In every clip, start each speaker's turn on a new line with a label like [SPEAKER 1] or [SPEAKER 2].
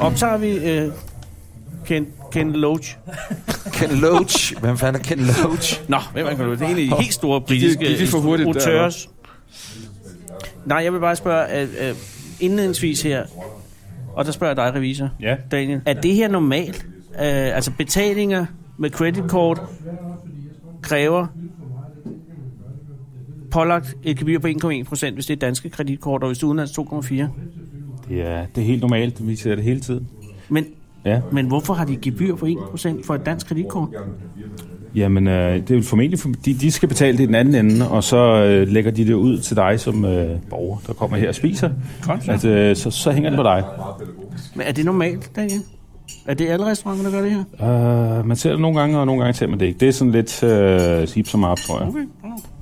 [SPEAKER 1] Optager vi øh, Ken, Ken Loach?
[SPEAKER 2] Ken Loach. Hvem fanden er Ken Loach?
[SPEAKER 1] Nå, hvem er Ken Loach? Det er en af de helt store britiske
[SPEAKER 3] gik det for hurtigt der,
[SPEAKER 1] instruktørs. Nej, jeg vil bare spørge, at, øh, indledningsvis her, og der spørger jeg dig, revisor,
[SPEAKER 3] Ja.
[SPEAKER 1] Daniel, er det her normalt? Øh, altså betalinger med kreditkort kræver pålagt et gebyr på 1,1 procent, hvis det er danske kreditkort, og hvis det er udenlands 2,4.
[SPEAKER 3] Det er, det er helt normalt. Vi ser det hele tiden.
[SPEAKER 1] Men,
[SPEAKER 3] Ja.
[SPEAKER 1] men hvorfor har de et gebyr på 1 procent for et dansk kreditkort?
[SPEAKER 3] Jamen, øh, det er jo formentlig, for- de, de skal betale det i den anden ende, og så øh, lægger de det ud til dig som øh, borger, der kommer her og spiser.
[SPEAKER 1] Godt.
[SPEAKER 3] At, øh, så, så hænger det på dig.
[SPEAKER 1] Men er det normalt, Daniel? Er det alle restauranter, der gør det her?
[SPEAKER 3] Øh, man ser det nogle gange, og nogle gange ser man det ikke. Det er sådan lidt øh, hip som op, tror jeg.
[SPEAKER 1] Okay.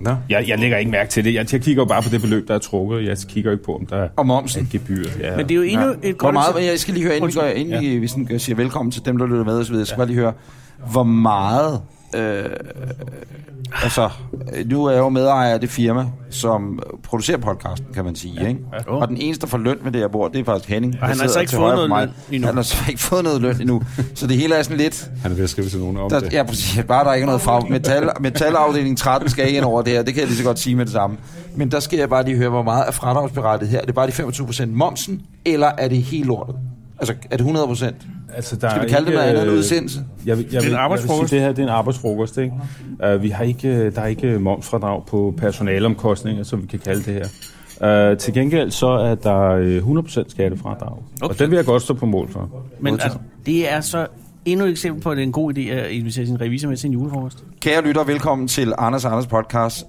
[SPEAKER 2] Nå.
[SPEAKER 3] jeg. Jeg lægger ikke mærke til det. Jeg, jeg kigger jo bare på det beløb, der er trukket. Jeg kigger jo ikke på, om der er
[SPEAKER 2] Og momsen.
[SPEAKER 3] et gebyr. Ja.
[SPEAKER 1] Men det er jo endnu
[SPEAKER 2] Ja.
[SPEAKER 1] et
[SPEAKER 2] Hvor
[SPEAKER 1] godt
[SPEAKER 2] meget,
[SPEAKER 1] eksempel-
[SPEAKER 2] jeg skal lige høre, inden, vi, går, inden ja. vi sådan, siger velkommen til dem, der lytter med, og så videre, jeg skal bare lige høre, hvor meget, øh, altså, øh, nu er jeg jo medejer af det firma, som producerer podcasten, kan man sige, ja. ikke? Og den eneste, der får løn med det, jeg bor, det er faktisk Henning. der
[SPEAKER 1] Oh. han har
[SPEAKER 2] sidder
[SPEAKER 1] så ikke
[SPEAKER 2] til
[SPEAKER 1] fået
[SPEAKER 2] højre for
[SPEAKER 1] noget
[SPEAKER 2] mig.
[SPEAKER 1] løn endnu.
[SPEAKER 2] Han har så ikke fået noget løn endnu, så det hele er sådan lidt,
[SPEAKER 4] Han er ved at skrive til nogen om
[SPEAKER 2] der,
[SPEAKER 4] det.
[SPEAKER 2] ja, præcis, bare der ikke er noget fra metal, metalafdeling 13 skal ikke ind over det her, det kan jeg lige så godt sige med det samme. Men der skal jeg bare lige høre, hvor meget er fradragsberettet her? Er det bare de 25% momsen, eller er det helt lortet? Altså, er det 100%?
[SPEAKER 3] Altså, der
[SPEAKER 2] Skal vi
[SPEAKER 3] er
[SPEAKER 2] kalde det
[SPEAKER 3] ikke,
[SPEAKER 2] noget andet end
[SPEAKER 3] øh,
[SPEAKER 2] udsendelse?
[SPEAKER 3] Jeg, vil- jeg, det
[SPEAKER 1] en arbejdsfrokost.
[SPEAKER 3] Jeg vil sige, det her det er en arbejdsfrokost, ikke? Uh, vi har ikke, øh, der er ikke momsfradrag på personalomkostninger, som vi kan kalde det her. Uh, til gengæld så er der øh, 100% skattefradrag, okay. og den vil jeg godt stå på mål for.
[SPEAKER 1] Men altså, det er så endnu et eksempel på, at det er en god idé at invitere sin revisor med til en julefrokost.
[SPEAKER 2] Kære lytter, velkommen til Anders og Anders podcast,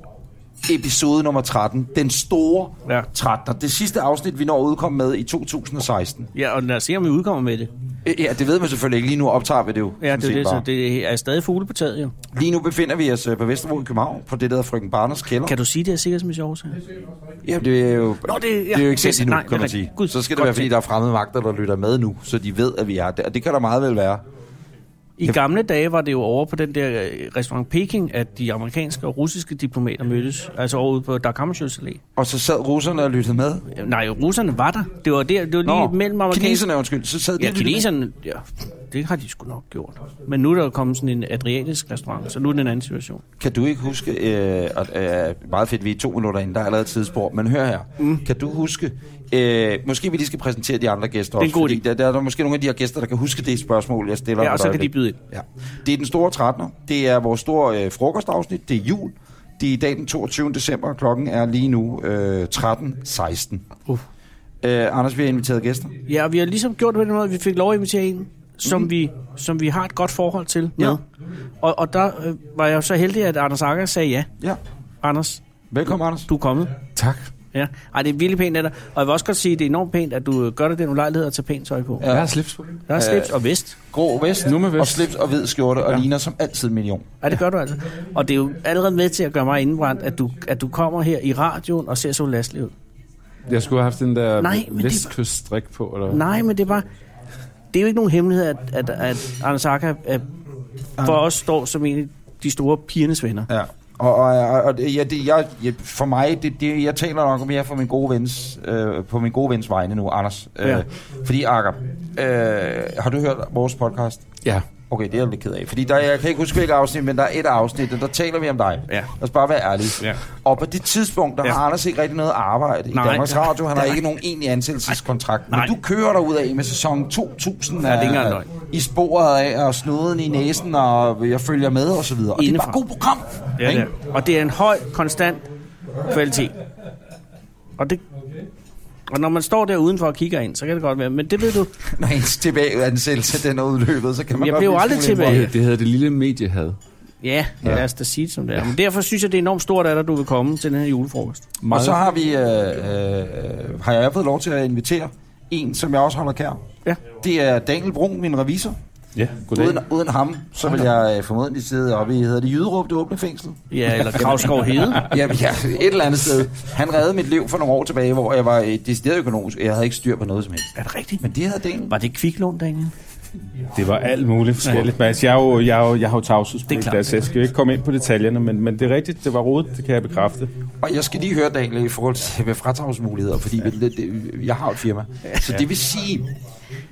[SPEAKER 2] episode nummer 13, den store
[SPEAKER 1] Ja.
[SPEAKER 2] ja. 13. Det sidste afsnit, vi når at udkomme med i 2016.
[SPEAKER 1] Ja, og lad os se, om vi udkommer med det.
[SPEAKER 2] Øh, Ja, det ved man selvfølgelig ikke. Lige nu optager vi det jo.
[SPEAKER 1] Ja,
[SPEAKER 2] sådan
[SPEAKER 1] det, er
[SPEAKER 2] set
[SPEAKER 1] det,
[SPEAKER 2] bare.
[SPEAKER 1] så det er stadig fugle på taget, jo.
[SPEAKER 2] Lige nu befinder vi os øh, på Vesterbro i København, på det, der hedder Frøken Barners kælder.
[SPEAKER 1] Kan du sige, det er sikkerhedsmæssigt årsag?
[SPEAKER 2] Ja, det er jo,
[SPEAKER 1] Nå,
[SPEAKER 2] Nå,
[SPEAKER 1] det- ja.
[SPEAKER 2] det, det er jo
[SPEAKER 1] Det
[SPEAKER 2] ikke
[SPEAKER 1] er-
[SPEAKER 2] sendt endnu,
[SPEAKER 1] nej, det er
[SPEAKER 2] kan man
[SPEAKER 1] rigtigt.
[SPEAKER 2] sige.
[SPEAKER 1] Gud,
[SPEAKER 2] så skal
[SPEAKER 1] godt
[SPEAKER 2] det være, fordi
[SPEAKER 1] tænkt.
[SPEAKER 2] der er fremmede magter, der lytter med nu, så de ved, at vi er der. Og det kan der meget vel være.
[SPEAKER 1] I gamle dage var det jo over på den der øh, restaurant Peking, at de amerikanske og russiske diplomater mødtes. Altså over ude på Darkammersjøs Allé.
[SPEAKER 2] Og så sad russerne og lyttede med.
[SPEAKER 1] Nej, russerne var der. Det var, der, det var lige mellem amerikanske...
[SPEAKER 2] kineserne, undskyld. Så sad de
[SPEAKER 1] Ja,
[SPEAKER 2] og lyttede
[SPEAKER 1] kineserne, ja, det har de sgu nok gjort. Men nu er der jo kommet sådan en adriatisk restaurant, så nu er det en anden situation.
[SPEAKER 2] med. Kan du ikke huske, øh, og, øh, meget fedt, vi er to minutter inde, der er allerede et tidsspor, men hør her. Mm. Kan du huske, øh, måske vi lige skal præsentere de andre gæster
[SPEAKER 1] Det er en
[SPEAKER 2] også,
[SPEAKER 1] god
[SPEAKER 2] fordi
[SPEAKER 1] idé.
[SPEAKER 2] der, der, er der måske nogle af de her gæster, der kan huske det spørgsmål, jeg stiller.
[SPEAKER 1] Ja,
[SPEAKER 2] om
[SPEAKER 1] og
[SPEAKER 2] et
[SPEAKER 1] så kan de
[SPEAKER 2] øjeblik.
[SPEAKER 1] byde ind.
[SPEAKER 2] Ja. Det er den store 13'er. Det er vores store øh, frokostafsnit. Det er jul. Det er i dag den 22. december, og klokken er lige nu øh, 13.16.
[SPEAKER 1] Uh.
[SPEAKER 2] Øh, Anders, vi har inviteret gæster.
[SPEAKER 1] Ja, og vi har ligesom gjort det på den måde, at vi fik lov at invitere en, som, mm-hmm. vi, som vi har et godt forhold til med.
[SPEAKER 2] Ja.
[SPEAKER 1] Og, og der øh, var jeg jo så heldig, at Anders Akker sagde ja.
[SPEAKER 2] Ja.
[SPEAKER 1] Anders,
[SPEAKER 2] Velkommen, Anders.
[SPEAKER 1] du er kommet.
[SPEAKER 4] Tak.
[SPEAKER 1] Ja. Ej, det er virkelig pænt af dig. Og jeg vil også godt sige, at det er enormt pænt, at du øh, gør dig den ulejlighed at tage pænt tøj på. Ja.
[SPEAKER 2] Ja.
[SPEAKER 4] Jeg har slips på.
[SPEAKER 1] Der er slips og vest.
[SPEAKER 2] Grå vest,
[SPEAKER 4] Nu med vest.
[SPEAKER 2] og slips og hvid skjorte, og ligner som altid en million.
[SPEAKER 1] Ja, det gør du altså. Og det er jo allerede med til at gøre mig indbrændt, at du, at du kommer her i radioen og ser så ulastelig ud.
[SPEAKER 4] Jeg skulle have haft den der
[SPEAKER 1] Nej, men det-
[SPEAKER 4] vestkyststrik på. Eller?
[SPEAKER 1] Nej, men det er bare... Det er jo ikke nogen hemmelighed, at, at, at Anders Akker er, for os står som en af de store pigernes venner.
[SPEAKER 2] Ja. Og, og, og, og det- ja, det, jeg, jeg, for mig, det, det, jeg taler nok mere for min gode vens, øh, på min gode vens vegne nu, Anders. Øh,
[SPEAKER 1] Ja.
[SPEAKER 2] Fordi, Akker, øh, har du hørt vores podcast?
[SPEAKER 4] Ja.
[SPEAKER 2] Okay, det er jeg lidt ked af. Fordi der, jeg kan ikke huske, hvilket afsnit, men der er et afsnit, og der taler vi om dig. Ja. Lad os bare være ærlige.
[SPEAKER 3] Ja.
[SPEAKER 2] Og på det tidspunkt, der ja. har Anders ikke rigtig noget arbejde
[SPEAKER 1] Nej.
[SPEAKER 2] i Danmarks Radio. Han har ikke nogen egentlig ansættelseskontrakt. Men
[SPEAKER 1] Nej.
[SPEAKER 2] du kører derud af med sæson 2000
[SPEAKER 1] er ikke
[SPEAKER 2] af-
[SPEAKER 1] engang løgn.
[SPEAKER 2] i sporet af, og snuden i næsen, og jeg følger med, og så videre. Og det er
[SPEAKER 1] Indefra.
[SPEAKER 2] bare et godt program.
[SPEAKER 1] Ja, det
[SPEAKER 2] ikke?
[SPEAKER 1] er. Og det er en høj, konstant kvalitet. Og det, Og når man står der udenfor og kigger ind, så kan det godt være. Men det ved du,
[SPEAKER 2] Når ens tilbageansættelse den er udløbet, så kan man
[SPEAKER 1] jeg
[SPEAKER 2] godt
[SPEAKER 1] blev
[SPEAKER 2] blive en
[SPEAKER 1] aldrig
[SPEAKER 2] smule
[SPEAKER 1] tilbage.
[SPEAKER 2] involveret.
[SPEAKER 5] Det, det hedder det lille mediehad.
[SPEAKER 1] ja, ja. lad os da sige det, som det er. Men derfor synes jeg, det er enormt stort, af dig, at du vil komme til den her julefrokost.
[SPEAKER 2] Og så har vi, øh, øh, har jeg fået lov til at invitere en, som jeg også holder kær.
[SPEAKER 1] Ja.
[SPEAKER 2] Det er Daniel Brun, min revisor.
[SPEAKER 6] Ja, goddag.
[SPEAKER 2] Uden, uden ham, så vil jeg øh, formodentlig sidde oppe i, hedder det Jyderup, det åbne fængsel?
[SPEAKER 1] Ja, eller Kravskov Hede.
[SPEAKER 2] Jamen, ja, et eller andet sted. Han reddede mit liv for nogle år tilbage, hvor jeg var øh, decideret økonomisk. Jeg havde ikke styr på noget som helst.
[SPEAKER 1] Er det rigtigt?
[SPEAKER 2] Men det havde Daniel.
[SPEAKER 1] Var det kviklån, Daniel?
[SPEAKER 6] Det var alt muligt forskelligt, Mads. Jeg, er jo, jeg, er jo, jeg har jo tavshedspligt,
[SPEAKER 1] klart.
[SPEAKER 6] der, så jeg skal jo ikke komme ind på detaljerne, men, men det er rigtigt, det var rodet, det kan jeg bekræfte.
[SPEAKER 2] Og jeg skal lige høre Daniel i forhold til med fratagsmuligheder, fordi vi- det, det, jeg har et firma. Så det vil sige,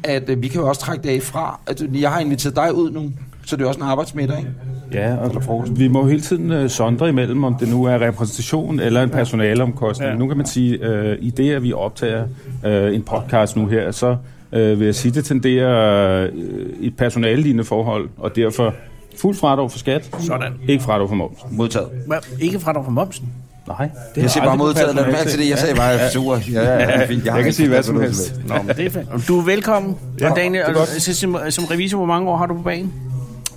[SPEAKER 2] at øh, vi kan jo også trække dage fra. At, øh, jeg har inviteret dig ud nu, så det er også en arbejdsmiddag, ikke?
[SPEAKER 6] Ja,
[SPEAKER 2] Eller
[SPEAKER 6] og
[SPEAKER 2] frokost.
[SPEAKER 6] vi må jo hele tiden øh, sondre imellem, om det nu er repræsentation eller en personaleomkostning.
[SPEAKER 1] Ja.
[SPEAKER 6] Nu kan man sige, øh, i det, at vi optager øh, en podcast nu her, så øh, vil jeg sige, det tenderer øh, et personalelignende forhold, og derfor fuld fradrag for skat,
[SPEAKER 1] Sådan.
[SPEAKER 6] ikke fradrag for moms.
[SPEAKER 2] Modtaget.
[SPEAKER 1] Hvad? Ikke fra dig fra momsen?
[SPEAKER 6] Nej, det
[SPEAKER 2] Jeg siger bare modtaget, lad mærke til det. Jeg sagde bare, at jeg er sur. Ja, ja, ja, det er fint.
[SPEAKER 6] Jeg,
[SPEAKER 2] har
[SPEAKER 6] jeg kan
[SPEAKER 2] ikke
[SPEAKER 6] sige hvad
[SPEAKER 2] forstand
[SPEAKER 6] som
[SPEAKER 2] på noget
[SPEAKER 6] helst.
[SPEAKER 1] Nå, men det er fint. Du er velkommen. Ja, og Daniel,
[SPEAKER 6] det er
[SPEAKER 1] og,
[SPEAKER 6] godt.
[SPEAKER 1] så som, som revisor, hvor mange år har du på banen?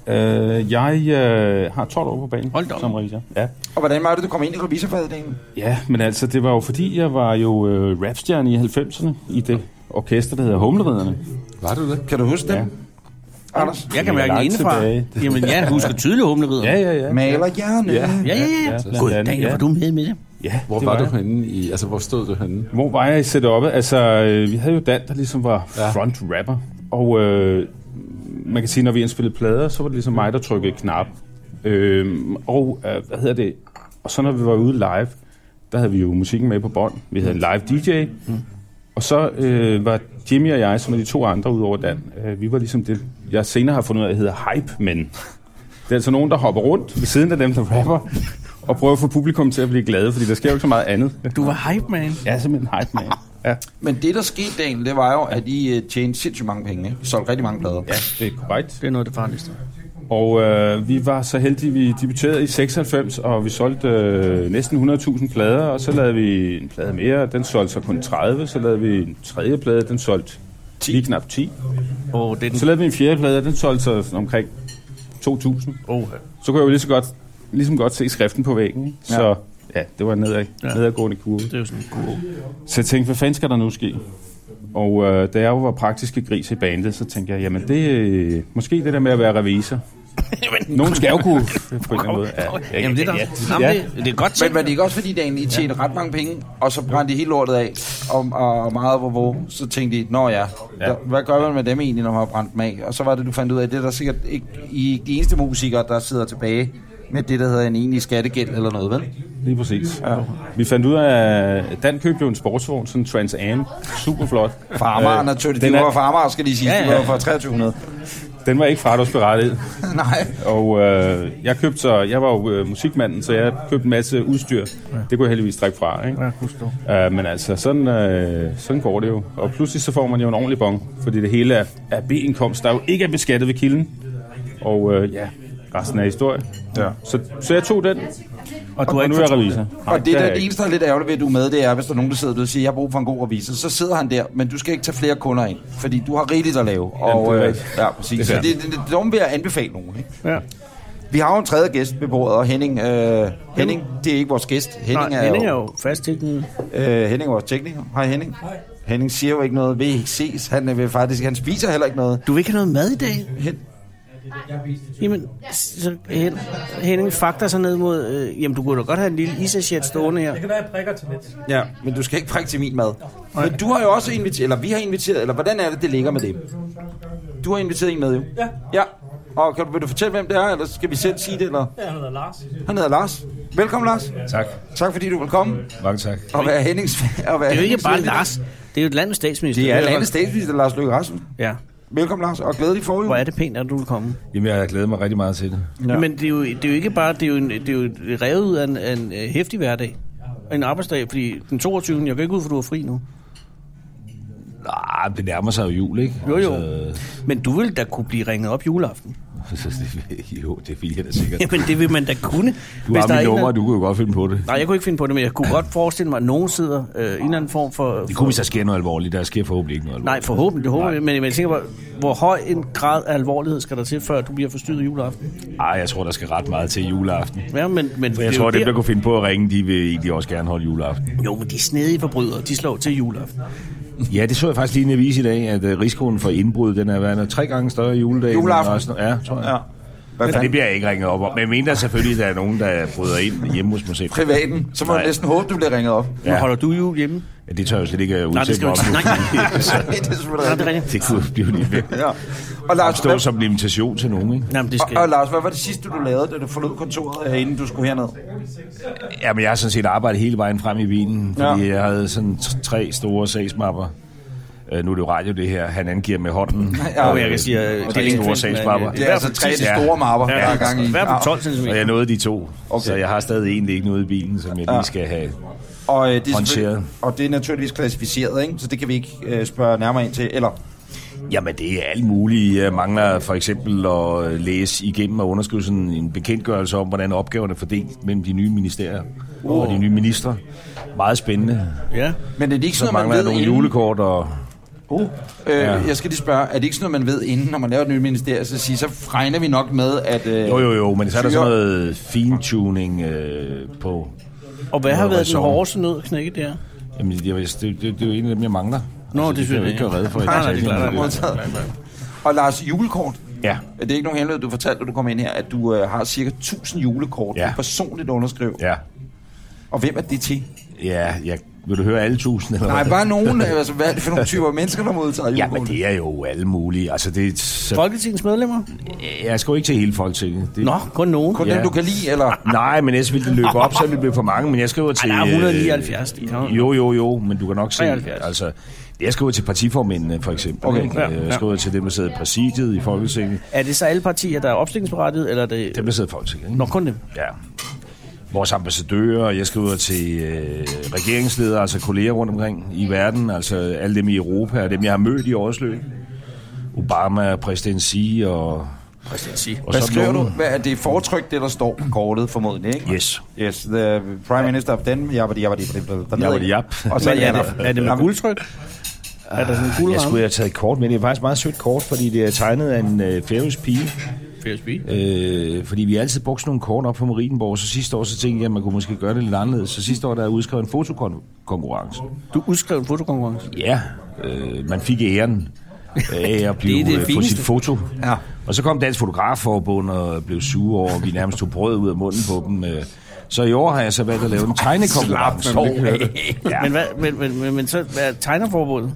[SPEAKER 6] Øh, jeg øh, har 12 år på banen
[SPEAKER 1] Hold da op.
[SPEAKER 6] som revisor. Ja.
[SPEAKER 2] Og hvordan var det, du kom ind i revisorfaget, Daniel?
[SPEAKER 6] ja, men altså, det var jo fordi, jeg var jo øh, rapstjerne i 90'erne i det orkester, der hedder Humleriderne.
[SPEAKER 5] Var du det?
[SPEAKER 2] Kan du huske
[SPEAKER 6] Ja.
[SPEAKER 2] dem? Anders?
[SPEAKER 1] Jeg kan
[SPEAKER 6] Det er
[SPEAKER 1] mærke det
[SPEAKER 6] langt
[SPEAKER 1] indefra.
[SPEAKER 6] tilbage.
[SPEAKER 1] Jamen, ja, jeg husker tydeligt humlerider.
[SPEAKER 6] Ja, ja, ja.
[SPEAKER 2] Maler hjerne.
[SPEAKER 5] Ja.
[SPEAKER 1] ja, ja. ja.
[SPEAKER 5] Ja,
[SPEAKER 1] God,
[SPEAKER 6] blandt
[SPEAKER 1] Daniel,
[SPEAKER 6] andet,
[SPEAKER 1] var du med med det?
[SPEAKER 6] ja
[SPEAKER 5] Hvor
[SPEAKER 6] det
[SPEAKER 5] var, du
[SPEAKER 6] jeg.
[SPEAKER 5] henne i... Altså, hvor stod du henne?
[SPEAKER 6] Hvor var jeg i setup'et? Altså, øh, vi havde jo Dan, der ligesom var
[SPEAKER 5] Ja.
[SPEAKER 6] front rapper. Og øh, man kan sige, når vi indspillede plader, så var det ligesom mig, der trykkede knap. Øh, og øh, hvad hedder det? Og så når vi var ude live, der havde vi jo musikken med på bånd. Vi havde en live DJ. Og så øh, var Jimmy og jeg, som er de to andre udover Dan, øh, vi var ligesom det, jeg senere har fundet ud af, hedder hype-mænd. Det er altså nogen, der hopper rundt ved siden af dem, der rapper, og prøver at få publikum til at blive glade, fordi der sker jo ikke så meget andet.
[SPEAKER 1] Du var hype, man.
[SPEAKER 6] Jeg er simpelthen hype man. Ja,
[SPEAKER 2] Men det, der skete, Daniel, det var jo, at I øh, tjente sindssygt mange penge. Ikke? I solgte rigtig mange plader.
[SPEAKER 6] ja det er korrekt.
[SPEAKER 1] Det er noget, det farligste.
[SPEAKER 6] Og øh, vi var så heldige, vi debuterede i 96, og vi solgte øh, næsten 100.000 plader, og så lavede vi en plade mere, og den solgte så kun 30, så lavede vi en tredje plade, den solgte lige knap 10.
[SPEAKER 1] Åh, det er den...
[SPEAKER 6] Så lavede vi en fjerde plade, og den solgte så sådan omkring 2.000.
[SPEAKER 1] Åh,
[SPEAKER 6] Så kunne jeg jo lige så godt, ligesom godt se skriften på væggen, ikke? så ja, det var en nedad,
[SPEAKER 1] Ja.
[SPEAKER 6] nedadgående kurve.
[SPEAKER 1] det er jo sådan en kurve.
[SPEAKER 6] Så jeg tænkte, hvad fanden skal der nu ske? Og øh, da jeg jo var praktiske gris i bandet, så tænkte jeg, jamen det øh, måske det der med at være revisor. Nogen skal jo kunne på en eller anden måde. Ja, ja,
[SPEAKER 1] Jamen, det er da...
[SPEAKER 6] ja,
[SPEAKER 1] Jamen, det, det er godt
[SPEAKER 2] Men
[SPEAKER 1] tænkt.
[SPEAKER 2] var det ikke også, fordi Daniel, I tjente ret mange penge, og så brændte I hele lortet af, og, og meget hvor hvor, så tænkte I, nå ja, ja, hvad gør man med dem egentlig, når man har brændt dem af? Og så var det, du fandt ud af, det er der sikkert ikke, I er ikke de eneste musikere, der sidder tilbage med det, der hedder en egentlig skattegæld eller noget,
[SPEAKER 6] Øh,
[SPEAKER 2] vel?
[SPEAKER 6] lige præcis. Ja. Vi fandt ud af, Dan købte jo en sportsvogn, sådan en Trans Am, super flot.
[SPEAKER 2] Farmar, øh, naturligt. Det
[SPEAKER 6] den er-
[SPEAKER 2] var farmar, skal lige sige.
[SPEAKER 1] Ja,
[SPEAKER 2] Ja,
[SPEAKER 1] ja.
[SPEAKER 2] ja. Det var for 2300.
[SPEAKER 6] Den var ikke fradragsberettiget.
[SPEAKER 2] Nej.
[SPEAKER 6] Og øh, jeg købte så, jeg var jo øh, musikmanden, så jeg købte en masse udstyr. Det kunne jeg heldigvis trække fra, ikke?
[SPEAKER 1] Ja, husk det.
[SPEAKER 6] Uh, men altså, sådan, uh, sådan går det jo. Og pludselig så får man jo en ordentlig bong, fordi det hele er, er B-indkomst, der jo ikke er beskattet ved kilden. Og uh, ja, resten er historie. Ja. Så, så jeg tog den,
[SPEAKER 1] Og du har
[SPEAKER 6] og nu
[SPEAKER 1] ikke
[SPEAKER 6] er jeg
[SPEAKER 1] fortalt
[SPEAKER 6] revisor.
[SPEAKER 2] Og det,
[SPEAKER 6] er
[SPEAKER 2] der,
[SPEAKER 6] jeg
[SPEAKER 2] det
[SPEAKER 6] ikke.
[SPEAKER 2] eneste, der er lidt ærgerligt ved, at du er med, det er, hvis der er nogen, der sidder derude og siger, jeg har brug for en god revisor, så sidder han der, men du skal ikke tage flere kunder ind, fordi du har rigeligt at lave. Og,
[SPEAKER 6] det er
[SPEAKER 2] øh,
[SPEAKER 6] rigtigt.
[SPEAKER 2] ja, præcis.
[SPEAKER 6] Det
[SPEAKER 2] Så
[SPEAKER 6] er
[SPEAKER 2] det, det, det, det, det vil jeg anbefale nogen. Ikke?
[SPEAKER 1] Ja.
[SPEAKER 2] Vi har jo en tredje gæst ved bordet, og Henning, øh, Henning det er ikke vores gæst. Henning,
[SPEAKER 1] Nej,
[SPEAKER 2] er,
[SPEAKER 1] Henning er
[SPEAKER 2] jo,
[SPEAKER 1] jo fast tilknyttet.
[SPEAKER 2] øh, Henning er vores tekniker. Hej Henning. Hej. Henning siger jo ikke noget, vil ikke ses. Han, øh, vil faktisk, han spiser heller ikke noget.
[SPEAKER 1] Du vil ikke have noget mad i dag?
[SPEAKER 2] Hen-
[SPEAKER 1] Jamen, så Hen- Henning fakter sig ned mod... Øh, jamen, du kunne da godt have en lille isachet stående her.
[SPEAKER 7] Det kan være, jeg prikker til lidt.
[SPEAKER 2] Ja, men du skal ikke prikke til min mad. Men du har jo også inviteret, eller vi har inviteret, eller hvordan er det, det ligger med det? Du har inviteret en med jo.
[SPEAKER 7] Ja.
[SPEAKER 2] Ja, og kan du, vil du fortælle, hvem det er, eller skal vi selv sige det? Eller?
[SPEAKER 7] Ja, han hedder Lars.
[SPEAKER 2] Han hedder Lars. Velkommen, Lars.
[SPEAKER 8] Tak.
[SPEAKER 2] Tak fordi du vil komme
[SPEAKER 8] Mange tak.
[SPEAKER 2] og være Hennings... Og være
[SPEAKER 1] Det er jo ikke bare Lars. Det er jo et land med statsminister.
[SPEAKER 2] Det er landets statsminister, Lars Løkke Rasmussen.
[SPEAKER 1] Ja.
[SPEAKER 2] Velkommen, Lars, og glædelig forhjul.
[SPEAKER 1] Hvor er det pænt, at du vil komme.
[SPEAKER 8] Jamen, jeg har glædet mig rigtig meget til det.
[SPEAKER 1] Ja. Men det er, jo, det er jo ikke bare... Det er jo, en, det er jo revet ud af en, af en øh, hæftig hverdag. En arbejdsdag, fordi den 22. Jeg kan ikke ud, for du er fri nu.
[SPEAKER 9] Ah,
[SPEAKER 8] Nej, det nærmer sig jo jul, ikke?
[SPEAKER 1] Jo, jo.
[SPEAKER 8] Altså,
[SPEAKER 1] Men du ville da kunne blive ringet op juleaften.
[SPEAKER 9] Altså, Så, det- jo, det vil jeg da sikkert.
[SPEAKER 1] Jamen, det vil man da kunne.
[SPEAKER 9] Du har mit
[SPEAKER 1] en
[SPEAKER 9] nummer,
[SPEAKER 1] eller-
[SPEAKER 9] og du kunne jo godt finde på det.
[SPEAKER 1] Nej, jeg kunne ikke finde på det, men jeg kunne godt forestille mig, at nogen sidder øh, i en eller anden form for...
[SPEAKER 9] Det
[SPEAKER 1] for
[SPEAKER 9] kunne, hvis der sker noget alvorligt. Der sker forhåbentlig ikke noget
[SPEAKER 1] nej,
[SPEAKER 9] alvorligt.
[SPEAKER 1] forhåbentlig, det håber jeg, men men jeg tænker, hvor, hvor høj en grad af alvorlighed skal der til, før du bliver forstyrret juleaften?
[SPEAKER 9] Nej, Ej, jeg tror, der skal ret meget til juleaften.
[SPEAKER 1] Ja, men, men
[SPEAKER 9] Jeg
[SPEAKER 1] er
[SPEAKER 9] tror,
[SPEAKER 1] jo
[SPEAKER 9] dem,
[SPEAKER 1] der-
[SPEAKER 9] der kunne finde på at ringe, de vil egentlig også gerne holde juleaften.
[SPEAKER 1] Jo, men de snedige forbrydere, de slår til juleaften.
[SPEAKER 9] Ja, det så jeg faktisk lige i en avis i dag, at øh, risikoen for indbrud, den er været tre gange større i juledagen.
[SPEAKER 2] Juleaften.
[SPEAKER 9] end resten- Ja, tror jeg.
[SPEAKER 2] Ja. Hvad
[SPEAKER 9] Ja. Det
[SPEAKER 2] fanden?
[SPEAKER 9] bliver jeg ikke ringet op om. Men jeg mener selvfølgelig, at der er nogen, der bryder ind hjemme hos mig selv.
[SPEAKER 2] Privaten. Så må
[SPEAKER 9] Nej.
[SPEAKER 2] du næsten håbe, du bliver ringet op.
[SPEAKER 1] Ja. Men holder du jul hjemme?
[SPEAKER 9] Ja, det tør jeg jo slet ikke øh,
[SPEAKER 1] Nej, det
[SPEAKER 9] udtale
[SPEAKER 1] skal
[SPEAKER 9] mig
[SPEAKER 1] du
[SPEAKER 9] om.
[SPEAKER 1] ikke. Nej,
[SPEAKER 2] Nej, det er selvfølgelig
[SPEAKER 1] nej, det er
[SPEAKER 2] rigtigt.
[SPEAKER 1] rigtigt.
[SPEAKER 9] Det kunne blive lige ved.
[SPEAKER 2] Ja. Og Lars,
[SPEAKER 9] Stå
[SPEAKER 2] hvad,
[SPEAKER 9] som en invitation til nogen, ikke?
[SPEAKER 1] Nej, men det skal...
[SPEAKER 2] og, og Lars, hvad var det sidste, du lavede, da du forlod kontoret, øh, inden du skulle herned?
[SPEAKER 9] Jamen, jeg har sådan set arbejdet hele vejen frem i bilen, fordi ja. jeg havde sådan t- tre store sagsmapper. Øh, nu er det jo radio, det her. Han angiver med hånden.
[SPEAKER 2] Ja,
[SPEAKER 1] jeg kan sige, øh,
[SPEAKER 9] det
[SPEAKER 1] det er
[SPEAKER 9] er
[SPEAKER 1] ikke
[SPEAKER 9] store
[SPEAKER 1] fint, men,
[SPEAKER 9] sagsmapper.
[SPEAKER 1] øh,
[SPEAKER 2] Det er altså tre
[SPEAKER 9] Ja.
[SPEAKER 2] store mapper, der er gang i.
[SPEAKER 1] I hvert fald
[SPEAKER 2] Ja.
[SPEAKER 1] 12 cm.
[SPEAKER 9] Og jeg nåede de to,
[SPEAKER 2] Okay.
[SPEAKER 9] okay. så jeg har stadig egentlig ikke noget i bilen, som jeg
[SPEAKER 2] Ja.
[SPEAKER 9] lige skal have.
[SPEAKER 2] Og, øh, det er
[SPEAKER 9] Håndteret.
[SPEAKER 2] selvfølgelig- og det er naturligvis klassificeret, ikke? så det kan vi ikke øh, spørge nærmere ind til. Eller,
[SPEAKER 9] Jamen, det er alt muligt. Jeg mangler for eksempel at øh, læse igennem og underskrive sådan en bekendtgørelse om, hvordan opgaverne er fordelt mellem de nye ministerier og de nye ministre. Meget spændende.
[SPEAKER 1] Ja.
[SPEAKER 2] men er det ikke
[SPEAKER 9] Så
[SPEAKER 2] sådan, noget,
[SPEAKER 9] mangler
[SPEAKER 2] man
[SPEAKER 9] jeg
[SPEAKER 2] ved
[SPEAKER 9] nogle
[SPEAKER 2] inden?
[SPEAKER 9] julekort og...
[SPEAKER 2] Uh, øh, ja. Jeg skal lige spørge, er det ikke sådan noget, man ved inden, når man laver et nyt ministerie, så siger, så regner vi nok med, at... Øh,
[SPEAKER 9] Jo, jo, jo, men så er der
[SPEAKER 2] Syre.
[SPEAKER 9] sådan noget fintuning øh, på...
[SPEAKER 1] Og hvad har
[SPEAKER 9] Noget
[SPEAKER 1] været den
[SPEAKER 9] ræson.
[SPEAKER 1] hårdeste nød at knække der?
[SPEAKER 9] Jamen, det, det, det, det er jo en af dem, jeg mangler. Altså,
[SPEAKER 1] Nå, det
[SPEAKER 9] kan
[SPEAKER 1] synes jeg
[SPEAKER 9] jo ikke
[SPEAKER 1] ikke.
[SPEAKER 9] gøre rede for. i
[SPEAKER 1] Nej,
[SPEAKER 2] Altså,
[SPEAKER 1] nej, det er
[SPEAKER 9] detaljen.
[SPEAKER 1] klart.
[SPEAKER 2] Modtaget. Og Lars, julekort.
[SPEAKER 9] Ja,
[SPEAKER 2] Er Det er ikke nogen hemmelighed, du fortalte, da du kom ind her, at du øh, har cirka 1000 julekort,
[SPEAKER 9] Ja.
[SPEAKER 2] ja. du personligt underskrev. Ja.
[SPEAKER 9] ja,
[SPEAKER 2] Og hvem er det til?
[SPEAKER 9] ja. Jeg, vil du høre alle tusind? Eller
[SPEAKER 2] Nej,
[SPEAKER 9] hvad?
[SPEAKER 2] bare nogen. øh, Altså, hvad er det for nogle typer mennesker, der modtager
[SPEAKER 9] Ja,
[SPEAKER 2] julekort?
[SPEAKER 9] men det er jo alle mulige. Altså, det er... Så,
[SPEAKER 1] Folketingets medlemmer?
[SPEAKER 9] jeg skal jo ikke til hele Folketinget. Det,
[SPEAKER 1] Nå, kun nogen.
[SPEAKER 2] Kun
[SPEAKER 1] ja.
[SPEAKER 2] ja.
[SPEAKER 9] Ja. Ah,
[SPEAKER 2] dem, du kan lide, eller?
[SPEAKER 9] Nej, men ellers ville det løbe op, så ville det blive for mange. Men jeg skriver til...
[SPEAKER 1] der er
[SPEAKER 9] øh,
[SPEAKER 1] 179, det kan man.
[SPEAKER 9] Jo, jo, jo, men du kan nok se...
[SPEAKER 1] 73.
[SPEAKER 9] Altså, jeg skriver til partiformændene, for eksempel.
[SPEAKER 2] Okay.
[SPEAKER 9] ikke? Øh,
[SPEAKER 1] Ja, ja.
[SPEAKER 9] Jeg skriver til dem, der sidder i præsidiet i Folketinget.
[SPEAKER 1] Er det så alle partier, der er opstillingsberettiget, eller er det...
[SPEAKER 9] Dem, der sidder i Folketinget. Ikke?
[SPEAKER 1] Nå, kun dem.
[SPEAKER 9] Ja. Vores ambassadører, jeg skriver til øh, regeringsledere, altså kolleger rundt omkring i verden, altså alle dem i Europa, og dem, jeg har mødt i årets løb. Obama, præsident Xi og...
[SPEAKER 1] Præcis. sige.
[SPEAKER 9] og
[SPEAKER 2] Hvad
[SPEAKER 9] sådan
[SPEAKER 2] skriver du?
[SPEAKER 9] nogle.
[SPEAKER 2] Hvad er det foretryk, det der står på kortet, formodentlig, ikke?
[SPEAKER 9] Yes.
[SPEAKER 2] Yes, the prime minister of Denmark, jabbadi, jabbadi, jabbadi,
[SPEAKER 9] Jabbadi, jab.
[SPEAKER 2] Og så
[SPEAKER 1] Men
[SPEAKER 2] ja,
[SPEAKER 1] er det, er det med guldtryk? Er der sådan en
[SPEAKER 9] Jeg skulle
[SPEAKER 1] guldramme?
[SPEAKER 9] have taget et kort med. Det er faktisk et meget sødt kort, fordi det er tegnet af en øh, færøsk pige.
[SPEAKER 1] PSB.
[SPEAKER 9] Øh, fordi vi har altid brugt sådan nogle kort op på Marienborg, så sidste år så tænkte jeg, at man kunne måske gøre det lidt anderledes. Så sidste år der er udskrevet en fotokonkurrence.
[SPEAKER 1] Du udskrev en fotokonkurrence.
[SPEAKER 9] Ja, øh, man fik æren af at blive
[SPEAKER 1] Det er det
[SPEAKER 9] det det på
[SPEAKER 1] fineste.
[SPEAKER 9] sit foto.
[SPEAKER 2] Ja.
[SPEAKER 9] Og så kom Dansk Fotografforbund og blev sure over, at vi nærmest tog brød ud af munden på dem. øh. Så i år har jeg så valgt at lave en tegnekonkurrence.
[SPEAKER 2] Slap, man vil
[SPEAKER 9] Ja.
[SPEAKER 1] Men, hvad, men, men, men, men så hvad er tegnerforbundet?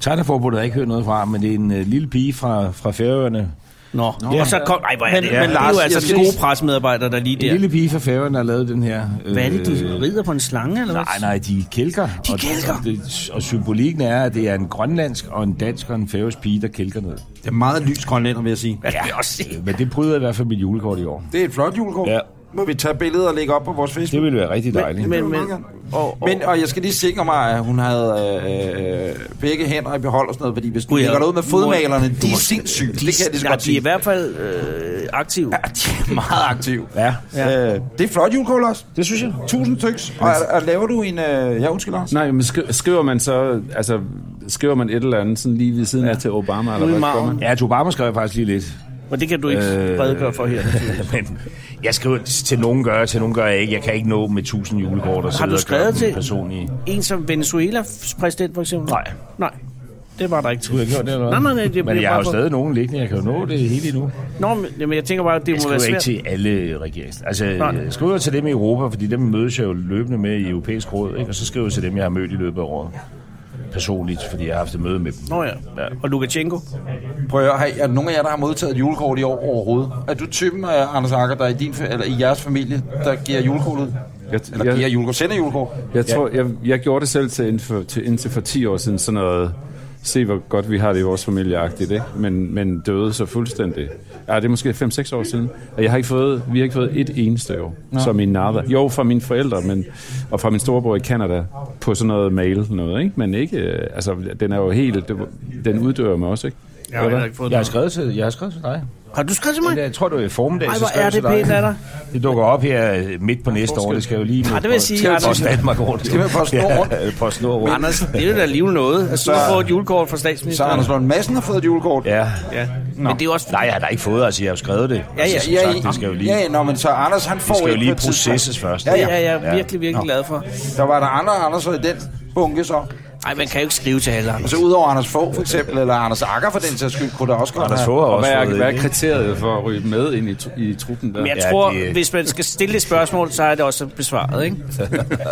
[SPEAKER 9] Tegnerforbundet har jeg ikke hørt noget fra, men det er en øh, lille pige fra, fra Færøerne,
[SPEAKER 1] Nå, Nå og så kom... Ej, hvor er
[SPEAKER 2] Men-
[SPEAKER 1] det?
[SPEAKER 2] men
[SPEAKER 1] Men, det er
[SPEAKER 2] Lars,
[SPEAKER 1] jo
[SPEAKER 2] jeg
[SPEAKER 1] altså de
[SPEAKER 2] skal
[SPEAKER 1] gode
[SPEAKER 2] lige-
[SPEAKER 1] presmedarbejdere, der er lige
[SPEAKER 9] En
[SPEAKER 1] der.
[SPEAKER 9] lille pige fra Færøerne har lavet den her... Øh,
[SPEAKER 1] Hvad er det, du rider på en slange, eller hvad?
[SPEAKER 9] Nej, nej, de er kælker. De
[SPEAKER 1] kælker?
[SPEAKER 9] Og, og, det, og symbolikken er, at det er en grønlandsk og en dansk og en færøsk pige, der kælker ned.
[SPEAKER 2] Det er meget lys grønlænder, vil jeg sige.
[SPEAKER 1] Hvad skal jeg også sige?
[SPEAKER 9] Men det bryder i hvert fald mit julekort i år.
[SPEAKER 2] Det er et flot julekort.
[SPEAKER 9] Ja.
[SPEAKER 2] Må vi tage billeder og lægge op på vores
[SPEAKER 9] Det
[SPEAKER 2] Facebook?
[SPEAKER 9] ville være rigtig dejligt.
[SPEAKER 1] Men,
[SPEAKER 2] meget
[SPEAKER 1] men,
[SPEAKER 2] gerne.
[SPEAKER 1] og, og,
[SPEAKER 2] Men, og jeg skal lige sikre mig, at hun havde øh, øh, begge hænder i behold og sådan noget, fordi hvis du
[SPEAKER 1] Gud, ja.
[SPEAKER 2] lægger dig ud med
[SPEAKER 1] Du må-
[SPEAKER 2] fodmalerne, de er sindssyge. Det kan jeg lige så
[SPEAKER 1] nej,
[SPEAKER 2] godt
[SPEAKER 1] de er i
[SPEAKER 2] sige.
[SPEAKER 1] hvert fald øh, aktive.
[SPEAKER 2] Ja, de er meget aktive.
[SPEAKER 9] Ja,
[SPEAKER 2] Ja. Øh, det er flot julekort, Lars.
[SPEAKER 9] det synes jeg.
[SPEAKER 2] Tusind tyks. Og, og, laver du en... Øh, ja, undskyld, Lars.
[SPEAKER 4] Nej, men skri- skriver man så, altså, skriver man et eller andet sådan lige ved siden af til Obama, eller
[SPEAKER 1] Ude i
[SPEAKER 4] hvad gør
[SPEAKER 1] marven.
[SPEAKER 4] man?
[SPEAKER 9] Ja, til Obama skrev jeg faktisk lige lidt.
[SPEAKER 1] Og det kan du ikke
[SPEAKER 9] Øh,
[SPEAKER 1] redegøre for her.
[SPEAKER 9] Men jeg skriver til nogen gør jeg, til nogen gør jeg ikke. Jeg kan ikke nå med tusind julekort og sidde
[SPEAKER 1] du
[SPEAKER 9] og
[SPEAKER 1] skrevet
[SPEAKER 9] gøre
[SPEAKER 1] til-
[SPEAKER 9] dem personlige.
[SPEAKER 1] En som Venezuelas præsident, for eksempel?
[SPEAKER 9] Nej.
[SPEAKER 1] Nej, det var der ikke
[SPEAKER 9] Du
[SPEAKER 1] til.
[SPEAKER 9] har ikke gjort det, eller hvad?
[SPEAKER 1] Nej, nej, nej, det
[SPEAKER 9] Men
[SPEAKER 1] bliver
[SPEAKER 9] jeg har
[SPEAKER 1] bare
[SPEAKER 9] jo
[SPEAKER 1] for-
[SPEAKER 9] stadig nogen liggende. Jeg kan jo nå det hele endnu.
[SPEAKER 1] Nå, men jamen, jeg tænker bare, at det
[SPEAKER 9] Jeg
[SPEAKER 1] må være
[SPEAKER 9] skriver ikke
[SPEAKER 1] svært.
[SPEAKER 9] til alle regerings. Altså,
[SPEAKER 1] Nej.
[SPEAKER 9] jeg skriver til dem i Europa, fordi dem mødes jeg jo løbende med i europæisk råd, ikke? og så skriver jeg til dem, jeg har mødt i løbet af året. Personligt, fordi jeg har haft et møde med dem.
[SPEAKER 1] Nå ja. Og Lukashenko?
[SPEAKER 2] Prøv at høre, hey, er der nogen af jer, der har modtaget et julekort i år overhovedet? Er du typen af Anders Akker, der er i, din, fa- eller i jeres familie, der giver julekort ud?
[SPEAKER 4] Jeg,
[SPEAKER 2] Eller
[SPEAKER 4] jeg,
[SPEAKER 2] giver julekort, sender julekort?
[SPEAKER 4] Jeg tror, jeg, jeg gjorde det selv til indtil, for, til indtil for 10 år siden, sådan noget, se hvor godt vi har det i vores familieagtigt, ikke? Men, men døde så fuldstændig. Ja, det er måske 5-6 år siden, og jeg har ikke fået, vi har ikke fået et eneste år, som i nada. Jo, fra mine forældre, men, og fra min storebror i Kanada, på sådan noget mail noget, ikke? Men ikke, øh, altså, den er jo helt, den uddør mig også, ikke?
[SPEAKER 1] Jeg har heller ikke fået
[SPEAKER 9] Jeg har
[SPEAKER 1] det.
[SPEAKER 9] skrevet til, jeg har skrevet til dig.
[SPEAKER 1] Har du skrevet til mig?
[SPEAKER 9] Men jeg tror, du er i formiddag,
[SPEAKER 1] Ej,
[SPEAKER 9] så
[SPEAKER 1] hvor
[SPEAKER 9] skrev
[SPEAKER 1] er
[SPEAKER 9] jeg til
[SPEAKER 1] det
[SPEAKER 9] dig.
[SPEAKER 1] pænt af dig.
[SPEAKER 9] Det dukker op her øh, midt på næste år. Det skal jo lige med
[SPEAKER 1] Ej, det vil jeg sige,
[SPEAKER 9] på,
[SPEAKER 1] Anders.
[SPEAKER 9] Post Danmark rundt.
[SPEAKER 2] Det skal være Post Nord rundt.
[SPEAKER 9] Ja, Post Nord rundt.
[SPEAKER 1] Anders, det er jo da alligevel noget. Altså, du har fået et julekort fra
[SPEAKER 2] Så
[SPEAKER 1] statsministeren.
[SPEAKER 2] Anders Lund Madsen har fået et julekort.
[SPEAKER 9] Ja.
[SPEAKER 1] Ja. Men det er jo også...
[SPEAKER 9] Nej, jeg har da ikke fået, altså jeg har jo skrevet det.
[SPEAKER 1] Ja, ja.
[SPEAKER 9] Altså, som sagt, det skal jo lige,
[SPEAKER 2] ja, ja, nå, men så Anders, han får
[SPEAKER 9] det skal jo
[SPEAKER 2] et
[SPEAKER 9] lige
[SPEAKER 2] på et tidspunkt.
[SPEAKER 9] processes først.
[SPEAKER 2] Ja,
[SPEAKER 1] Det er jeg virkelig, virkelig glad for.
[SPEAKER 2] Der var der andre Anders i den bunke så.
[SPEAKER 1] Nej, man kan jo ikke skrive til alle andre.
[SPEAKER 2] Altså udover Anders Fogh for eksempel, eller Anders Akker for den sags skyld, kunne der også godt
[SPEAKER 9] Anders
[SPEAKER 2] være-
[SPEAKER 9] Fogh har
[SPEAKER 4] Og hvad
[SPEAKER 9] også
[SPEAKER 4] er,
[SPEAKER 9] fået
[SPEAKER 4] hvad er
[SPEAKER 9] det.
[SPEAKER 4] kriteriet for at ryge med ind i, tru- i truppen der?
[SPEAKER 1] Men jeg
[SPEAKER 9] Ja,
[SPEAKER 1] tror,
[SPEAKER 9] det-
[SPEAKER 1] hvis man skal stille et spørgsmål, så er det også besvaret, ikke?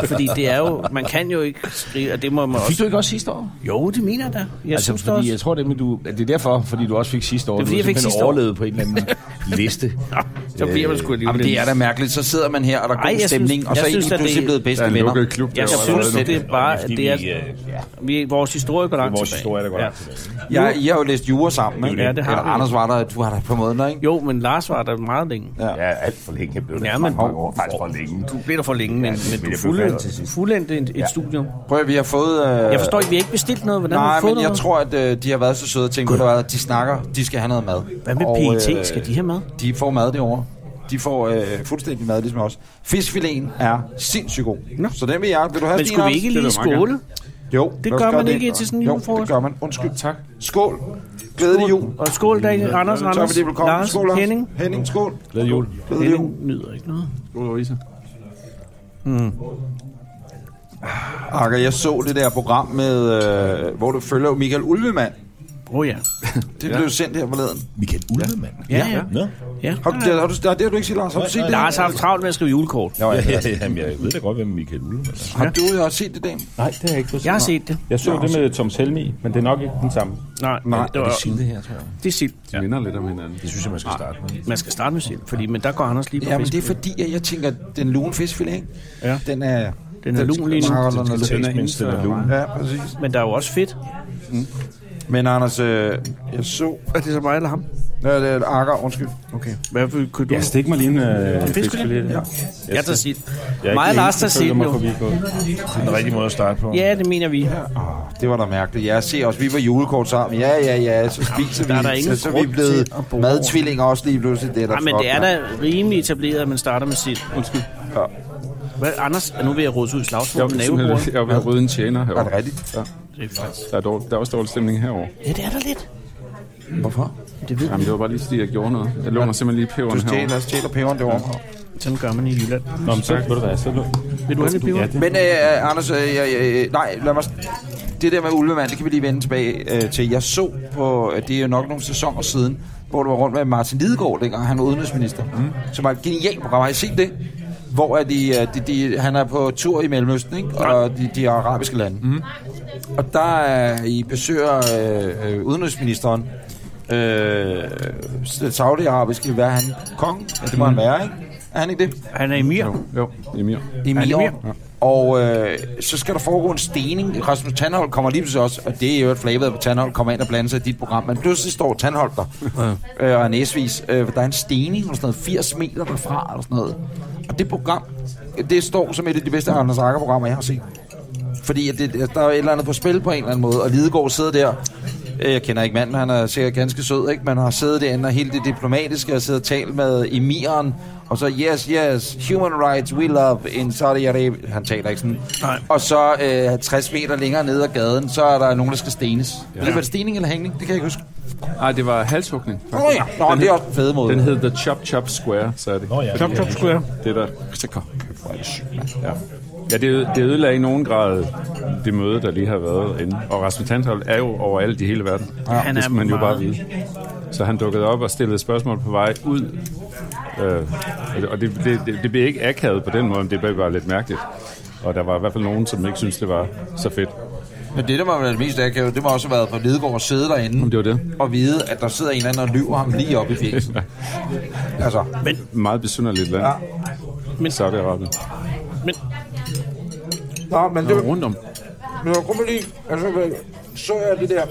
[SPEAKER 1] Fordi det er jo... Man kan jo ikke skrive, og det må man
[SPEAKER 9] Fik
[SPEAKER 1] også...
[SPEAKER 9] du ikke også sidste år?
[SPEAKER 1] Jo, det mener jeg da. Jeg
[SPEAKER 9] Altså,
[SPEAKER 1] synes det
[SPEAKER 9] fordi,
[SPEAKER 1] også.
[SPEAKER 9] jeg tror, det, men du, at det er derfor, fordi du også fik sidste år.
[SPEAKER 1] Det er, fordi jeg
[SPEAKER 9] Du
[SPEAKER 1] fik
[SPEAKER 9] simpelthen
[SPEAKER 1] sidste år.
[SPEAKER 9] overlevet på en eller anden liste.
[SPEAKER 1] Så bliver man sgu
[SPEAKER 2] Jamen,
[SPEAKER 1] alligevel...
[SPEAKER 2] det er da mærkeligt. Så sidder man her, og der er
[SPEAKER 1] Ej,
[SPEAKER 2] god
[SPEAKER 1] jeg
[SPEAKER 2] stemning,
[SPEAKER 1] synes-
[SPEAKER 2] og så
[SPEAKER 1] jeg
[SPEAKER 2] er I
[SPEAKER 1] synes,
[SPEAKER 2] lige
[SPEAKER 1] at det-
[SPEAKER 2] pludselig blevet bedste
[SPEAKER 4] der er en
[SPEAKER 2] venner.
[SPEAKER 4] lukket klub.
[SPEAKER 1] Jeg
[SPEAKER 4] derovre
[SPEAKER 1] synes,
[SPEAKER 4] allerede
[SPEAKER 1] det
[SPEAKER 4] nu.
[SPEAKER 1] er bare...
[SPEAKER 9] Fordi
[SPEAKER 1] Det er,
[SPEAKER 9] vi, øh, ja,
[SPEAKER 1] vi, vores historie går langt
[SPEAKER 9] vores
[SPEAKER 1] tilbage.
[SPEAKER 9] historie, der går langt tilbage.
[SPEAKER 2] Jeg, I har jo læst jura sammen, ikke?
[SPEAKER 1] Ja, det har
[SPEAKER 2] Eller
[SPEAKER 1] vi jo.
[SPEAKER 2] Anders var der, du var der på måneder, ikke?
[SPEAKER 1] Jo, men Lars var der meget længe.
[SPEAKER 9] Ja, alt for længe blev det.
[SPEAKER 1] Ja, men-
[SPEAKER 9] Mange år, faktisk for længe.
[SPEAKER 1] Du blev der for længe, men, men du
[SPEAKER 9] jeg blev færdig
[SPEAKER 1] fuldendte,
[SPEAKER 9] til
[SPEAKER 1] fuldendte et, et studium.
[SPEAKER 2] Prøv at, vi har fået... Øh...
[SPEAKER 1] Jeg forstår ikke, vi har ikke bestilt noget. Hvordan har
[SPEAKER 2] Nej,
[SPEAKER 1] vi fået
[SPEAKER 2] men jeg
[SPEAKER 1] noget?
[SPEAKER 2] tror, at øh, de har været så søde og tænkt, ved du hvad, de snakker, de skal have noget mad.
[SPEAKER 1] Hvad med
[SPEAKER 2] Og,
[SPEAKER 1] PET?
[SPEAKER 2] øh,
[SPEAKER 1] Skal de have mad?
[SPEAKER 2] De får mad derovre. De får øh, fuldstændig mad, ligesom os. Fiskfiléen er sindssygt god. Nå. Så den vil jeg. Vil du have
[SPEAKER 1] Men
[SPEAKER 2] Stine
[SPEAKER 1] skulle vi
[SPEAKER 2] også?
[SPEAKER 1] ikke
[SPEAKER 4] vil
[SPEAKER 1] lige
[SPEAKER 4] jeg meget
[SPEAKER 1] skåle?
[SPEAKER 2] Jo,
[SPEAKER 1] Det
[SPEAKER 2] lad os
[SPEAKER 1] gør
[SPEAKER 2] gøre
[SPEAKER 1] man ikke til sådan en
[SPEAKER 2] Jo, det
[SPEAKER 1] julefrokost.
[SPEAKER 2] gør man. Undskyld.
[SPEAKER 4] Tak.
[SPEAKER 2] Skål. Glædelig jul.
[SPEAKER 1] Og skål, Daniel, Anders,
[SPEAKER 2] Så er
[SPEAKER 1] Anders,
[SPEAKER 2] vi det velkommen.
[SPEAKER 1] Lars,
[SPEAKER 2] skål, Lars.
[SPEAKER 1] Henning.
[SPEAKER 2] Henning, skål.
[SPEAKER 4] Glædelig jul.
[SPEAKER 2] Glædelig jul.
[SPEAKER 1] Henning nyder ikke noget.
[SPEAKER 4] Skål, Louise.
[SPEAKER 2] Akker, Ah, jeg så det der program med, øh, hvor du følger Michael Ulvemand.
[SPEAKER 1] Åh oh, ja.
[SPEAKER 2] Det blev sendt her forleden.
[SPEAKER 9] Michael Ullemann.
[SPEAKER 1] Ja, ja.
[SPEAKER 9] Nå.
[SPEAKER 1] ja.
[SPEAKER 2] Har du, det, har du, det, det har du ikke set, Lars. Har du set det?
[SPEAKER 1] Lars har haft travlt med at skrive julekort.
[SPEAKER 2] Nå, ja.
[SPEAKER 9] Ja, ja, ja, men jeg ved da godt, hvem Michael Ullemann er.
[SPEAKER 2] Har du øh, har set det, Dan?
[SPEAKER 3] Nej, det har jeg ikke fået
[SPEAKER 1] Jeg har set det.
[SPEAKER 3] Jeg så det med Thomas Helmi, men det er nok ikke den samme.
[SPEAKER 1] Nej,
[SPEAKER 2] Nej,
[SPEAKER 1] men det, var,
[SPEAKER 9] det her, tror jeg.
[SPEAKER 1] det er sild.
[SPEAKER 4] De minder lidt om hinanden.
[SPEAKER 9] Det synes jeg, man skal starte med.
[SPEAKER 1] Man skal starte med sild, fordi, men der går Anders lige på
[SPEAKER 2] Ja, men
[SPEAKER 1] fisk.
[SPEAKER 2] det er fordi, at jeg tænker, at den lune fiskfilet, ikke?
[SPEAKER 1] Ja.
[SPEAKER 2] Den er...
[SPEAKER 1] Den er lun lige nu.
[SPEAKER 2] Den skal
[SPEAKER 4] Den er
[SPEAKER 9] Mens den er
[SPEAKER 4] indenfor.
[SPEAKER 9] lun.
[SPEAKER 2] Ja, præcis.
[SPEAKER 1] Men der er jo også fedt.
[SPEAKER 2] Men Anders, øh, jeg så...
[SPEAKER 1] Er det så mig eller ham?
[SPEAKER 2] Ja, det er Akker, undskyld.
[SPEAKER 1] Okay. Hvad vil- kunne du?
[SPEAKER 3] Ja, stik mig lige en øh,
[SPEAKER 1] Fiskefilet?
[SPEAKER 3] fiskefilet. Ja.
[SPEAKER 1] Jeg tager sild.
[SPEAKER 3] Jeg er
[SPEAKER 1] Mig og
[SPEAKER 3] ikke den eneste,
[SPEAKER 1] Lars tager sild
[SPEAKER 3] føler mig
[SPEAKER 1] jo.
[SPEAKER 3] forbigået.
[SPEAKER 9] Det er den rigtige måde at starte på.
[SPEAKER 1] Ja, det mener vi.
[SPEAKER 2] Det var da mærkeligt. Jeg ser også, vi var julekort sammen. Ja, ja, ja, så spiser vi.
[SPEAKER 1] der er da ingen
[SPEAKER 2] så, så er vi
[SPEAKER 1] grund
[SPEAKER 2] blevet
[SPEAKER 1] til at bruge-
[SPEAKER 2] madtvillinger også lige pludselig. Det er da
[SPEAKER 1] Ja, Ah, men
[SPEAKER 2] flot,
[SPEAKER 1] det er
[SPEAKER 2] mand.
[SPEAKER 1] da rimelig etableret, at man starter med sild. Undskyld. Hvad, Anders, nu vil jeg råde ud i
[SPEAKER 4] Jeg
[SPEAKER 1] slagsmål med
[SPEAKER 4] vil
[SPEAKER 1] nabobordet.
[SPEAKER 4] simpelthen jeg vil rydde en tjener
[SPEAKER 2] Er det
[SPEAKER 4] herovre.
[SPEAKER 2] rigtigt? Ja.
[SPEAKER 1] Det er faktisk-
[SPEAKER 4] Der er, dårlig, der er også dårlig stemning herovre.
[SPEAKER 1] Ja, det er der lidt.
[SPEAKER 2] Hvorfor?
[SPEAKER 1] Det ved
[SPEAKER 4] Jamen, det var bare lige, fordi jeg gjorde noget. Jeg låner simpelthen lige peberen
[SPEAKER 2] Du
[SPEAKER 4] herovre.
[SPEAKER 2] stjæler, stjæler peberen derovre.
[SPEAKER 1] Sådan gør man i Jylland.
[SPEAKER 3] Nå, men så, ved du hvad, så nu.
[SPEAKER 1] Vil du have lidt peber?
[SPEAKER 3] Ja, det
[SPEAKER 2] Men øh, Anders, øh, jeg, jeg, nej, lad mig... Det der med Ulvemand, det kan vi lige vende tilbage øh, til. Jeg så på, øh, det er jo nok nogle sæsoner siden, hvor du var rundt med Martin Lidegaard, dengang han var udenrigsminister. Mm. Som var et genialt program. Har I set det? Hvor er de, øh, de, de, han er på tur i Mellemøsten, ikke? og de, de arabiske lande. Mm. Og der er I besøger øh, øh, udenrigsministeren, øh, den saudiarabiske, hvad er han? Kong? Ja, det må han være, ikke? Er han ikke det?
[SPEAKER 1] Han er emir.
[SPEAKER 4] Jo, Emir.
[SPEAKER 2] Emir.
[SPEAKER 1] Emir.
[SPEAKER 2] Og øh, så skal der foregå en stening. Rasmus Tandholt kommer lige pludselig også, og det er jo et flavet, at Tandholt kommer ind og blander sig i dit program. Men pludselig står Tandholt der, øh, og næsvis. Øh, der er en stening, eller sådan noget, 80 meter derfra, eller sådan noget. Og det program, det står som et af de bedste Anders Akker-programmer, jeg har set. Fordi at det, der er et eller andet på spil på en eller anden måde, og Lidegaard sidder der, øh, jeg kender ikke manden, han er sikkert ganske sød, ikke? men har siddet derinde og hele det diplomatiske og siddet og talt med emiren, og så yes, yes, human rights, we love in Saudi Arabia. Han taler ikke sådan.
[SPEAKER 1] Nej.
[SPEAKER 2] Og så øh, 60 meter længere ned ad gaden, så er der nogen, der skal stenes. Ja. Ved du, hvad det stening eller hængning? Det kan jeg ikke huske.
[SPEAKER 4] Ej, det var halshugning.
[SPEAKER 2] Nå, ja. Nå det er også en fed måde.
[SPEAKER 4] Den hed The Chop Chop Square, så er det. Nå,
[SPEAKER 1] Chop, chop, square.
[SPEAKER 4] Det der. Ja, ja det, det ødelagde i nogen grad det møde, der lige har været inde. Og Rasmus Tandholt er jo overalt i hele verden. Ja,
[SPEAKER 1] Han er
[SPEAKER 4] det skal man jo
[SPEAKER 1] meget-
[SPEAKER 4] bare vide. Så han dukkede op og stillede spørgsmål på vej ud. Øh, og det- og det, det, det, det blev ikke akavet på den måde, men det blev bare lidt mærkeligt. Og der var i hvert fald nogen, som ikke syntes, det var så fedt.
[SPEAKER 2] Men det, der var vel det mest akavet, det må også have været for Lidegaard at sidde derinde
[SPEAKER 4] Det var det.
[SPEAKER 2] og vide, at der sidder en eller anden og lyver ham lige op i fjeset. altså,
[SPEAKER 4] Meget besynderligt land. Ja.
[SPEAKER 1] Men-
[SPEAKER 4] Men... Saudi-Arabien.
[SPEAKER 1] Men
[SPEAKER 2] Nå, men det,
[SPEAKER 4] Og rundt om.
[SPEAKER 2] Men jeg kunne lige, altså, hvad- så jeg det der,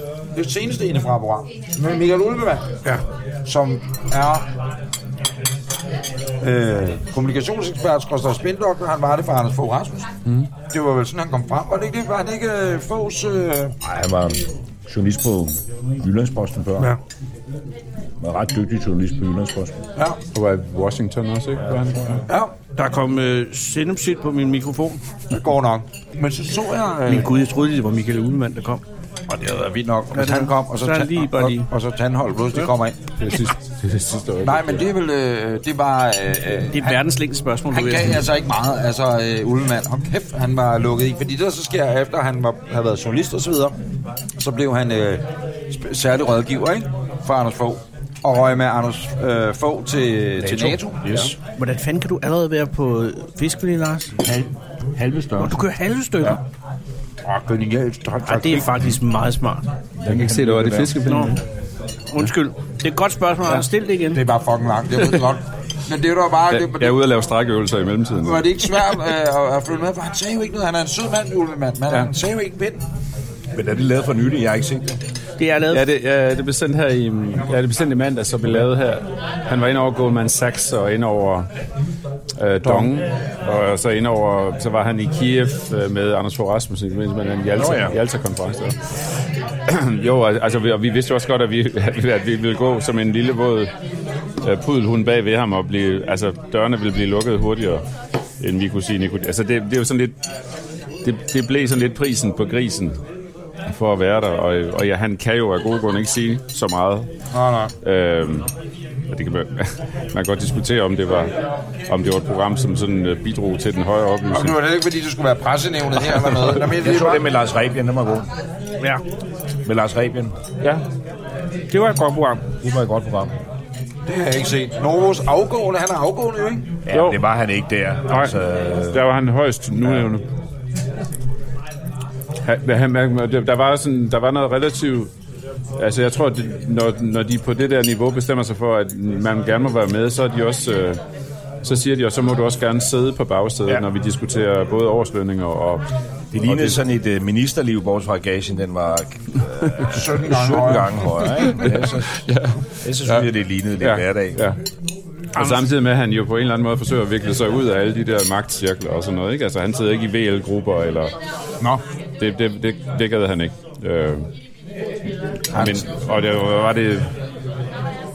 [SPEAKER 2] det seneste inde fra program, med Michael Ulvemand, ja. som er øh, kommunikationsekspert, skrøster spindokter, han var det for Anders Fogh Rasmussen. Mm. Det var vel sådan, han kom frem, og det, ikke det var han ikke øh, Foghs... Øh,
[SPEAKER 9] Nej, han var journalist på Jyllandsposten før.
[SPEAKER 1] Ja.
[SPEAKER 9] Var ret dygtig journalist på Jyllandsposten.
[SPEAKER 6] Og var i Washington også, ikke? Var han?
[SPEAKER 2] Ja,
[SPEAKER 1] Der kom øh, sennepsild på min mikrofon.
[SPEAKER 2] det går nok. Men så så jeg... øh,
[SPEAKER 1] Min gud, jeg troede lige, det var Michael Ulemann, der kom.
[SPEAKER 2] Mm. Og det havde været vildt nok. Hvis
[SPEAKER 1] det
[SPEAKER 2] han
[SPEAKER 1] var-
[SPEAKER 2] kom, og så,
[SPEAKER 1] så er
[SPEAKER 2] tan-
[SPEAKER 1] lige bare
[SPEAKER 2] og,
[SPEAKER 1] lige.
[SPEAKER 2] og, så tandhold pludselig kommer ind.
[SPEAKER 6] Det er sidste, det er sidste år.
[SPEAKER 2] Nej, men det er vel... Øh, det var... Øh, øh,
[SPEAKER 1] Det er et verdens længste spørgsmål,
[SPEAKER 2] han
[SPEAKER 1] du
[SPEAKER 2] gav altså ikke meget, altså øh, Ullemand. Hold kæft, han var lukket i. Fordi det, der så sker, efter han var, havde været journalist og så videre, så blev han øh, sp- særlig rådgiver, ikke? For Anders Fogh. Og røg med Anders øh, Fogh til NATO. Til NATO.
[SPEAKER 9] Yes.
[SPEAKER 1] Hvordan fanden kan du allerede være på fiskefilet, Lars?
[SPEAKER 9] Halv, halve større.
[SPEAKER 1] Og du kører halve stykker. Ja.
[SPEAKER 2] Åh, Ah, genialt. Tak,
[SPEAKER 1] Ej, det er faktisk meget smart.
[SPEAKER 6] Jeg kan ikke se, det var det fiskepinde.
[SPEAKER 1] Nå. Undskyld. Det er et godt spørgsmål. Ja. Stil det igen.
[SPEAKER 2] Det er bare fucking langt, jeg ved det godt. Men det var bare...
[SPEAKER 6] Jeg,
[SPEAKER 2] Det,
[SPEAKER 6] jeg er ude og lave strækøvelser i mellemtiden.
[SPEAKER 2] var det ikke svært øh, at, at følge med, for han sagde jo ikke noget. Han er en sød mand, Ullemand, men ja. han sagde jo ikke vind.
[SPEAKER 9] Men er det lavet for nylig? Jeg har ikke set det.
[SPEAKER 1] Det er lavet.
[SPEAKER 6] Ja, det, ja, det blev sendt her i, ja, det blev sendt i mandag, så blev lavet her. Han var inde over Goldman Sachs og ind over øh, Dong, og så ind over, så var han i Kiev øh, med Anders Fogh Rasmussen, i forbindelse med den Jalta,
[SPEAKER 9] Nå, ja.
[SPEAKER 6] Jalta-konference. jo, al- altså, vi, og vi vidste jo også godt, at vi, at vi ville gå som en lille våd øh, pudelhund bag ved ham, og blive, altså, dørene ville blive lukket hurtigere, end vi kunne sige. Nico- Altså, det, det er jo sådan lidt, det, det blev sådan lidt prisen på grisen for at være der, og, og ja, han kan jo af gode grunde ikke sige så meget.
[SPEAKER 2] Nej, nej.
[SPEAKER 6] Øhm, og det kan man, man kan godt diskutere, om det var, om det var et program, som sådan øh, bidrog til den højere oplysning.
[SPEAKER 2] Nu var det ikke, fordi det skulle være pressenævnet her eller noget. Nå, men
[SPEAKER 9] Jeg
[SPEAKER 2] det
[SPEAKER 9] så
[SPEAKER 2] var,
[SPEAKER 9] det med Lars Rebien, den var god.
[SPEAKER 1] Ja.
[SPEAKER 9] Med Lars Rebien.
[SPEAKER 6] Ja,
[SPEAKER 1] Det var et godt program.
[SPEAKER 9] Det var et godt program.
[SPEAKER 2] det har jeg ikke set. Novos afgående, han er afgående jo, ikke?
[SPEAKER 9] Ja,
[SPEAKER 6] Jo.
[SPEAKER 9] det var han ikke der.
[SPEAKER 6] nej,
[SPEAKER 9] Altså,
[SPEAKER 6] der var han højst nunævnet. Han, han, han- der var, sådan, der var noget relativt... Altså, jeg tror, det, når, når de på det der niveau bestemmer sig for, at man gerne må være med, så er de også... Øh, så siger de, og så må du også gerne sidde på bagsædet, ja.
[SPEAKER 9] Ja.
[SPEAKER 6] når vi diskuterer både årslønninger og...
[SPEAKER 9] det lignede
[SPEAKER 6] og
[SPEAKER 9] sådan et øh, ministerliv, bortset fra at gagen, den var øh, 17 gange 17 højere. Gange højere ikke? Men ellers, ja. ellers så synes jeg, det lignede lidt ja. hverdag.
[SPEAKER 6] Ja. Og samtidig med, at han jo på en eller anden måde forsøger at vikle sig ud af alle de der magtcirkler og sådan noget. Ikke? Altså, han sidder ikke i VL-grupper, eller...
[SPEAKER 2] Nå.
[SPEAKER 6] Det, det, det, det gad han ikke. Øh, men, og det var var det...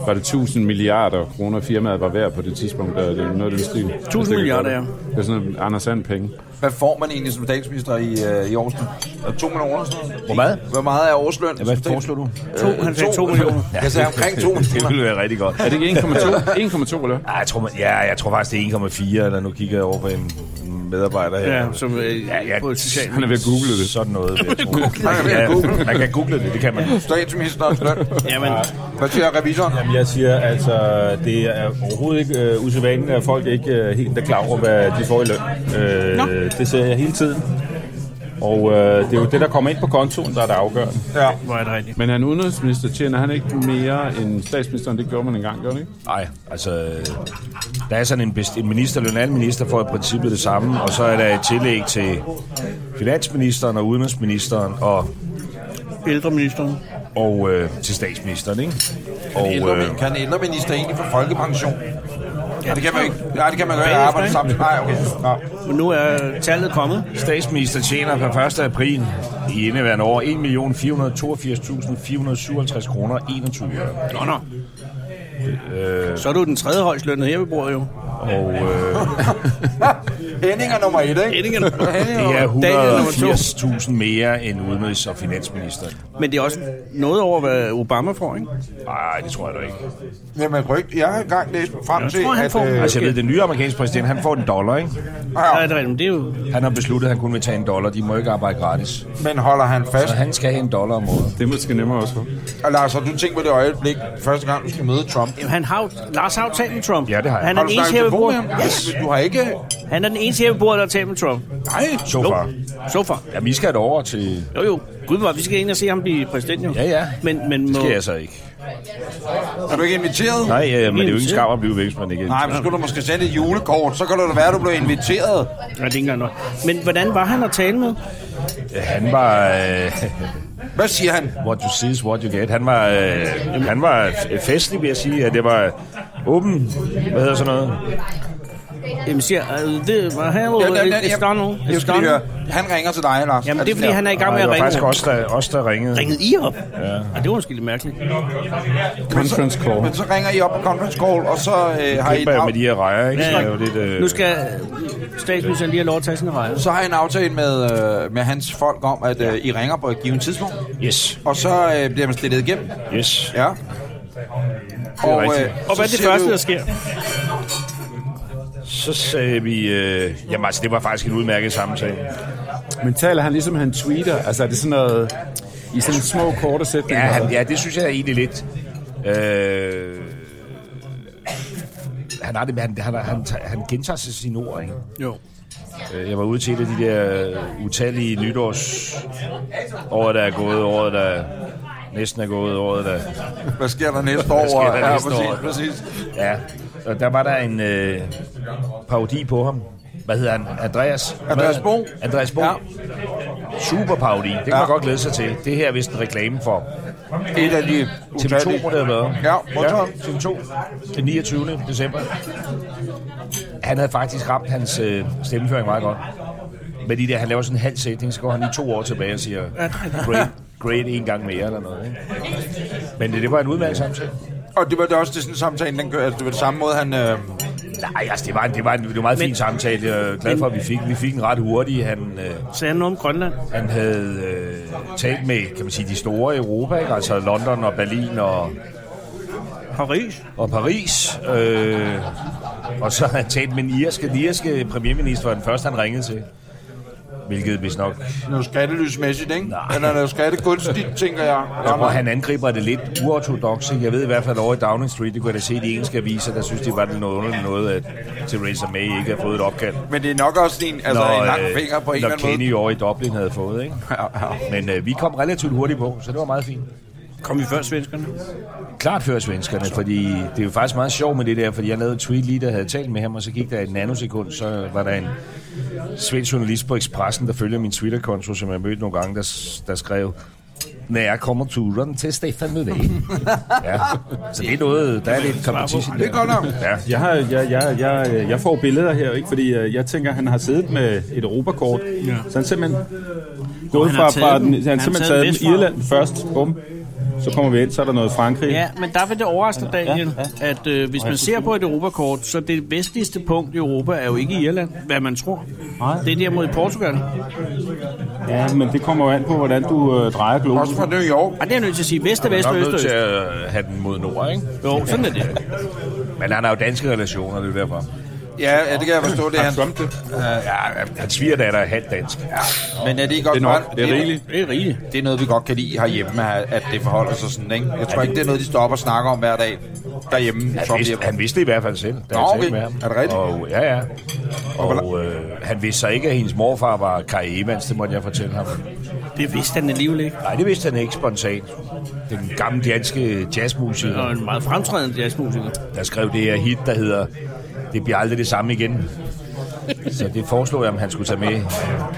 [SPEAKER 6] Var det 1000 milliarder kroner, firmaet var værd på det tidspunkt? Der, det er noget af den stil. Hvis det kan
[SPEAKER 1] milliarder,
[SPEAKER 6] gøre det. Det er sådan en Anders Sand penge.
[SPEAKER 2] Hvad får man egentlig som statsminister i, øh, i årsløn? Er det To millioner eller sådan noget?
[SPEAKER 9] Hvor meget?
[SPEAKER 2] Hvor meget er årsløn? Øh,
[SPEAKER 9] Ja, hvad foreslår du?
[SPEAKER 1] To, han sagde to millioner.
[SPEAKER 2] Jeg sagde omkring to
[SPEAKER 9] Det
[SPEAKER 2] millioner.
[SPEAKER 9] ville være rigtig godt.
[SPEAKER 6] Er det ikke 1,2? 1,2 eller?
[SPEAKER 9] Ej, jeg tror, man, ja, jeg tror faktisk, det er 1,4, eller nu kigger jeg over på en en medarbejder her.
[SPEAKER 1] Ja, som øh, ja, ja.
[SPEAKER 9] ja.
[SPEAKER 1] på et socialt
[SPEAKER 6] Han er ved at google det.
[SPEAKER 9] Sådan noget, vil jeg tro.
[SPEAKER 2] Man kan
[SPEAKER 9] Ja,
[SPEAKER 2] google.
[SPEAKER 9] man kan google det, det kan man.
[SPEAKER 2] Statsministerens løn.
[SPEAKER 1] Jamen,
[SPEAKER 2] Hvad siger revisoren?
[SPEAKER 10] Jamen, jeg siger, altså, det er overhovedet ikke øh, usædvanligt, at folk ikke øh, helt er klar over, hvad de får i løn. Øh,
[SPEAKER 1] Nå.
[SPEAKER 10] Det ser jeg hele tiden. Og øh, det er jo det, der kommer ind på kontoen, der er det afgørende.
[SPEAKER 1] hvor er det rigtigt.
[SPEAKER 6] Men han udenrigsminister tjener han ikke mere end statsministeren? Det gjorde man engang, gjorde han ikke?
[SPEAKER 9] Nej, altså, øh, der er sådan en, best- en ministerløn. Alle minister får i princippet det samme, og så er der et tillæg til finansministeren og udenrigsministeren og,
[SPEAKER 1] Ældreministeren.
[SPEAKER 9] og øh, til statsministeren, ikke? Og, øh,
[SPEAKER 2] Ældre, kan ældreminister egentlig få folkepension? Ja, det kan man jo ikke. Nej, det kan man jo ikke
[SPEAKER 1] Bagefter,
[SPEAKER 2] arbejde
[SPEAKER 1] ikke?
[SPEAKER 2] sammen. Nej, okay. Nå.
[SPEAKER 1] Men nu er tallet kommet.
[SPEAKER 9] Statsminister tjener per 1. april i indeværende år 1.482.457 kroner 21 øre.
[SPEAKER 1] Nå, nå. Øh, Så er du den tredje højst lønnet her ved bordet jo.
[SPEAKER 9] Og øh,
[SPEAKER 2] Henning er nummer et, ikke?
[SPEAKER 1] Endingen.
[SPEAKER 9] det er
[SPEAKER 1] Daniel nummer to.
[SPEAKER 9] 180.000 mere end udenrigs- og finansministeren.
[SPEAKER 1] Men det er også noget over, hvad Obama får, ikke?
[SPEAKER 9] Nej, det tror jeg da ikke.
[SPEAKER 2] Jamen, rygt. Jeg har engang læst mig frem til,
[SPEAKER 1] tror, han
[SPEAKER 2] at...
[SPEAKER 1] får-
[SPEAKER 2] Øh,
[SPEAKER 9] Altså, jeg ved, den nye amerikanske præsident, han får en dollar, ikke?
[SPEAKER 1] Nej,
[SPEAKER 2] ja,
[SPEAKER 1] det er rigtigt, men det er jo...
[SPEAKER 9] Han har besluttet, at han kun vil tage en dollar. De må ikke arbejde gratis.
[SPEAKER 2] men holder han fast?
[SPEAKER 9] Så han skal have en dollar om året.
[SPEAKER 6] Det er måske nemmere også for.
[SPEAKER 2] Og Lars, har du tænkt på det øjeblik, første gang du skal møde Trump?
[SPEAKER 1] Jamen, han har jo... Lars har jo talt med Trump.
[SPEAKER 9] Ja, det har jeg.
[SPEAKER 1] Han er
[SPEAKER 2] Har
[SPEAKER 1] den
[SPEAKER 2] du
[SPEAKER 1] eneste
[SPEAKER 2] snakket
[SPEAKER 1] her ved
[SPEAKER 2] telefon med
[SPEAKER 1] bordet.
[SPEAKER 2] ham?
[SPEAKER 1] Yes.
[SPEAKER 2] Du har ikke...
[SPEAKER 1] Han er den eneste her ved bordet, der har talt med Trump.
[SPEAKER 2] Nej,
[SPEAKER 9] So far.
[SPEAKER 1] Så far.
[SPEAKER 9] Jamen, I skal et over til...
[SPEAKER 1] Jo, jo. Gud hvor, vi skal ind og se ham blive præsident, jo.
[SPEAKER 9] Ja, ja.
[SPEAKER 1] Men, men
[SPEAKER 9] Det
[SPEAKER 1] må...
[SPEAKER 9] skal jeg så ikke.
[SPEAKER 2] er du ikke inviteret?
[SPEAKER 9] Nej, ja, men det er jo ikke en skam at blive væk, hvis man ikke...
[SPEAKER 2] Nej, men så skulle du måske sende et julekort, så kan det da være, at du blev inviteret.
[SPEAKER 1] Ja, det er ikke engang noget. Men hvordan var han at tale med?
[SPEAKER 9] Han var... Øh,
[SPEAKER 2] Hvad siger han?
[SPEAKER 9] what you see is what you get. Han var, øh, han var f- festlig, vil jeg sige. At det var åben... Hvad hedder sådan noget?
[SPEAKER 1] Jamen siger, øh, det var hello,
[SPEAKER 2] Ja, ja, ja,
[SPEAKER 1] it's
[SPEAKER 2] ja.
[SPEAKER 1] done nu.
[SPEAKER 2] Jeg
[SPEAKER 1] It's
[SPEAKER 2] skal lige høre. Altså,
[SPEAKER 1] done.
[SPEAKER 2] Han ringer til dig, Lars.
[SPEAKER 1] Jamen det er fordi, han er i gang med at
[SPEAKER 9] Nej, det var
[SPEAKER 1] ringe.
[SPEAKER 9] faktisk os, der, os, der ringede.
[SPEAKER 1] Ringede I op? Ja. Og det var måske lidt mærkeligt.
[SPEAKER 4] Conference call.
[SPEAKER 2] Men så ringer I op på conference call, og så øh, har I en
[SPEAKER 9] Kæmper jo med de
[SPEAKER 2] af-
[SPEAKER 9] her rejer, ikke?
[SPEAKER 1] Ja.
[SPEAKER 9] Så er det jo lidt, øh,
[SPEAKER 1] Nu skal øh, statsministeren lige have lov at tage sin rejse.
[SPEAKER 2] så har I en aftale med, øh, med hans folk om, at øh, I ringer på et givet tidspunkt,
[SPEAKER 9] Yes,
[SPEAKER 2] og så øh, bliver man stillet igennem.
[SPEAKER 9] yes.
[SPEAKER 2] Ja. Og, øh,
[SPEAKER 9] rigtigt.
[SPEAKER 1] Og hvad er
[SPEAKER 2] så
[SPEAKER 1] det
[SPEAKER 2] siger
[SPEAKER 1] første,
[SPEAKER 2] du-
[SPEAKER 1] der sker?
[SPEAKER 9] Så sagde vi... Øh, jamen altså, det var faktisk en udmærket samtale.
[SPEAKER 4] Men taler han ligesom, han tweeter? Altså er det sådan noget... I sådan små korte
[SPEAKER 9] Ja,
[SPEAKER 4] sætninger?
[SPEAKER 9] han, ja, det synes jeg egentlig lidt. Øh, han, har det, med- han, han, han, han gentager sig sine ord, ikke?
[SPEAKER 1] Jo.
[SPEAKER 9] Øh, Jeg var ude til et af de der øh, utallige nytårs... Året, der er gået, året, der næsten er gået, året, der...
[SPEAKER 2] Hvad sker der næste år?
[SPEAKER 9] sker der
[SPEAKER 2] ja,
[SPEAKER 9] næste
[SPEAKER 2] præcis,
[SPEAKER 9] år?
[SPEAKER 2] præcis.
[SPEAKER 9] Ja, og der var der en øh, parodi på ham. Hvad hedder han? Andreas?
[SPEAKER 2] Andreas Bo.
[SPEAKER 9] Andreas Bo.
[SPEAKER 2] Ja.
[SPEAKER 9] Ja. Super parodi. Det kan
[SPEAKER 2] Ja.
[SPEAKER 9] man godt glæde sig til. Det her er vist en reklame for
[SPEAKER 2] Et af de
[SPEAKER 9] TV2, må det have været.
[SPEAKER 2] Ja, modtaget.
[SPEAKER 9] TV2. Den 29. december. Han havde faktisk ramt hans øh, stemmeføring meget godt. Med de der, han laver sådan en halv sætning, så går han lige to år tilbage og siger, great, great en gang mere eller noget. Ikke? Men det, det var en udmærket samtale.
[SPEAKER 2] Og det var det også det, sådan samtalen, den gør, altså, det var det samme måde, han... Øh,
[SPEAKER 9] Nej, altså, det var en, det var en, det var en meget men, fin samtale. Jeg er glad for, at vi fik, vi fik en ret hurtig. Han, øh,
[SPEAKER 1] Sagde han noget om Grønland?
[SPEAKER 9] han havde øh, talt med, kan man sige, de store i Europa, ikke? altså London og Berlin og,
[SPEAKER 1] Paris?
[SPEAKER 9] og Paris. Øh, og så har han talt med den irske, den irske premierminister, var den første, han ringede til. Hvilket vist nok...
[SPEAKER 2] noget skattelysmæssigt, ikke? Nej. Eller noget skattegunstigt, tænker jeg.
[SPEAKER 9] Jeg tror, han angriber det lidt uortodoxe. Jeg ved i hvert fald over i Downing Street, det kunne jeg da se i de engelske aviser, der synes, det var noget underligt noget, at Theresa May ikke havde fået et opkald.
[SPEAKER 2] Men det er nok også en, altså, en lang
[SPEAKER 9] øh,
[SPEAKER 2] finger på en eller
[SPEAKER 9] når
[SPEAKER 2] anden måde.
[SPEAKER 9] Kenny over i Dublin havde fået, ikke? Men øh, vi kom relativt hurtigt på, så det var meget fint.
[SPEAKER 1] Kom vi før svenskerne?
[SPEAKER 9] Klart før svenskerne, fordi det er jo faktisk meget sjovt med det der, fordi jeg lavede et tweet lige, der havde talt med ham, og så gik der et nanosekund, så var der en svensk journalist på Expressen, der følger min Twitter-konto, som jeg mødte nogle gange, der, s- der skrev, når jeg kommer turen til Stefan Löfven. ja, så det er noget, der er lidt competition der.
[SPEAKER 2] Det er godt nok.
[SPEAKER 9] Ja.
[SPEAKER 3] Jeg, har, jeg, jeg, jeg, jeg får billeder her, ikke? fordi øh, jeg tænker, han har siddet med et europakort. Ja. Så han simpelthen gået
[SPEAKER 1] han
[SPEAKER 3] fra,
[SPEAKER 1] har taget
[SPEAKER 3] fra den,
[SPEAKER 1] den.
[SPEAKER 3] han, han
[SPEAKER 1] Han
[SPEAKER 3] simpelthen
[SPEAKER 1] har
[SPEAKER 3] taget
[SPEAKER 1] taget
[SPEAKER 3] den
[SPEAKER 1] den
[SPEAKER 3] Irland først, bum. Så kommer vi ind, så er der noget Frankrig.
[SPEAKER 1] Ja, men der vil det overraske dig, Daniel, at øh, hvis man ser på et europakort, så det vestligste punkt i Europa er jo ikke Irland, hvad man tror. Det er derimod i Portugal.
[SPEAKER 3] Ja, men det kommer jo an på, hvordan du øh, drejer
[SPEAKER 2] Også
[SPEAKER 3] globusen.
[SPEAKER 2] fra New York.
[SPEAKER 1] Og det er jeg nødt til at sige. Vest er vest
[SPEAKER 9] Jeg
[SPEAKER 1] og
[SPEAKER 9] er
[SPEAKER 1] øst er
[SPEAKER 9] nødt til
[SPEAKER 1] øst.
[SPEAKER 9] at have den mod nord, ikke?
[SPEAKER 1] Jo, sådan er det.
[SPEAKER 9] Men han har jo danske relationer, det er derfor.
[SPEAKER 2] Ja, ja, det kan jeg forstå, det er han.
[SPEAKER 9] Ja, han svigerdatter er halvt dansk.
[SPEAKER 2] Men er det ikke også
[SPEAKER 4] Det er nok. Det er rigeligt.
[SPEAKER 1] Det er rigeligt.
[SPEAKER 2] Det er noget, vi godt kan lide herhjemme, at at det forholder sig sådan, ikke? Jeg tror ikke, det er noget, de står op og snakker om hver dag derhjemme.
[SPEAKER 9] Han
[SPEAKER 2] Trump
[SPEAKER 9] vidste,
[SPEAKER 2] hjemme.
[SPEAKER 9] Altså, han vidste det i hvert fald selv, da
[SPEAKER 2] Nå,
[SPEAKER 9] jeg talte
[SPEAKER 2] okay.
[SPEAKER 9] med ham.
[SPEAKER 2] Er det rigtigt?
[SPEAKER 9] Og, ja, ja. Og øh, han vidste så ikke, at hendes morfar var Kai Evans, det måtte jeg fortælle ham.
[SPEAKER 1] Det vidste han alligevel ikke.
[SPEAKER 9] Nej, det vidste han ikke spontant. Den gamle danske jazzmusiker,
[SPEAKER 1] Og en meget fremtrædende jazzmusiker.
[SPEAKER 9] der skrev det her hit, der hedder Det bliver aldrig det samme igen. Så det foreslog jeg, om han skulle tage med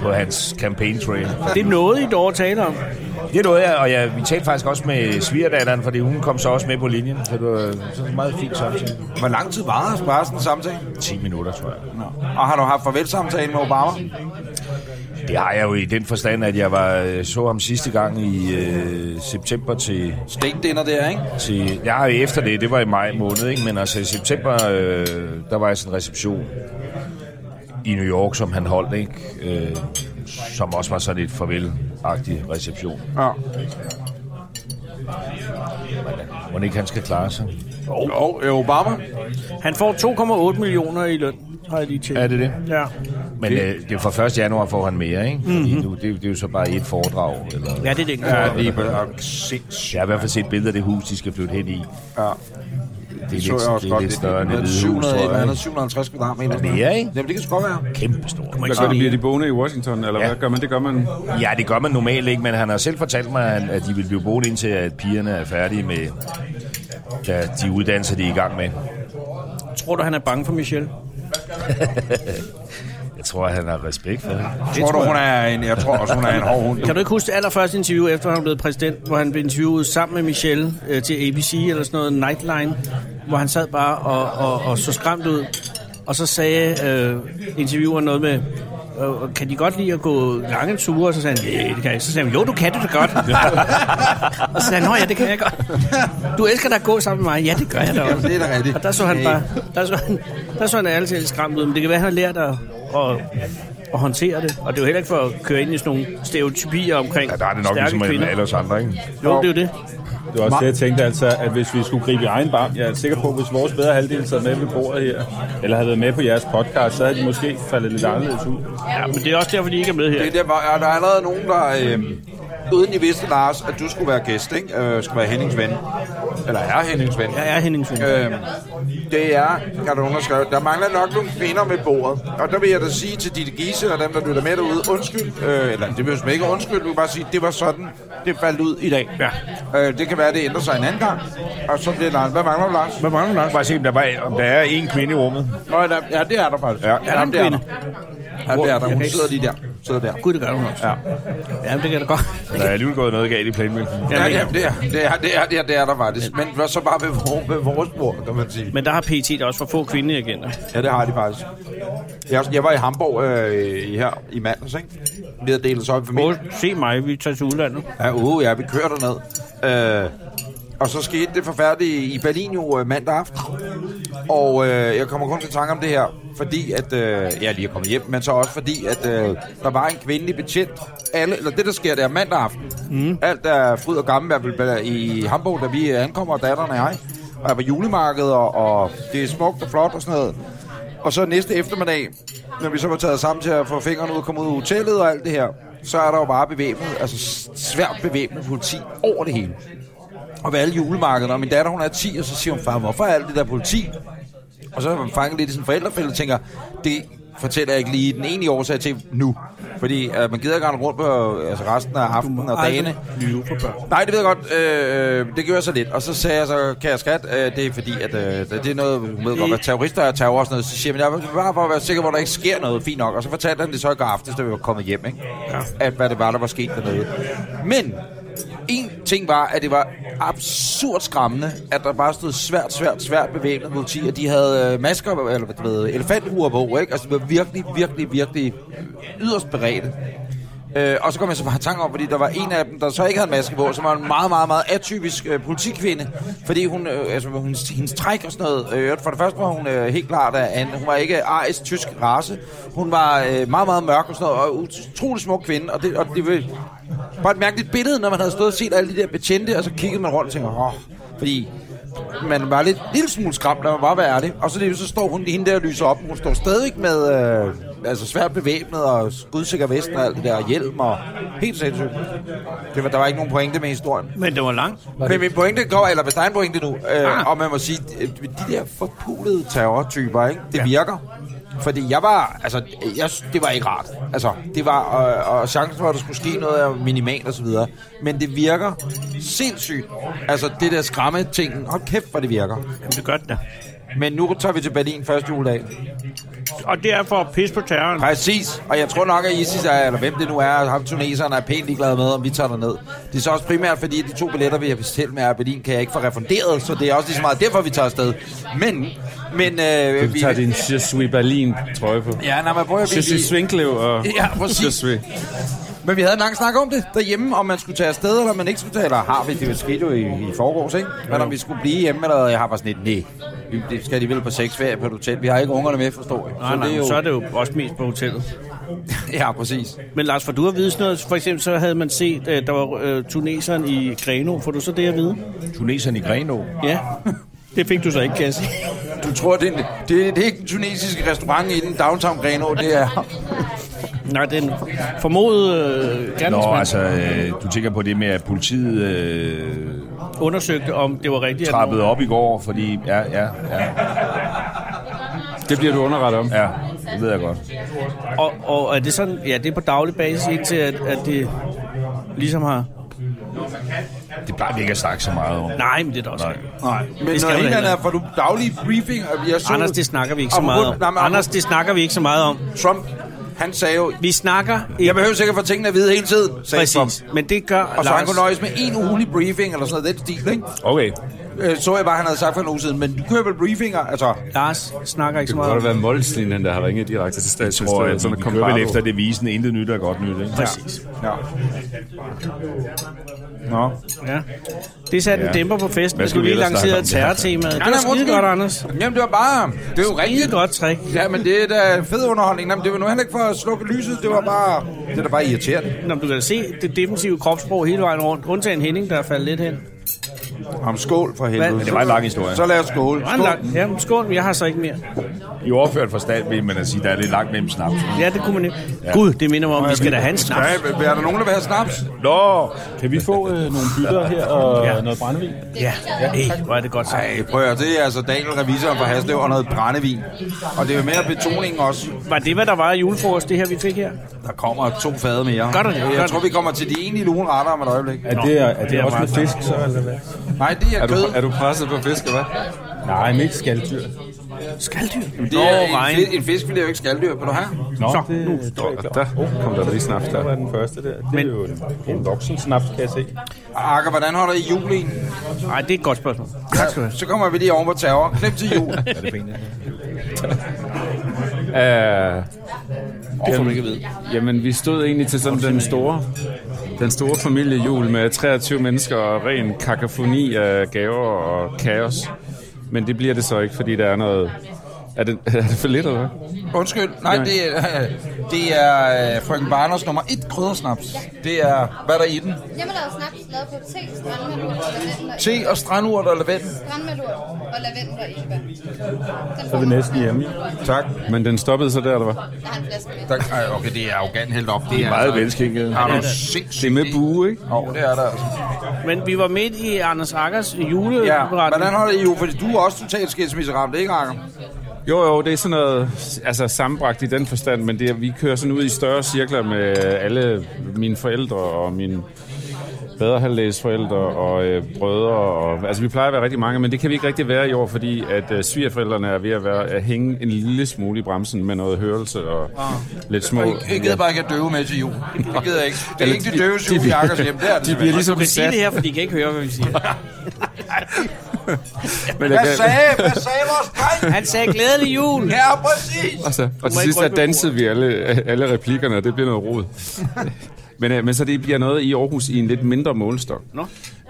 [SPEAKER 9] på hans campaign trail.
[SPEAKER 1] Det er noget, I dog at tale om.
[SPEAKER 9] Det er noget, jeg, og jeg, vi talte faktisk også med svigerdatteren, fordi hun kom så også med på linjen. Så det var sådan en meget fint samtale.
[SPEAKER 2] Hvor lang tid var der bare sådan en samtale?
[SPEAKER 9] 10 minutter, tror jeg.
[SPEAKER 2] Og har du haft farvelsamtale med Obama?
[SPEAKER 9] Det har jeg jo i den forstand, at jeg var, øh, så ham sidste gang i øh, september til,
[SPEAKER 2] Steak dinner der, ikke?
[SPEAKER 9] til... Jeg har jo efter det, det var i maj måned, ikke? men altså i september, øh, der var jeg sådan en reception i New York, som han holdt, ikke? Øh, som også var sådan et farvelagtig reception.
[SPEAKER 2] Ja.
[SPEAKER 9] Må ikke han skal klare sig?
[SPEAKER 2] Og øh, Obama?
[SPEAKER 1] Han får 2,8 millioner i løn, har jeg lige tjekket.
[SPEAKER 9] Er det det?
[SPEAKER 1] Ja.
[SPEAKER 9] Men øh, det Mhm. er fra 1. januar får han mere, ikke? Fordi nu, det, er jo- det er jo så bare et foredrag. Eller...
[SPEAKER 1] Ja, det er det.
[SPEAKER 2] Ja,
[SPEAKER 1] Ja.
[SPEAKER 2] det er sindssygt.
[SPEAKER 9] Jeg har i hvert fald set billeder af det hus, de skal flytte hen i.
[SPEAKER 2] Ja.
[SPEAKER 9] Det
[SPEAKER 2] så jeg
[SPEAKER 9] er lidt,
[SPEAKER 2] også
[SPEAKER 9] det er
[SPEAKER 2] godt.
[SPEAKER 9] lidt større end et
[SPEAKER 2] noget
[SPEAKER 9] hvide hus,
[SPEAKER 2] 700,
[SPEAKER 9] tror
[SPEAKER 2] et eller
[SPEAKER 9] jeg.
[SPEAKER 2] andet 750 kvadratmeter.
[SPEAKER 9] mere, ikke?
[SPEAKER 2] Jamen, det kan sgu godt være.
[SPEAKER 9] Kæmpe stor.
[SPEAKER 4] Hvad gør de? Bliver de boende i Washington, eller
[SPEAKER 9] Ja.
[SPEAKER 4] ja. hvad gør man? Det gør man.
[SPEAKER 9] Ja, det gør man normalt ikke, men han har selv fortalt mig, at- at de vil blive boende indtil, at pigerne er færdige med da de uddannelser, de er i gang med.
[SPEAKER 1] Tror du, han er bange for Michelle?
[SPEAKER 9] Jeg tror, han har respekt for det.
[SPEAKER 2] Jeg tror, du, hun er en, jeg tror også, hun er en hård hund.
[SPEAKER 1] Kan du ikke huske det allerførste interview, efter han blev præsident, hvor han blev interviewet sammen med Michelle øh, til ABC eller sådan noget Nightline, hvor han sad bare og, og, og så skræmt ud. Og så sagde øh, intervieweren noget med, øh, kan de godt lide at gå lange ture? Og så sagde han, nej, det kan jeg. Så sagde han, jo, du kan det da godt. og så sagde han, nå ja, det kan jeg godt. Du elsker da at gå sammen med mig. Ja, det gør jeg da også.
[SPEAKER 2] det er da rigtigt.
[SPEAKER 1] Og der så han bare, der så han, der så han altid lidt skræmt ud, men det kan være, han har lært at, at, at håndtere det. Og det er jo heller ikke for at køre ind i sådan nogle stereotypier omkring
[SPEAKER 9] Ja, der er det nok
[SPEAKER 1] stærke
[SPEAKER 9] ligesom
[SPEAKER 1] kvinder.
[SPEAKER 9] med alle os andre, ikke?
[SPEAKER 1] Jo, det er jo det.
[SPEAKER 6] Det var også det, jeg tænkte altså, at hvis vi skulle gribe i egen barm, jeg er sikker på, at hvis vores bedre halvdel sad med ved bordet her, eller havde været med på jeres podcast, så havde de måske faldet lidt anderledes ud.
[SPEAKER 1] Ja, men det er også derfor, de ikke er med her.
[SPEAKER 2] Det er der, hvor, er der er allerede nogen, der... Øh, uden I vidste, Lars, at du skulle være gæst, ikke? Øh, skulle være Hennings ven. Eller er Hennings ven.
[SPEAKER 1] Jeg er Henningsen.
[SPEAKER 2] Øh, det er, kan der nogen, der skrev, der mangler nok nogle kvinder med bordet. Og der vil jeg da sige til Ditte Gise og dem, der lytter med derude, undskyld, øh, eller det vil jeg sgu ikke undskyld, du kan bare sige, det var sådan, det faldt ud i dag. Ja. Øh, det kan være, det ændrer sig en anden gang. Og så bliver Lars, hvad mangler du, Lars?
[SPEAKER 9] Hvad mangler nok? Bare se, om der, var, om der er en kvinde i rummet.
[SPEAKER 2] Nå, der, ja, det er der faktisk.
[SPEAKER 9] Ja.
[SPEAKER 2] ja det er der. Ja, det er der. Hun sidder lige der. Sidder der.
[SPEAKER 1] Gud, det gør hun også. Ja. Jamen, det kan da godt.
[SPEAKER 9] Der er alligevel gået noget galt i planlægningen.
[SPEAKER 2] Ja, ja, det er, det er, det er, det er, det er der faktisk. Men hvad så bare ved, vor- ved vores bord, kan man sige.
[SPEAKER 1] Men der har PT da også for få kvindeagenter.
[SPEAKER 2] Ja, det har de faktisk. Jeg, jeg var i Hamburg øh, i- her i mandags, ikke? Vi havde delt os op i
[SPEAKER 1] Åh,
[SPEAKER 2] familien.
[SPEAKER 1] se mig, vi tager til udlandet.
[SPEAKER 2] Ja, uh, ja, vi kører derned. Øh, og så skete det forfærdelige i Berlin jo øh, mandag aften. Og øh, jeg kommer kun til tanke om det her, fordi at... Øh, jeg lige er kommet hjem, men så også fordi, at øh, der var en kvindelig betjent. Alle, eller det, der sker, det er mandag aften. Mm. Alt er fryd og gammel, i hvert fald i Hamburg, da vi øh, ankommer, datteren og jeg. Og jeg var julemarkedet, og, og det er smukt og flot og sådan noget. Og så næste eftermiddag, når vi så var taget sammen til at få fingrene ud og komme ud af hotellet og alt det her, så er der jo bare bevæbnet, altså s- svært bevæbnet politi over det hele. Og ved alle julemarkederne, og min datter hun er 10, og så siger hun, far, hvorfor er alt det der politi? Og så er man fanget lidt i sin forældrefælde og tænker, det fortæller jeg ikke lige den egentlige årsag til nu. Fordi øh, man gider ikke rende rundt på øh, altså resten af aftenen og dagene.
[SPEAKER 1] lyve for børn.
[SPEAKER 2] Nej, det ved jeg godt. Øh, øh, det gjorde jeg så lidt. Og så sagde jeg så, kære skat, øh, det er fordi, at øh, det er noget, hun ved godt, hvad terrorister er terror og sådan noget. Så siger jeg, men jeg vil bare for at være sikker, hvor der ikke sker noget. Fint nok. Og så fortalte han det så i går aftes, da vi var kommet hjem, ikke? Ja. At hvad det var, der var sket dernede. Men en ting var, at det var absurd skræmmende, at der bare stod svært, svært, svært bevæbnet politi, og de havde øh, masker, eller hvad det ved, elefanthuer på, ikke? Altså, de var virkelig, virkelig, virkelig yderst beredte. Øh, og så kom jeg så bare i tanke om, fordi der var en af dem, der så ikke havde en maske på, som var en meget, meget, meget atypisk øh, politikvinde. Fordi hun, øh, altså, hendes, hendes træk og sådan noget, øh, for det første var hun øh, helt klart, at hun var ikke arisk tysk race. Hun var øh, meget, meget mørk og sådan noget, og utrolig smuk kvinde. Og det, og det var bare et mærkeligt billede, når man havde stået og set alle de der betjente, og så kiggede man rundt og tænkte, åh, fordi man var lidt lille smule skræmt, lad mig bare være ærlig. Og så, lige, så står hun hende der og lyser op, men hun står stadig med øh, altså svært bevæbnet og skudsikker vesten og alt det der, og hjelm og helt sindssygt. Det var, der var ikke nogen pointe med historien.
[SPEAKER 1] Men det var langt.
[SPEAKER 2] Men min pointe går, eller hvis der er en pointe nu, øh, ah. og man må sige, øh, de der forpulede terrortyper, ikke? det ja. virker. Fordi jeg var, altså, jeg, sy- det var ikke rart. Altså, det var, øh, og chancen for, at der skulle ske noget, er minimal og så videre. Men det virker sindssygt. Altså, det der skræmme ting, hold kæft, hvor det virker.
[SPEAKER 1] Jamen, det gør det da.
[SPEAKER 2] Men nu tager vi til Berlin første juledag.
[SPEAKER 1] Og det er for at pisse på terroren.
[SPEAKER 2] Præcis, og jeg tror nok, at ISIS er, eller hvem det nu er, ham tuneserne er pænt ligeglade med, om vi tager ned. Det er så også primært, fordi at de to billetter, vi har bestilt med Air Berlin, kan jeg ikke få refunderet, så det er også lige så meget derfor, vi tager afsted. Men, men... Øh,
[SPEAKER 4] Du tager din Je suis Berlin trøje på.
[SPEAKER 2] Ja, nej, men prøv at
[SPEAKER 4] Je suis
[SPEAKER 2] vi,
[SPEAKER 4] Svinklev og...
[SPEAKER 2] Ja,
[SPEAKER 4] Je
[SPEAKER 2] præcis.
[SPEAKER 4] suis.
[SPEAKER 2] Men vi havde en lang snak om det derhjemme, om man skulle tage afsted, eller man ikke skulle tage, eller har vi, det skete jo i, i forgårs, ikke? Men om vi skulle blive hjemme, eller jeg har bare sådan et, nej, Vi- det skal de vel på sexferie på et hotel. Vi har ikke ungerne med, forstår jeg.
[SPEAKER 1] Nej, nej, men så er det jo også mest på hotellet.
[SPEAKER 2] Ja, præcis.
[SPEAKER 1] Men Lars, får du at vide sådan noget? For eksempel så havde man set, øh, der var øh, tuneseren i Greno. Får du så det at vide?
[SPEAKER 9] Tuneseren i Grenå.
[SPEAKER 1] Ja. Det fik du så ikke, kan jeg sige.
[SPEAKER 2] Du tror, det er, en, det, er- det er ikke den tunesiske restaurant i den downtown Greno, det er...
[SPEAKER 1] Nej, det er en formodet øh, gerningsmand.
[SPEAKER 9] Nå, altså, øh, du tænker på det med, at politiet øh,
[SPEAKER 1] Undersøgte, om det var rigtigt. at
[SPEAKER 9] trappede op i går, fordi... Ja, ja, ja,
[SPEAKER 4] Det bliver du underrettet om.
[SPEAKER 9] ja. Det ved jeg godt.
[SPEAKER 1] Og, og er det sådan, ja, det er på daglig basis, indtil at, at det ligesom har...
[SPEAKER 9] Det plejer vi ikke at snakke så meget om.
[SPEAKER 1] Nej, men det er da også
[SPEAKER 9] Nej.
[SPEAKER 2] Nej, men
[SPEAKER 1] skal
[SPEAKER 2] noget
[SPEAKER 1] man
[SPEAKER 2] helt
[SPEAKER 1] heller
[SPEAKER 2] andet er, for du daglige briefing, og jeg så...
[SPEAKER 1] Anders, det snakker vi ikke så
[SPEAKER 2] Om
[SPEAKER 1] meget
[SPEAKER 2] hund-
[SPEAKER 1] om.
[SPEAKER 2] Nej, men om-
[SPEAKER 1] Anders, det snakker vi ikke så meget om.
[SPEAKER 2] Trump, han sagde jo,
[SPEAKER 1] Vi snakker...
[SPEAKER 2] jeg behøver sikkert få tingene at vide hele tiden, sagde Trump.
[SPEAKER 1] Præcis, men det gør
[SPEAKER 2] Og så han
[SPEAKER 1] Lars.
[SPEAKER 2] kunne nøjes med en ugenlig briefing, eller sådan noget, den stil, ikke?
[SPEAKER 4] Okay.
[SPEAKER 2] øh, så jeg bare, han havde sagt for en uge siden, men du kører vel briefinger, altså...
[SPEAKER 1] Lars snakker ikke så
[SPEAKER 4] Det
[SPEAKER 1] meget
[SPEAKER 4] kunne
[SPEAKER 1] om
[SPEAKER 4] godt være Molslinjen, der har ringet direkte
[SPEAKER 9] tror,
[SPEAKER 4] til statsministeriet.
[SPEAKER 9] at
[SPEAKER 4] Sådan
[SPEAKER 9] de,
[SPEAKER 4] at
[SPEAKER 9] de
[SPEAKER 4] komme
[SPEAKER 9] kører
[SPEAKER 4] bare
[SPEAKER 9] vel efter devisen, intet nyt er godt nyt. Ikke?
[SPEAKER 1] Præcis.
[SPEAKER 2] Ja.
[SPEAKER 6] Nå.
[SPEAKER 1] Ja. Det satte ja. en dæmper på festen, hvis du lige
[SPEAKER 4] ellers
[SPEAKER 1] lancerede
[SPEAKER 4] snakke
[SPEAKER 1] terrortemaet. Det
[SPEAKER 2] nej,
[SPEAKER 1] var skide
[SPEAKER 2] undskyld.
[SPEAKER 1] godt, Anders.
[SPEAKER 2] Jamen, det var bare... Det er jo
[SPEAKER 1] Skide
[SPEAKER 2] rigtigt.
[SPEAKER 1] godt trick.
[SPEAKER 2] Ja, men det er da fed underholdning. Jamen, det var nu heller ikke for at slukke lyset. Det var bare... Det er da bare irriterende.
[SPEAKER 1] Nå, men du kan da se det defensive kropssprog hele vejen rundt. Undtagen Henning, der er faldet lidt hen.
[SPEAKER 2] Om skål for helvede.
[SPEAKER 1] Hvad? Det
[SPEAKER 9] var en lang historie.
[SPEAKER 2] Så lad os skål.
[SPEAKER 1] Nå, en lang- Jamen, skål, jeg har så ikke mere.
[SPEAKER 9] I overført forstand vil man at sige, der er lidt langt mellem snaps.
[SPEAKER 1] Ja, det kunne man ikke. Gud, det minder mig om, vi skal da have en snaps.
[SPEAKER 2] Nej, er der nogen, der vil have snaps?
[SPEAKER 9] Nå,
[SPEAKER 6] Kan vi få øh, nogle bytter her og ja. noget brændevin?
[SPEAKER 1] Ja, Ej, hvor er det godt sagt.
[SPEAKER 2] Nej, prøv at høre, det er altså Daniel, revisoren fra Haslev, og noget brændevin. Og det er jo mere betoning også.
[SPEAKER 1] Var det, hvad der var i julefrokost, det her, vi fik her?
[SPEAKER 2] Der kommer to fade mere.
[SPEAKER 1] Gør der det? Gør
[SPEAKER 2] Jeg tror,
[SPEAKER 1] det?
[SPEAKER 2] vi kommer til de egentlige lune retter om et øjeblik.
[SPEAKER 6] Er det, er, er det,
[SPEAKER 1] det er
[SPEAKER 6] også med
[SPEAKER 1] meget
[SPEAKER 6] fisk, så? Eller hvad?
[SPEAKER 2] Nej, det er,
[SPEAKER 4] Er du,
[SPEAKER 2] kød.
[SPEAKER 4] er du presset på fisk, eller hvad?
[SPEAKER 6] Nej, men ikke skaldyr.
[SPEAKER 1] Skaldyr.
[SPEAKER 2] Det er en, fi- en fisk, vil jeg jo ikke skaldyr. Vil du have?
[SPEAKER 6] Nå,
[SPEAKER 1] Så,
[SPEAKER 6] det,
[SPEAKER 1] nu
[SPEAKER 6] det, det, er jeg klar.
[SPEAKER 4] Der kom der lige snaps
[SPEAKER 6] det var
[SPEAKER 4] der.
[SPEAKER 6] den første der. Det er
[SPEAKER 1] Men-
[SPEAKER 6] jo en, en voksen snaps, kan jeg se.
[SPEAKER 2] Akker, hvordan holder I jul i?
[SPEAKER 1] Nej, det er et godt spørgsmål. Tak skal du have.
[SPEAKER 2] Så kommer vi lige over på terror. Knip til jul.
[SPEAKER 4] Uh, jamen, jamen, vi stod egentlig til sådan den store, den store familiejul med 23 mennesker og ren kakafoni af gaver og kaos. Men det bliver det så ikke, fordi der er noget... Er det, er det for lidt, eller hvad?
[SPEAKER 2] Undskyld. Nej, det er, det er øh, frøken Barners nummer et kryddersnaps. Det er, hvad er der i den?
[SPEAKER 11] Jeg vil lave snaps lavet på te, strandmalurt og lavendel og
[SPEAKER 2] Te og strandurt og lavendel.
[SPEAKER 11] strandmalurt og lavendel og ingefær. Den
[SPEAKER 6] Så er vi næsten hjemme.
[SPEAKER 2] Tak.
[SPEAKER 4] Men den stoppede så der, eller hvad?
[SPEAKER 11] Jeg har en flaske med.
[SPEAKER 2] tak. Ej, okay, det er arrogant helt op. Det er
[SPEAKER 1] Altså,
[SPEAKER 9] meget velskænket.
[SPEAKER 2] Er du sindssygt?
[SPEAKER 4] Det er med bue, ikke?
[SPEAKER 2] Jo, det er der. altså.
[SPEAKER 1] Men vi var midt i Anders Akkers juleberetning.
[SPEAKER 2] Ja, hvordan holder I jo? Fordi du er også totalt skilsmisseramt, ikke, Akker?
[SPEAKER 4] Jo, jo, det er sådan noget altså, sammenbragt i den forstand, men det, er- vi kører sådan ud i større cirkler med alle mine forældre og mine bedre halvdags forældre og øh, brødre. Og, altså, vi plejer at være rigtig mange, men det kan vi ikke rigtig være i år, fordi at øh, svigerforældrene er ved at, være, at hænge en lille smule i bremsen med noget hørelse og lidt små...
[SPEAKER 2] Jeg- Jeg gider bare ikke at døve med til jul. Det gider jeg ikke. Det er ikke det døves jul i Akkers hjem. Det er det.
[SPEAKER 4] de
[SPEAKER 2] simpelthen.
[SPEAKER 4] bliver
[SPEAKER 1] Du
[SPEAKER 4] ligesom
[SPEAKER 1] kan sige
[SPEAKER 4] sat,
[SPEAKER 1] det her, for de kan ikke høre, hvad vi siger.
[SPEAKER 4] men jeg
[SPEAKER 2] Hvad
[SPEAKER 4] kan,
[SPEAKER 2] sagde, hvad sagde vores dreng?
[SPEAKER 1] Han sagde, glædelig jul!
[SPEAKER 2] Ja, præcis.
[SPEAKER 4] Altså, og til
[SPEAKER 1] ikke
[SPEAKER 4] sidst der
[SPEAKER 1] rykke ved
[SPEAKER 4] dansede vi alle, alle replikkerne, og det blev noget rod. men, øh, men så det bliver noget i Aarhus i en lidt mindre målestok.
[SPEAKER 1] Nå.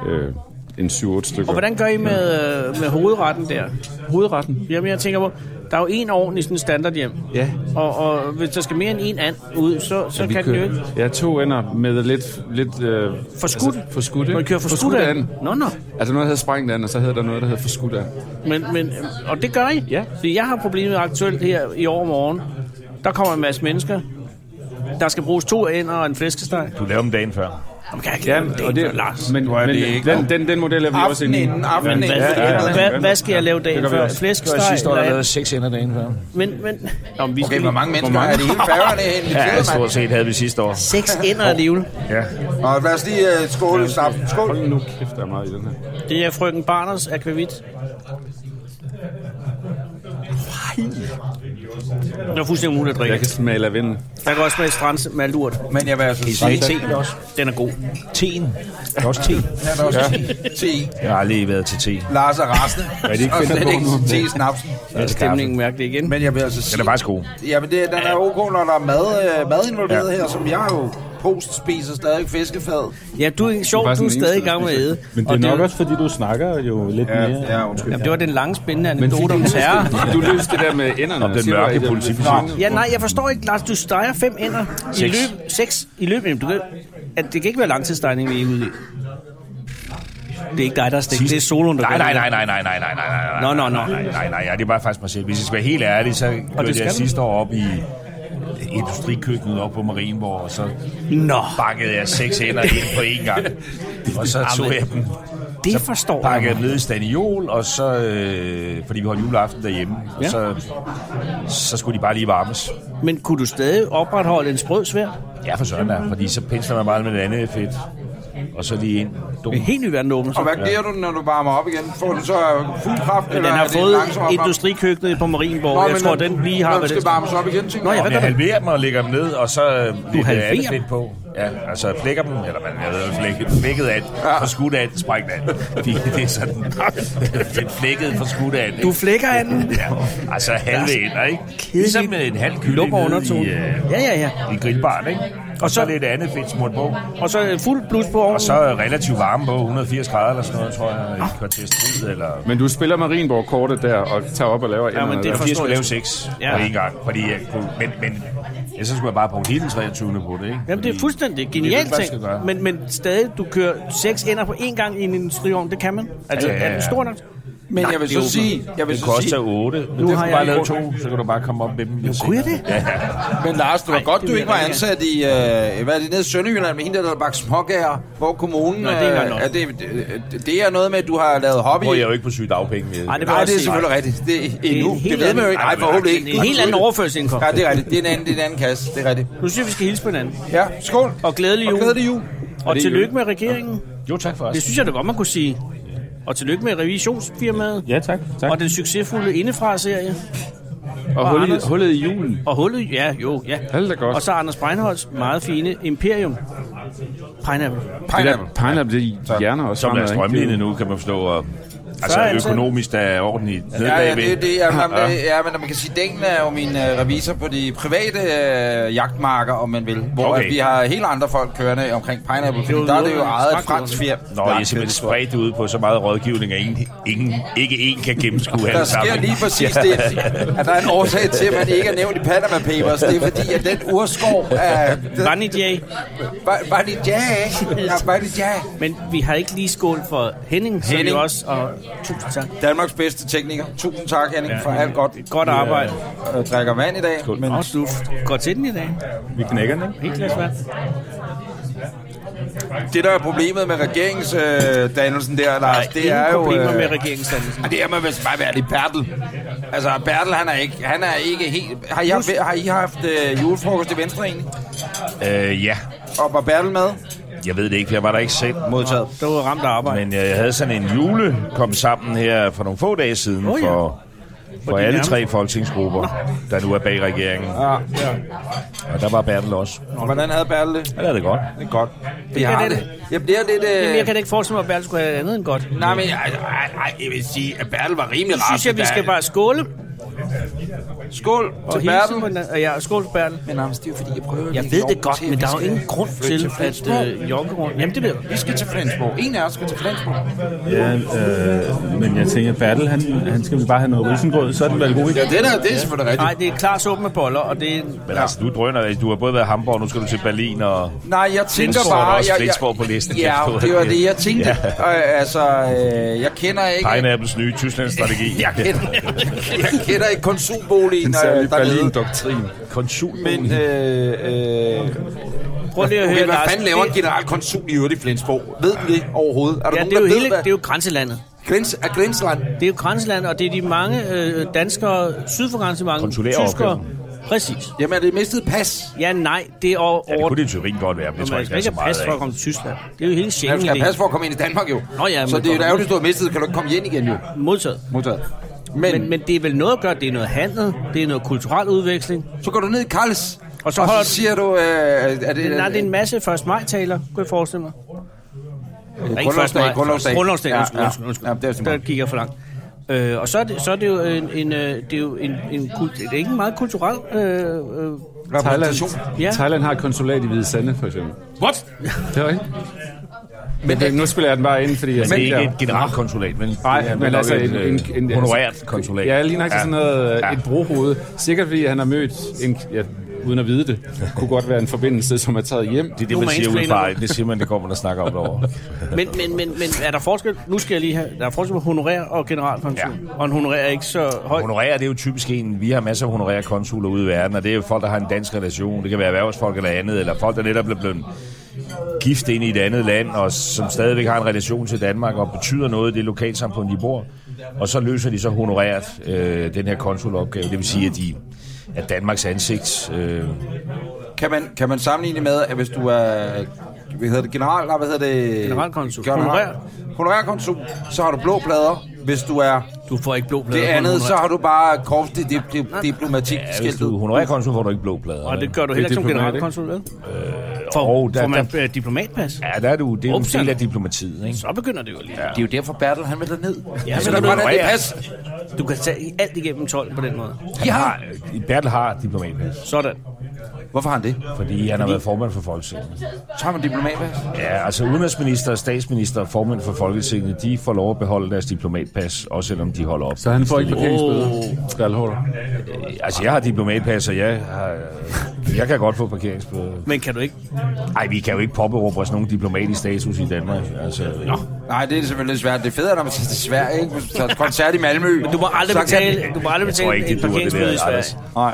[SPEAKER 4] Øh, en 7-8 stykker.
[SPEAKER 1] Og hvordan gør I med, øh, med hovedretten der?
[SPEAKER 4] hovedretten?
[SPEAKER 1] Jamen, jeg tænker på, der er jo en ovn i sådan en standardhjem.
[SPEAKER 4] Ja.
[SPEAKER 1] Og, og hvis der skal mere end en and ud, så, så kan den jo ikke.
[SPEAKER 4] Ja, to ender med lidt... lidt øh,
[SPEAKER 1] Forskudt.
[SPEAKER 4] Altså, forskudt, ikke?
[SPEAKER 1] Når I kører forskudt
[SPEAKER 4] Forskudt
[SPEAKER 1] and.
[SPEAKER 4] and.
[SPEAKER 1] Nå, nå.
[SPEAKER 4] Altså noget, der hed sprængt and, og så hed der noget, der hed forskudt and.
[SPEAKER 1] Men, men, og det gør I?
[SPEAKER 4] Ja.
[SPEAKER 1] Fordi jeg har problemet aktuelt her i overmorgen. Der kommer en masse mennesker. Der skal bruges to ænder og en flæskesteg.
[SPEAKER 9] Du lavede dem dagen før.
[SPEAKER 1] Jamen, kan jeg ikke ja, og det, Lars.
[SPEAKER 4] Men, men
[SPEAKER 2] det ikke-
[SPEAKER 4] den, den, den model er vi også
[SPEAKER 2] Aftenen
[SPEAKER 4] inde i.
[SPEAKER 2] inden, aftenen
[SPEAKER 1] Men
[SPEAKER 2] inden.
[SPEAKER 1] hvad,
[SPEAKER 2] Ja, ja, ja.
[SPEAKER 1] hvad, hvad skal jeg lave dagen før? Flæskesteg? eller andet?
[SPEAKER 9] seks ender dagen før.
[SPEAKER 1] Men, men... Nå, men vi
[SPEAKER 2] Okay, hvor mange mennesker
[SPEAKER 1] mange?
[SPEAKER 2] er det hele færgerne hen?
[SPEAKER 9] Ja, stort set havde vi sidste år.
[SPEAKER 1] Seks ender alligevel.
[SPEAKER 9] Ja.
[SPEAKER 2] Og lad os lige uh, skåle sammen. Skål.
[SPEAKER 4] Hold nu kæft, der er meget i den her.
[SPEAKER 1] Det er frøken Barners akvavit. Det er fuldstændig umuligt at drikke.
[SPEAKER 4] Jeg kan smage lavendel.
[SPEAKER 1] Jeg kan også smage strands med lurt.
[SPEAKER 2] Men jeg vil altså sige,
[SPEAKER 9] Te også.
[SPEAKER 1] Den er god.
[SPEAKER 9] Teen. Der er også te.
[SPEAKER 2] at der også te.
[SPEAKER 9] Jeg har aldrig været til te.
[SPEAKER 2] Lars og resten. Og slet ikke te snapsen.
[SPEAKER 1] Er stemningen mærkelig igen?
[SPEAKER 2] Men jeg vil altså sige...
[SPEAKER 9] Den er faktisk god.
[SPEAKER 2] Jamen, det, den er ok, når der er mad, øh, mad involveret her, som jeg jo post spiser stadig fiskefad.
[SPEAKER 1] Ja, du er sjov,
[SPEAKER 4] faktisk
[SPEAKER 1] du er
[SPEAKER 4] den
[SPEAKER 1] stadig i
[SPEAKER 4] eneste, der
[SPEAKER 1] gang med at æde.
[SPEAKER 6] Men det
[SPEAKER 1] Og
[SPEAKER 6] er nok
[SPEAKER 1] jo-
[SPEAKER 6] også, fordi du snakker jo lidt mere.
[SPEAKER 2] Ja, undskyld.
[SPEAKER 1] Jamen, det var den lange spændende anekdote om terror.
[SPEAKER 4] Du løste det der med enderne.
[SPEAKER 9] Den
[SPEAKER 4] Siger du,
[SPEAKER 9] mørke
[SPEAKER 4] at-
[SPEAKER 9] politibetjent.
[SPEAKER 1] Ja, nej, jeg forstår ikke, Lars. Du steger fem ender i
[SPEAKER 9] Seks.
[SPEAKER 1] løb. Seks i løbet. Jamen, Du kan, at det kan ikke være langtidsstegning, vi er ude i. Det er ikke dig, der er stik. Det er soloen, der
[SPEAKER 9] Nej,
[SPEAKER 1] gør
[SPEAKER 9] nej,
[SPEAKER 1] det.
[SPEAKER 9] nej, nej, nej, nej, nej, nej, nej.
[SPEAKER 1] Nå, nå, nå.
[SPEAKER 9] Nej, nej, nej, ja, det var faktisk mig selv. Hvis jeg skal være helt ærlig, så
[SPEAKER 1] det
[SPEAKER 9] kørte
[SPEAKER 1] skal
[SPEAKER 9] jeg
[SPEAKER 1] du.
[SPEAKER 9] sidste år op i industrikøkkenet op på Marienborg, og så
[SPEAKER 1] Nå,
[SPEAKER 9] bakkede jeg seks ender ind på én gang. Og så tog jeg dem
[SPEAKER 1] det forstår jeg.
[SPEAKER 9] pakket ned i staniol, og så, øh, fordi vi holdt juleaften derhjemme, og
[SPEAKER 1] Ja.
[SPEAKER 9] ja. så, så skulle de bare lige varmes.
[SPEAKER 1] Men kunne du stadig opretholde en sprød svær?
[SPEAKER 9] Ja, for søren der, fordi så pensler man bare med det andet fedt, og så lige ind. Dum.
[SPEAKER 1] En helt ny verden åbner
[SPEAKER 2] Og
[SPEAKER 1] sig.
[SPEAKER 2] hvad giver du, den, når du varmer op igen? Får du så fuld kraft,
[SPEAKER 1] Men
[SPEAKER 2] eller
[SPEAKER 1] den
[SPEAKER 2] er
[SPEAKER 1] har
[SPEAKER 2] det en
[SPEAKER 1] fået
[SPEAKER 2] langsom opvarmning?
[SPEAKER 1] industrikøkkenet på Marienborg.
[SPEAKER 2] Nå,
[SPEAKER 1] jeg
[SPEAKER 2] men
[SPEAKER 1] tror,
[SPEAKER 2] når-
[SPEAKER 1] den lige har
[SPEAKER 2] når den
[SPEAKER 1] været
[SPEAKER 2] skal varmes op igen, tænker
[SPEAKER 1] Nå, ja,
[SPEAKER 2] jeg.
[SPEAKER 1] hvad
[SPEAKER 9] Jeg
[SPEAKER 1] gør du?
[SPEAKER 9] halverer dem og lægger dem ned, og så øh, lidt det andet
[SPEAKER 1] halverer
[SPEAKER 9] fedt på. Ja, altså flækker dem, eller man jeg ved, flækket, flækket and, for skudt and, sprængt and. Fordi det er sådan, det er flækket for skudt and. ikke?
[SPEAKER 1] Du flækker af den.
[SPEAKER 9] Ja, altså halve ender, ikke? Ligesom med en halv kylling
[SPEAKER 1] Lukker
[SPEAKER 9] nede
[SPEAKER 1] undertonen.
[SPEAKER 9] i, øh,
[SPEAKER 1] Ja, ja, ja.
[SPEAKER 9] i grillbaren, ikke? Og så
[SPEAKER 1] så-
[SPEAKER 9] er det et andet fedt smurt på.
[SPEAKER 1] Og så øh, fuld blus på ovnen.
[SPEAKER 9] Og så er relativt varme på, 180 grader eller sådan noget, tror jeg, i et kvarters tid. Eller...
[SPEAKER 4] Men du spiller Marienborg-kortet der, og tager op og laver ja,
[SPEAKER 1] men det er
[SPEAKER 9] Jeg
[SPEAKER 1] forstår
[SPEAKER 9] skulle
[SPEAKER 1] jeg
[SPEAKER 9] lave
[SPEAKER 1] sgu.
[SPEAKER 9] seks
[SPEAKER 1] Ja.
[SPEAKER 9] ja. på en gang, fordi jeg kunne, men, men ja, så skulle jeg bare bruge hele den 23. på det, ikke?
[SPEAKER 1] Jamen, det er
[SPEAKER 9] Fordi-
[SPEAKER 1] fuldstændig
[SPEAKER 9] det,
[SPEAKER 1] genialt
[SPEAKER 9] man skal
[SPEAKER 1] ting.
[SPEAKER 9] gøre.
[SPEAKER 1] Men, men stadig, du kører seks ender på én gang i en industriovn, det kan man. Altså,
[SPEAKER 9] Ja, ja, ja.
[SPEAKER 1] er den stor nok?
[SPEAKER 2] Men jeg vil så sige... Jeg vil
[SPEAKER 9] Det
[SPEAKER 2] så
[SPEAKER 9] koster
[SPEAKER 2] sige
[SPEAKER 9] 8.
[SPEAKER 1] Nu
[SPEAKER 9] Nu har
[SPEAKER 1] har
[SPEAKER 9] jeg
[SPEAKER 1] jeg
[SPEAKER 9] bare lave
[SPEAKER 1] ikke-
[SPEAKER 9] to, så kan du bare komme op med dem. lidt
[SPEAKER 1] kunne jeg
[SPEAKER 9] senere.
[SPEAKER 1] det?
[SPEAKER 9] Ja, ja.
[SPEAKER 2] men Lars, det var godt,
[SPEAKER 1] det
[SPEAKER 2] du
[SPEAKER 1] vil
[SPEAKER 2] ikke
[SPEAKER 1] jeg
[SPEAKER 2] var
[SPEAKER 1] rigtig
[SPEAKER 2] ansat i... Øh, hvad er det nede i Sønderjylland med hende, der der bagte småkager? Hvor kommunen... Nå,
[SPEAKER 1] det er ikke engang
[SPEAKER 2] det, det, det, er noget med, at du har lavet hobby...
[SPEAKER 9] Hvor jeg er jo ikke på sygedagpenge. Nej, det
[SPEAKER 1] Ej, det var
[SPEAKER 2] Nej, det er
[SPEAKER 1] også
[SPEAKER 2] selvfølgelig rigtigt. Det er endnu.
[SPEAKER 1] en
[SPEAKER 2] Det,
[SPEAKER 1] helt
[SPEAKER 2] ved man jo
[SPEAKER 1] anden-
[SPEAKER 2] ikke. Nej, forhåbentlig ikke.
[SPEAKER 1] Det er en helt anden overførselsindkomst.
[SPEAKER 2] Ja, det er rigtigt. Det er en anden, det er en anden kasse. Det er rigtigt.
[SPEAKER 1] Nu synes jeg, vi skal hilse på hinanden.
[SPEAKER 2] Ja, skål.
[SPEAKER 1] Og glædelig jul.
[SPEAKER 2] Og glædelig jul.
[SPEAKER 1] Og tillykke med regeringen.
[SPEAKER 9] Jo, tak for os.
[SPEAKER 1] Det synes jeg, det var, man kunne sige. Og tillykke med revisionsfirmaet.
[SPEAKER 3] Ja, tak. tak.
[SPEAKER 1] Og den succesfulde indefra-serie.
[SPEAKER 4] og
[SPEAKER 1] og
[SPEAKER 4] hullet,
[SPEAKER 1] Anders.
[SPEAKER 4] hullet i julen.
[SPEAKER 1] Og hullet, ja, jo, ja.
[SPEAKER 4] Hold da godt.
[SPEAKER 1] Og så Anders Breinholts meget fine Imperium. Pineapple.
[SPEAKER 2] Pineapple.
[SPEAKER 4] Det der pineapple, det hjerner også.
[SPEAKER 9] Som er
[SPEAKER 4] fremad, ikke?
[SPEAKER 9] strømlignet nu, kan man forstå. Og, altså
[SPEAKER 1] er det så-
[SPEAKER 9] økonomisk, der er orden i
[SPEAKER 2] Ja, ja, det er
[SPEAKER 9] det.
[SPEAKER 2] det. Ja, men, ja, men man kan sige, Daniel er jo min øh, revisor på de private øh, jagtmarker, om man vil. Hvor
[SPEAKER 9] Okay.
[SPEAKER 2] okay. vi har helt andre folk kørende omkring Pineapple, fordi
[SPEAKER 1] Det er jo
[SPEAKER 2] der er det jo
[SPEAKER 1] noget, man
[SPEAKER 2] ejet af et
[SPEAKER 1] snakker
[SPEAKER 2] fransk firma.
[SPEAKER 9] Nå, jeg er simpelthen spredt ud på så meget rådgivning, at ingen, ingen, ikke en kan gennemskue
[SPEAKER 2] Der
[SPEAKER 9] alle sammen.
[SPEAKER 2] sker lige præcis det, at der er en årsag til, at man ikke er nævnt i Panama Papers. Det er fordi, at den urskov er...
[SPEAKER 1] Bunny E J.
[SPEAKER 2] Var, var det ja, ikke? Ja, var det ja.
[SPEAKER 1] Men vi har ikke lige skål for Henning, Henning. som
[SPEAKER 2] Henning.
[SPEAKER 1] jo også... Og tusind tak.
[SPEAKER 2] Danmarks bedste tekniker. Tusind tak, Henning, for alt godt.
[SPEAKER 1] Godt arbejde.
[SPEAKER 2] Jeg drikker vand i dag.
[SPEAKER 1] Men også du går til den i dag.
[SPEAKER 3] Vi knækker den, ikke?
[SPEAKER 1] Helt klart svært.
[SPEAKER 2] Altså, Det, der er problemet med regeringsdannelsen der, Lars,
[SPEAKER 1] Det
[SPEAKER 2] det
[SPEAKER 1] Ingen
[SPEAKER 2] er jo...
[SPEAKER 1] problemer
[SPEAKER 2] øh,
[SPEAKER 1] med regeringsdannelsen.
[SPEAKER 2] Og det er man vist bare været i Bertel. Altså, Bertel, han er ikke, han er ikke helt... Har I haft, har I haft øh, julefrokost i Venstre egentlig?
[SPEAKER 9] Øh, ja,
[SPEAKER 2] Og var Bertel med?
[SPEAKER 9] jeg ved det ikke, for jeg var der ikke selv.
[SPEAKER 2] Modtaget.
[SPEAKER 1] Der var ramt af arbejde.
[SPEAKER 9] Men øh, jeg havde sådan en jule kom sammen her for nogle få dage siden
[SPEAKER 1] Nå
[SPEAKER 9] oh,
[SPEAKER 1] ja.
[SPEAKER 9] ja. for, for alle
[SPEAKER 1] nærmeste.
[SPEAKER 9] tre folketingsgrupper, der nu er bag regeringen.
[SPEAKER 2] Ja.
[SPEAKER 9] Og der var Bertel også.
[SPEAKER 2] Hvordan havde Bertel det?
[SPEAKER 9] Ja, det er det godt.
[SPEAKER 2] Det er godt. Vi
[SPEAKER 1] kan
[SPEAKER 2] har
[SPEAKER 1] det.
[SPEAKER 2] det. Jeg bliver lidt...
[SPEAKER 1] Jamen, jeg
[SPEAKER 2] Øh...
[SPEAKER 1] kan da ikke forestille mig, at Bertel skulle have andet end godt.
[SPEAKER 2] Nej, men ej, ej, ej, jeg vil sige, at Bertel var rimelig
[SPEAKER 1] Nu
[SPEAKER 2] ramt.
[SPEAKER 1] synes jeg, vi skal
[SPEAKER 2] Bertel.
[SPEAKER 1] bare skåle
[SPEAKER 2] Skål
[SPEAKER 1] og
[SPEAKER 2] til
[SPEAKER 1] hilse på
[SPEAKER 2] Bertel.
[SPEAKER 1] hinanden. Og ja, skål for Bertel.
[SPEAKER 2] Men Anders, det er jo fordi, jeg prøver...
[SPEAKER 1] Jeg ved det godt, men der er jo ingen grund til at øh, jogge rundt. Jamen, det ved jeg.
[SPEAKER 2] Vi skal til Flensborg. En af os skal til Flensborg.
[SPEAKER 3] Ja, øh, men jeg tænker, Bertel, han, han skal vel bare have noget risengrød, så er den vel god, ikke?
[SPEAKER 2] Ja, det der, det er selvfølgelig rigtigt.
[SPEAKER 1] Nej, det er klar suppe med boller, og det er...
[SPEAKER 9] Men altså, du drøner, du har både været i Hamburg, nu skal du til Berlin, og
[SPEAKER 2] Nej, jeg tænker
[SPEAKER 9] Flensborg er
[SPEAKER 2] bare...
[SPEAKER 9] også
[SPEAKER 2] jeg,
[SPEAKER 9] Flensborg på listen, kan
[SPEAKER 2] Ja,
[SPEAKER 9] jeg forstå.
[SPEAKER 2] det var det, jeg tænkte. ja. øh, altså, øh, jeg kender ikke...
[SPEAKER 9] Pineapples nye Tyskland-strategi.
[SPEAKER 2] Jeg kender, jeg kender ikke konsumboligen øh, dernede.
[SPEAKER 4] Berlin-doktrin.
[SPEAKER 9] Konsul.
[SPEAKER 2] Men øh, øh,
[SPEAKER 1] Prøv lige at høre,
[SPEAKER 2] okay, hvad
[SPEAKER 1] Lars.
[SPEAKER 2] fanden laver en
[SPEAKER 1] det,
[SPEAKER 2] general konsul i øvrigt i Flensborg? Ved du det overhovedet? Er der
[SPEAKER 1] ja,
[SPEAKER 2] nogen,
[SPEAKER 1] det er, jo
[SPEAKER 2] der ved,
[SPEAKER 1] hele,
[SPEAKER 2] hvad
[SPEAKER 1] det er jo grænselandet.
[SPEAKER 2] Grins, er Grinsland?
[SPEAKER 1] Det er jo grænseland, og det er de mange øh, danskere syd for grænsen, mange
[SPEAKER 9] Konsulære
[SPEAKER 1] tyskere.
[SPEAKER 9] opkøb.
[SPEAKER 1] Præcis.
[SPEAKER 2] Jamen, er det mistet pas?
[SPEAKER 1] Ja, nej, det er over...
[SPEAKER 9] Ja, det kunne det i Turin godt være, men det
[SPEAKER 1] Man
[SPEAKER 9] tror
[SPEAKER 1] skal
[SPEAKER 9] jeg ikke, der er
[SPEAKER 1] ikke
[SPEAKER 9] så
[SPEAKER 1] have pas
[SPEAKER 9] meget
[SPEAKER 1] for at
[SPEAKER 9] af.
[SPEAKER 1] komme til Tyskland. Det er jo hele
[SPEAKER 2] Ja, du skal have pas
[SPEAKER 1] Schengen-ideen.
[SPEAKER 2] for at komme ind i Danmark, jo.
[SPEAKER 1] Nå ja,
[SPEAKER 2] så
[SPEAKER 1] men
[SPEAKER 2] det er jo
[SPEAKER 1] godt.
[SPEAKER 2] ærgerligt, du har mistet, kan du ikke komme hjem igen, jo.
[SPEAKER 1] Modtaget.
[SPEAKER 2] Modtaget. Men,
[SPEAKER 1] Men, men det er vel noget at gøre, det er noget handel, det er noget kulturel udveksling.
[SPEAKER 2] så går du ned i Karls,
[SPEAKER 1] Og
[SPEAKER 2] og
[SPEAKER 1] så
[SPEAKER 2] så, og
[SPEAKER 1] holder
[SPEAKER 2] så
[SPEAKER 1] du-
[SPEAKER 2] siger du... Øh, er det,
[SPEAKER 1] Nej, det er en masse 1. maj-taler, kunne jeg forestille mig.
[SPEAKER 2] øh,
[SPEAKER 1] Ikke første maj.
[SPEAKER 2] grundlovsdag. Grundlovsdag.
[SPEAKER 1] Grundlovsdag,
[SPEAKER 2] Ja,
[SPEAKER 1] undskyld,
[SPEAKER 2] ja.
[SPEAKER 1] undskyld, undskyld.
[SPEAKER 2] Ja, det er
[SPEAKER 1] Der
[SPEAKER 2] simpelthen.
[SPEAKER 1] gik jeg for langt. Øh, og så er, det, så er det jo en, en, øh, det er jo en, en, kult, det er ikke en meget kulturel... Øh, øh,
[SPEAKER 2] Repræsentation.
[SPEAKER 4] Thailand,
[SPEAKER 1] Ja.
[SPEAKER 4] ja. Thailand har et konsulat i Hvide Sande, for eksempel.
[SPEAKER 1] what?
[SPEAKER 4] Det er rigtigt. Men det, nu spiller jeg den bare ind, fordi jeg
[SPEAKER 9] Men det er
[SPEAKER 4] tænker...
[SPEAKER 9] ikke et generalkonsulat, men,
[SPEAKER 4] Nej,
[SPEAKER 9] det er
[SPEAKER 4] men
[SPEAKER 9] nok
[SPEAKER 4] altså
[SPEAKER 9] et,
[SPEAKER 4] en, en,
[SPEAKER 9] øh,
[SPEAKER 4] en,
[SPEAKER 9] honorært konsulat.
[SPEAKER 4] Ja, lige nok ja. sådan noget, ja. et brohoved. Sikkert fordi han har mødt en, ja, uden at vide det, kunne godt være en forbindelse, som er taget hjem.
[SPEAKER 9] Det er det, man
[SPEAKER 1] Nu er
[SPEAKER 9] siger
[SPEAKER 1] man
[SPEAKER 9] ud fra.
[SPEAKER 1] ens
[SPEAKER 9] Det siger man, det kommer, der snakker om derovre.
[SPEAKER 1] Men, men, men, men er der forskel? Nu skal jeg lige have... Der er forskel på honorær og generalkonsul. Ja.
[SPEAKER 9] Ja.
[SPEAKER 1] Og en honorær er ikke så høj.
[SPEAKER 9] Honorære, det er jo typisk en... Vi har masser af honorære konsuler ude i verden, og det er jo folk, der har en dansk relation. Det kan være erhvervsfolk eller andet, eller folk, der netop er blevet gift ind i et andet land, og som stadigvæk har en relation til Danmark, og betyder noget i det lokalsamfund, de bor. Og så løser de så honorært øh, den her konsulopgave. Det vil sige, at de at Danmarks ansigt... Øh,
[SPEAKER 2] Kan man, kan man sammenligne det med, at hvis du er hvad hedder det, general, nej, hvad hedder det?
[SPEAKER 1] Generalkonsul.
[SPEAKER 2] General,
[SPEAKER 1] Honorær.
[SPEAKER 2] Honorærkonsul, så har du blå plader. Hvis du er
[SPEAKER 1] Du får ikke blå
[SPEAKER 2] det
[SPEAKER 1] plader. på en
[SPEAKER 2] andet,
[SPEAKER 1] honorær.
[SPEAKER 2] så har du bare korps di, di, di, diplomatik
[SPEAKER 9] ja, hvis
[SPEAKER 2] skiltet.
[SPEAKER 9] du er honorærkonsul, får du ikke blå plader.
[SPEAKER 1] Og
[SPEAKER 9] vel?
[SPEAKER 1] det gør du heller ikke som
[SPEAKER 4] diplomat, ikke?
[SPEAKER 1] generalkonsul, vel? Får,
[SPEAKER 9] Jo, der-
[SPEAKER 1] får man
[SPEAKER 9] der-
[SPEAKER 1] øh, diplomatpas?
[SPEAKER 9] Ja, der er du, det er jo en
[SPEAKER 1] Upsen.
[SPEAKER 9] del af diplomatiet, ikke?
[SPEAKER 1] Så begynder det jo lige.
[SPEAKER 2] Det er jo derfor, Bertel han vil derned.
[SPEAKER 1] Ja,
[SPEAKER 2] så
[SPEAKER 1] men
[SPEAKER 2] kan
[SPEAKER 1] du-
[SPEAKER 2] du godt have det
[SPEAKER 1] ja.
[SPEAKER 2] pas.
[SPEAKER 1] Du kan tage alt igennem 12 på den måde.
[SPEAKER 9] Han har, Bertel har diplomatpas,
[SPEAKER 1] Sådan.
[SPEAKER 2] Hvorfor har han det?
[SPEAKER 9] fordi han har været formand for Folketinget.
[SPEAKER 2] Så har man diplomatpas.
[SPEAKER 9] Ja, altså udenrigsminister, statsminister og formand for Folketinget, de får lov at beholde deres diplomatpas, også selvom de holder op.
[SPEAKER 4] Så han får ikke parkeringsbøder. Dalholder.
[SPEAKER 9] Øh, Altså, jeg har diplomatpas, og jeg, har, jeg kan godt få parkeringsbøder.
[SPEAKER 1] Men kan du ikke?
[SPEAKER 9] Nej, vi kan jo ikke påberåbe os nogen diplomatisk status i Danmark. Altså, Nå.
[SPEAKER 2] Nej, det er selvfølgelig lidt svært. Det er federe, når man tager til Sverige, ikke? Hvis man tager til koncert i Malmø.
[SPEAKER 1] Du må aldrig
[SPEAKER 2] så kan-
[SPEAKER 1] betale, du må aldrig
[SPEAKER 9] Jeg tror
[SPEAKER 1] betale
[SPEAKER 9] ikke,
[SPEAKER 1] en
[SPEAKER 9] det duer, det
[SPEAKER 1] parkeringsbøde i
[SPEAKER 9] der, Anders.
[SPEAKER 1] Sverige.
[SPEAKER 2] Nej.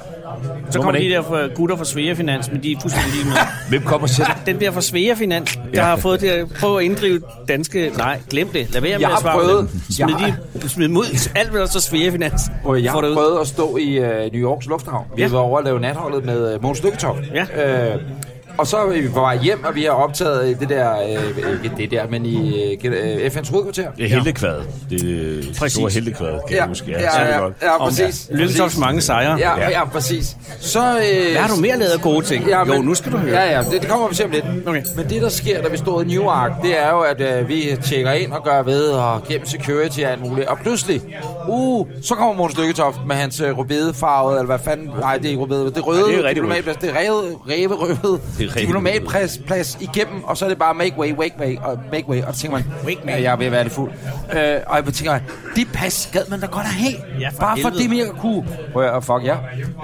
[SPEAKER 1] Så
[SPEAKER 9] Må
[SPEAKER 1] kommer
[SPEAKER 9] man
[SPEAKER 1] de
[SPEAKER 9] ikke?
[SPEAKER 1] der fra gutter fra Svea Finans, men de er fuldstændig lige med.
[SPEAKER 9] Hvem kommer til det?
[SPEAKER 1] Den der fra Svea Finans, der
[SPEAKER 9] Ja.
[SPEAKER 1] har fået det at prøve at inddrive danske... Nej, glem det. Lad være med
[SPEAKER 2] Jeg
[SPEAKER 1] at
[SPEAKER 2] har
[SPEAKER 1] svare
[SPEAKER 2] prøvet.
[SPEAKER 1] på det. Smid,
[SPEAKER 2] Jeg har-
[SPEAKER 1] de, smid dem ud. Alt hvad der så Svea Finans.
[SPEAKER 2] Og jeg
[SPEAKER 1] Får
[SPEAKER 2] har
[SPEAKER 1] det ud.
[SPEAKER 2] prøvet at stå i øh, New Yorks lufthavn. Vi
[SPEAKER 1] Ja.
[SPEAKER 2] var over at lave natholdet med øh, Mogens Lykketoft.
[SPEAKER 1] Ja.
[SPEAKER 2] Øh, og så er vi på vej hjem, og vi har optaget øh, det der, øh, ikke det der, men i øh, øh, FN's hovedkvarter.
[SPEAKER 9] Det er heltekvad. Det er det store
[SPEAKER 1] Præcis.
[SPEAKER 9] heltekvad, kan jeg huske.
[SPEAKER 2] ja, ja, ja, ja, præcis.
[SPEAKER 1] Lykketofts mange sejre.
[SPEAKER 2] Ja,
[SPEAKER 9] Ja.
[SPEAKER 2] ja, ja, præcis. Så, øh,
[SPEAKER 1] Hvad har du mere lavet af gode ting?
[SPEAKER 2] Ja,
[SPEAKER 1] Jo, nu skal du høre.
[SPEAKER 2] Ja, ja, det, det kommer vi til om lidt.
[SPEAKER 1] Okay.
[SPEAKER 2] Men det, der sker, da vi står i Newark, det er jo, at øh, vi tjekker ind og gør ved, og gennem security og alt muligt. Og pludselig, uh, så kommer Måns Lykketoft med hans øh, rødbedefarvede, eller hvad fanden, nej, det er ikke rødbede, det er røde
[SPEAKER 9] rigtig rødt.
[SPEAKER 2] diplomatplads, det er ræve, ræve røvet diplomatplads plads igennem, og så er det bare make way, make way, og make way, og så tænker man, make way. jeg er ved at være lidt fuld. Øh, og jeg tænker, det pas gad man da godt at have.
[SPEAKER 1] Ja, for
[SPEAKER 2] bare for
[SPEAKER 1] helvede.
[SPEAKER 2] det mere kunne. Prøv at fuck ja.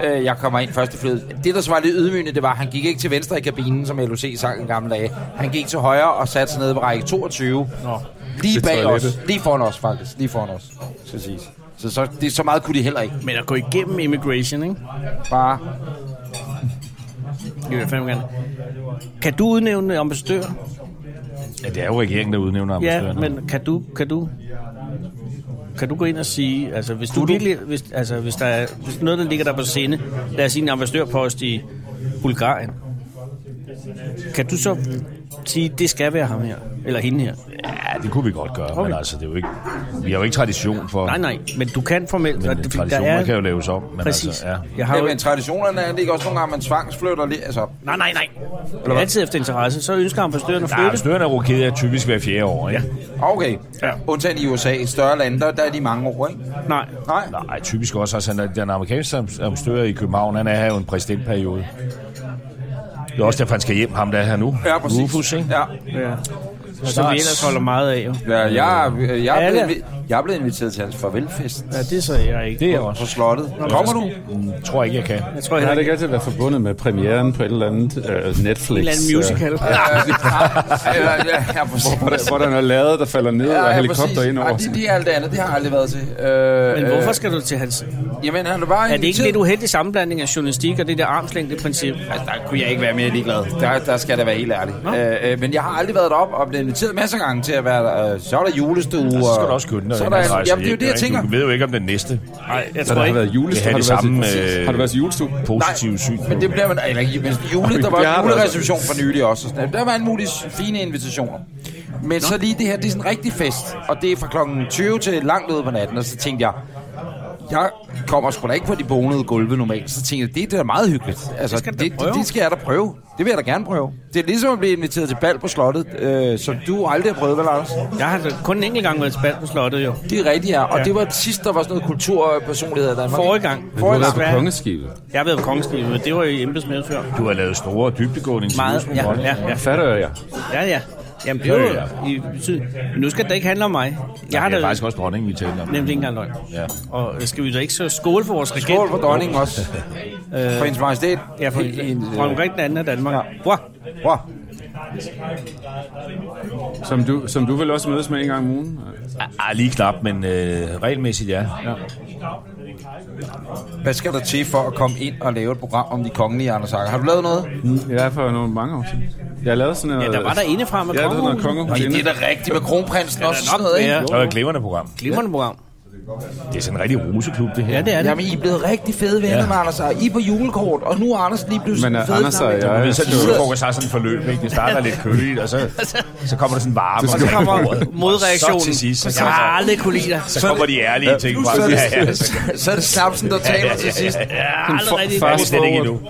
[SPEAKER 2] Øh, jeg kommer ind først i flyet. Det, der så var lidt ydmygende, det var, at han gik ikke til venstre i kabinen, som LOC sang en gamle dage. Han gik til højre og satte sig nede på række 22. Nå. Lige bag os. Lige foran os, faktisk. Lige foran os. Så siges. Så, så, det, så meget kunne de heller ikke.
[SPEAKER 1] Men at gå igennem immigration, ikke?
[SPEAKER 2] Bare...
[SPEAKER 1] Det vil jeg fandme gerne. Kan du udnævne ambassadør?
[SPEAKER 9] Ja, det er jo regeringen, der udnævner
[SPEAKER 1] Ja,
[SPEAKER 9] ambassadørerne.
[SPEAKER 1] men kan du, kan du, kan du gå ind og sige, altså hvis du virkelig, hvis, altså hvis der er hvis noget, der ligger der på scene, lad os sige en ambassadørpost i Bulgarien, kan du så sige, det skal være ham her, eller hende her?
[SPEAKER 9] Ja, det kunne vi godt gøre, okay. men altså, det er jo ikke, vi har jo ikke tradition for...
[SPEAKER 1] Nej, nej, men du kan formelt.
[SPEAKER 9] Men
[SPEAKER 1] det-
[SPEAKER 9] traditioner kan jo laves om. Men
[SPEAKER 1] Præcis.
[SPEAKER 9] Altså, ja.
[SPEAKER 1] Jeg har jo,
[SPEAKER 2] Jamen, traditionerne er det ikke også nogle gange, man tvangsflytter lidt. Altså,
[SPEAKER 1] nej, nej, nej. Eller altid efter interesse. Så ønsker ambassadøren at
[SPEAKER 9] Nej,
[SPEAKER 1] flytte.
[SPEAKER 9] ambassadørerne er rokeret typisk hver fjerde år, ikke?
[SPEAKER 2] okay.
[SPEAKER 1] Ja.
[SPEAKER 2] Undtagen i USA, i større lande, der, der er de mange år, ikke?
[SPEAKER 1] Nej,
[SPEAKER 2] Nej.
[SPEAKER 9] Nej, typisk også. Altså, han er- den amerikanske am- ambassadør i København, han er her jo en præsidentperiode. Det er også derfor, han skal hjem, ham der er her nu.
[SPEAKER 2] Ja, præcis.
[SPEAKER 9] Rufus, ikke?
[SPEAKER 2] Ja.
[SPEAKER 1] som vi ellers holder meget af. jo.
[SPEAKER 2] Ja, jeg, jeg, jeg, er
[SPEAKER 1] Alle.
[SPEAKER 2] blevet, invi- jeg er blevet inviteret til hans farvelfest
[SPEAKER 1] Ja, det så jeg ikke.
[SPEAKER 4] Det er
[SPEAKER 2] på
[SPEAKER 4] også.
[SPEAKER 2] slottet. Kommer du?
[SPEAKER 9] Mm, tror ikke, jeg kan.
[SPEAKER 1] Jeg tror, jeg
[SPEAKER 4] Nej,
[SPEAKER 1] har
[SPEAKER 4] det
[SPEAKER 1] ikke
[SPEAKER 4] kan altid være forbundet med premieren på et eller andet øh, Netflix.
[SPEAKER 1] en eller anden musical.
[SPEAKER 2] Ja, ja, ja, præcis.
[SPEAKER 4] Hvor der, hvor der er noget lade, der falder ned, ja, og helikopter
[SPEAKER 2] præcis.
[SPEAKER 4] ind
[SPEAKER 2] Ej,
[SPEAKER 4] over.
[SPEAKER 2] det, det er alt det andet, det har jeg aldrig været til. Øh,
[SPEAKER 1] Men hvorfor skal du til hans...
[SPEAKER 2] Øh, jamen, han er bare
[SPEAKER 1] Er det ikke
[SPEAKER 2] inviteret.
[SPEAKER 1] lidt uheldig sammenblanding af journalistik og det der armslængdeprincip?
[SPEAKER 2] Altså, der kunne jeg ikke være mere ligeglad. Der, der skal jeg da være helt ærlig. Øh, øh, men jeg har aldrig været deroppe og blevet inviteret masser af gange til at være der. Øh, så er der julestue.
[SPEAKER 9] Altså, så skal
[SPEAKER 2] og-
[SPEAKER 9] du også skynde dig.
[SPEAKER 2] Så er
[SPEAKER 9] inden
[SPEAKER 2] der,
[SPEAKER 9] han rejser
[SPEAKER 2] jamen, det er jo
[SPEAKER 9] hjem,
[SPEAKER 2] det, jeg
[SPEAKER 9] ikke?
[SPEAKER 2] tænker.
[SPEAKER 9] Du ved jo ikke om den næste
[SPEAKER 1] Nej, jeg
[SPEAKER 4] Så
[SPEAKER 1] tror
[SPEAKER 4] der har
[SPEAKER 1] ikke.
[SPEAKER 4] været
[SPEAKER 9] Det
[SPEAKER 4] julestue.
[SPEAKER 9] er
[SPEAKER 4] Har,
[SPEAKER 9] det
[SPEAKER 4] du været til-
[SPEAKER 9] samme, øh,
[SPEAKER 4] har du været til julestue?
[SPEAKER 9] positive syn.
[SPEAKER 2] Men det bliver man... Eller, ikke, men jule, der
[SPEAKER 4] Det har
[SPEAKER 2] var
[SPEAKER 4] der
[SPEAKER 2] en julereception for nylig også. og Sådan. noget. Der var en mulig fine invitationer. Men så lige det her, det er sådan en rigtig fest. Og det er fra klokken 20 til langt ud på natten. Og så tænkte jeg, jeg kommer sgu da ikke på de bonede gulve normalt. Så tænkte jeg, det, det er da meget hyggeligt. Altså, det,
[SPEAKER 1] skal du da
[SPEAKER 2] det,
[SPEAKER 1] prøve.
[SPEAKER 2] det skal jeg da prøve. Det vil jeg da gerne prøve. Det er ligesom at blive inviteret til bal på slottet, øh, som du aldrig har prøvet, vel, Anders?
[SPEAKER 1] Jeg har da kun en enkelt gang været spændt på slottet, jo.
[SPEAKER 2] Det er rigtigt, ja. Og det var sidst, der var sådan noget kulturpersonlighed i Danmark.
[SPEAKER 1] Forrige gang.
[SPEAKER 4] Du har
[SPEAKER 2] Forrige
[SPEAKER 4] været på
[SPEAKER 1] gang.
[SPEAKER 4] kongeskibet.
[SPEAKER 1] Jeg har været på Kongeskibet, men det var i embedsmænd før.
[SPEAKER 9] Du har lavet store, dybtegående
[SPEAKER 1] Meget.
[SPEAKER 9] interviews. med
[SPEAKER 1] Ja,
[SPEAKER 9] Rolf.
[SPEAKER 1] ja, ja.
[SPEAKER 4] Jeg fatter jeg.
[SPEAKER 1] ja, ja. Jamen, det
[SPEAKER 9] Ja,
[SPEAKER 1] var
[SPEAKER 9] ja.
[SPEAKER 1] i betyd. Men nu skal det ikke handle om mig. Jeg har
[SPEAKER 9] Det er
[SPEAKER 1] da
[SPEAKER 9] faktisk også dronningen, vi taler om.
[SPEAKER 1] nemlig ikke engang løgn.
[SPEAKER 9] Ja.
[SPEAKER 1] Og øh, skal vi da ikke så skåle for vores regent? Øh,
[SPEAKER 2] Skål for dronningen også. For hendes majestæt.
[SPEAKER 1] Ja, for
[SPEAKER 2] I- øh, i-
[SPEAKER 1] dronning Margrethe den anden af Danmark. Wow.
[SPEAKER 2] Wow.
[SPEAKER 4] Som du, som du vil også mødes med en gang om ugen.
[SPEAKER 9] Ah, lige knap, men øh, regelmæssigt ja. ja.
[SPEAKER 2] Hvad skal der til for at komme ind og lave et program om de kongelige, Anders Akker? Har du lavet noget?
[SPEAKER 4] Ja, for nogle mange år siden. Jeg lavede sådan noget...
[SPEAKER 1] Ja, der var der indefra med
[SPEAKER 4] Ja, der var noget
[SPEAKER 1] kongehuset.
[SPEAKER 4] kongehus.
[SPEAKER 2] Det er da rigtigt med kronprinsen også og sådan noget, ikke?
[SPEAKER 1] Ja,
[SPEAKER 9] Det var et glimrende program.
[SPEAKER 1] glimrende program.
[SPEAKER 9] Det er sådan en rigtig roseklub, det her.
[SPEAKER 1] Ja, det er det.
[SPEAKER 2] Jamen, I er blevet rigtig fede venner ja. med Anders Akker. I er på julekort, og nu er Anders lige pludselig
[SPEAKER 4] Men
[SPEAKER 2] Men,
[SPEAKER 4] øh,
[SPEAKER 2] fede
[SPEAKER 4] Anders og
[SPEAKER 2] sammen.
[SPEAKER 9] Men
[SPEAKER 4] jeg...
[SPEAKER 9] så julefrokost har sådan et forløb, ikke? Ah, Det starter lidt køligt, og så, så kommer der sådan varme.
[SPEAKER 1] Så kommer modreaktionen.
[SPEAKER 9] Så til sidst, så,
[SPEAKER 1] Jeg har aldrig kunne lide dig.
[SPEAKER 9] så kommer de ærlige ting fra.
[SPEAKER 2] Så er
[SPEAKER 9] Ja, ja, ja.
[SPEAKER 2] det, så er det snapsen, der taler til sidst.
[SPEAKER 1] Jeg har aldrig rigtig
[SPEAKER 9] Det er det ikke endnu.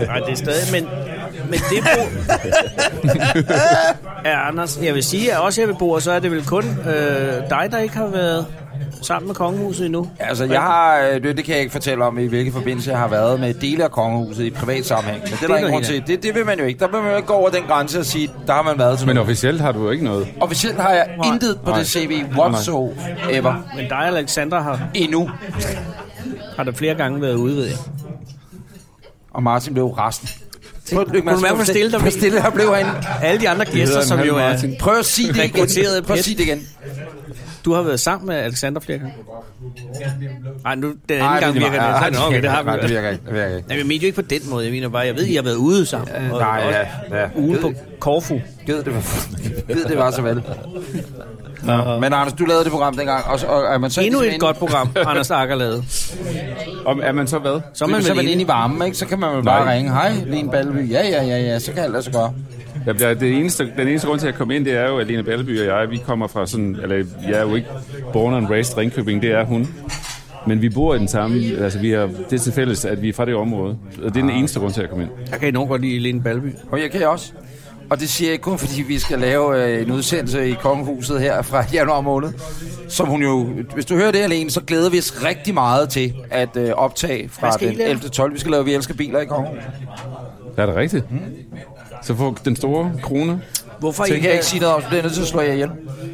[SPEAKER 1] Nej, det er stadig, men, men det bord... ja, Anders, jeg vil sige, at også her ved bordet, så er det vel kun øh, dig, der ikke har været sammen med kongehuset endnu.
[SPEAKER 2] Altså, jeg har, øh, det, det kan jeg ikke fortælle om, i hvilke forbindelse jeg har været med dele af kongehuset i privat sammenhæng. Men det er der ingen grund
[SPEAKER 1] noget
[SPEAKER 2] til. Det, det vil man jo ikke. Der vil man jo ikke gå over den grænse og sige, der har man været til
[SPEAKER 4] Men
[SPEAKER 2] noget.
[SPEAKER 4] officielt har du jo ikke noget.
[SPEAKER 2] Officielt har jeg intet på det CV whatsoever
[SPEAKER 1] Men dig og Alexandra har,
[SPEAKER 2] endnu.
[SPEAKER 1] har der flere gange været ude, ved jeg.
[SPEAKER 2] Og Martin blev resten. Prøv, Lykke
[SPEAKER 1] kunne du være for stille, der
[SPEAKER 2] Hvor stille her blev han.
[SPEAKER 1] Alle de andre gæster, som jo er...
[SPEAKER 2] Prøv at sige det igen.
[SPEAKER 1] Rekrutteret
[SPEAKER 2] Prøv at
[SPEAKER 1] pet.
[SPEAKER 2] sige det igen.
[SPEAKER 1] Du har været sammen med Alexander flere gange. Nej, nu den anden
[SPEAKER 2] Ej,
[SPEAKER 1] gang
[SPEAKER 2] er lige
[SPEAKER 1] virker det.
[SPEAKER 2] meget.
[SPEAKER 1] Så er det nok, okay, det har
[SPEAKER 2] Nej, det
[SPEAKER 1] vi.
[SPEAKER 2] virker ikke. Det virker ikke.
[SPEAKER 1] Nej, jeg mener jo ikke på den måde. Jeg mener bare, jeg ved, I har været ude sammen. Og,
[SPEAKER 2] Nej,
[SPEAKER 1] og
[SPEAKER 2] ja, ja.
[SPEAKER 1] Ugen på Korfu.
[SPEAKER 2] Gid det var, gid det var så vel. Nå. Men Anders, du lavede det program dengang, og, så- og er man så
[SPEAKER 1] Endnu et
[SPEAKER 2] ligesom inde-
[SPEAKER 1] godt program, Anders Akker lavede.
[SPEAKER 4] Om, er man så hvad?
[SPEAKER 1] Så er
[SPEAKER 2] man
[SPEAKER 1] man
[SPEAKER 2] så er man
[SPEAKER 1] vel
[SPEAKER 2] inde
[SPEAKER 1] enig.
[SPEAKER 2] i varmen, ikke? Så kan man jo bare ringe, hej, Lene Balby, ja, ja, ja, ja, så kan alt lade sig gøre.
[SPEAKER 4] Jeg bliver, det eneste, den eneste grund til, at jeg kom ind, det er jo, at Lene Balleby og jeg, vi kommer fra sådan, eller jeg er jo ikke born and raised Ringkøbing, det er hun. Men vi bor i den samme, altså vi har det er til fælles, at vi er fra det område. Og det er den eneste grund til, at jeg kom ind.
[SPEAKER 1] Jeg kan enormt godt lide Lene Balby.
[SPEAKER 2] Og jeg kan også. Og det siger jeg ikke kun, fordi vi skal lave øh, en udsendelse i Kongehuset her fra januar måned, som hun jo, hvis du hører det alene, så glæder vi os rigtig meget til at øh, optage fra
[SPEAKER 1] Hvad skal I
[SPEAKER 2] den
[SPEAKER 1] lave?
[SPEAKER 2] 11. 12. Vi skal lave Vi Elsker Biler i Kongehuset.
[SPEAKER 4] Er det rigtigt? Så får den store krone.
[SPEAKER 1] Hvorfor
[SPEAKER 2] Det
[SPEAKER 1] I
[SPEAKER 2] kan jeg ikke sige noget om, så bliver jeg nødt til at slå jer ihjel.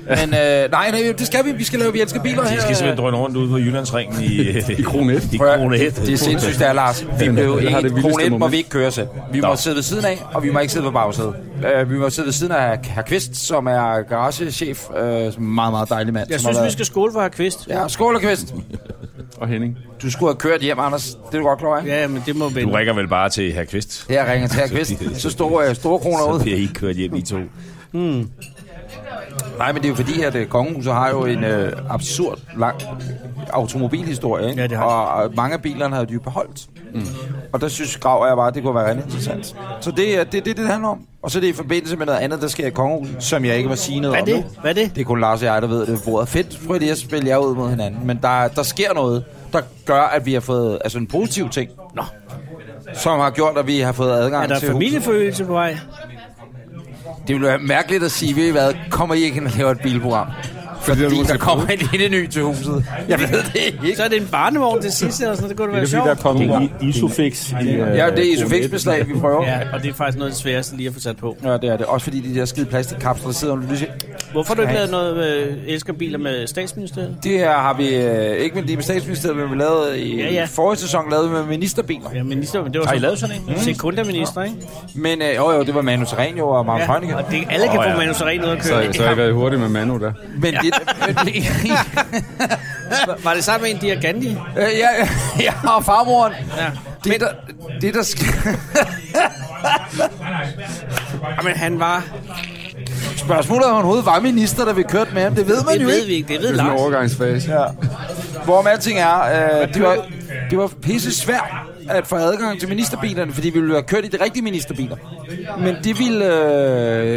[SPEAKER 2] Men øh, nej, nej, det skal vi. Vi skal lave Vi Elsker Biler her.
[SPEAKER 9] De skal simpelthen drøne rundt ude på Jyllandsringen i, i
[SPEAKER 4] Krone 1.
[SPEAKER 9] I
[SPEAKER 2] Prøv at-
[SPEAKER 9] krone 1.
[SPEAKER 2] Det er sindssygt, det er, Lars. Vi
[SPEAKER 4] Den-
[SPEAKER 2] blev
[SPEAKER 4] den
[SPEAKER 2] ikke,
[SPEAKER 4] har det vildeste
[SPEAKER 2] krone 1 må
[SPEAKER 4] moment.
[SPEAKER 2] vi ikke køre selv. Vi må sidde ved siden af, og vi må ikke sidde på bagsædet. Uh, vi må sidde ved siden af herr Kvist, som er garagechef. Uh, meget, meget dejlig mand.
[SPEAKER 1] Jeg
[SPEAKER 2] som har
[SPEAKER 1] synes, vi
[SPEAKER 2] været-
[SPEAKER 1] skal skåle for her kvist.
[SPEAKER 2] Ja, skål og Kvist.
[SPEAKER 4] Og Henning.
[SPEAKER 2] Du skulle have kørt hjem, Anders. Det er du godt klar, over, ikke?
[SPEAKER 1] Ja, men det må
[SPEAKER 9] Du
[SPEAKER 1] vente.
[SPEAKER 9] rækker vel bare til herr Kvist?
[SPEAKER 2] Her ringer til herr Kvist. Så store, uh, store kroner
[SPEAKER 9] Så
[SPEAKER 2] ud.
[SPEAKER 9] bliver I kørt hjem i to.
[SPEAKER 2] Nej, men det er jo fordi, at øh, kongehuset har jo en øh, absurd lang automobilhistorie, ikke?
[SPEAKER 1] Ja, det har de.
[SPEAKER 2] og øh, mange af bilerne har de jo beholdt. Mm. Og der synes Grav og jeg bare, at det kunne være rigtig interessant. Så det er det, er det, det handler om. Og så er det i forbindelse med noget andet, der sker i kongehuset, som jeg ikke må sige noget
[SPEAKER 1] Hvad er
[SPEAKER 2] om
[SPEAKER 1] det?
[SPEAKER 2] nu.
[SPEAKER 1] Hvad er det?
[SPEAKER 2] Det er kun Lars og jeg, der ved det. Hvor er fedt, prøv lige at spille jer ud mod hinanden. Men der, der sker noget, der gør, at vi har fået altså en positiv ting. Nå. Som har gjort, at vi har fået adgang
[SPEAKER 1] Er der
[SPEAKER 2] til huset.
[SPEAKER 1] familieforøgelse på vej?
[SPEAKER 2] Det ville være mærkeligt at sige, ved I hvad, kommer I ikke ind og laver et bilprogram? Fordi,
[SPEAKER 4] nogen,
[SPEAKER 2] Fordi
[SPEAKER 4] der
[SPEAKER 2] der
[SPEAKER 4] skal
[SPEAKER 2] kommer en lille ny til huset. Jeg ved det ikke.
[SPEAKER 1] Så er det en barnevogn til sidst, eller sådan noget. Det kunne da være
[SPEAKER 6] Det er fordi, der er
[SPEAKER 1] sjovt.
[SPEAKER 6] kommet i- isofix. i, øh,
[SPEAKER 2] Ja, det er isofixbeslag, vi prøver. Ja.
[SPEAKER 1] Ja, og det er faktisk noget af det sværeste lige at få sat på.
[SPEAKER 2] ja, det er det. Også fordi de der skide plastikkapsler, der sidder under lyset.
[SPEAKER 1] Hvorfor har du ikke
[SPEAKER 2] Nej.
[SPEAKER 1] lavet noget med elskerbiler med statsministeriet?
[SPEAKER 2] Det her har vi øh, ikke med lige med statsministeriet, men vi lavede i ja,
[SPEAKER 1] Ja,
[SPEAKER 2] ja.
[SPEAKER 1] ja.
[SPEAKER 2] forrige sæson lavede vi med ministerbiler.
[SPEAKER 1] Ja, minister, men det var
[SPEAKER 9] Har I
[SPEAKER 1] så-
[SPEAKER 9] lavet sådan en?
[SPEAKER 1] Mm. Sekunderminister, ikke?
[SPEAKER 2] Men øh, jo, jo, det var Manu Terrenio og Mark ja. Heunicke.
[SPEAKER 1] og det, alle kan
[SPEAKER 9] Åh,
[SPEAKER 1] få
[SPEAKER 9] ja.
[SPEAKER 1] Manu Seren ud at
[SPEAKER 4] Så,
[SPEAKER 1] køre.
[SPEAKER 4] så har jeg været hurtig med Manu der.
[SPEAKER 2] Men det...
[SPEAKER 1] Var det sammen med en Dia Gandhi?
[SPEAKER 2] Øh, ja, ja, og farmoren.
[SPEAKER 1] Ja.
[SPEAKER 2] Det, der, det, der sker...
[SPEAKER 1] Jamen, han var...
[SPEAKER 2] Spørgsmålet er, om han overhovedet var minister, da vi kørte med ham. Det ved man
[SPEAKER 1] Det
[SPEAKER 2] jo
[SPEAKER 1] ved
[SPEAKER 2] ikke.
[SPEAKER 1] vi ikke. Det
[SPEAKER 4] Det
[SPEAKER 1] ved
[SPEAKER 4] er sådan en
[SPEAKER 1] Lars.
[SPEAKER 4] overgangsfase.
[SPEAKER 2] Ja. Hvorom alting er, øh, det, var, det var pisse svært at få adgang til ministerbilerne, fordi vi ville have kørt i de rigtige ministerbiler. Men det ville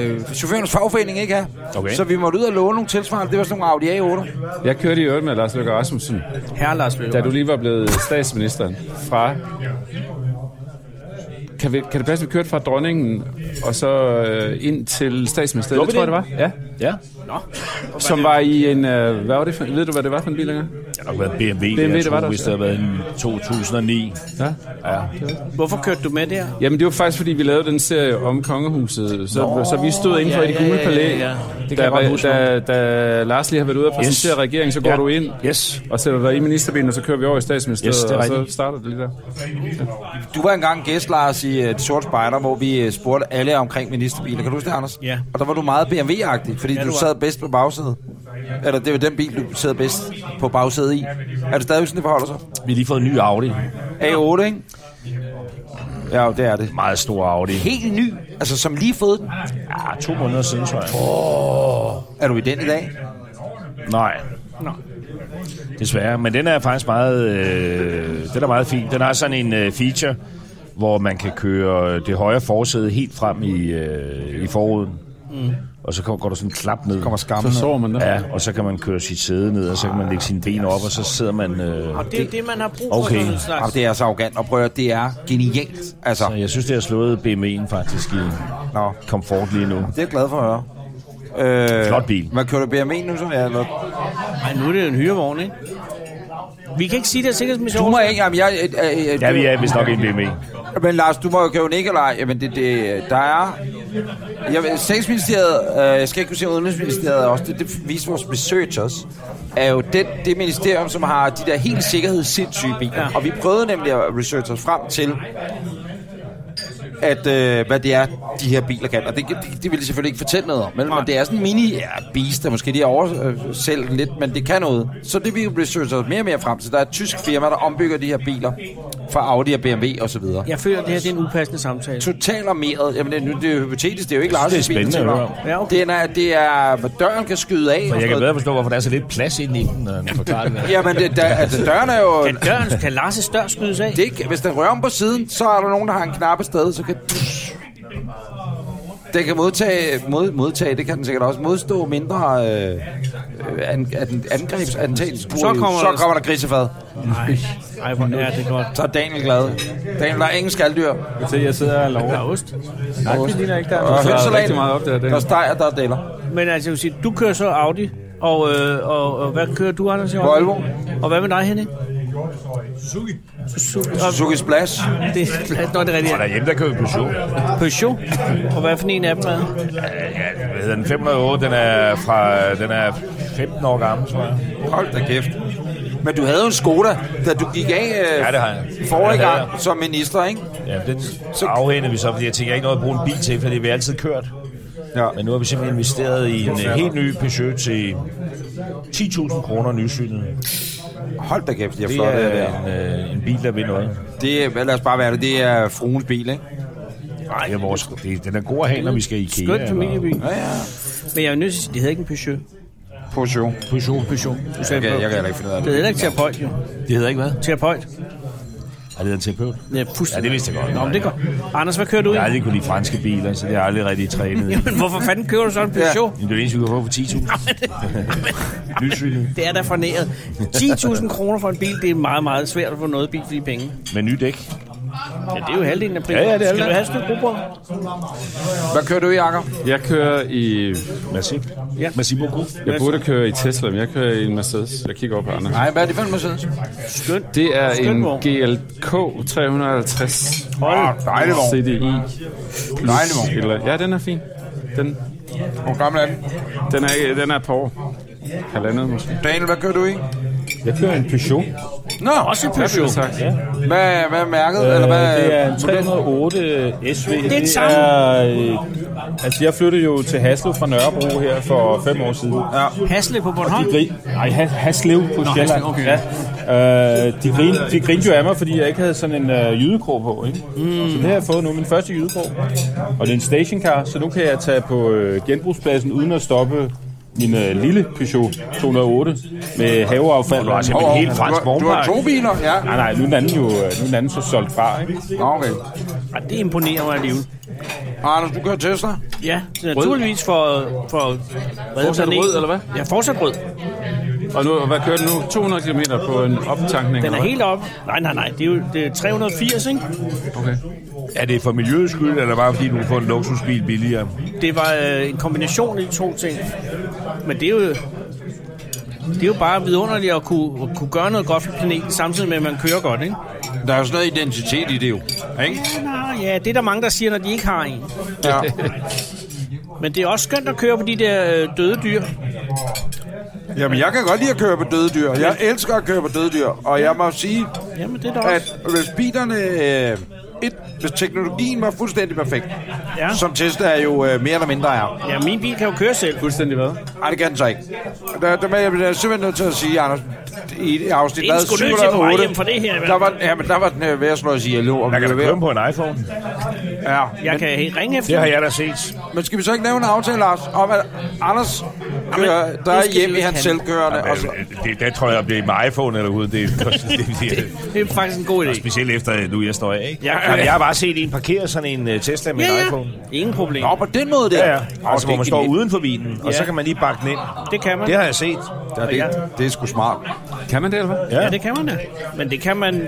[SPEAKER 2] øh, chaufførens fagforening ikke have.
[SPEAKER 9] Okay.
[SPEAKER 2] Så vi måtte ud og låne nogle tilsvarende. Det var sådan nogle Audi A8.
[SPEAKER 4] Jeg kørte i øvrigt med Lars Løkke Rasmussen,
[SPEAKER 1] Herre Lars
[SPEAKER 4] da du
[SPEAKER 1] Løkke.
[SPEAKER 4] lige var blevet statsministeren fra... Kan, vi, kan det passe, at vi kørte fra dronningen og så øh, ind til statsministeriet?
[SPEAKER 9] Gjorde vi
[SPEAKER 4] tror jeg, det var. Ja.
[SPEAKER 9] Ja.
[SPEAKER 4] Som var i en... Øh, hvad var det for, ved du, hvad det var for en bil længere?
[SPEAKER 9] Det har nok været BMW, BMW jeg
[SPEAKER 4] det var
[SPEAKER 9] tror,
[SPEAKER 4] der
[SPEAKER 9] hvis
[SPEAKER 4] også,
[SPEAKER 9] det havde været en 2009.
[SPEAKER 4] Ja. ja.
[SPEAKER 1] Hvorfor kørte du med der?
[SPEAKER 4] Jamen, det var faktisk, fordi vi lavede den serie om kongehuset. Så, så vi stod inden for ja,
[SPEAKER 1] ja,
[SPEAKER 4] det gule
[SPEAKER 1] ja, ja,
[SPEAKER 4] palæ.
[SPEAKER 1] ja.
[SPEAKER 4] Det da, da, da, da Lars lige har været ude og præsentere yes. regeringen, så går
[SPEAKER 9] Ja.
[SPEAKER 4] du ind
[SPEAKER 9] Yes.
[SPEAKER 4] og sætter dig i ministerbilen, og så kører vi over i statsministeriet,
[SPEAKER 9] Yes, det er
[SPEAKER 4] og så
[SPEAKER 9] rigtigt.
[SPEAKER 4] starter det lige der.
[SPEAKER 2] Du var engang gæst, Lars, i et sort spejder, hvor vi øh, spurgte alle omkring ministerbiler. Kan du huske det, Anders?
[SPEAKER 1] Ja.
[SPEAKER 2] Og der var du meget BMW-agtig, fordi ja, du
[SPEAKER 1] var.
[SPEAKER 2] sad bedst på bagsædet. Eller det var den bil, du sad bedst på bagsædet i. Er det stadig sådan, det forholder sig?
[SPEAKER 9] Vi har lige fået en ny Audi.
[SPEAKER 2] A8, ikke? Ja, det er det.
[SPEAKER 9] Meget stor Audi.
[SPEAKER 2] helt ny, altså som lige fået den.
[SPEAKER 9] Ja, to måneder siden, tror jeg.
[SPEAKER 2] Er du i den i dag?
[SPEAKER 9] Nej. Desværre, men den er faktisk meget, øh, den er meget fin. Den har sådan en øh, feature, hvor man kan køre det højre forsæde helt frem i, øh, i forruden. Mm. og så kommer, går der sådan en klap ned.
[SPEAKER 2] Kommer skammen.
[SPEAKER 4] Så sover man der.
[SPEAKER 9] Ja, og så kan man køre sit sæde ned, og så kan man lægge sine ben op, og så sidder man... Øh,
[SPEAKER 1] Og det er det, man har brug for.
[SPEAKER 9] Okay.
[SPEAKER 1] sådan en slags-
[SPEAKER 2] Jamen, det er så arrogant. Og prøv at høre, det er genialt. Altså,
[SPEAKER 9] jeg synes, det har slået BMW'en faktisk i
[SPEAKER 2] nå,
[SPEAKER 9] komfort lige nu.
[SPEAKER 2] det er jeg glad for at høre. Øh,
[SPEAKER 9] Flot bil.
[SPEAKER 2] Hvad kører du BMI nu så? Ja, eller?
[SPEAKER 1] Ej, nu er det jo en hyrevogn, ikke? Vi kan ikke sige det af sikkerhedsmæssige
[SPEAKER 2] Du må
[SPEAKER 1] årsager.
[SPEAKER 2] ikke, jamen jeg... Øh, øh, øh,
[SPEAKER 9] Ja,
[SPEAKER 2] du-
[SPEAKER 9] vi er vist nok i en BMW.
[SPEAKER 2] Men Lars, du må jo købe en ikke, eller ej. Jamen, det, det, der er... Jeg, ved, Statsministeriet, øh, jeg skal ikke kunne sige Udenrigsministeriet også, det, det viser vores researchers, er jo det, det ministerium, som har de der helt sikkerhedssindssyge biler. Ja. Og vi prøvede nemlig at researche os frem til, at, øh, hvad det er, de her biler kan. Og det, det, det vil de selvfølgelig ikke fortælle noget om. Men, men det er sådan en mini-beast, der måske lige oversælger den lidt, men det kan noget. Så det vi researcher os mere og mere frem til, der er et tysk firma, der ombygger de her biler fra Audi og BMW osv. Ja
[SPEAKER 1] Jeg føler, at det her det er en upassende samtale.
[SPEAKER 2] totalt armeret. Jamen, det, er nu, det er jo hypotetisk, det er jo ikke
[SPEAKER 9] Jeg
[SPEAKER 2] Lars'
[SPEAKER 9] synes, det er spændende at høre
[SPEAKER 1] Ja,
[SPEAKER 2] Ja,
[SPEAKER 1] okay.
[SPEAKER 2] okay. det, er, det er, hvad døren kan skyde af. og
[SPEAKER 9] Og jeg
[SPEAKER 2] sådan
[SPEAKER 9] kan
[SPEAKER 2] noget.
[SPEAKER 9] bedre forstå, hvorfor der er så lidt plads inde i den, når han forklarer det.
[SPEAKER 2] Jamen, det, der, altså, døren er jo...
[SPEAKER 1] Kan døren, kan Lars' dør skydes af?
[SPEAKER 2] Det, kan- hvis den rører om på siden, så er der nogen, der har en knap afsted, så kan... Den kan modtage, mod, modtage, det kan den sikkert også modstå mindre øh, øh, an, an, angrebs, antagelse. Så
[SPEAKER 1] kommer
[SPEAKER 2] så
[SPEAKER 1] der-
[SPEAKER 2] kommer der grisefad.
[SPEAKER 1] Ej, hvor er det godt.
[SPEAKER 2] Så er Daniel glad. Daniel, der er ingen skalddyr.
[SPEAKER 6] Se, jeg sidder her og
[SPEAKER 1] Der
[SPEAKER 6] lover.
[SPEAKER 1] er ost.
[SPEAKER 4] Nej, det ligner ikke der.
[SPEAKER 2] Og hønselat,
[SPEAKER 4] rigtig meget op der.
[SPEAKER 2] der er
[SPEAKER 4] Det.
[SPEAKER 2] steg, og der er deler.
[SPEAKER 1] Men altså, jeg vil sige, du kører så Audi, og, øh, og, og hvad kører du, Anders? i øjeblikket?
[SPEAKER 2] Volvo.
[SPEAKER 1] Og hvad med dig, Henning? Suzuki. Suzuki.
[SPEAKER 2] Suzuki Splash.
[SPEAKER 1] Og, det er plat, når det er rigtigt.
[SPEAKER 9] Og derhjemme, der kører vi Peugeot.
[SPEAKER 1] Peugeot. Og hvad for en af dem er?
[SPEAKER 9] Ja, hvad hedder den? 508, den er, fra, den er 15 år gammel, tror jeg.
[SPEAKER 2] Hold da kæft. Men du havde jo en Skoda, da du gik af øh,
[SPEAKER 9] Ja, det har jeg.
[SPEAKER 2] forrige
[SPEAKER 9] Ja, det har
[SPEAKER 2] gang som minister, ikke?
[SPEAKER 9] Ja, den afhændede vi så, fordi jeg tænker jeg har ikke noget at bruge en bil til, fordi vi har altid kørt.
[SPEAKER 2] Ja.
[SPEAKER 9] Men nu har vi simpelthen investeret i en øh, helt ny Peugeot til 10.000 kroner nysynet.
[SPEAKER 2] Hold da kæft, de er
[SPEAKER 9] Det
[SPEAKER 2] flotte. Det
[SPEAKER 9] er
[SPEAKER 2] er,
[SPEAKER 9] en, øh, en bil, der vil noget.
[SPEAKER 2] det er, hvad- lad os bare være det, det er fruens bil, ikke?
[SPEAKER 9] Nej, det er vores, det, den er god at have, når vi skal i IKEA.
[SPEAKER 1] Skøn
[SPEAKER 9] eller-
[SPEAKER 1] familiebil.
[SPEAKER 2] Ja, ja.
[SPEAKER 1] Men jeg er jo nødt til at sige, det hedder ikke en Peugeot.
[SPEAKER 2] Peugeot.
[SPEAKER 1] Peugeot. Peugeot. Du sagde
[SPEAKER 2] Jeg, kan- jeg kan
[SPEAKER 1] Peugeot.
[SPEAKER 2] heller ikke finde ud af
[SPEAKER 1] Det hedder
[SPEAKER 2] det.
[SPEAKER 1] ikke terapeut, jo.
[SPEAKER 9] Det hedder ikke hvad?
[SPEAKER 1] Terapeut.
[SPEAKER 9] Ja, det hedder en terapeut.
[SPEAKER 1] Ja,
[SPEAKER 9] Ja,
[SPEAKER 1] fuldstændig.
[SPEAKER 9] det vidste jeg godt.
[SPEAKER 1] Nå, men det går. Anders, hvad kører du i?
[SPEAKER 9] Jeg har aldrig kunne lide franske biler, så det har jeg aldrig rigtig trænet. i.
[SPEAKER 1] Jamen, hvorfor fanden kører du så en Peugeot?
[SPEAKER 9] Men Det er det eneste, vi kan få for 10.000. Nysynet.
[SPEAKER 1] Det er da fornæret. 10.000 kroner for en bil, det er meget, meget svært at få noget bil for de penge.
[SPEAKER 9] Med ny dæk.
[SPEAKER 1] Ja, det er jo halvdelen af prisen.
[SPEAKER 9] Ja, ja, det er
[SPEAKER 1] Skal
[SPEAKER 9] det.
[SPEAKER 1] du have et stykke rugbrød?
[SPEAKER 2] Hvad kører du i, Jakob?
[SPEAKER 4] Jeg kører i...
[SPEAKER 9] Merci.
[SPEAKER 1] Ja.
[SPEAKER 9] Merci beaucoup.
[SPEAKER 4] Jeg burde køre i Tesla, men jeg kører i en Mercedes. Jeg kigger op på andre.
[SPEAKER 2] Nej, hvad er det for en Mercedes?
[SPEAKER 1] Skønt.
[SPEAKER 4] Det er en
[SPEAKER 1] Skønvogn.
[SPEAKER 4] GLK 350
[SPEAKER 1] Hold.
[SPEAKER 2] Dejlig vogn.
[SPEAKER 4] CDI.
[SPEAKER 2] Dejlig vogn.
[SPEAKER 4] Eller, ja, den er fin. Den,
[SPEAKER 2] Hvor gammel er den?
[SPEAKER 4] den, er, den er på år. Halvandet måske.
[SPEAKER 2] Daniel, hvad kører du i?
[SPEAKER 6] Jeg kører en Peugeot.
[SPEAKER 2] Nå,
[SPEAKER 1] Også en Peugeot.
[SPEAKER 4] Tak.
[SPEAKER 2] hvad, hvad er mærket? eller hvad?
[SPEAKER 6] Øh, Det er en 308 SV. Det
[SPEAKER 1] den samme.
[SPEAKER 6] er, øh, altså, jeg flyttede jo til Haslev fra Nørrebro her for fem år siden. Ja.
[SPEAKER 1] Hasle på Bornholm.
[SPEAKER 6] De grin, nej, Ha- Haslev på Sjælland.
[SPEAKER 1] Haslev, okay.
[SPEAKER 6] ja. øh, de, grin, de grinte jo af mig, fordi jeg ikke havde sådan en øh, jydekrog på. Ikke? Mm. Så det har jeg fået nu, min første jydekrog. Og det er en stationcar, så nu kan jeg tage på øh, genbrugspladsen uden at stoppe min øh, lille Peugeot 208 med haveaffald.
[SPEAKER 9] Du har
[SPEAKER 6] Hov,
[SPEAKER 9] simpelthen
[SPEAKER 2] Åh,
[SPEAKER 9] en helt fransk
[SPEAKER 2] du har- Du har
[SPEAKER 9] vognpark.
[SPEAKER 2] to biler, ja.
[SPEAKER 6] Nej, nej, nu er den anden jo øh, nu er den anden så solgt fra. Ikke?
[SPEAKER 2] Nå, okay.
[SPEAKER 1] Ja, det imponerer mig alligevel.
[SPEAKER 2] Anders, du kører Tesla?
[SPEAKER 1] Ja, så naturligvis for... for
[SPEAKER 4] Fortsat
[SPEAKER 1] planeten.
[SPEAKER 4] rød, eller hvad?
[SPEAKER 1] Ja, fortsat rød.
[SPEAKER 4] Og nu, og hvad kører den nu? 200 km på en optankning?
[SPEAKER 1] Den er
[SPEAKER 4] eller
[SPEAKER 1] helt op. Nej, nej, nej. Det er jo det er 380, ikke?
[SPEAKER 4] hvad? Okay.
[SPEAKER 9] Er det for miljøets skyld, eller bare fordi du kan få en luksusbil billigere?
[SPEAKER 1] Det var øh, en kombination af de to ting. Men det er jo... Det er jo bare vidunderligt at kunne, at kunne gøre noget godt for planeten, samtidig med, at man kører godt, ikke?
[SPEAKER 2] Der er jo sådan noget identitet i det jo, ikke?
[SPEAKER 1] Nej, ja, det er der mange, der siger, når de ikke har en.
[SPEAKER 2] Ja.
[SPEAKER 1] Men det er også skønt at køre på de der øh, døde dyr.
[SPEAKER 2] Jamen, jeg kan godt lide at køre på døde dyr. Jeg elsker at køre på døde dyr. Og jeg må sige,
[SPEAKER 1] Jamen, det er der også.
[SPEAKER 2] at hvis bilerne... Øh, et, hvis teknologien var fuldstændig perfekt,
[SPEAKER 1] Ja.
[SPEAKER 2] ja. som Tesla jo øh, mere eller mindre er.
[SPEAKER 1] Ja, min bil kan jo køre selv.
[SPEAKER 4] Fuldstændig hvad?
[SPEAKER 2] Ej, det kan den så ikke. Der, der, jeg bliver simpelthen nødt til at sige, Anders, i det afsnit
[SPEAKER 1] Det er en sgu nødt til på vej hjem fra det her. i hvert
[SPEAKER 2] der
[SPEAKER 1] fald.
[SPEAKER 2] var, ja, men der var den øh, ved at slå os ihjel, og
[SPEAKER 9] Jeg
[SPEAKER 2] vi
[SPEAKER 9] kan
[SPEAKER 2] var
[SPEAKER 9] da
[SPEAKER 2] ved
[SPEAKER 9] køre på en iPhone.
[SPEAKER 2] Ja.
[SPEAKER 1] Jeg kan ringe
[SPEAKER 9] Det
[SPEAKER 1] efter.
[SPEAKER 9] har
[SPEAKER 1] Ja,
[SPEAKER 9] jeg da set.
[SPEAKER 2] Men skal vi så ikke lave en aftale, Lars, om at Anders kører,
[SPEAKER 1] nu
[SPEAKER 2] der er
[SPEAKER 1] skal
[SPEAKER 2] hjem
[SPEAKER 1] vi
[SPEAKER 2] i
[SPEAKER 1] ikke
[SPEAKER 2] hans
[SPEAKER 1] handle.
[SPEAKER 2] selvkørende. Og så,
[SPEAKER 9] altså, Det, der tror jeg, det er med iPhone eller ude. Det, det, det,
[SPEAKER 1] Det er faktisk en god idé.
[SPEAKER 9] specielt efter, nu jeg står af. Ikke?
[SPEAKER 1] Ja, ja.
[SPEAKER 9] Jamen, jeg har bare set en parkere sådan en øh, Tesla med
[SPEAKER 1] Ja,
[SPEAKER 9] en
[SPEAKER 1] ja.
[SPEAKER 9] iPhone.
[SPEAKER 1] Ingen problem.
[SPEAKER 2] Nå, på den måde der.
[SPEAKER 9] Ja, ja. Altså,
[SPEAKER 2] Åh, det
[SPEAKER 9] hvor
[SPEAKER 2] er
[SPEAKER 9] man står
[SPEAKER 2] genialt.
[SPEAKER 9] uden for vinen, og
[SPEAKER 1] Ja.
[SPEAKER 9] så kan man lige bakke den ind.
[SPEAKER 1] Det kan man.
[SPEAKER 9] Det har jeg set.
[SPEAKER 2] Ja, det, det er sgu smart.
[SPEAKER 4] Kan man det, eller hvad?
[SPEAKER 1] Ja, det kan man da. Men det kan man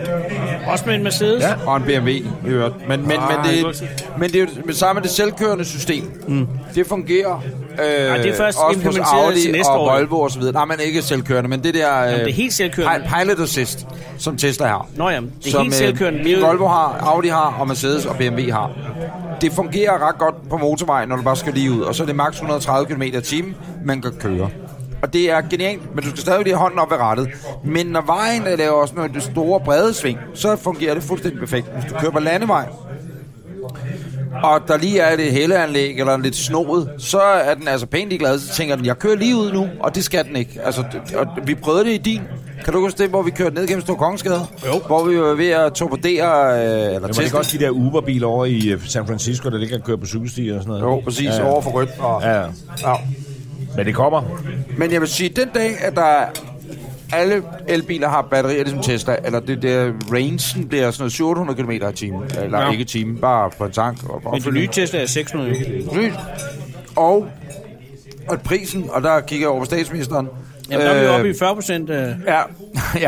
[SPEAKER 1] også med en Mercedes. Ja.
[SPEAKER 2] Og en BMW, i øvrigt. Men, men,
[SPEAKER 1] Ah,
[SPEAKER 2] men,
[SPEAKER 4] Ej,
[SPEAKER 2] det, men det er jo det samme med det selvkørende system. Mm. Det fungerer øh, ja,
[SPEAKER 1] det er først implementeret til næste
[SPEAKER 2] og
[SPEAKER 1] år.
[SPEAKER 2] Volvo og så videre. Nej, men ikke selvkørende, men det der øh,
[SPEAKER 1] det er helt selvkørende.
[SPEAKER 2] pi- Pilot Assist, som Tesla har.
[SPEAKER 1] Nå jamen, det er
[SPEAKER 2] som,
[SPEAKER 1] helt selvkørende. Det er
[SPEAKER 2] Øh,
[SPEAKER 1] jo-
[SPEAKER 2] Volvo har, Audi har, og Mercedes og BMW har. Det fungerer ret godt på motorvejen, når du bare skal lige ud. Og så er det maks 130 km i timen, man kan køre. Og det er genialt, men du skal stadig lige have hånden op ved rettet. Men når vejen laver sådan nogle store brede sving, så fungerer det fuldstændig perfekt. Hvis du kører på landevej, og der lige er et hældeanlæg eller lidt snoet, så er den altså pænt glad, så tænker den, jeg kører lige ud nu, og det skal den ikke. Altså, d- og vi prøvede det i din. Kan du huske det, hvor vi kørte ned gennem Stor Kongensgade? Jo. Hvor vi var ved at torpedere, øh, eller
[SPEAKER 9] Men var det
[SPEAKER 2] teste.
[SPEAKER 9] ikke også de der Uber-biler over i øh, San Francisco, der ligger og kører på cykelstier og sådan noget?
[SPEAKER 2] Jo, præcis, ja. over for rødt. Og,
[SPEAKER 9] Ja.
[SPEAKER 2] ja.
[SPEAKER 9] Men det kommer.
[SPEAKER 2] Men jeg vil sige, den dag, at der er- alle elbiler har batterier, ligesom Tesla, eller det der rangen bliver sådan noget 700 km i timen, eller ja. ikke i timen, bare på en tank. Og, og
[SPEAKER 1] Men det nye Tesla er 600 jo.
[SPEAKER 2] Præcis. Og, og prisen, og der kigger jeg over på statsministeren.
[SPEAKER 1] Jamen, der er vi oppe i 40 procent. Øh,
[SPEAKER 2] Ja,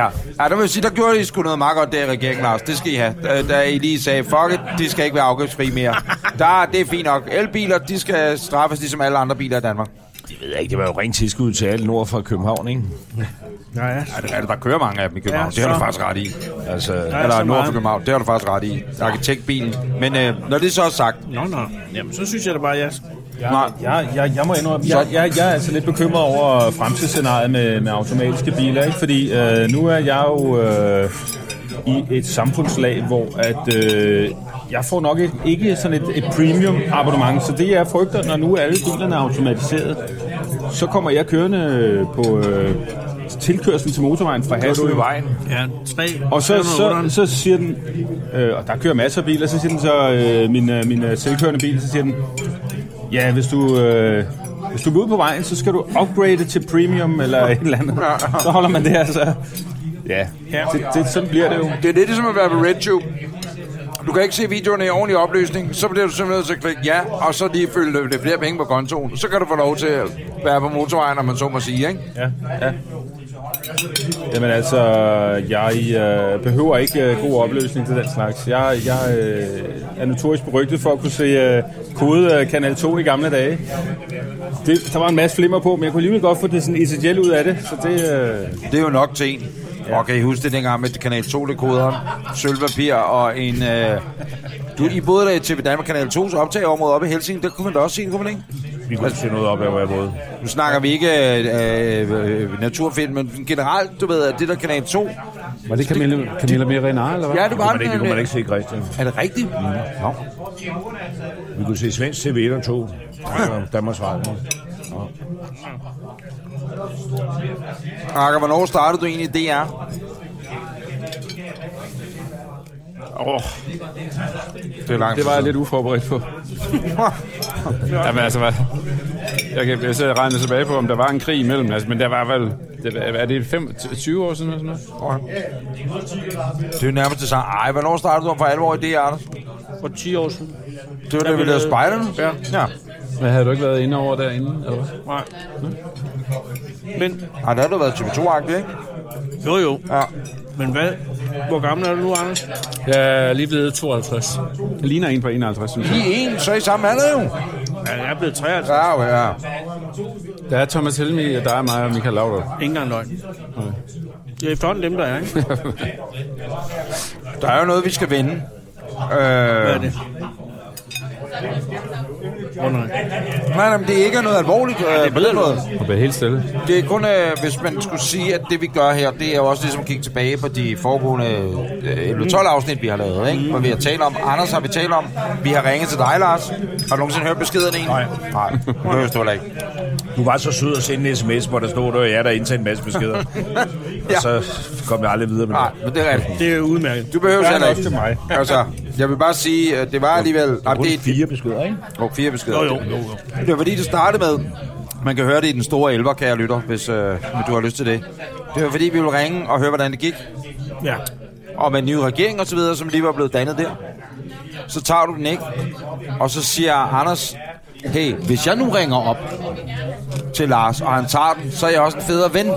[SPEAKER 2] ja. ja, der vil jeg sige, der gjorde I sgu noget meget godt der i regeringen, Lars. Det skal I have. Da, da I lige sagde, fuck it, de skal ikke være afgiftsfri mere. Der, det er fint nok. Elbiler, de skal straffes ligesom alle andre biler i Danmark.
[SPEAKER 9] Det ved jeg ikke, det var jo rent tilskud til alle nord fra København, ikke?
[SPEAKER 1] ja,
[SPEAKER 2] Ja, det er det. Der kører mange af dem i København.
[SPEAKER 1] Ja,
[SPEAKER 2] Ja, det har du
[SPEAKER 1] så-
[SPEAKER 2] faktisk ret i.
[SPEAKER 9] Altså,
[SPEAKER 1] er
[SPEAKER 2] Eller
[SPEAKER 1] så
[SPEAKER 2] nord for
[SPEAKER 1] meget.
[SPEAKER 2] København. Det har du faktisk ret i. Arkitektbilen. Men øh, når det så er sagt,
[SPEAKER 1] Nå, nå. Jamen, så synes jeg da bare, at jeg...
[SPEAKER 2] nej,
[SPEAKER 6] Jeg, jeg, jeg må indrømme, jeg, jeg, jeg er altså lidt bekymret over fremtidsscenariet med, med automatiske biler, ikke? fordi øh, nu er jeg jo øh, i et samfundslag, hvor at, øh, jeg får nok et, ikke sådan et, et premium abonnement, så det jeg frygter, når nu alle bilerne er automatiseret, så kommer jeg kørende på øh, tilkørsel til motorvejen fra Haslev.
[SPEAKER 1] Ja, tre...
[SPEAKER 6] Og så, så, så siger den, øh, og der kører masser af biler, så siger den så, øh, min, øh, min øh, selvkørende bil, så siger den, ja, hvis du, øh, hvis du går ud på vejen, så skal du upgrade til premium eller et eller andet. Så holder man det altså. Ja, det, det, sådan bliver det jo.
[SPEAKER 2] Det er lidt ligesom at være på RedTube. Du kan ikke se videoerne i ordentlig opløsning, så bliver du simpelthen nødt til at klikke ja, og så lige følge lidt flere penge på kontoen. Så kan du få lov til at være på motorvejen, om man så må sige, ikke?
[SPEAKER 6] Ja, ja. Jamen altså, jeg øh, behøver ikke øh, god opløsning til den slags. Jeg, jeg øh, er notorisk berygtet for at kunne se øh, kode øh, Kanal 2 i gamle dage. Det, der var en masse flimmer på, men jeg kunne alligevel godt få det sådan essentielt ud af det. Så det, øh,
[SPEAKER 2] Det er jo nok til en. Og kan I huske det dengang med Kanal 2-dekoderen, sølvpapir og en... Øh, du, I boede der i TV Danmark Kanal 2's optageområde oppe i Helsing, der kunne man da også se det, kunne man ikke?
[SPEAKER 9] Vi kunne se noget op, af, hvor jeg boede.
[SPEAKER 2] Nu snakker vi ikke øh, øh, naturfilm, men generelt, du ved, at det der Kanal 2...
[SPEAKER 4] Var det Camilla, Camilla Mirenar, eller hvad?
[SPEAKER 2] Ja, du
[SPEAKER 9] Det kunne
[SPEAKER 2] bare...
[SPEAKER 9] man ikke, det kunne man ikke se i Christian.
[SPEAKER 2] øh, Er det rigtigt? Mm. No.
[SPEAKER 9] Vi kunne se svensk TV 1 og 2. Danmarks Radio.
[SPEAKER 2] Akker, hvornår startede du egentlig i DR?
[SPEAKER 4] Oh,
[SPEAKER 2] Det er langt
[SPEAKER 4] det var jeg lidt uforberedt på. Jamen altså, hvad? Jeg kan jeg sidder og regner tilbage på, om der var en krig imellem. Altså, men der var vel... Det, var- er det fem, t- 20 år siden? Eller sådan noget?
[SPEAKER 2] Det er jo nærmest det samme. Ej, hvornår startede du for alvor i DR, Anders?
[SPEAKER 1] For 10 år siden.
[SPEAKER 2] Det var da vi lavede spejderne. Ja. ja.
[SPEAKER 4] Men havde du ikke været inde over derinde, eller hvad?
[SPEAKER 1] Men,
[SPEAKER 2] Ej, der har du været TV2-agtig, ikke?
[SPEAKER 1] jo jo.
[SPEAKER 2] Ja.
[SPEAKER 1] Men hvad? Hvor gammel er du nu, Anders?
[SPEAKER 4] Jeg er lige blevet 52. Jeg ligner en på 51, synes jeg.
[SPEAKER 2] I er en, så er I samme alder jo.
[SPEAKER 1] Ja, jeg er blevet 53.
[SPEAKER 2] Ja, jo, ja.
[SPEAKER 4] Der er Thomas Helmi, og der er mig og Michael Laudrup.
[SPEAKER 1] Ingen engang løgn. Det er efterhånden dem, der er, ikke?
[SPEAKER 2] Der er jo noget, vi skal vende. Øh,
[SPEAKER 1] Hvad er det? Åh, nej.
[SPEAKER 2] nej, nej, men det er ikke noget alvorligt. Øh, det, er noget.
[SPEAKER 4] Og bliver helt stille.
[SPEAKER 2] det er kun, øh, hvis man skulle sige, at det vi gør her, det er jo også ligesom at kigge tilbage på de foregående øh, 12 afsnit, vi har lavet, ikke? Hvor vi har talt om. Anders har vi talt om. Vi har ringet til dig, Lars. Har du nogensinde hørt beskeden en? Nej. Nej, det behøver du heller ikke.
[SPEAKER 9] Du var så sød at sende en sms, hvor der stod, at det var jer, der indtalte en masse beskeder.
[SPEAKER 2] Ja.
[SPEAKER 9] Og så kom jeg aldrig videre med
[SPEAKER 2] Nej,
[SPEAKER 9] det.
[SPEAKER 2] men det er rigtigt.
[SPEAKER 1] Det er udmærket.
[SPEAKER 2] Du behøver heller
[SPEAKER 6] nok til mig.
[SPEAKER 2] ikke. altså, jeg vil bare sige, at det var alligevel... Det
[SPEAKER 9] Kun fire beskeder, ikke?
[SPEAKER 2] Oh, fire beskeder.
[SPEAKER 1] Jo, jo, jo,
[SPEAKER 2] Det var fordi, det startede med, Man kan høre det i den store elver, kære lytter, hvis øh, du har lyst til det. Det var fordi, vi ville ringe og høre, hvordan det gik.
[SPEAKER 1] Ja.
[SPEAKER 2] Og med en ny regering og så videre, som lige var blevet dannet der. Så tager du den ikke, og så siger Anders, hey, hvis jeg nu ringer op til Lars, og han tager den, så er jeg også en federe ven.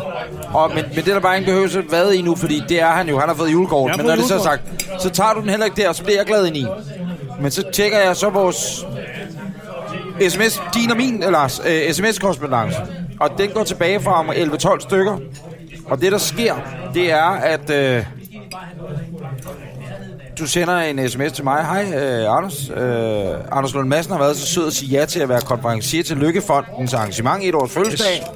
[SPEAKER 2] Og, men, men det er der bare ingen behøves at være i nu, fordi det er han jo. Han har fået julekort,
[SPEAKER 1] Jeg har
[SPEAKER 2] men
[SPEAKER 1] fået
[SPEAKER 2] når det så er
[SPEAKER 1] julekort.
[SPEAKER 2] sagt, så tager du den heller ikke der, og så bliver jeg glad ind i. Men så tjekker jeg så vores sms, din og min, eh, Lars, øh, sms-korrespondence. Og den går tilbage fra om 11-12 stykker. Og det, der sker, det er, at øh, du sender en sms til mig. Hej, øh, Anders. Øh, Anders Lund Madsen har været så sød at sige ja til at være konferencier til Lykkefondens arrangement i et års fødselsdag.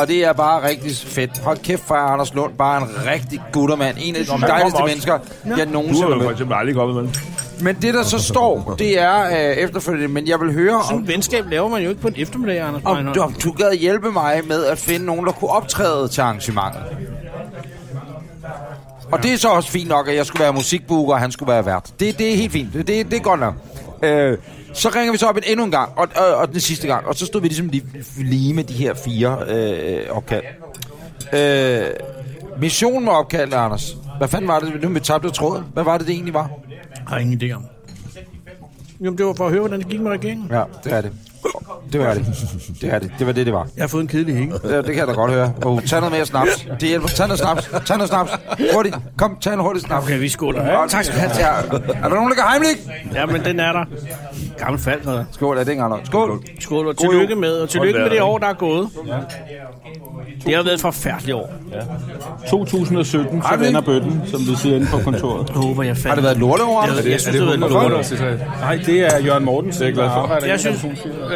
[SPEAKER 2] Og det er bare rigtig fedt. Hold kæft, for Anders Lund bare en rigtig guttermand. En af de dejligste mennesker, jeg
[SPEAKER 9] Du
[SPEAKER 2] nogensinde
[SPEAKER 9] har
[SPEAKER 2] har
[SPEAKER 9] jo for
[SPEAKER 2] mødt.
[SPEAKER 9] eksempel aldrig kommet med.
[SPEAKER 2] Men det, der så står, det er øh, efterfølgende, men jeg vil høre, om
[SPEAKER 1] Sådan et venskab laver man jo ikke på en eftermiddag, Anders
[SPEAKER 2] om
[SPEAKER 1] Breinholt.
[SPEAKER 2] du, om du gad hjælpe mig med at finde nogen, der kunne optræde til arrangementet. Og det er så også fint nok, at jeg skulle være musikbooker, og han skulle være vært. Det, det er helt fint. Det, det er godt nok. Øh, så ringer vi så op en, endnu en gang, og, og, og den sidste gang. Og så stod vi ligesom lige, lige med de her fire øh, opkald. Øh, missionen var opkaldt, Anders. Hvad fanden var det? Nu med tabte jeg tråden. Hvad var det, det egentlig var?
[SPEAKER 1] har ingen idé om. Jamen, det var for at høre, hvordan det gik med regeringen.
[SPEAKER 2] Ja, det er det. Det var det. Det er det. Det var det, det var.
[SPEAKER 1] Jeg har fået en kedelig hænge.
[SPEAKER 2] Ja, det kan jeg da godt høre. Oh, tag noget mere snaps. Det hjælper. Tag noget snaps. Tag noget snaps. Hurtigt. Kom, tag en hurtig snaps.
[SPEAKER 1] Okay, vi skåler.
[SPEAKER 2] Ja,
[SPEAKER 1] tak skal du have.
[SPEAKER 2] Ja. Er der nogen, der kan heimlik?
[SPEAKER 1] Ja, men den er der. Gammel fald, noget.
[SPEAKER 2] Skål, ja, det er ikke engang nok. Skål.
[SPEAKER 1] Skål og
[SPEAKER 2] God
[SPEAKER 1] tillykke
[SPEAKER 2] jul.
[SPEAKER 1] med, og tillykke med det
[SPEAKER 9] Håndværker,
[SPEAKER 1] år, der er gået. Det har været et forfærdeligt år.
[SPEAKER 6] 2017, så
[SPEAKER 2] Har vi-
[SPEAKER 6] vender bøtten, som vi siger inde på kontoret.
[SPEAKER 1] Jeg håber, jeg fandt.
[SPEAKER 2] Har det været et lorteår?
[SPEAKER 1] Jeg, jeg, jeg synes, det har været et
[SPEAKER 6] Hvorfor?
[SPEAKER 1] lort.
[SPEAKER 6] Nej, det er Jørgen Mortensen. Det er glad for.
[SPEAKER 1] Jeg synes,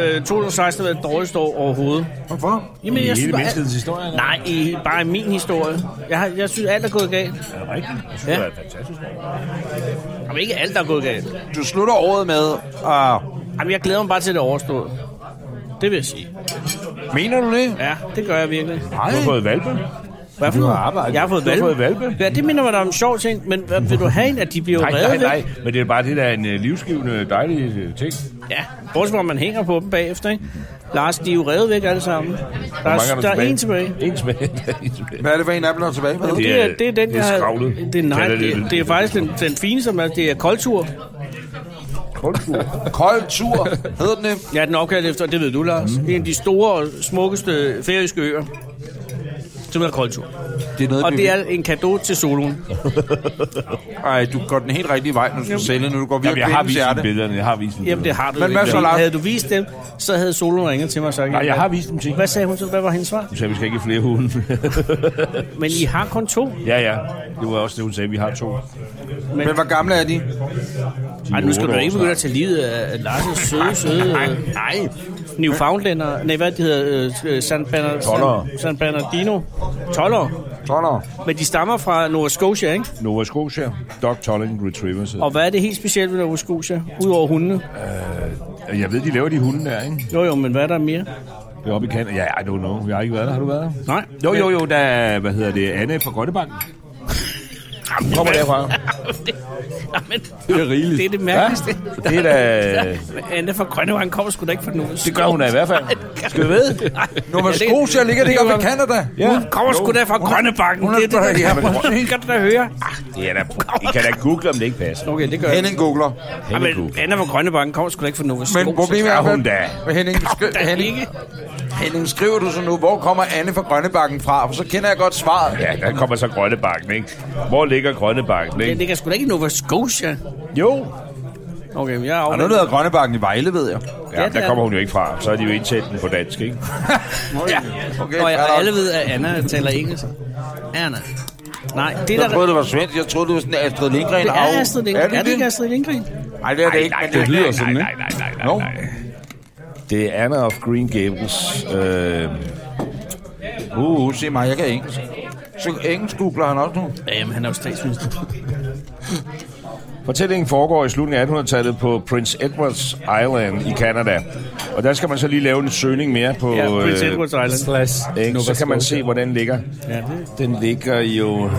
[SPEAKER 1] øh, 2016 har været det dårligste år overhovedet.
[SPEAKER 2] Hvorfor?
[SPEAKER 1] Jamen, jeg
[SPEAKER 9] I hele
[SPEAKER 1] synes, bare,
[SPEAKER 9] menneskets historie? eller?
[SPEAKER 1] nej, i, bare i min historie. Jeg, har, jeg synes, alt er gået galt.
[SPEAKER 9] Er det rigtigt? Jeg synes,
[SPEAKER 1] Ja.
[SPEAKER 9] det var fantastisk.
[SPEAKER 1] Jamen, ikke alt der er gået galt.
[SPEAKER 2] Du slutter året med... Uh,
[SPEAKER 1] Jamen, jeg glæder mig bare til, at det er overstået. Det vil jeg sige.
[SPEAKER 2] mener du det?
[SPEAKER 1] Ja, det gør jeg virkelig.
[SPEAKER 2] Nej.
[SPEAKER 9] Du har fået valpe.
[SPEAKER 1] Hvad for noget? Jeg har fået
[SPEAKER 9] Du har
[SPEAKER 1] valpe.
[SPEAKER 9] fået hvalpe.
[SPEAKER 1] Ja, det minder mig da om en sjov ting, men hvad vil du have en, at de bliver
[SPEAKER 9] Nej,
[SPEAKER 1] reddet
[SPEAKER 9] nej,
[SPEAKER 1] væk?
[SPEAKER 9] nej. Men det er bare det, der er en øh, livsgivende, dejlig øh, ting.
[SPEAKER 1] Ja, bortset fra, at man hænger på dem bagefter, ikke? Lars, de er jo revet væk alle sammen. Der
[SPEAKER 9] Hvor mange
[SPEAKER 1] er, der er
[SPEAKER 9] tilbage?
[SPEAKER 1] en tilbage.
[SPEAKER 9] En tilbage. Der er en tilbage.
[SPEAKER 2] Hvad er det for en af dem, der er tilbage? Hvad?
[SPEAKER 1] Det er, det er den,
[SPEAKER 9] det er
[SPEAKER 1] jeg har...
[SPEAKER 9] skravlet.
[SPEAKER 1] Det er, nej,
[SPEAKER 9] Kalder det
[SPEAKER 1] det,
[SPEAKER 9] vel.
[SPEAKER 1] det er faktisk den, den fine, som er, det er koldtur.
[SPEAKER 2] Kold tur. Hedder den det?
[SPEAKER 1] Ja, den er opkaldt efter, det ved du, Lars.
[SPEAKER 9] Mhm.
[SPEAKER 1] Mm. En af de store og smukkeste færøske øer, som hedder koldtur.
[SPEAKER 2] Det er noget,
[SPEAKER 1] Og
[SPEAKER 2] vi-
[SPEAKER 1] det er en gave til soloen.
[SPEAKER 2] Ej, du går den helt rigtige vej, når du skal sælge, når du går
[SPEAKER 9] Jamen,
[SPEAKER 2] virkelig
[SPEAKER 9] jeg har
[SPEAKER 2] kvindens
[SPEAKER 9] vist dem
[SPEAKER 2] hjerte.
[SPEAKER 9] billederne. Jeg har vist dem.
[SPEAKER 1] Jamen, det har du
[SPEAKER 2] Men
[SPEAKER 1] ikke.
[SPEAKER 2] hvad så, Lars?
[SPEAKER 1] Havde du vist dem, så havde soloen ringet til mig og sagt...
[SPEAKER 9] Nej, jeg har vist dem til.
[SPEAKER 1] Hvad sagde hun så? Hvad var hendes svar?
[SPEAKER 9] Hun sagde, vi skal ikke i flere hunde.
[SPEAKER 1] Men I har kun to.
[SPEAKER 9] ja, ja. Det var også det, hun sagde. Vi har to.
[SPEAKER 2] Men hvor gamle er de?
[SPEAKER 1] Ej, nu skal
[SPEAKER 9] otte
[SPEAKER 1] du
[SPEAKER 9] år
[SPEAKER 1] ikke begynde at tage livet af af Lars' søde, søde... øh, Nej, Newfoundlander. Nej, hvad det hedder? øh, San, Bernard,
[SPEAKER 9] Tollere.
[SPEAKER 1] San, San Bernardino. 12 år.
[SPEAKER 2] 12 år.
[SPEAKER 1] Men de stammer fra Nova Scotia, ikke?
[SPEAKER 9] Nova Scotia. Dog Tolling Retrievers.
[SPEAKER 1] Og hvad er det helt specielt ved Nova Scotia? Udover hundene.
[SPEAKER 9] Jeg ved, de laver de hunde der, ikke?
[SPEAKER 1] Jo, jo, men hvad er der mere?
[SPEAKER 9] Det er oppe i Kanada. Ja, I don't know. Jeg har ikke været der. Har du været der?
[SPEAKER 1] Nej.
[SPEAKER 9] Jo, jo, jo. Der er, hvad hedder det, Anne fra Grønnebanken. Kommer derfra.
[SPEAKER 1] Jamen,
[SPEAKER 9] Det er rigeligt.
[SPEAKER 1] det er det mærkeligste.
[SPEAKER 9] Ja, det er da...
[SPEAKER 1] Anne fra Grønnevangen kommer sgu da ikke fra Nova
[SPEAKER 9] Det gør hun da i hvert fald. Skal vi ved?
[SPEAKER 2] Nova Scotia ligger det ikke oppe i Canada.
[SPEAKER 1] Ja. Hun kommer sgu da fra Grønnebakken.
[SPEAKER 2] hun er
[SPEAKER 1] Det er det,
[SPEAKER 2] fra-
[SPEAKER 1] der,
[SPEAKER 2] ja,
[SPEAKER 1] ja,
[SPEAKER 2] men-
[SPEAKER 1] det kan du da høre.
[SPEAKER 9] Det er da... I kan da google, om det ikke passer.
[SPEAKER 1] Okay, det gør jeg.
[SPEAKER 2] Henning googler.
[SPEAKER 1] Ja, men
[SPEAKER 9] Google.
[SPEAKER 1] Anna fra Grønnebakken kommer sgu da ikke fra Nova Scotia.
[SPEAKER 2] Men problemet er,
[SPEAKER 9] er hun
[SPEAKER 2] at-
[SPEAKER 9] da.
[SPEAKER 2] Men Henning, skri-
[SPEAKER 1] Der er
[SPEAKER 2] Henning,
[SPEAKER 1] ikke.
[SPEAKER 2] Henning, skriver du så nu, hvor kommer Anne fra Grønnebakken fra? For så kender jeg godt svaret.
[SPEAKER 9] Ja, der kommer så Grønnebakken, ikke? Hvor ligger Grønnebakken,
[SPEAKER 1] Det
[SPEAKER 9] ikke?
[SPEAKER 1] ligger sgu da ikke i Nova Scotia.
[SPEAKER 9] Jo,
[SPEAKER 1] Okay, men jeg er
[SPEAKER 2] Og nu
[SPEAKER 1] afvendt.
[SPEAKER 2] hedder Grønnebakken i Vejle, ved jeg.
[SPEAKER 1] Ja,
[SPEAKER 9] ja,
[SPEAKER 1] det er
[SPEAKER 9] der kommer hun jo ikke fra. Så er de jo indsat den på dansk, ikke?
[SPEAKER 2] ja, okay.
[SPEAKER 1] Nå, jeg,
[SPEAKER 2] fair
[SPEAKER 1] og
[SPEAKER 2] nok.
[SPEAKER 1] alle ved, at Anna taler engelsk. Anna. Nej, det er
[SPEAKER 2] Jeg
[SPEAKER 1] der...
[SPEAKER 2] troede, det var svensk. Jeg troede, det var sådan Astrid Lindgren.
[SPEAKER 1] Det
[SPEAKER 2] Au.
[SPEAKER 1] er Astrid Lindgren. Er det, ikke Astrid Lindgren?
[SPEAKER 2] Nej, det er det ikke. men
[SPEAKER 9] nej,
[SPEAKER 2] det-
[SPEAKER 9] nej, nej, nej, nej, nej, nej,
[SPEAKER 2] Jo.
[SPEAKER 9] nej. Det er Anna of Green Gables. Øh,
[SPEAKER 2] Uh, uh, se mig, jeg kan engelsk. Så engelsk googler han også nu.
[SPEAKER 1] Ja, Jamen, han er jo statsminister.
[SPEAKER 9] Fortællingen foregår i slutningen af 1800-tallet på Prince Edwards Island i Canada. Og der skal man så lige lave en søgning mere på...
[SPEAKER 1] Ja, Prince
[SPEAKER 9] øh,
[SPEAKER 1] Edward Island.
[SPEAKER 6] Slash
[SPEAKER 9] ikke? Så kan man se, hvor den ligger.
[SPEAKER 1] Ja, det-
[SPEAKER 9] Den ligger jo...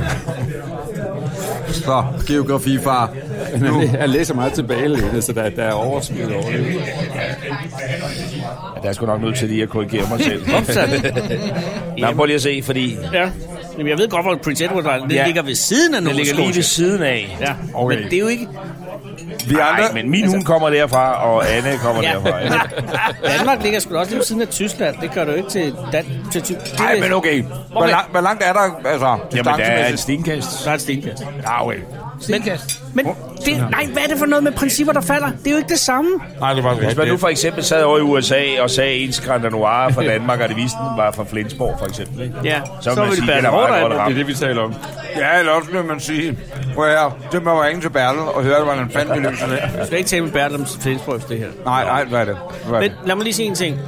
[SPEAKER 2] Så, geografifar. Nu.
[SPEAKER 6] Jeg læser meget tilbage, Lene, så der, der er overskud over det.
[SPEAKER 9] Ja, der er sgu nok nødt til lige at korrigere mig selv.
[SPEAKER 1] Ups, ja.
[SPEAKER 9] Nå, prøv lige at se, fordi
[SPEAKER 1] Ja. Jamen, jeg ved godt, hvor Prince Edward var. Den ja.
[SPEAKER 9] Ja.
[SPEAKER 1] ligger ved siden af
[SPEAKER 9] den
[SPEAKER 1] Nova
[SPEAKER 9] ligger lige ved
[SPEAKER 1] Scotia.
[SPEAKER 9] siden af.
[SPEAKER 1] Ja,
[SPEAKER 9] Okay.
[SPEAKER 1] okay. men det er jo ikke...
[SPEAKER 12] Vi
[SPEAKER 9] Nej, men min hund kommer derfra, og Anne kommer
[SPEAKER 1] Ja.
[SPEAKER 9] derfra. Ja.
[SPEAKER 1] Danmark ligger sgu da også lige ved siden af Tyskland. Det gør du ikke til... Dan- til ty-
[SPEAKER 9] Nej, men okay.
[SPEAKER 12] Hvor, lang, hvor langt er der, altså,
[SPEAKER 9] Jamen, der er et
[SPEAKER 12] distancemæssigt?
[SPEAKER 9] stenkast.
[SPEAKER 1] Der er et stenkast.
[SPEAKER 9] Ja, okay.
[SPEAKER 1] Men det, nej, hvad er det for noget med principper, der falder? Det er jo ikke det samme.
[SPEAKER 12] Nej, det var
[SPEAKER 9] Hvis man nu for eksempel sad over i USA og sagde, at ens Grand Noir fra Danmark, og det viste den var fra Flensborg, for eksempel. ikke?
[SPEAKER 1] Ja,
[SPEAKER 9] så,
[SPEAKER 1] så
[SPEAKER 9] vil man
[SPEAKER 1] ville
[SPEAKER 9] sige,
[SPEAKER 1] Bertel
[SPEAKER 9] at den er
[SPEAKER 1] Haarder
[SPEAKER 9] meget godt
[SPEAKER 1] have
[SPEAKER 9] ramt.
[SPEAKER 4] det, vi taler om.
[SPEAKER 12] Ja, eller også vil man sige, prøv her, det må ringe til Bertel og høre, hvordan han fandt vi løser
[SPEAKER 1] Du
[SPEAKER 12] det.
[SPEAKER 1] skal ikke tale med Bertel om Flensborg efter det her.
[SPEAKER 12] Nej, nej, hvad er det? Hvad er
[SPEAKER 1] Men
[SPEAKER 12] det?
[SPEAKER 1] lad mig lige sige en ting.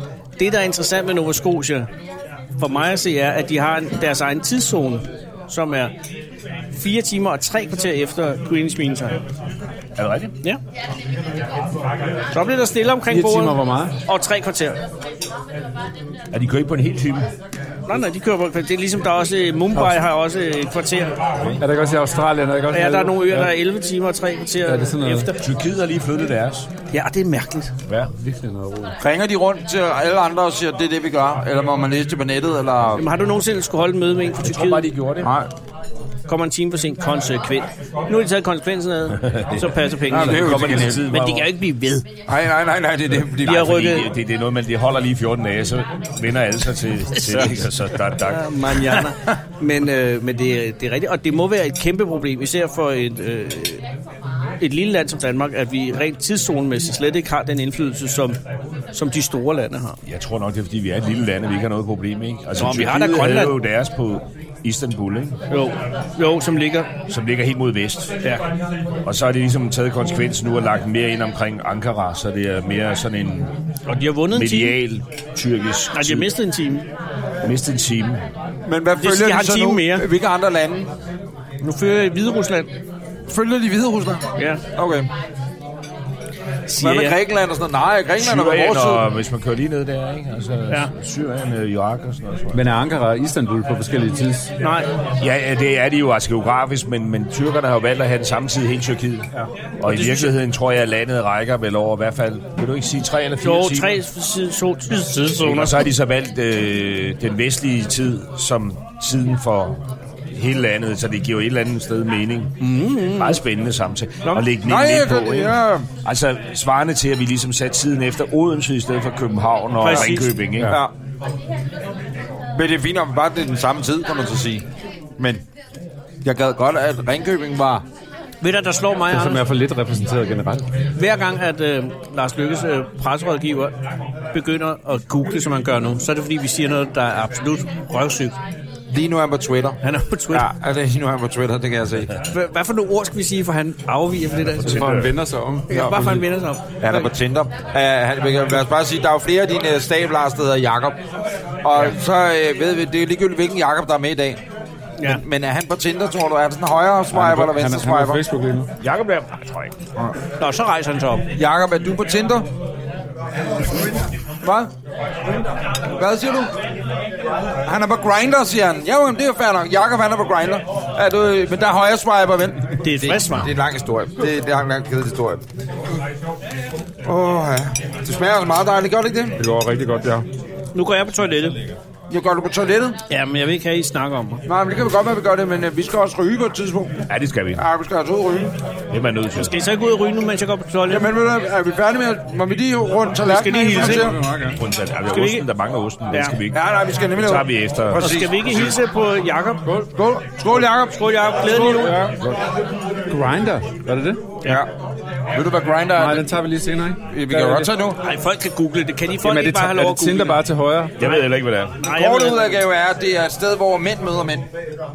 [SPEAKER 1] Det, der er interessant med Nova Scotia, for mig at se, er, at de har en, deres egen tidszone, som er 4 timer og 3 kvarter efter Greenwich Mean Time.
[SPEAKER 9] Er det rigtigt?
[SPEAKER 1] Ja. Så bliver der stille omkring
[SPEAKER 4] Fire
[SPEAKER 1] bordet.
[SPEAKER 4] timer, hvor meget?
[SPEAKER 1] Og 3 kvarter.
[SPEAKER 9] Er de kører ikke på en hel time?
[SPEAKER 1] Nej, nej, de kører på Det er ligesom, der er også Mumbai har også et kvarter.
[SPEAKER 4] Er der ikke også i Australien? Er der ikke også
[SPEAKER 1] Ja, der er nogle øer, der er
[SPEAKER 4] ja.
[SPEAKER 1] 11 timer og 3 kvarter
[SPEAKER 4] det er sådan noget.
[SPEAKER 1] efter.
[SPEAKER 9] Tyrkiet har lige flyttet deres.
[SPEAKER 1] Ja, og det er mærkeligt.
[SPEAKER 9] Ja.
[SPEAKER 4] Virkelig noget rod.
[SPEAKER 12] Ringer de rundt til alle andre og siger, det er det, vi gør? Eller må man læse det på nettet? Eller...
[SPEAKER 1] Jamen, har du nogensinde skulle holde et møde med en fra
[SPEAKER 4] Bare
[SPEAKER 1] Tyrkiet?
[SPEAKER 4] de gjorde det.
[SPEAKER 12] Nej,
[SPEAKER 1] Kommer en time for sent konsekvent. Nu har de taget konsekvensen af, det, så passer pengene.
[SPEAKER 12] Nej, det er jo
[SPEAKER 9] Kommer de til tiden?
[SPEAKER 1] Men de kan jo ikke blive ved.
[SPEAKER 12] nej, nej, nej, nej det er det. Fordi...
[SPEAKER 1] Vi har
[SPEAKER 9] Fordi
[SPEAKER 1] rykket...
[SPEAKER 9] det, det, det er noget, man det holder lige 14 dage, så vender alle sig til, til det, så, så tak, tak.
[SPEAKER 1] Ja, Manjana. Men, øh, men det, er- det er rigtigt, og det må være et kæmpe problem, især for et, øh, et lille land som Danmark, at vi rent tidszonemæssigt slet ikke har den indflydelse, som, som de store lande har.
[SPEAKER 9] Jeg tror nok, det er, fordi vi er et lille land, og vi ikke har noget problem, ikke? Altså,
[SPEAKER 1] Nå,
[SPEAKER 9] Nå,
[SPEAKER 1] vi har da Grønland.
[SPEAKER 9] Havde jo deres på Istanbul, ikke?
[SPEAKER 1] Jo, jo som ligger...
[SPEAKER 9] som ligger helt mod vest. Ja. Og så har de ligesom taget konsekvensen nu og lagt mere ind omkring Ankara, så det er mere sådan en
[SPEAKER 1] Og de har vundet en time.
[SPEAKER 9] medial tyrkisk
[SPEAKER 1] Nej, de har mistet en time.
[SPEAKER 9] mistet en time.
[SPEAKER 12] Men hvad
[SPEAKER 1] siger,
[SPEAKER 12] følger
[SPEAKER 1] jeg har en
[SPEAKER 12] de så
[SPEAKER 1] time
[SPEAKER 12] nu?
[SPEAKER 1] mere.
[SPEAKER 12] Hvilke andre lande?
[SPEAKER 1] Nu fører jeg Hvide Rusland.
[SPEAKER 12] Følger de Hvide Rusland?
[SPEAKER 1] Ja,
[SPEAKER 12] Okay. Hvad
[SPEAKER 1] siger
[SPEAKER 12] med
[SPEAKER 1] jeg.
[SPEAKER 12] Grækenland og sådan noget? Nej, Grækenland er på
[SPEAKER 9] Syrien,
[SPEAKER 12] vores
[SPEAKER 9] og
[SPEAKER 12] side.
[SPEAKER 9] hvis man kører lige ned der, ikke? Altså,
[SPEAKER 1] Ja.
[SPEAKER 9] ja. Syrien, øh, Irak og sådan noget. tror jeg.
[SPEAKER 4] Men er Ankara og Istanbul på forskellige tids?
[SPEAKER 1] Nej,
[SPEAKER 9] Ja, ja, det er de jo altså geografisk, men, men tyrkerne har jo valgt at have den samme tid i hele Tyrkiet. Ja. Og i virkeligheden tror jeg, at landet rækker vel over i hvert fald, vil du ikke sige, tre eller fire
[SPEAKER 1] jo,
[SPEAKER 9] timer?
[SPEAKER 1] tre side- to
[SPEAKER 9] Ikke?
[SPEAKER 1] tidszoner.
[SPEAKER 9] Og så har de så valgt øh, den vestlige tid som tiden for hele landet, så det giver jo et eller andet sted mening. Mm-hmm. Meget spændende samtale. Og lægge den
[SPEAKER 12] Nej,
[SPEAKER 9] lidt
[SPEAKER 12] jeg
[SPEAKER 9] på,
[SPEAKER 12] kan-
[SPEAKER 9] ikke?
[SPEAKER 12] ja.
[SPEAKER 9] Altså svarende til, at vi ligesom satte tiden efter Odense i stedet for København og
[SPEAKER 1] Præcis.
[SPEAKER 9] Ringkøbing, ikke?
[SPEAKER 12] Ja. Men det er fint, om bare det er den samme tid, kan man så sige. Men jeg gad godt, at Ringkøbing var...
[SPEAKER 1] Ved du, der slår mig,
[SPEAKER 4] Som
[SPEAKER 1] Anders?
[SPEAKER 4] er for lidt repræsenteret generelt.
[SPEAKER 1] Hver gang, at øh, Lars Lykkes øh, presserådgiver begynder at google, som han gør nu, så er det, fordi vi siger noget, der er absolut røvsygt.
[SPEAKER 12] Lige nu er han på Twitter.
[SPEAKER 1] Han er på Twitter.
[SPEAKER 12] Ja, altså lige nu er han på Twitter, det kan jeg se.
[SPEAKER 1] Ja. Hvad for nogle ord skal vi sige, for han afviger for det der?
[SPEAKER 4] Hvor han vender sig om.
[SPEAKER 1] Ja, bare for han vender sig om.
[SPEAKER 12] Han er på Tinder. Uh, han, vi kan- lad os bare sige, der er jo flere af dine øh, stabler, der hedder Jakob. Og så øh, ved vi, det er ligegyldigt, hvilken Jakob der er med i dag.
[SPEAKER 1] Ja.
[SPEAKER 12] Men er han på Tinder, tror du? Er han sådan højre swiper eller
[SPEAKER 4] han
[SPEAKER 12] venstre
[SPEAKER 4] er, han er på
[SPEAKER 12] swiper?
[SPEAKER 4] Facebook lige nu.
[SPEAKER 9] Jakob der? Nej, tror jeg ikke.
[SPEAKER 1] Nå, så rejser han sig op.
[SPEAKER 12] Jakob, er du på Tinder? Hvad? Hvad siger du? Han er på Grinder, siger han. Jo, jamen, det er jo fair nok. Jakob, han er på Grinder. Er du, øh, men der er højre swiper, ven.
[SPEAKER 1] Det er et frisk svar.
[SPEAKER 12] Det er en lang historie. Det er, det er en lang, kedelig historie. Åh, oh, ja. Det smager altså meget dejligt, gør det ikke det?
[SPEAKER 4] Det går rigtig godt, ja.
[SPEAKER 1] Nu går jeg på toilettet.
[SPEAKER 12] Jeg gør det på toilettet.
[SPEAKER 1] Ja, men jeg vil ikke have, at I snakker om mig.
[SPEAKER 12] Nej, men det kan vi godt være, at vi gør det, men øh, vi skal også ryge på et tidspunkt.
[SPEAKER 9] Ja, det skal vi.
[SPEAKER 12] Ja, vi skal altså ud og ryge.
[SPEAKER 9] Det er man nødt til.
[SPEAKER 1] Skal I så ikke ud og ryge nu, mens jeg går på toilettet?
[SPEAKER 12] Jamen, ved du, hvad, er vi færdige med at... Må vi lige rundt tallerkenen?
[SPEAKER 1] skal lige hilse.
[SPEAKER 12] ind?
[SPEAKER 9] Undtagen, er
[SPEAKER 1] Skal
[SPEAKER 9] der
[SPEAKER 1] vi
[SPEAKER 9] osten,
[SPEAKER 1] ikke-
[SPEAKER 9] der mangler osten,
[SPEAKER 1] Ja.
[SPEAKER 9] det skal vi ikke.
[SPEAKER 12] Ja, nej, vi skal nemlig...
[SPEAKER 9] Så tager vi efter.
[SPEAKER 1] Og skal vi ikke hilse på Jakob?
[SPEAKER 12] Skål, Skål Jacob.
[SPEAKER 1] Skål, Jakob. Glædelig jul.
[SPEAKER 4] Grinder, var det det?
[SPEAKER 12] Ja. Ved du, hvad Grindr er?
[SPEAKER 4] Nej, den tager vi lige senere, ikke?
[SPEAKER 12] Vi kan jo godt tage nu.
[SPEAKER 1] Nej, folk kan google det. Kan de folk
[SPEAKER 4] Jamen, er
[SPEAKER 1] ikke
[SPEAKER 4] det,
[SPEAKER 1] bare have
[SPEAKER 4] ta-
[SPEAKER 1] lov
[SPEAKER 4] er
[SPEAKER 1] at
[SPEAKER 4] det
[SPEAKER 1] google
[SPEAKER 4] Tinder bare til højre?
[SPEAKER 9] Jeg ved heller ikke, hvad det er.
[SPEAKER 1] Nej, jeg
[SPEAKER 12] Korte
[SPEAKER 1] ved det.
[SPEAKER 12] udgave er, at det er et sted, hvor mænd møder mænd.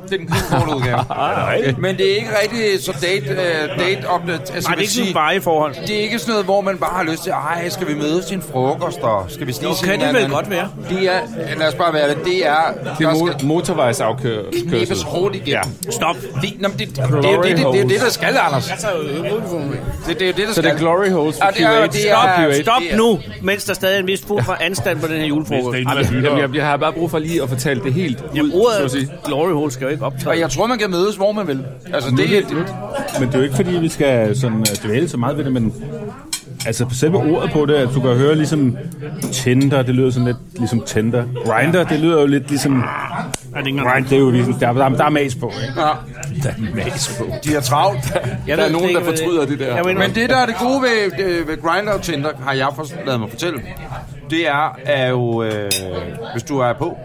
[SPEAKER 12] Det er den korte udgave.
[SPEAKER 9] Nej.
[SPEAKER 12] Men det er ikke rigtig så date, uh, date op det. Altså,
[SPEAKER 1] Nej, det er
[SPEAKER 12] vil
[SPEAKER 1] ikke sådan
[SPEAKER 12] sige,
[SPEAKER 1] bare i forhold.
[SPEAKER 12] det er ikke sådan noget, hvor man bare har lyst til, ej, skal vi mødes til en frokost, og skal vi snige
[SPEAKER 1] kan det vel godt være.
[SPEAKER 12] Det er, lad os bare være det, det er,
[SPEAKER 4] Det er
[SPEAKER 12] der
[SPEAKER 4] mo-
[SPEAKER 12] skal
[SPEAKER 4] motorvejsafkørsel.
[SPEAKER 12] knæbes hårdt igennem. Ja.
[SPEAKER 1] Stop.
[SPEAKER 12] Det, nå, men det, det, det, det, det, det, det, er jo det, der skal, Anders. Det, det er jo det, der skal.
[SPEAKER 4] Så det er glory holes for
[SPEAKER 12] Ja,
[SPEAKER 4] ja,
[SPEAKER 12] det er jo-
[SPEAKER 4] Q8.
[SPEAKER 12] det
[SPEAKER 4] Stop
[SPEAKER 12] er-
[SPEAKER 4] Q8.
[SPEAKER 1] Stop
[SPEAKER 12] det er-
[SPEAKER 1] nu, mens der stadig er en vis brug for anstand på den her julefrokost.
[SPEAKER 9] Hvis det er
[SPEAKER 4] Jamen, jeg, jeg, jeg har bare brug for lige at fortælle det helt ud,
[SPEAKER 1] Jamen,
[SPEAKER 4] så at sige.
[SPEAKER 1] ordet glory hole skal jo ikke
[SPEAKER 12] Og
[SPEAKER 1] optræde.
[SPEAKER 12] jeg tror, man kan mødes, hvor man vil. Altså, det, det,
[SPEAKER 6] Men det er jo ikke fordi, vi skal sådan, øh, dvæle så meget ved det, men altså selve ordet på det, at du kan høre ligesom Tinder, det lyder sådan lidt ligesom Tinder. Grinder, det lyder jo lidt ligesom...
[SPEAKER 1] Er det ikke engang-
[SPEAKER 6] Grind, det er jo ligesom... Der, der, der er mas på, ikke?
[SPEAKER 2] De er travlt.
[SPEAKER 1] Jeg
[SPEAKER 4] Der er
[SPEAKER 1] ved
[SPEAKER 4] nogen,
[SPEAKER 1] ikke,
[SPEAKER 4] der
[SPEAKER 1] hvad det-
[SPEAKER 4] fortryder det der.
[SPEAKER 1] Jeg mener,
[SPEAKER 2] Men det, der er det gode ved, øh, ved Grindr og Tinder, har jeg for, lavet mig fortælle, det er, er jo, øh, hvis du er på,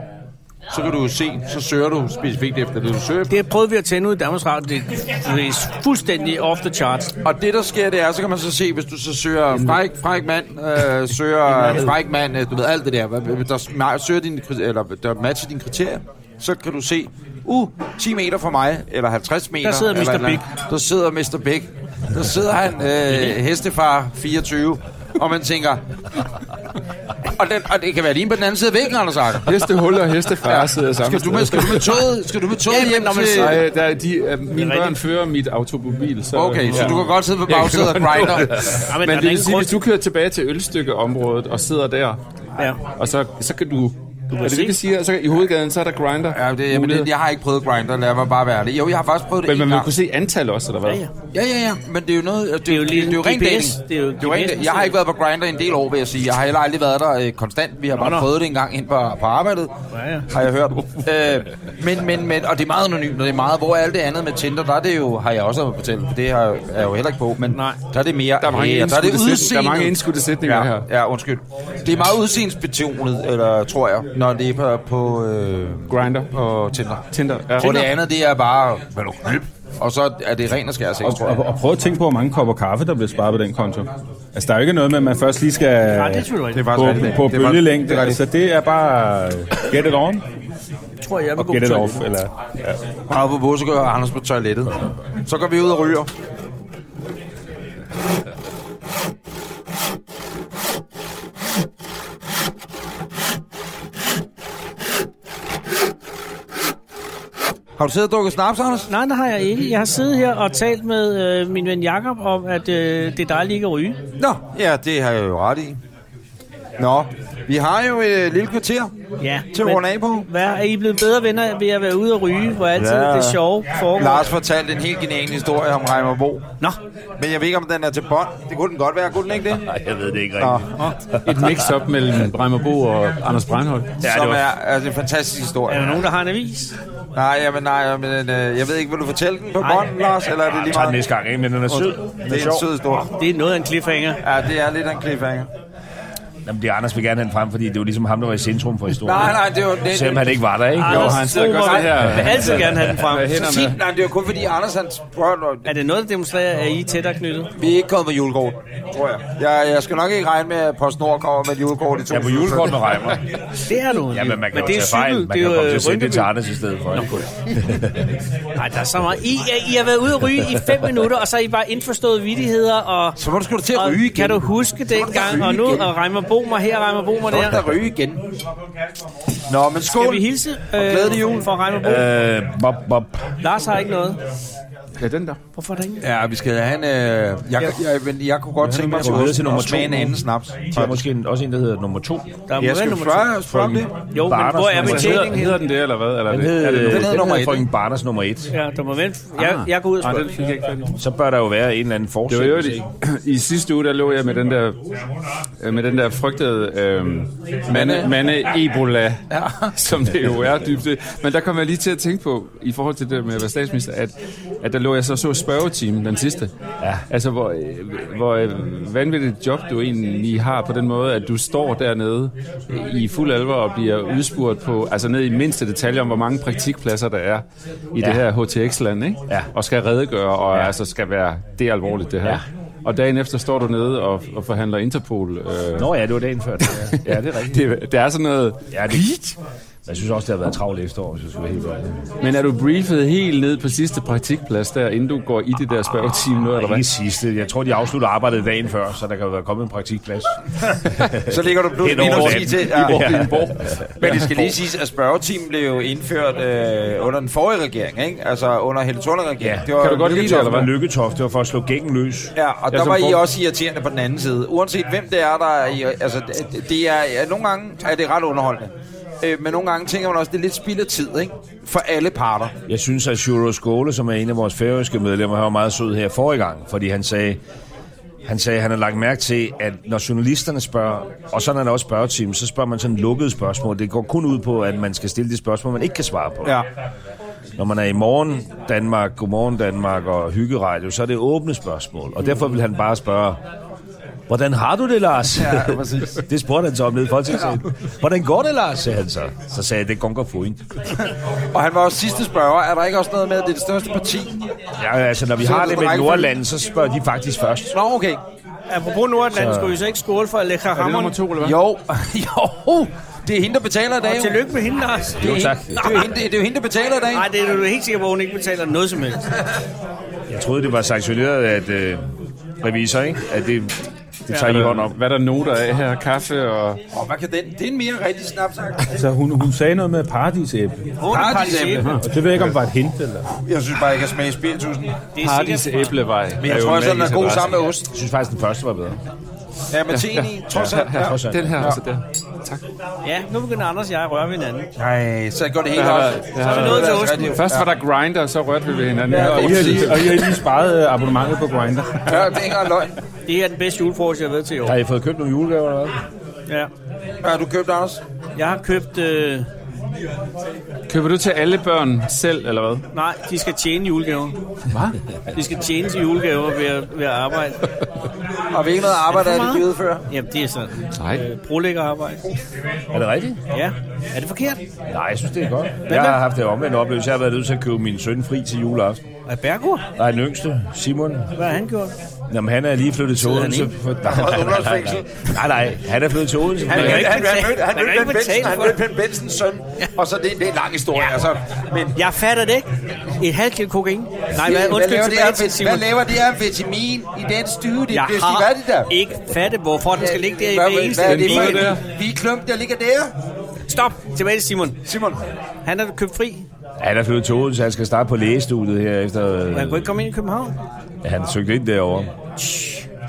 [SPEAKER 2] så kan du jo se, så søger du specifikt efter det, du søger på.
[SPEAKER 1] det prøvede vi at tænde ud i Danmarks Radio. Det, det er fuldstændig off the charts.
[SPEAKER 2] Og det, der sker, det er, så kan man så se, hvis du så søger fræk, fræk mand, øh, søger fræk mand, øh, du ved alt det der, hvad- der, sma- søger din, eller der matcher dine kriterier, så kan du se, uh, 10 meter fra mig, eller 50 meter.
[SPEAKER 1] Der sidder
[SPEAKER 2] eller,
[SPEAKER 1] Mr.
[SPEAKER 2] et eller andet. Der sidder Mr. Big. Der sidder han, øh, hestefar 24, og man tænker, og, den, og det kan være lige på den anden side af væggen, Anders Ark.
[SPEAKER 4] Hestehul og hestefar sidder sammen.
[SPEAKER 2] Skal du med, skal du med toget, skal du med toget hjem til...
[SPEAKER 4] Nej, der, er de, øh, mine
[SPEAKER 1] rigtigt.
[SPEAKER 4] børn fører mit automobil. Så,
[SPEAKER 2] Okay, så du kan godt sidde på bagsædet og grinder.
[SPEAKER 1] Ja, men,
[SPEAKER 4] Men
[SPEAKER 1] men er der
[SPEAKER 4] det vil
[SPEAKER 1] ikke
[SPEAKER 4] sige, hvis
[SPEAKER 1] grund?
[SPEAKER 4] du kører tilbage til ølstykkeområdet og sidder der,
[SPEAKER 1] Ja.
[SPEAKER 4] og så, så kan du... Du er det
[SPEAKER 1] se.
[SPEAKER 4] det, de siger? Så i hovedgaden, så er der grinder.
[SPEAKER 2] Ja, det, jamen, det, jeg har ikke prøvet grinder, lad mig bare være det. Jo, jeg har faktisk prøvet det
[SPEAKER 4] Men
[SPEAKER 2] en
[SPEAKER 4] man vil
[SPEAKER 2] gang.
[SPEAKER 4] kunne se antal også, eller hvad?
[SPEAKER 1] Ja, ja.
[SPEAKER 2] Ja, ja, ja, men det er jo noget... altså, Det, det er jo,
[SPEAKER 1] lige
[SPEAKER 2] det er jo rent
[SPEAKER 1] GPS.
[SPEAKER 2] dating.
[SPEAKER 1] Det er jo
[SPEAKER 2] det er jo rent,
[SPEAKER 1] GPS,
[SPEAKER 2] dating. jeg har ikke været på grinder en del år, vil jeg sige. Jeg har heller aldrig været der øh, konstant. Vi har bare
[SPEAKER 1] nå.
[SPEAKER 2] prøvet det en gang ind på, på arbejdet,
[SPEAKER 1] Ja, ja.
[SPEAKER 2] har jeg hørt. øh, men, men, men, og det er meget anonymt, og det er meget... Hvor er alt det andet med Tinder? Der er det jo, har jeg også været på Tinder, for det har, er jeg jo heller ikke på. Men
[SPEAKER 1] Nej.
[SPEAKER 2] der er det mere...
[SPEAKER 4] Der er mange
[SPEAKER 2] øh, og
[SPEAKER 4] indskudte sætninger- der er mange indskudte sætninger
[SPEAKER 2] ja,
[SPEAKER 4] her.
[SPEAKER 2] Ja, undskyld. Det er meget udseendsbetionet, eller tror jeg, når det er på, på øh,
[SPEAKER 4] Grinder.
[SPEAKER 2] på Tinder.
[SPEAKER 4] Tinder. Ja.
[SPEAKER 2] Hvor det andet, det er bare... Hvad du knip? Og så er det ren og skær sex, tror jeg.
[SPEAKER 6] Og, og prøv at tænke på, hvor mange kopper kaffe, der bliver sparet på den konto. Altså, der er jo ikke noget med, at man først lige skal
[SPEAKER 1] Nej, det er selvfølgelig rigtigt.
[SPEAKER 6] på, på
[SPEAKER 2] er bare-
[SPEAKER 6] bølgelængde.
[SPEAKER 2] det er rigtigt.
[SPEAKER 6] altså, det er bare get it on
[SPEAKER 1] Jeg tror, jeg vil
[SPEAKER 6] og
[SPEAKER 1] gå
[SPEAKER 6] get
[SPEAKER 1] på
[SPEAKER 6] it
[SPEAKER 1] toilettet.
[SPEAKER 6] off. Eller, ja.
[SPEAKER 2] Bare på Bossegø og Anders på toilettet. Så går vi ud og ryger. Har du siddet og drukket snaps, Anders?
[SPEAKER 1] Nej, det har jeg ikke. Jeg har siddet her og talt med øh, min ven Jakob om, at øh, det er dejligt ikke at ryge.
[SPEAKER 2] Nå, ja, det har jeg jo ret i. Nå, vi har jo et øh, lille kvarter
[SPEAKER 1] Ja.
[SPEAKER 2] til at
[SPEAKER 1] men
[SPEAKER 2] runde af på.
[SPEAKER 1] Hvad, er I blevet bedre venner ved at være ude og ryge, hvor altid
[SPEAKER 2] Ja.
[SPEAKER 1] ja. det sjove foregår?
[SPEAKER 2] Lars fortalte en helt genial historie om Reimer Bo.
[SPEAKER 1] Nå,
[SPEAKER 2] Men jeg ved ikke, om den er til bånd. Det kunne den godt være, kunne den ikke det?
[SPEAKER 9] Nej, jeg ved det ikke
[SPEAKER 2] Nå.
[SPEAKER 9] rigtigt.
[SPEAKER 4] Et mix-up mellem Bremmerbo og Anders Breinholt.
[SPEAKER 2] Ja, som er altså, en fantastisk historie.
[SPEAKER 1] er der nogen, der har en avis?
[SPEAKER 2] Nej, jamen, nej, men, øh, jeg ved ikke, vil du fortælle den på bånd, Lars, eller er det
[SPEAKER 9] Jeg
[SPEAKER 2] lige
[SPEAKER 9] tager den
[SPEAKER 2] meget?
[SPEAKER 9] Ah, næste gang, ikke? men den er sød. Den
[SPEAKER 2] Det er en sød historie.
[SPEAKER 1] Det er noget af en cliffhanger.
[SPEAKER 2] Ja, det er lidt af en cliffhanger.
[SPEAKER 9] Jamen, det er Anders, vi gerne have den frem, fordi det er jo ligesom ham, der var i centrum for historien.
[SPEAKER 2] Nej, nej, det er jo... Det,
[SPEAKER 9] Selvom han ikke var der, ikke?
[SPEAKER 1] Anders,
[SPEAKER 4] han sidder godt
[SPEAKER 1] Broberg,
[SPEAKER 4] det her.
[SPEAKER 1] Jeg vil altid gerne have den frem.
[SPEAKER 2] Sig- nej, det er jo kun fordi Anders, han spørger,
[SPEAKER 1] Er det noget, der demonstrerer, at I er tættere knyttet?
[SPEAKER 2] vi er ikke kommet med julekort, tror jeg. jeg. Jeg skal nok ikke regne med, at PostNord kommer med et julekort i
[SPEAKER 9] Jeg er på
[SPEAKER 2] 2017.
[SPEAKER 9] julekort med Reimer.
[SPEAKER 1] Det er noget.
[SPEAKER 9] Ja, men man kan jo
[SPEAKER 1] det er
[SPEAKER 9] tage fejl.
[SPEAKER 1] cykel,
[SPEAKER 9] Man
[SPEAKER 1] det
[SPEAKER 9] kan
[SPEAKER 1] er øh,
[SPEAKER 9] jo
[SPEAKER 4] øh,
[SPEAKER 9] komme til at sende det
[SPEAKER 1] Rynkeby.
[SPEAKER 9] til Anders i stedet for. ikke?
[SPEAKER 1] Nej, der er så meget. I, I har været ude at ryge i fem minutter, og så har I bare indforstået vidigheder, og,
[SPEAKER 2] Så må du sgu da til at
[SPEAKER 1] og
[SPEAKER 2] ryge igen.
[SPEAKER 1] kan du huske dengang, og nu, og Reimer Bo mig her, Reimer Bo mig
[SPEAKER 2] Så må du
[SPEAKER 1] der.
[SPEAKER 2] da ryge igen. Nå, men skål.
[SPEAKER 1] Skal vi hilse øh,
[SPEAKER 2] glædelig jul.
[SPEAKER 1] for Reimer Bo?
[SPEAKER 9] Øh, bop, bop.
[SPEAKER 1] Lars har ikke noget.
[SPEAKER 4] Ja, den der.
[SPEAKER 1] Hvorfor er der ingen?
[SPEAKER 2] Ja, vi skal have en... Øh, jeg, jeg, jeg, jeg kunne godt tænke mig
[SPEAKER 9] gå videre til nummer
[SPEAKER 2] at smage
[SPEAKER 9] to
[SPEAKER 2] en
[SPEAKER 9] nu.
[SPEAKER 2] anden snaps.
[SPEAKER 9] Der er måske en, også en, der hedder nummer to.
[SPEAKER 1] Der må
[SPEAKER 2] Jeg
[SPEAKER 1] være
[SPEAKER 2] skal
[SPEAKER 1] nummer to.
[SPEAKER 2] spørge, spørge om det.
[SPEAKER 1] Jo, men
[SPEAKER 9] Barters
[SPEAKER 1] hvor er
[SPEAKER 9] nummer.
[SPEAKER 4] Hedder,
[SPEAKER 1] betjeningen? henne?
[SPEAKER 4] hedder den det, eller hvad? Eller er
[SPEAKER 9] Den
[SPEAKER 4] det, er
[SPEAKER 9] hed,
[SPEAKER 4] det
[SPEAKER 9] den
[SPEAKER 4] noget?
[SPEAKER 2] hedder nummer
[SPEAKER 9] hedder
[SPEAKER 2] et,
[SPEAKER 9] Frøken
[SPEAKER 2] ikke?
[SPEAKER 9] Barters nummer et. Ah.
[SPEAKER 1] Ja, der må vente. Jeg, jeg går ud og
[SPEAKER 4] Nej,
[SPEAKER 1] spørger.
[SPEAKER 4] Ah, den fik jeg ikke fat i.
[SPEAKER 9] Så bør der jo være en eller anden
[SPEAKER 4] Det
[SPEAKER 9] forskel.
[SPEAKER 4] var jo det. I sidste uge, der lå jeg med den der, øh, med den der frygtede øh, mande, mande Ebola, ja. som det jo er dybt. set. Men der kom jeg lige til at tænke på, i forhold til det med at være statsminister, at, at der lå jeg så og så spørgetimen, den sidste. Ja. Altså, hvor, øh, hvor øh, vanvittigt job du egentlig har på den måde, at du står dernede i fuld alvor og bliver udspurgt på, altså ned i mindste detalje om, hvor mange praktikpladser der er i ja. det her HTX-land, ikke?
[SPEAKER 9] Ja.
[SPEAKER 4] Og skal redegøre, og ja. altså skal være, det er alvorligt det her. Ja. Og dagen efter står du nede og, og forhandler Interpol. Øh,
[SPEAKER 9] Nå ja, det var dagen før. det var- Ja, det er rigtigt.
[SPEAKER 4] det, det er sådan noget...
[SPEAKER 9] Ja, det, jeg synes også, det har været travlt efterår, hvis jeg skulle være helt ærlig.
[SPEAKER 4] Men er du briefet helt ned på sidste praktikplads der, inden du går i det der spørgetime nu, eller
[SPEAKER 9] Og
[SPEAKER 4] hvad?
[SPEAKER 9] ikke sidste. Jeg tror, de afslutter arbejdet dagen før, så der kan jo være kommet en praktikplads.
[SPEAKER 2] Så ligger du
[SPEAKER 9] Hen
[SPEAKER 2] pludselig
[SPEAKER 9] over
[SPEAKER 2] minus
[SPEAKER 9] natten.
[SPEAKER 2] i til.
[SPEAKER 9] I Borg,
[SPEAKER 2] Ja.
[SPEAKER 9] i Borg.
[SPEAKER 2] Men det skal lige siges, at spørgetimen blev jo indført øh, under den forrige regering, ikke? Altså under Helle thorning regering
[SPEAKER 9] Ja.
[SPEAKER 2] det var
[SPEAKER 4] Kan du godt lide det,
[SPEAKER 2] Lykketoft.
[SPEAKER 4] eller
[SPEAKER 9] Det var Lykketoft, det var for at slå gækken løs.
[SPEAKER 2] Ja, og
[SPEAKER 4] Ja,
[SPEAKER 2] der
[SPEAKER 4] som
[SPEAKER 2] var I
[SPEAKER 4] punkt.
[SPEAKER 2] også irriterende på den anden side. Uanset hvem det er, der er i, altså, det, det er, ja, nogle gange er det ret underholdende. Øh, men nogle gange tænker man også, det er lidt spild af tid, ikke? For alle parter.
[SPEAKER 9] Jeg synes, at Sjuro Skåle, som er en af vores færøske medlemmer, han var meget sød her forrige gang, fordi han sagde, Han sagde, at han har lagt mærke til, at når journalisterne spørger, og sådan er der også spørgeteam, så spørger man sådan lukkede spørgsmål. Det går kun ud på, at man skal stille de spørgsmål, man ikke kan svare på.
[SPEAKER 2] Ja.
[SPEAKER 9] Når man er i morgen Danmark, godmorgen Danmark og hyggeradio, så er det åbne spørgsmål. Og derfor vil han bare spørge, hvordan har du det, Lars? Ja,
[SPEAKER 2] præcis.
[SPEAKER 9] det spurgte han så om nede i Folketingssalen. Hvordan går det, Lars? sagde han så. Så sagde jeg, det går godt fint.
[SPEAKER 2] Og han var også sidste spørger. Er der ikke også noget med, at det er det største parti?
[SPEAKER 9] Ja, altså når vi
[SPEAKER 2] Så er
[SPEAKER 9] har
[SPEAKER 2] det
[SPEAKER 9] det med
[SPEAKER 2] rækkefølge.
[SPEAKER 9] Nordland, så spørger de faktisk først.
[SPEAKER 2] Nå, okay.
[SPEAKER 1] Apropos Nordland, skulle I så ikke skåle for Alekha
[SPEAKER 6] Er det
[SPEAKER 1] Hammond?
[SPEAKER 6] nummer to, eller hvad?
[SPEAKER 2] Jo, jo. Det er hende, der betaler i dag.
[SPEAKER 1] Og tillykke med hende, Lars.
[SPEAKER 2] Det er,
[SPEAKER 9] tak.
[SPEAKER 2] hende, det, er jo hende, det er jo hende, der betaler i dag.
[SPEAKER 1] Nej, det er du helt sikker på, at hun ikke betaler noget som helst.
[SPEAKER 9] Jeg troede, det var sanktioneret at øh, revisor, ikke? At det, det tager I hånd om.
[SPEAKER 4] Hvad er der noter af her? Kaffe og...
[SPEAKER 2] Åh, hvad kan den? Det er en mere rigtig snapsak.
[SPEAKER 6] Altså, hun, hun sagde noget med paradisæble.
[SPEAKER 1] Hun er
[SPEAKER 2] Paradisæble.
[SPEAKER 1] paradisæble.
[SPEAKER 6] Og det ved jeg ikke, om det var et hint eller...
[SPEAKER 2] Jeg synes bare, jeg kan smage spiritusen.
[SPEAKER 1] Det er
[SPEAKER 4] Hardis
[SPEAKER 1] sikkert.
[SPEAKER 4] æblevej.
[SPEAKER 2] Men jeg tror også, den er god sammen med ost.
[SPEAKER 9] Jeg synes faktisk, den første var bedre.
[SPEAKER 2] Ja, med teen i, trods alt.
[SPEAKER 9] Trods alt.
[SPEAKER 4] Den her også der.
[SPEAKER 1] Ja, nu begynder Anders og jeg at røre ved hinanden.
[SPEAKER 2] Nej, så går det helt
[SPEAKER 4] Ja,
[SPEAKER 2] op.
[SPEAKER 4] ja.
[SPEAKER 2] Så er vi nået til osten.
[SPEAKER 4] Først var der grinder, så rørte vi ved hinanden.
[SPEAKER 6] Ja, og, I har lige,
[SPEAKER 2] præcis.
[SPEAKER 6] og I har lige sparet øh, abonnementet på Grindr.
[SPEAKER 2] Ja, det er ikke engang løgn.
[SPEAKER 1] Det er den bedste julefrokost, jeg har været til i år.
[SPEAKER 9] Har I fået købt nogle julegaver eller hvad?
[SPEAKER 1] Ja.
[SPEAKER 2] Hvad har du købt, Anders?
[SPEAKER 1] Jeg har købt... Øh,
[SPEAKER 4] Køber du til alle børn selv, eller hvad?
[SPEAKER 1] nej, de skal tjene julegaven. Hvad? De skal tjene til julegaver ved at, ved at arbejde.
[SPEAKER 2] Har vi ikke noget arbejde, der er det givet før?
[SPEAKER 1] Jamen, det er sådan.
[SPEAKER 4] Nej.
[SPEAKER 1] Brolægger arbejde.
[SPEAKER 9] Er det rigtigt?
[SPEAKER 1] Ja. Er det forkert?
[SPEAKER 9] Nej, jeg synes, det er godt. Jeg har haft det omvendt oplevelse. Jeg har været nødt til at købe min søn fri til juleaften.
[SPEAKER 1] Er Bergur?
[SPEAKER 9] Nej, den yngste, Simon.
[SPEAKER 1] Hvad har han gjort?
[SPEAKER 9] Jamen, han er lige flyttet til
[SPEAKER 1] Sidder han
[SPEAKER 9] Odense.
[SPEAKER 1] ikke?
[SPEAKER 9] For... Nej, nej, nej, nej, nej. nej, nej, han er flyttet til Odense.
[SPEAKER 1] Han
[SPEAKER 9] Men-
[SPEAKER 1] kan ikke
[SPEAKER 2] Han, han
[SPEAKER 1] betale-
[SPEAKER 2] mødte, han
[SPEAKER 1] han kan
[SPEAKER 2] mødte
[SPEAKER 1] ikke
[SPEAKER 2] Ben Benson,
[SPEAKER 1] betale
[SPEAKER 2] han
[SPEAKER 1] for
[SPEAKER 2] mødte Ben Bensons søn, og så det, det er en lang historie, altså. Men
[SPEAKER 1] Jeg fatter det ikke. Et halvt kilo kokain? Nej, hvad,
[SPEAKER 2] hvad
[SPEAKER 1] undskyld
[SPEAKER 2] laver det her,
[SPEAKER 1] tilbage til
[SPEAKER 2] vit-
[SPEAKER 1] Simon.
[SPEAKER 2] hvad laver det her vitamin i den stue? Det
[SPEAKER 1] Jeg
[SPEAKER 2] bliver stiv
[SPEAKER 1] har
[SPEAKER 2] af det der.
[SPEAKER 1] ikke fattet, hvorfor den skal ligge der i
[SPEAKER 2] Hvad-
[SPEAKER 1] det eneste.
[SPEAKER 2] Hvad er det for
[SPEAKER 1] bil.
[SPEAKER 4] der?
[SPEAKER 2] en? Vi er klump, der ligger der.
[SPEAKER 1] Stop! Tilbage til Simon.
[SPEAKER 2] Simon,
[SPEAKER 1] Han er købt fri.
[SPEAKER 9] Han er flyttet til Odense. Han skal starte på lægestudiet her efter... øh,
[SPEAKER 1] Og Han kunne ikke komme ind i København.
[SPEAKER 9] Han søgte ind derovre.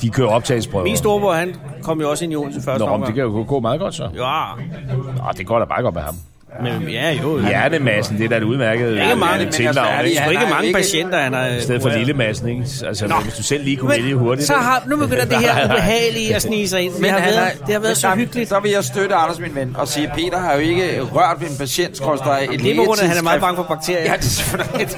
[SPEAKER 9] De kører optagelsesprøver.
[SPEAKER 1] Min storebror, han kom jo også ind i Odense første
[SPEAKER 9] Nå, men
[SPEAKER 1] omgang.
[SPEAKER 9] det kan jo gå meget godt så.
[SPEAKER 1] Ja,
[SPEAKER 9] Nå, det går da bare godt med ham.
[SPEAKER 1] men ja, jo. Ja.
[SPEAKER 9] Hjernemassen, det er da et udmærket
[SPEAKER 1] Ikke mange,
[SPEAKER 9] øh,
[SPEAKER 1] men
[SPEAKER 9] tilnavn,
[SPEAKER 2] altså, er det
[SPEAKER 9] ikke?
[SPEAKER 1] Det er sgu
[SPEAKER 2] Han
[SPEAKER 1] ikke
[SPEAKER 2] har
[SPEAKER 1] mange
[SPEAKER 2] ikke-
[SPEAKER 1] patienter, han har...
[SPEAKER 9] I stedet for lille massen, ikke? Altså, hvis du selv lige kunne vælge
[SPEAKER 1] Men,
[SPEAKER 9] hurtigt.
[SPEAKER 1] så har, nu begynder det her ubehagelige at snige sig ind. Men det har
[SPEAKER 2] han
[SPEAKER 1] været,
[SPEAKER 2] er-
[SPEAKER 1] det har været
[SPEAKER 2] men
[SPEAKER 1] så
[SPEAKER 2] der-
[SPEAKER 1] hyggeligt.
[SPEAKER 2] Så vil jeg støtte Anders, min ven, og sige, Peter har jo ikke rørt ved en patient, skrøst dig et
[SPEAKER 1] Det er på grund af, at han er meget
[SPEAKER 2] lægetidsskrift.
[SPEAKER 1] bange for bakterier.
[SPEAKER 2] Ja, det er selvfølgelig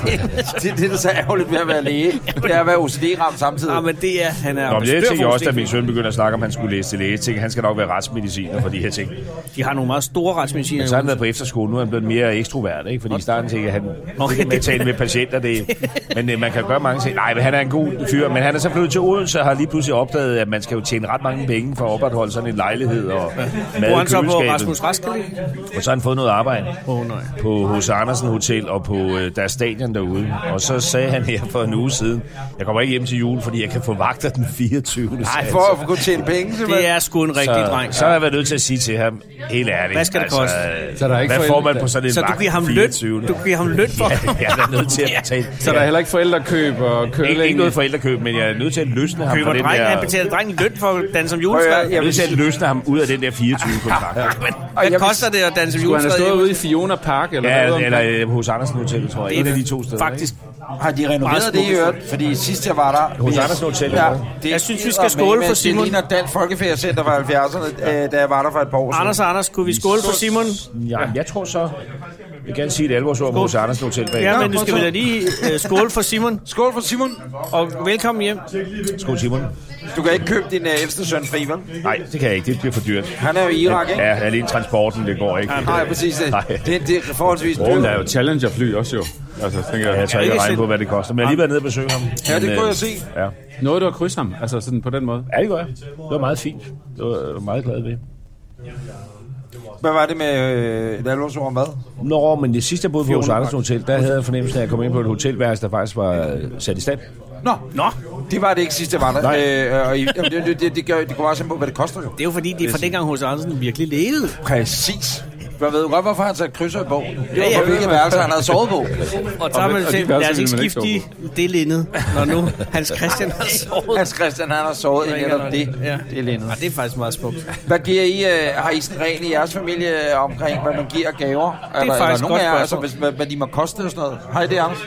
[SPEAKER 2] det. Det er det, der er så ærgerligt ved at være læge. Det er at være OCD-ramt samtidig.
[SPEAKER 1] Ja, men det er, han er
[SPEAKER 9] Nå, men
[SPEAKER 1] ambassadør
[SPEAKER 9] det tænkte jeg
[SPEAKER 1] for
[SPEAKER 9] også, da
[SPEAKER 1] OCD.
[SPEAKER 9] min søn begyndte at snakke om, at han skulle læse til læge. Jeg tænkte, han skal nok være retsmediciner for de her ting.
[SPEAKER 1] De har nogle meget store retsmediciner.
[SPEAKER 9] Så har han været på efterskole. Nu er han blevet mere ekstrovert, ikke? Fordi i starten tænkte jeg, at han
[SPEAKER 1] Okay.
[SPEAKER 9] okay. med at tale med patienter. Det, men øh, man kan gøre mange ting. Nej, men han er en god fyr. Men han er så flyttet til Odense og har lige pludselig opdaget, at man skal jo tjene ret mange penge for at opretholde sådan en lejlighed og mad
[SPEAKER 1] Bor
[SPEAKER 9] i
[SPEAKER 1] han så på
[SPEAKER 9] køleskabet.
[SPEAKER 1] Rasmus Raskeli?
[SPEAKER 9] Og så har han fået noget arbejde
[SPEAKER 1] Åh, nej.
[SPEAKER 9] på H.C. Andersen Hotel og på øh, deres stadion derude. Og så sagde han her for en uge siden, jeg kommer ikke hjem til jul, fordi jeg kan få vagter den 24.
[SPEAKER 2] Nej, for at kunne tjene penge,
[SPEAKER 1] Det
[SPEAKER 2] simpelthen.
[SPEAKER 1] er sgu en rigtig dreng.
[SPEAKER 9] så, så har jeg været nødt til at sige til ham, helt ærligt,
[SPEAKER 1] Hvad skal det koste?
[SPEAKER 9] Så
[SPEAKER 4] der er ikke
[SPEAKER 9] hvad får
[SPEAKER 4] forældre-
[SPEAKER 9] man på sådan en
[SPEAKER 1] Så du
[SPEAKER 9] vagt
[SPEAKER 1] giver ham
[SPEAKER 9] den
[SPEAKER 1] løn,
[SPEAKER 9] 24.?
[SPEAKER 1] du giver ham løn for
[SPEAKER 9] Ja, jeg er da nødt til at betale.
[SPEAKER 4] Så der er heller ikke forældrekøb og køling.
[SPEAKER 9] ikke, ikke noget forældrekøb, men jeg er nødt til at løsne ham
[SPEAKER 1] Køber
[SPEAKER 9] fra den
[SPEAKER 1] drengen, han
[SPEAKER 9] der...
[SPEAKER 1] betaler drengen løn for at danse som
[SPEAKER 2] Prøv at
[SPEAKER 1] juletræ.
[SPEAKER 2] høre,
[SPEAKER 9] Jeg er
[SPEAKER 2] jeg vil
[SPEAKER 9] nødt til at løsne ham ud af den der 24-kontrakt.
[SPEAKER 1] Hvad koster det at danse som
[SPEAKER 4] Han
[SPEAKER 1] juletræ?
[SPEAKER 4] har stået ude i Fiona Park, eller
[SPEAKER 9] ja,
[SPEAKER 4] hvad?
[SPEAKER 9] eller, eller hos Andersen Hotel, tror jeg.
[SPEAKER 1] Det
[SPEAKER 9] En
[SPEAKER 1] er
[SPEAKER 9] af de to steder.
[SPEAKER 1] Faktisk.
[SPEAKER 2] Har de renoveret
[SPEAKER 1] Meget
[SPEAKER 2] det i
[SPEAKER 1] smukt.
[SPEAKER 2] øvrigt? Fordi sidst jeg var der...
[SPEAKER 9] Hos Andersen Hotel,
[SPEAKER 2] Ja,
[SPEAKER 9] eller
[SPEAKER 2] det
[SPEAKER 1] Jeg synes, vi skal skåle for Simon.
[SPEAKER 2] Det ligner Dansk Folkefærdscenter fra 70'erne, øh, da jeg var der for et par år siden.
[SPEAKER 1] Anders og Anders, kunne vi skåle for Simon?
[SPEAKER 9] Ikke? Ja, jeg tror så... Jeg vil gerne sige et alvorsord om hos Andersen Hotel bag.
[SPEAKER 1] Ja, men nu skal vi da lige øh, skåle for Simon.
[SPEAKER 2] Skål for Simon.
[SPEAKER 1] Og velkommen hjem.
[SPEAKER 9] Skål, Simon.
[SPEAKER 2] Du kan ikke købe din øh, ældste søn fri, vel?
[SPEAKER 9] Nej, det kan jeg ikke. Det bliver for dyrt.
[SPEAKER 2] Han er jo i Irak, ikke?
[SPEAKER 9] Ja, alene transporten, det går ikke.
[SPEAKER 2] Nej, præcis det.
[SPEAKER 9] Nej.
[SPEAKER 2] Det, det er forholdsvis
[SPEAKER 4] Jamen,
[SPEAKER 2] dyrt.
[SPEAKER 4] der er jo Challenger-fly også jo. Altså, tænker jeg.
[SPEAKER 9] Jeg tør ikke
[SPEAKER 1] ikke
[SPEAKER 9] regne
[SPEAKER 1] selv-
[SPEAKER 9] på, hvad det koster. Men jeg har lige været nede og besøge ham.
[SPEAKER 2] Ja, det
[SPEAKER 9] Men,
[SPEAKER 2] kunne
[SPEAKER 9] øh,
[SPEAKER 2] jeg se.
[SPEAKER 9] Ja.
[SPEAKER 4] Noget, du har krydset ham, altså sådan på den måde.
[SPEAKER 9] ja, det gør jeg. Det var meget fint. Det var
[SPEAKER 6] øh,
[SPEAKER 9] jeg var meget glad ved.
[SPEAKER 2] Hvad var det med øh, et alvorsord om hvad?
[SPEAKER 9] Nå, men det sidste, jeg boede på hos Andersen Hotel, der havde jeg fornemmelsen af, at jeg kom ind på et hotelværelse, der faktisk var øh, sat i stand.
[SPEAKER 2] Nå, Nå. det var det ikke sidst, jeg var der.
[SPEAKER 9] Nej.
[SPEAKER 2] Øh, og I, jamen, det, det, det, det, gør, det kommer også an på, hvad det koster jo.
[SPEAKER 1] Det er jo fordi, det er fra dengang hos Andersen virkelig levede.
[SPEAKER 2] Præcis. Jeg ved jo godt, hvorfor han satte krydser i bogen. Det var
[SPEAKER 1] Ja, ja.
[SPEAKER 2] på hvilke værelser, han havde sovet på.
[SPEAKER 1] Og så har man
[SPEAKER 4] og de
[SPEAKER 1] tænkt, lad
[SPEAKER 4] værelser
[SPEAKER 1] os ikke
[SPEAKER 4] ville man ikke
[SPEAKER 1] skifte i det linned, når nu Hans Christian har sovet.
[SPEAKER 2] Hans Christian, han har sovet i netop det.
[SPEAKER 1] Ja.
[SPEAKER 2] Det er lignende.
[SPEAKER 1] Ja, det er faktisk meget smukt. Det
[SPEAKER 2] Hvad giver I, øh, har I sådan en regel i jeres familie øh, omkring, hvad man giver gaver? Det er,
[SPEAKER 1] faktisk
[SPEAKER 2] der nogen
[SPEAKER 1] godt
[SPEAKER 2] af jer, altså,
[SPEAKER 1] spørgsmål.
[SPEAKER 2] hvis, hvad, hvad, de må koste og sådan noget? Har I det, Anders?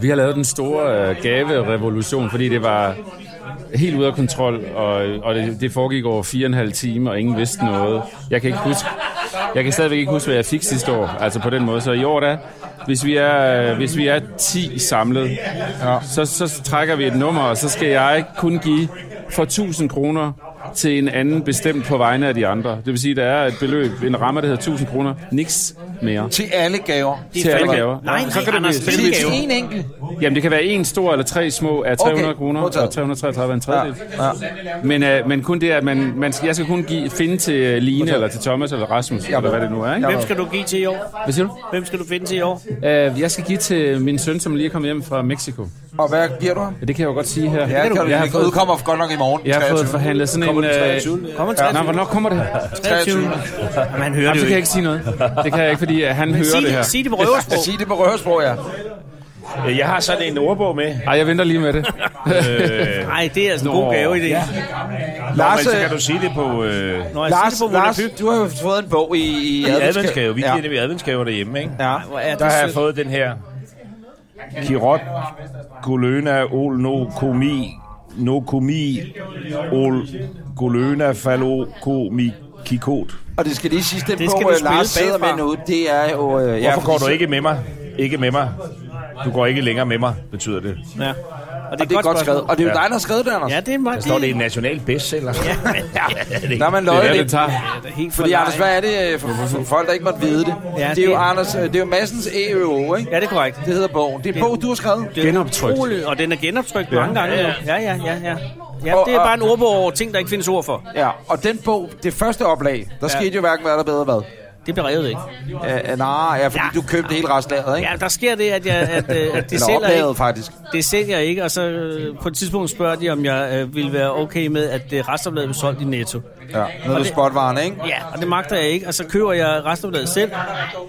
[SPEAKER 4] Vi har lavet den store øh, gaverevolution, fordi det var helt ude af kontrol, og, og det, det foregik over fire og en halv time, og ingen vidste noget. Jeg kan ikke huske, jeg kan stadigvæk ikke huske, hvad jeg fik sidste år, altså på den måde. Så i år da, hvis vi er, øh, hvis vi er 10 samlet, ja. så, så trækker vi et nummer, og så skal jeg kun give for 1000 kroner til en anden bestemt på vegne af de andre. Det vil sige, der er et beløb, en ramme, der hedder 1000 kroner. Niks mere.
[SPEAKER 2] Til alle gaver.
[SPEAKER 4] Til alle gaver.
[SPEAKER 1] Nej, nej,
[SPEAKER 4] så kan det
[SPEAKER 1] Anders,
[SPEAKER 4] blive-
[SPEAKER 1] til
[SPEAKER 2] Til
[SPEAKER 1] gave.
[SPEAKER 2] en enkelt.
[SPEAKER 4] Jamen, det kan være en stor eller tre små af 300 okay, kroner,
[SPEAKER 2] modtaget.
[SPEAKER 4] og 333 er en
[SPEAKER 2] Ja.
[SPEAKER 4] tredjedel.
[SPEAKER 2] ja.
[SPEAKER 4] Men, øh, men kun det, at man, man skal, jeg skal kun give, finde til øh, Line, eller til Thomas, eller Rasmus, eller hvad det nu er. Ikke?
[SPEAKER 1] Hvem skal du give til i år?
[SPEAKER 4] Hvad siger du?
[SPEAKER 1] Hvem skal du finde til i år?
[SPEAKER 4] Øh, jeg skal give til min søn, som lige er kommet hjem fra Mexico.
[SPEAKER 2] Og hvad giver du ham?
[SPEAKER 4] Ja, det kan jeg jo godt sige her.
[SPEAKER 2] Ja, det kan du
[SPEAKER 4] jeg har
[SPEAKER 2] ikke.
[SPEAKER 4] fået,
[SPEAKER 2] Udkommer godt nok i morgen.
[SPEAKER 4] jeg har fået
[SPEAKER 2] 23..
[SPEAKER 4] forhandlet sådan en...
[SPEAKER 2] Kommer den
[SPEAKER 4] Øh,
[SPEAKER 2] 23..
[SPEAKER 1] Kommer
[SPEAKER 4] ja. Nej, hvornår kommer det?
[SPEAKER 1] 23.
[SPEAKER 2] 23.
[SPEAKER 1] Jamen, han hører
[SPEAKER 4] Jamen,
[SPEAKER 1] det
[SPEAKER 4] så
[SPEAKER 1] jo
[SPEAKER 4] kan jeg
[SPEAKER 1] ikke.
[SPEAKER 4] ikke sige noget. Det kan jeg ikke, fordi øh, han hører
[SPEAKER 1] Sig
[SPEAKER 4] det her.
[SPEAKER 1] det, sig det på
[SPEAKER 2] Jeg
[SPEAKER 1] røversprog.
[SPEAKER 2] siger det på røversprog, ja.
[SPEAKER 9] Øh, Jeg har sådan en ordbog med.
[SPEAKER 4] Ej, jeg venter lige med det.
[SPEAKER 1] Nej, det er altså en god gave i det.
[SPEAKER 9] Lars,
[SPEAKER 2] Lars,
[SPEAKER 9] men så
[SPEAKER 2] øh,
[SPEAKER 9] kan du sige det på... Øh,
[SPEAKER 1] Nå, jeg
[SPEAKER 2] Lars,
[SPEAKER 1] siger det på
[SPEAKER 2] Lars,
[SPEAKER 1] Lars.
[SPEAKER 2] du har jo fået en bog i, i
[SPEAKER 9] I adventsgave. Vi giver
[SPEAKER 2] Ja.
[SPEAKER 9] det ved adventsgaver derhjemme, ikke?
[SPEAKER 2] ja.
[SPEAKER 1] er
[SPEAKER 9] Der
[SPEAKER 1] det
[SPEAKER 9] har jeg
[SPEAKER 1] sødt.
[SPEAKER 9] fået den her Kirot Goløna Ol No Komi No Komi Ol Goløna Falo Komi Kikot.
[SPEAKER 2] Og det skal lige sige, den
[SPEAKER 1] Det skal du
[SPEAKER 2] bog, øh,
[SPEAKER 1] spille
[SPEAKER 2] Lars sidder med
[SPEAKER 1] bagfra.
[SPEAKER 2] nu, det er jo... Øh, ja,
[SPEAKER 9] Hvorfor går
[SPEAKER 2] fordi-
[SPEAKER 9] du ikke med mig? Ikke med mig. Du går ikke længere med mig, betyder det.
[SPEAKER 1] Ja. Og
[SPEAKER 2] Og det er godt skrevet. Og det er jo dig, der har skrevet det, Anders.
[SPEAKER 1] Ja, det er meget.
[SPEAKER 9] Der står, det er en national bestseller.
[SPEAKER 1] Ja, men, ja,
[SPEAKER 2] Der er man
[SPEAKER 4] Det er
[SPEAKER 2] løjet
[SPEAKER 4] det, det
[SPEAKER 2] lidt.
[SPEAKER 4] tager.
[SPEAKER 1] det er helt
[SPEAKER 2] Fordi
[SPEAKER 1] for
[SPEAKER 2] Anders,
[SPEAKER 1] nej.
[SPEAKER 2] hvad er det øh, for, for, for folk, der ikke måtte vide det?
[SPEAKER 1] Ja,
[SPEAKER 2] det er jo
[SPEAKER 1] det-
[SPEAKER 2] Anders, øh, det er jo Massens EØO, ikke?
[SPEAKER 1] Ja, det er korrekt.
[SPEAKER 2] Det hedder bogen. Det er en bog, du har skrevet.
[SPEAKER 1] Det er
[SPEAKER 4] Genoptrykt.
[SPEAKER 1] utroligt, Og den er genoptrykt mange gange. jo. Ja, ja, ja. ja. ja
[SPEAKER 2] Og-
[SPEAKER 1] det er
[SPEAKER 2] og-
[SPEAKER 1] bare en ordbog over ting, der ikke findes ord for.
[SPEAKER 2] Ja, og den bog, det første oplag, der skete jo hverken hvad der bedre hvad.
[SPEAKER 1] Det bliver revet ikke.
[SPEAKER 2] Øh, øh, nej, ja, fordi
[SPEAKER 1] Ja.
[SPEAKER 2] du købte hele restlageret, ikke?
[SPEAKER 1] Ja, der sker det, at, jeg, at, øh, at det
[SPEAKER 2] Eller
[SPEAKER 1] sælger ikke.
[SPEAKER 2] oplaget, faktisk.
[SPEAKER 1] Det sælger ikke, og så øh, på et tidspunkt spørger de, om jeg øh, ville være okay med, at øh, restoplevet blev solgt i Netto.
[SPEAKER 2] Ja, noget ved spotvarerne, ikke?
[SPEAKER 1] Ja, og det magter jeg ikke, og så køber jeg restoplevet selv.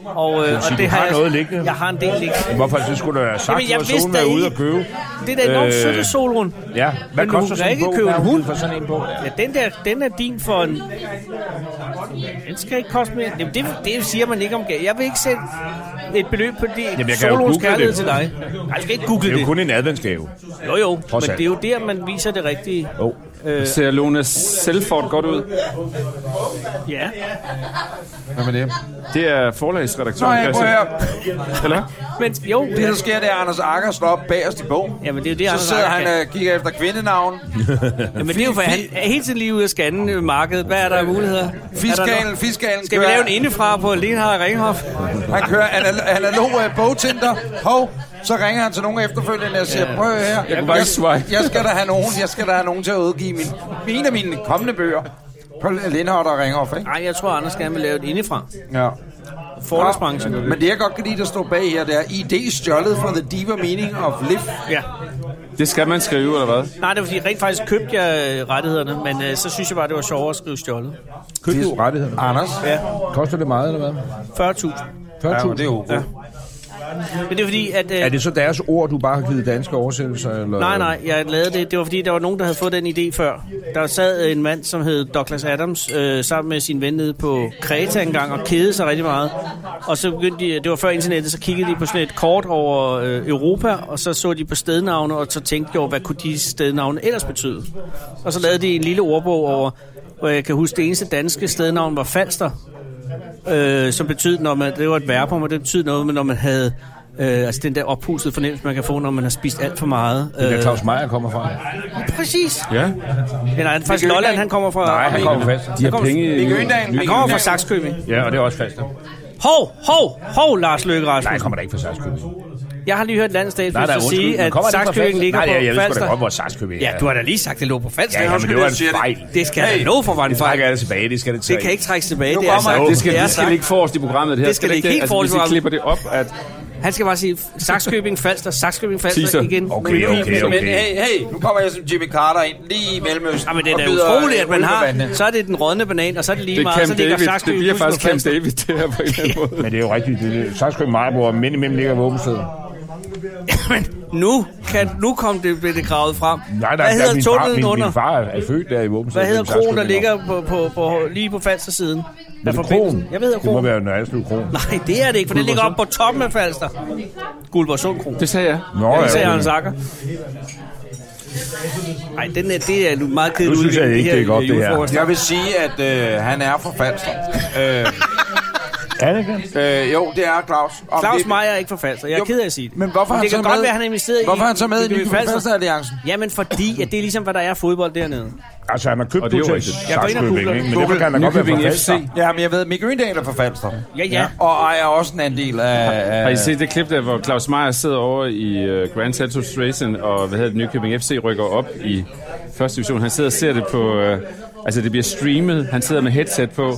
[SPEAKER 1] Og, øh, og
[SPEAKER 9] du har
[SPEAKER 1] jeg,
[SPEAKER 9] noget liggende?
[SPEAKER 1] Jeg har en del liggende.
[SPEAKER 9] Hvorfor så skulle du have sagt,
[SPEAKER 1] Jamen, jeg
[SPEAKER 9] at
[SPEAKER 1] vidste
[SPEAKER 9] solen
[SPEAKER 1] da
[SPEAKER 9] er ude
[SPEAKER 1] ikke.
[SPEAKER 9] og købe?
[SPEAKER 1] Det er da enormt
[SPEAKER 9] Øh,
[SPEAKER 1] øh, sødt, Solrun.
[SPEAKER 9] Ja, hvad
[SPEAKER 1] Men
[SPEAKER 9] koster
[SPEAKER 1] du
[SPEAKER 9] sådan
[SPEAKER 1] kan
[SPEAKER 9] en bog?
[SPEAKER 1] ikke købe
[SPEAKER 9] Hvad
[SPEAKER 1] en
[SPEAKER 9] er
[SPEAKER 1] hund.
[SPEAKER 9] for sådan en bog? der?
[SPEAKER 1] Ja, den der, den er din for en... Den skal ikke koste mere. Jamen, det, det siger man ikke om gave. Jeg vil ikke sætte et beløb på det.
[SPEAKER 9] jeg kan jo
[SPEAKER 1] Solons
[SPEAKER 9] google
[SPEAKER 1] kærlighed
[SPEAKER 9] det.
[SPEAKER 1] til dig. Nej, du skal ikke google
[SPEAKER 9] Det er jo
[SPEAKER 1] det.
[SPEAKER 9] kun en adventsgave.
[SPEAKER 1] Jo, jo, men
[SPEAKER 9] alt.
[SPEAKER 1] det er jo der, man viser det rigtige. Øh,
[SPEAKER 9] Jo.
[SPEAKER 4] Ser Lone Selford godt ud?
[SPEAKER 1] Ja.
[SPEAKER 2] Hvad med det?
[SPEAKER 4] Det er forlagsredaktøren.
[SPEAKER 2] Nå, jeg prøver
[SPEAKER 4] Christian.
[SPEAKER 2] at høre.
[SPEAKER 4] Eller?
[SPEAKER 1] Men jo,
[SPEAKER 2] Det, der
[SPEAKER 1] det,
[SPEAKER 2] sker, det er, at Anders Akker slår op bagerst i bogen.
[SPEAKER 1] jamen, det er jo det,
[SPEAKER 2] Så
[SPEAKER 1] Anders
[SPEAKER 2] sidder
[SPEAKER 1] Agger
[SPEAKER 2] han øh,
[SPEAKER 1] kan.
[SPEAKER 2] og kigger efter kvindenavn.
[SPEAKER 1] Jamen, det er jo, for han er hele tiden lige ude at scanne øh, markedet. Hvad er der af muligheder? Er der
[SPEAKER 2] Fiskalen,
[SPEAKER 1] nok-
[SPEAKER 2] fiskalen.
[SPEAKER 1] Skal vi
[SPEAKER 2] kører-
[SPEAKER 1] lave en indefra på Lenhard og Ringhoff?
[SPEAKER 2] Han kører anal- analog øh, bogtinder. Hov, så ringer han til nogen efterfølgende og siger, prøv at høre her. Jeg,
[SPEAKER 4] kunne bare ikke swipe.
[SPEAKER 2] jeg, skal da have nogen, jeg skal da have nogen til at udgive min, en af mine kommende bøger. På Lindhardt og Ringhoff, ikke?
[SPEAKER 1] Nej, jeg tror, Anders gerne vil lave et indefra.
[SPEAKER 2] Ja.
[SPEAKER 1] Forlagsbranchen.
[SPEAKER 2] Men det, jeg godt kan lide, der står bag her, det er ID stjålet fra the deeper meaning of life.
[SPEAKER 1] Ja.
[SPEAKER 4] Det skal man skrive, eller hvad?
[SPEAKER 1] Nej, det var fordi, rent faktisk købte jeg øh, rettighederne, men øh, så synes jeg bare, det var sjovere at skrive stjålet.
[SPEAKER 6] Køb du rettighederne.
[SPEAKER 2] Anders? Ja.
[SPEAKER 6] Koster det meget, eller hvad?
[SPEAKER 1] 40.000.
[SPEAKER 6] 40.000? Ja, det er jo ja.
[SPEAKER 1] Men det er fordi, at... Øh,
[SPEAKER 6] Er det så deres ord, du bare har givet danske oversættelser? Eller?
[SPEAKER 1] Nej, nej, jeg lavede det. Det var fordi, der var nogen, der havde fået den idé før. Der sad øh, en mand, som hed Douglas Adams, øh, sammen med sin ven nede på Kreta engang, og kedede sig rigtig meget. Og så begyndte de, det var før internettet, så kiggede de på sådan et kort over øh, Europa, og så så de på stednavne, og så tænkte de over, hvad kunne de stednavne ellers betyde. Og så lavede de en lille ordbog over, hvor jeg kan huske, det eneste danske stednavn var Falster øh, som betød, når man, det var et verbum, og det betød noget med, når man havde øh, altså den der ophusede fornemmelse, man kan få, når man har spist alt for meget. Øh,
[SPEAKER 6] Der Claus Meier kommer fra.
[SPEAKER 1] præcis.
[SPEAKER 4] Ja.
[SPEAKER 1] Ja, nej, det er faktisk Lolland, han kommer fra... Nej, han
[SPEAKER 6] Kommer fast.
[SPEAKER 4] De har penge i...
[SPEAKER 1] Han kommer fra Saxkøbing.
[SPEAKER 9] Ja, og det er også fast.
[SPEAKER 1] Hov, hov, hov, Lars Løkke
[SPEAKER 9] Nej, jeg
[SPEAKER 1] Rasmussen.
[SPEAKER 9] kommer da ikke fra Sarskøbing.
[SPEAKER 1] Jeg har lige hørt
[SPEAKER 9] Nej, der
[SPEAKER 1] landstatsminister
[SPEAKER 9] er undskyld.
[SPEAKER 1] sige,
[SPEAKER 9] men
[SPEAKER 1] at
[SPEAKER 9] kommer det ikke fra
[SPEAKER 1] Saxkøbing
[SPEAKER 9] Falster?
[SPEAKER 1] ligger
[SPEAKER 9] Nej, jeg
[SPEAKER 1] på
[SPEAKER 9] ved sgu da godt,
[SPEAKER 1] Falster.
[SPEAKER 9] hvor Saxkøbing
[SPEAKER 1] Ja, du har da lige sagt, det lå på Falster.
[SPEAKER 9] Ja,
[SPEAKER 1] Jeg
[SPEAKER 9] ja,
[SPEAKER 1] undskyld,
[SPEAKER 9] men det var
[SPEAKER 1] jeg siger
[SPEAKER 9] en fejl.
[SPEAKER 1] Det skal jeg da love for, var en
[SPEAKER 9] Det trækker
[SPEAKER 1] fejl.
[SPEAKER 9] jeg tilbage, det skal det tage.
[SPEAKER 1] Det kan ikke trækkes tilbage. Det, er
[SPEAKER 2] kommer
[SPEAKER 1] sagt.
[SPEAKER 2] jeg.
[SPEAKER 4] Det skal,
[SPEAKER 1] er
[SPEAKER 4] det skal
[SPEAKER 1] sagt.
[SPEAKER 4] ligge forrest i programmet her.
[SPEAKER 1] Det skal ligge helt
[SPEAKER 4] altså,
[SPEAKER 1] forrest i
[SPEAKER 4] Hvis I
[SPEAKER 1] programmet.
[SPEAKER 4] klipper det op, at...
[SPEAKER 1] Han skal bare sige, Saxkøbing Falster, Saxkøbing Falster
[SPEAKER 4] Teaser.
[SPEAKER 1] igen.
[SPEAKER 9] Okay, okay,
[SPEAKER 2] Men
[SPEAKER 9] okay.
[SPEAKER 2] hey, hey, nu kommer jeg som Jimmy Carter ind lige i Mellemøsten.
[SPEAKER 1] Ja, men det er
[SPEAKER 2] og
[SPEAKER 1] da
[SPEAKER 2] byder, øh,
[SPEAKER 1] utroligt, at man har...
[SPEAKER 2] ulvevandene.
[SPEAKER 1] Så er det den rådne banan, og så er det lige
[SPEAKER 4] Det, er
[SPEAKER 1] meget.
[SPEAKER 4] Camp
[SPEAKER 1] så ligger
[SPEAKER 4] David.
[SPEAKER 1] Saxby
[SPEAKER 4] Det bliver
[SPEAKER 1] Husum
[SPEAKER 4] faktisk
[SPEAKER 1] og
[SPEAKER 4] Camp
[SPEAKER 1] Falster.
[SPEAKER 4] David, det her på en eller anden måde.
[SPEAKER 9] Men det er jo rigtigt. Det er Sarskøbing Majbo, men imellem ligger Våbensted.
[SPEAKER 1] Men nu, kan, nu kom det, blev det gravet frem.
[SPEAKER 9] Nej, nej,
[SPEAKER 1] Hvad
[SPEAKER 9] der,
[SPEAKER 1] hedder
[SPEAKER 9] min, far,
[SPEAKER 1] tunnelen
[SPEAKER 9] min,
[SPEAKER 1] under?
[SPEAKER 9] min far er født der i Våbensted.
[SPEAKER 1] Hvad hedder
[SPEAKER 9] Det er Sarskøbing
[SPEAKER 1] kronen, der
[SPEAKER 9] Nord.
[SPEAKER 1] ligger på, på, på, lige på Falster siden? Der
[SPEAKER 9] det
[SPEAKER 1] forbindelsen.
[SPEAKER 9] Kron?
[SPEAKER 1] Jeg ved, at
[SPEAKER 9] Det må
[SPEAKER 1] kronen.
[SPEAKER 9] være Nørreslev Kron.
[SPEAKER 1] Nej, det er det ikke, for den ligger oppe på toppen af Falster. Guldborgsund Kron.
[SPEAKER 4] Det sagde jeg.
[SPEAKER 9] Nå,
[SPEAKER 1] Det sagde
[SPEAKER 9] ja,
[SPEAKER 1] Hans Akker. Nej, den er, det er nu meget kedeligt.
[SPEAKER 9] Nu synes jeg
[SPEAKER 1] udvikling,
[SPEAKER 9] ikke, det er godt, det her.
[SPEAKER 1] julefrokost.
[SPEAKER 2] Jeg vil sige, at øh, han er fra Falster. Øh,
[SPEAKER 6] Er det ikke?
[SPEAKER 2] øh, jo, det er Claus. Om
[SPEAKER 1] Claus
[SPEAKER 2] det-
[SPEAKER 1] Meyer er ikke forfalsker. Jeg er
[SPEAKER 2] Jo,
[SPEAKER 1] ked af at sige det.
[SPEAKER 2] Men hvorfor
[SPEAKER 1] det kan
[SPEAKER 2] han så
[SPEAKER 1] godt
[SPEAKER 2] med,
[SPEAKER 1] være, han er investeret i...
[SPEAKER 2] Hvorfor er han så med i
[SPEAKER 1] Nykøbing
[SPEAKER 2] Nykøbing Falster Alliancen?
[SPEAKER 1] Jamen, fordi at det er ligesom, hvad der er af fodbold dernede.
[SPEAKER 9] Altså, han har købt
[SPEAKER 4] Og det er jo
[SPEAKER 9] Hotel
[SPEAKER 4] rigtigt.
[SPEAKER 1] Jeg går ind og
[SPEAKER 9] Saxkøbing,
[SPEAKER 1] googler
[SPEAKER 9] ikke?
[SPEAKER 1] det.
[SPEAKER 9] Men derfor kan han da godt være
[SPEAKER 4] Nykøbing
[SPEAKER 9] fra
[SPEAKER 4] FC.
[SPEAKER 9] Falster.
[SPEAKER 2] Ja, men jeg ved, Mikke Øendal er fra Falster.
[SPEAKER 1] Ja, ja.
[SPEAKER 2] Og ejer også en andel af...
[SPEAKER 4] Har
[SPEAKER 2] af
[SPEAKER 4] I set det klip der, hvor Claus Meier sidder over i uh, Grand Santos Racing, og hvad hedder det, Nykøbing FC rykker op i første division. Han sidder og ser det på, uh, altså det bliver streamet, han sidder med headset på.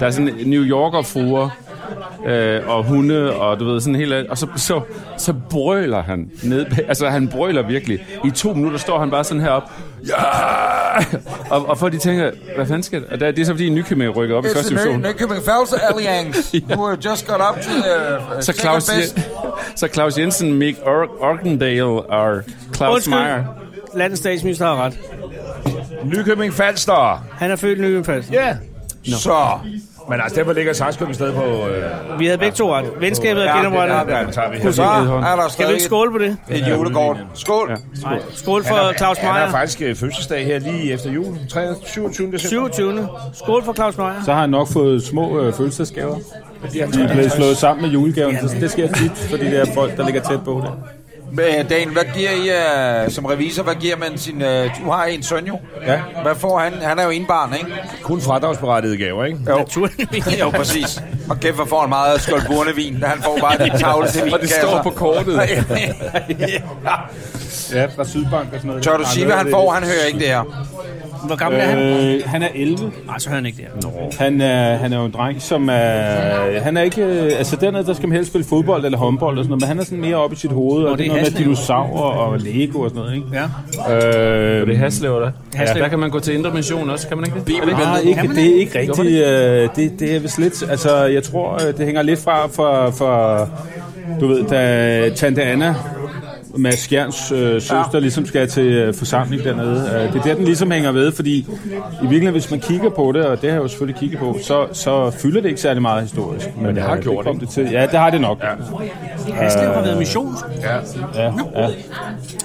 [SPEAKER 4] Der er sådan New Yorker fruer, øh, og hunde, og du ved, sådan hele, og så, så, så brøler han ned, bag- altså han brøler virkelig. I to minutter står han bare sådan herop, ja! og, og folk de tænker, hvad fanden sker der? Og der, det er så fordi Nykøbing rykker op i
[SPEAKER 2] It's
[SPEAKER 4] første
[SPEAKER 2] the Ny-
[SPEAKER 4] division.
[SPEAKER 2] Nykøbing Falster Alliance, who have just got up to the uh,
[SPEAKER 4] Så Claus,
[SPEAKER 2] second best.
[SPEAKER 4] så Claus Jensen, Mick Or- Orkendale og Claus
[SPEAKER 1] Undskyld.
[SPEAKER 4] Meyer.
[SPEAKER 1] Landets statsminister har ret.
[SPEAKER 9] Nykøbing Falster.
[SPEAKER 1] Han er født i Nykøbing Falster.
[SPEAKER 9] Ja.
[SPEAKER 2] Så,
[SPEAKER 9] Men altså, derfor ligger Saxkøbing stadig på... Øh,
[SPEAKER 1] Vi havde begge to ret. Venskabet er
[SPEAKER 2] Ja,
[SPEAKER 1] genoprettet.
[SPEAKER 2] det er
[SPEAKER 9] den tager vi her.
[SPEAKER 2] så er der
[SPEAKER 1] Skal vi
[SPEAKER 2] stadig
[SPEAKER 1] ikke skåle på det?
[SPEAKER 2] et julekort. Skål.
[SPEAKER 1] Nej. Skål
[SPEAKER 9] Han
[SPEAKER 1] for
[SPEAKER 9] er-
[SPEAKER 1] Claus
[SPEAKER 9] Han har
[SPEAKER 1] Meier.
[SPEAKER 9] faktisk øh, fødselsdag her lige efter jul. 23, 27. december.
[SPEAKER 1] 27. Skål for Claus Meier.
[SPEAKER 6] Så har han nok fået små øh, fødselsdagsgaver. De er blevet slået sammen med julegaven. Så det sker tit for de der folk, der ligger tæt på det.
[SPEAKER 2] Øh, Dan, hvad giver I øh, som revisor, hvad giver man sin... Øh, du har en søn jo.
[SPEAKER 9] Ja.
[SPEAKER 2] Hvad får han? Han er jo enbarn, ikke?
[SPEAKER 9] Kun fradragsberettigede gaver, ikke?
[SPEAKER 2] Jo,
[SPEAKER 1] Naturligvis.
[SPEAKER 2] jo præcis. Og kæft, hvor får han meget skolburnevin. Han får bare den tavle til vin.
[SPEAKER 4] Og det står på kortet.
[SPEAKER 6] Ja, fra Sydbank og sådan noget.
[SPEAKER 2] Tør du sige, hvad han får? Han hører ikke det her.
[SPEAKER 1] Hvor gammel er han?
[SPEAKER 6] Øh, han er 11.
[SPEAKER 1] Nej, så hører han ikke det.
[SPEAKER 6] Han er, han er jo en dreng, som er... Han er ikke... øh, Altså dernede, der skal man helst spille fodbold eller håndbold og sådan noget, men han er sådan mere op i sit hoved,
[SPEAKER 1] det
[SPEAKER 6] og
[SPEAKER 1] er
[SPEAKER 6] det er noget med
[SPEAKER 1] Haslev.
[SPEAKER 6] dinosaurer og Lego og sådan noget, ikke?
[SPEAKER 1] Ja.
[SPEAKER 6] Øh,
[SPEAKER 4] Det er Haslev, der. Ja.
[SPEAKER 1] Haslev.
[SPEAKER 4] Der kan man gå til Indre Mission også, kan man ikke det?
[SPEAKER 6] Nej, ikke, det er ikke rigtigt. øh, Det, det er vist lidt... Altså, jeg tror, øh, det hænger lidt fra for, for du ved, da Tante Anna Mads Skjerns øh, søster ja. ligesom skal til øh, forsamling dernede. Øh, det er der, den ligesom hænger ved, fordi i virkeligheden, hvis man kigger på det, og det har jeg jo selvfølgelig kigget på, så, så fylder det ikke særlig meget historisk. Men, men det har gjort det. kom Det til. Ja, det har det nok. Ja.
[SPEAKER 1] Haslev har været missions.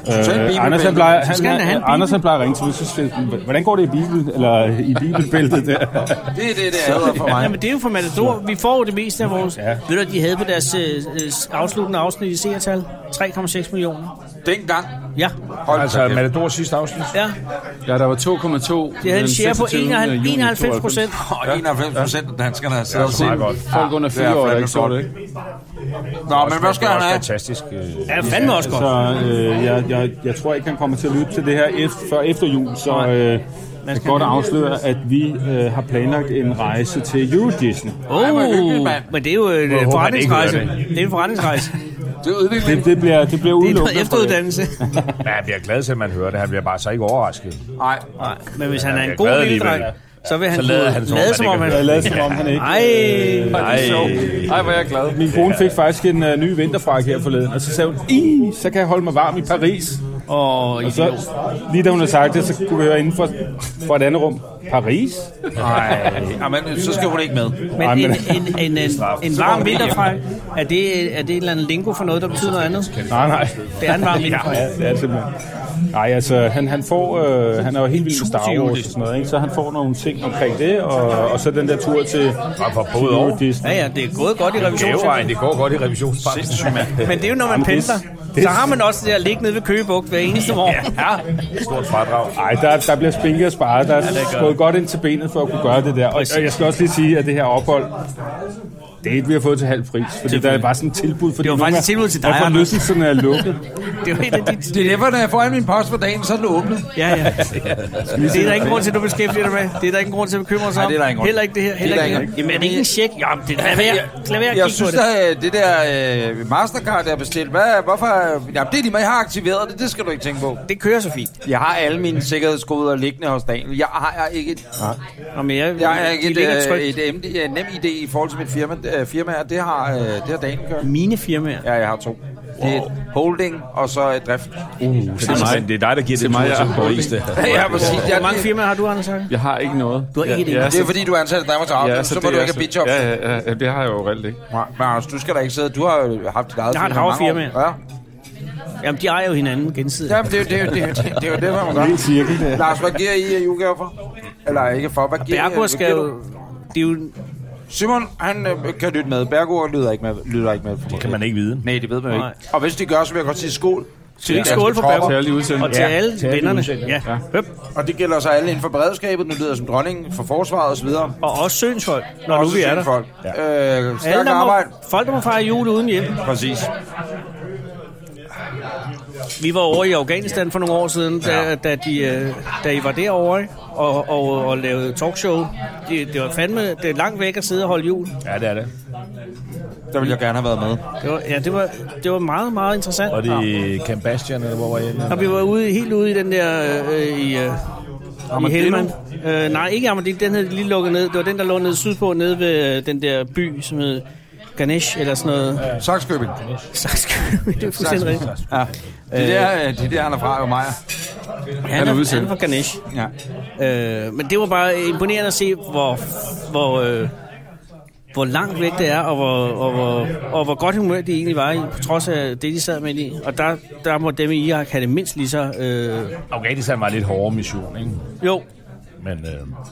[SPEAKER 6] Øh, Anders, han plejer, han,
[SPEAKER 1] skal han have en
[SPEAKER 6] han, han,
[SPEAKER 1] bibel.
[SPEAKER 6] Anders, han plejer at ringe til mig, så siger han, hvordan går det i Bibelen, eller i Bibelbæltet der?
[SPEAKER 2] Det er det, det hedder for mig.
[SPEAKER 1] Jamen, det er jo for Matador. Vi får jo det meste af vores... Ja. Ved du, at de havde på deres øh, øh, afsluttende afsnit i seertal? 3,6 millioner.
[SPEAKER 2] Dengang.
[SPEAKER 1] Ja,
[SPEAKER 2] Hold altså,
[SPEAKER 9] Altså, Matador sidste afsnit.
[SPEAKER 1] ja.
[SPEAKER 4] Ja, der var 2,2.
[SPEAKER 1] De havde en share på 91 91 procent.
[SPEAKER 2] og 91 procent af danskerne har siddet og
[SPEAKER 4] Det
[SPEAKER 2] set.
[SPEAKER 4] er folk under
[SPEAKER 2] det er
[SPEAKER 4] 4 år, der
[SPEAKER 2] fandme
[SPEAKER 4] ikke så det,
[SPEAKER 2] godt.
[SPEAKER 4] ikke?
[SPEAKER 2] Nå, men hvad skal han
[SPEAKER 9] Det er
[SPEAKER 2] have?
[SPEAKER 9] også fantastisk. øh,
[SPEAKER 1] Ja, fandme også godt.
[SPEAKER 6] Så øh, jeg, jeg, jeg tror ikke, han kommer til at lytte til det her efter, før efter jul, så øh, jeg kan godt afsløre, at vi øh, har planlagt en rejse til Eurodisney.
[SPEAKER 1] Åh,
[SPEAKER 2] hvor hyggeligt,
[SPEAKER 1] oh,
[SPEAKER 2] mand.
[SPEAKER 1] men det er jo en øh,
[SPEAKER 9] håber, han ikke
[SPEAKER 1] forretningsrejse.
[SPEAKER 9] hører
[SPEAKER 1] Det er en forretningsrejse.
[SPEAKER 2] Det er udvikling.
[SPEAKER 6] Det, det bliver, det bliver
[SPEAKER 1] Det er
[SPEAKER 6] udelukkende.
[SPEAKER 1] noget efteruddannelse.
[SPEAKER 9] Ja, han bliver glad til, at man hører det. Han bliver bare så ikke overrasket.
[SPEAKER 2] Nej.
[SPEAKER 1] Nej, men hvis han er
[SPEAKER 9] jeg
[SPEAKER 1] en
[SPEAKER 9] er
[SPEAKER 1] god
[SPEAKER 9] glad
[SPEAKER 1] lille dreng,
[SPEAKER 9] alligevel.
[SPEAKER 1] så vil han
[SPEAKER 9] Så
[SPEAKER 1] kunne
[SPEAKER 9] lader han som
[SPEAKER 1] lade
[SPEAKER 9] om,
[SPEAKER 1] som om,
[SPEAKER 9] han ikke
[SPEAKER 1] han...
[SPEAKER 9] har
[SPEAKER 6] Jeg lader som om, han ikke...
[SPEAKER 1] Ej,
[SPEAKER 9] Nej,
[SPEAKER 4] Ej, hvor er jeg glad.
[SPEAKER 6] Min kone fik faktisk en øh, ny vinterfrak her forleden, og så sagde hun, "Ih, så kan jeg holde mig varm i Paris.
[SPEAKER 1] og
[SPEAKER 6] Og så, lige da hun havde sagt det, så kunne vi høre inden for, for et andet rum. Paris?
[SPEAKER 2] Nej, men så skal hun ikke med.
[SPEAKER 1] Men
[SPEAKER 6] Ej,
[SPEAKER 1] en,
[SPEAKER 6] men-
[SPEAKER 1] en, en, en, en varm vinterfrag, er det, er det en eller anden lingo for noget, der betyder noget andet?
[SPEAKER 6] Nej, nej.
[SPEAKER 1] Det er en varm vinterfrag.
[SPEAKER 6] Ja, det er simpelthen. Nej, altså, han, han får, øh, han er jo helt vild med Star Wars og sådan noget, ikke? så han får nogle ting omkring det, og, og så den der tur til
[SPEAKER 9] Og for både
[SPEAKER 6] Euro
[SPEAKER 9] år.
[SPEAKER 6] Disney.
[SPEAKER 1] Ja, ja, det er gået godt i
[SPEAKER 9] Gavevejen,
[SPEAKER 1] revisionsvejen.
[SPEAKER 9] det går godt i revisionsbanken.
[SPEAKER 1] Men det er jo, når man
[SPEAKER 6] Jamen, det-
[SPEAKER 1] pendler.
[SPEAKER 6] det-
[SPEAKER 1] Så har man også det der at ligge nede ved Køgebugt hver eneste år.
[SPEAKER 9] Stort fradrag.
[SPEAKER 6] Ej, der, der bliver spinket og sparet. Der er ja, gået godt ind til benet for at kunne gøre det der. Og, og jeg skal også lige sige, at det her ophold, det er ikke, vi har fået til halv pris. Fordi der er bare sådan et tilbud. Fordi
[SPEAKER 1] Det var faktisk
[SPEAKER 6] nogle
[SPEAKER 1] et tilbud til dig,
[SPEAKER 6] af- af
[SPEAKER 1] Anders.
[SPEAKER 6] forlystelsen er lukket.
[SPEAKER 1] Det er jo et af de...
[SPEAKER 2] Det er derfor, når jeg får al min post for dagen, så er det åbnet.
[SPEAKER 1] Ja, ja. Det er der ingen grund til, at du beskæftiger dig med. Det er der ingen grund til at bekymre sig
[SPEAKER 2] Nej,
[SPEAKER 1] om.
[SPEAKER 2] det er der ingen grund til.
[SPEAKER 1] Heller ikke det her. Heller
[SPEAKER 2] der
[SPEAKER 1] ikke det
[SPEAKER 2] ingen
[SPEAKER 1] her. Jamen, er det ikke en check? Jamen, det er lad være. Lad være at kigge
[SPEAKER 2] Jeg
[SPEAKER 1] på
[SPEAKER 2] synes,
[SPEAKER 1] det.
[SPEAKER 2] at det der øh, Mastercard, der er bestilt, hvad, hvorfor... Jamen, det er de med, jeg har aktiveret det, det skal du ikke tænke på.
[SPEAKER 1] Det kører så fint.
[SPEAKER 2] Jeg har alle mine sikkerhedskoder liggende hos Daniel. Jeg har ikke et,
[SPEAKER 1] Nå, men jeg,
[SPEAKER 2] jeg har ikke
[SPEAKER 1] de
[SPEAKER 2] et,
[SPEAKER 1] ligger
[SPEAKER 2] øh,
[SPEAKER 1] trygt.
[SPEAKER 2] et, MD, et nem idé i forhold til mit firma, øh, firma det, har, øh, det har Daniel kørt.
[SPEAKER 1] Mine firmaer.
[SPEAKER 2] Ja, jeg har to. Det er et holding, og så et drift.
[SPEAKER 9] Det er, mig. det er dig, der giver det
[SPEAKER 4] mig,
[SPEAKER 9] tur
[SPEAKER 4] jeg
[SPEAKER 9] til
[SPEAKER 4] er
[SPEAKER 9] Paris. Det.
[SPEAKER 2] Ja, præcis. Ja,
[SPEAKER 1] Hvor mange
[SPEAKER 2] det,
[SPEAKER 1] firmaer har du, Anders Høgh?
[SPEAKER 4] Jeg har ikke noget.
[SPEAKER 1] Du har ikke det.
[SPEAKER 4] ja,
[SPEAKER 2] det er fordi, du er ansat i Danmarks Radio, så, må du ikke have bitjob.
[SPEAKER 4] Ja, ja, ja, ja, det har jeg jo reelt ikke.
[SPEAKER 2] Nej, Men Anders, du skal da ikke sidde. Du har jo øh, haft dit eget
[SPEAKER 1] Jeg har et
[SPEAKER 2] firma i
[SPEAKER 1] hav af
[SPEAKER 2] mange år.
[SPEAKER 1] firmaer.
[SPEAKER 2] Ja.
[SPEAKER 1] Jamen, de ejer jo hinanden gensidigt.
[SPEAKER 2] Jamen, det, er jo- det, er jo- det, er jo- det, er jo det, hvad man gør.
[SPEAKER 6] Lille cirkel der.
[SPEAKER 2] Lars, hvad giver I af julegave for? Eller ikke for, hvad giver I? øh,
[SPEAKER 1] Bergur
[SPEAKER 2] hvad
[SPEAKER 1] skal
[SPEAKER 2] giver
[SPEAKER 1] jo...
[SPEAKER 2] du?
[SPEAKER 1] Det er jo
[SPEAKER 2] Simon, han øh, kan lytte med. Bergur lyder ikke med. Lytter ikke med. Det
[SPEAKER 9] Kan man ikke vide.
[SPEAKER 2] Nej, det ved man jo
[SPEAKER 1] Nej.
[SPEAKER 2] ikke. Og hvis de gør, så vil jeg godt sige skål.
[SPEAKER 1] Skal vi ikke
[SPEAKER 2] Danske
[SPEAKER 1] skåle for
[SPEAKER 2] tropper.
[SPEAKER 1] Bergur?
[SPEAKER 4] Til alle de udsendte.
[SPEAKER 1] Og til alle
[SPEAKER 4] alle de
[SPEAKER 1] vennerne.
[SPEAKER 4] udsendte.
[SPEAKER 1] Ja.
[SPEAKER 4] Ja.
[SPEAKER 1] Høp.
[SPEAKER 2] Og det gælder så alle inden for beredskabet. Nu lyder jeg som dronningen for forsvaret osv.
[SPEAKER 1] Og også Sønshold, når nu vi er der.
[SPEAKER 2] Folk. Ja. Øh,
[SPEAKER 1] Alle,
[SPEAKER 2] stærk
[SPEAKER 1] der
[SPEAKER 2] arbejde.
[SPEAKER 1] må, folk, der må fejre jul uden hjem.
[SPEAKER 2] Præcis.
[SPEAKER 1] Vi var over i Afghanistan for nogle år siden, da, ja. da, de, øh, da I var derovre ikke? og, og, og lavede talkshow. Det, det var fandme det er langt væk at sidde og holde jul.
[SPEAKER 9] Ja, det er det.
[SPEAKER 2] Der ville jeg gerne have været med.
[SPEAKER 1] Det var, ja, det var, det var meget, meget interessant.
[SPEAKER 9] Og det er Camp Bastian, eller hvor var jeg?
[SPEAKER 1] Og vi var ude, helt ude i den der... Øh, i, øh, i Helmand. Øh, nej, ikke Amadillo. Den havde de lige lukket ned. Det var den, der lå nede sydpå, nede ved øh, den der by, som hed Ganesh, eller sådan noget.
[SPEAKER 2] Sakskøbing.
[SPEAKER 1] Sakskøbing, det er fuldstændig rigtigt.
[SPEAKER 2] Ja. Det er der, øh, det er der, han er fra, jo mig.
[SPEAKER 1] Han er,
[SPEAKER 4] er udsendt.
[SPEAKER 1] han er fra Ganesh.
[SPEAKER 2] Ja.
[SPEAKER 1] Øh, men det var bare imponerende at se, hvor, hvor, øh, hvor langt væk det er, og hvor, og, hvor, og hvor godt humør de egentlig var i, på trods af det, de sad med i. Og der, der må dem i Irak have det mindst lige så... Øh,
[SPEAKER 9] Afghanistan var en lidt hårdere mission, ikke?
[SPEAKER 1] jo,
[SPEAKER 9] Men, øh,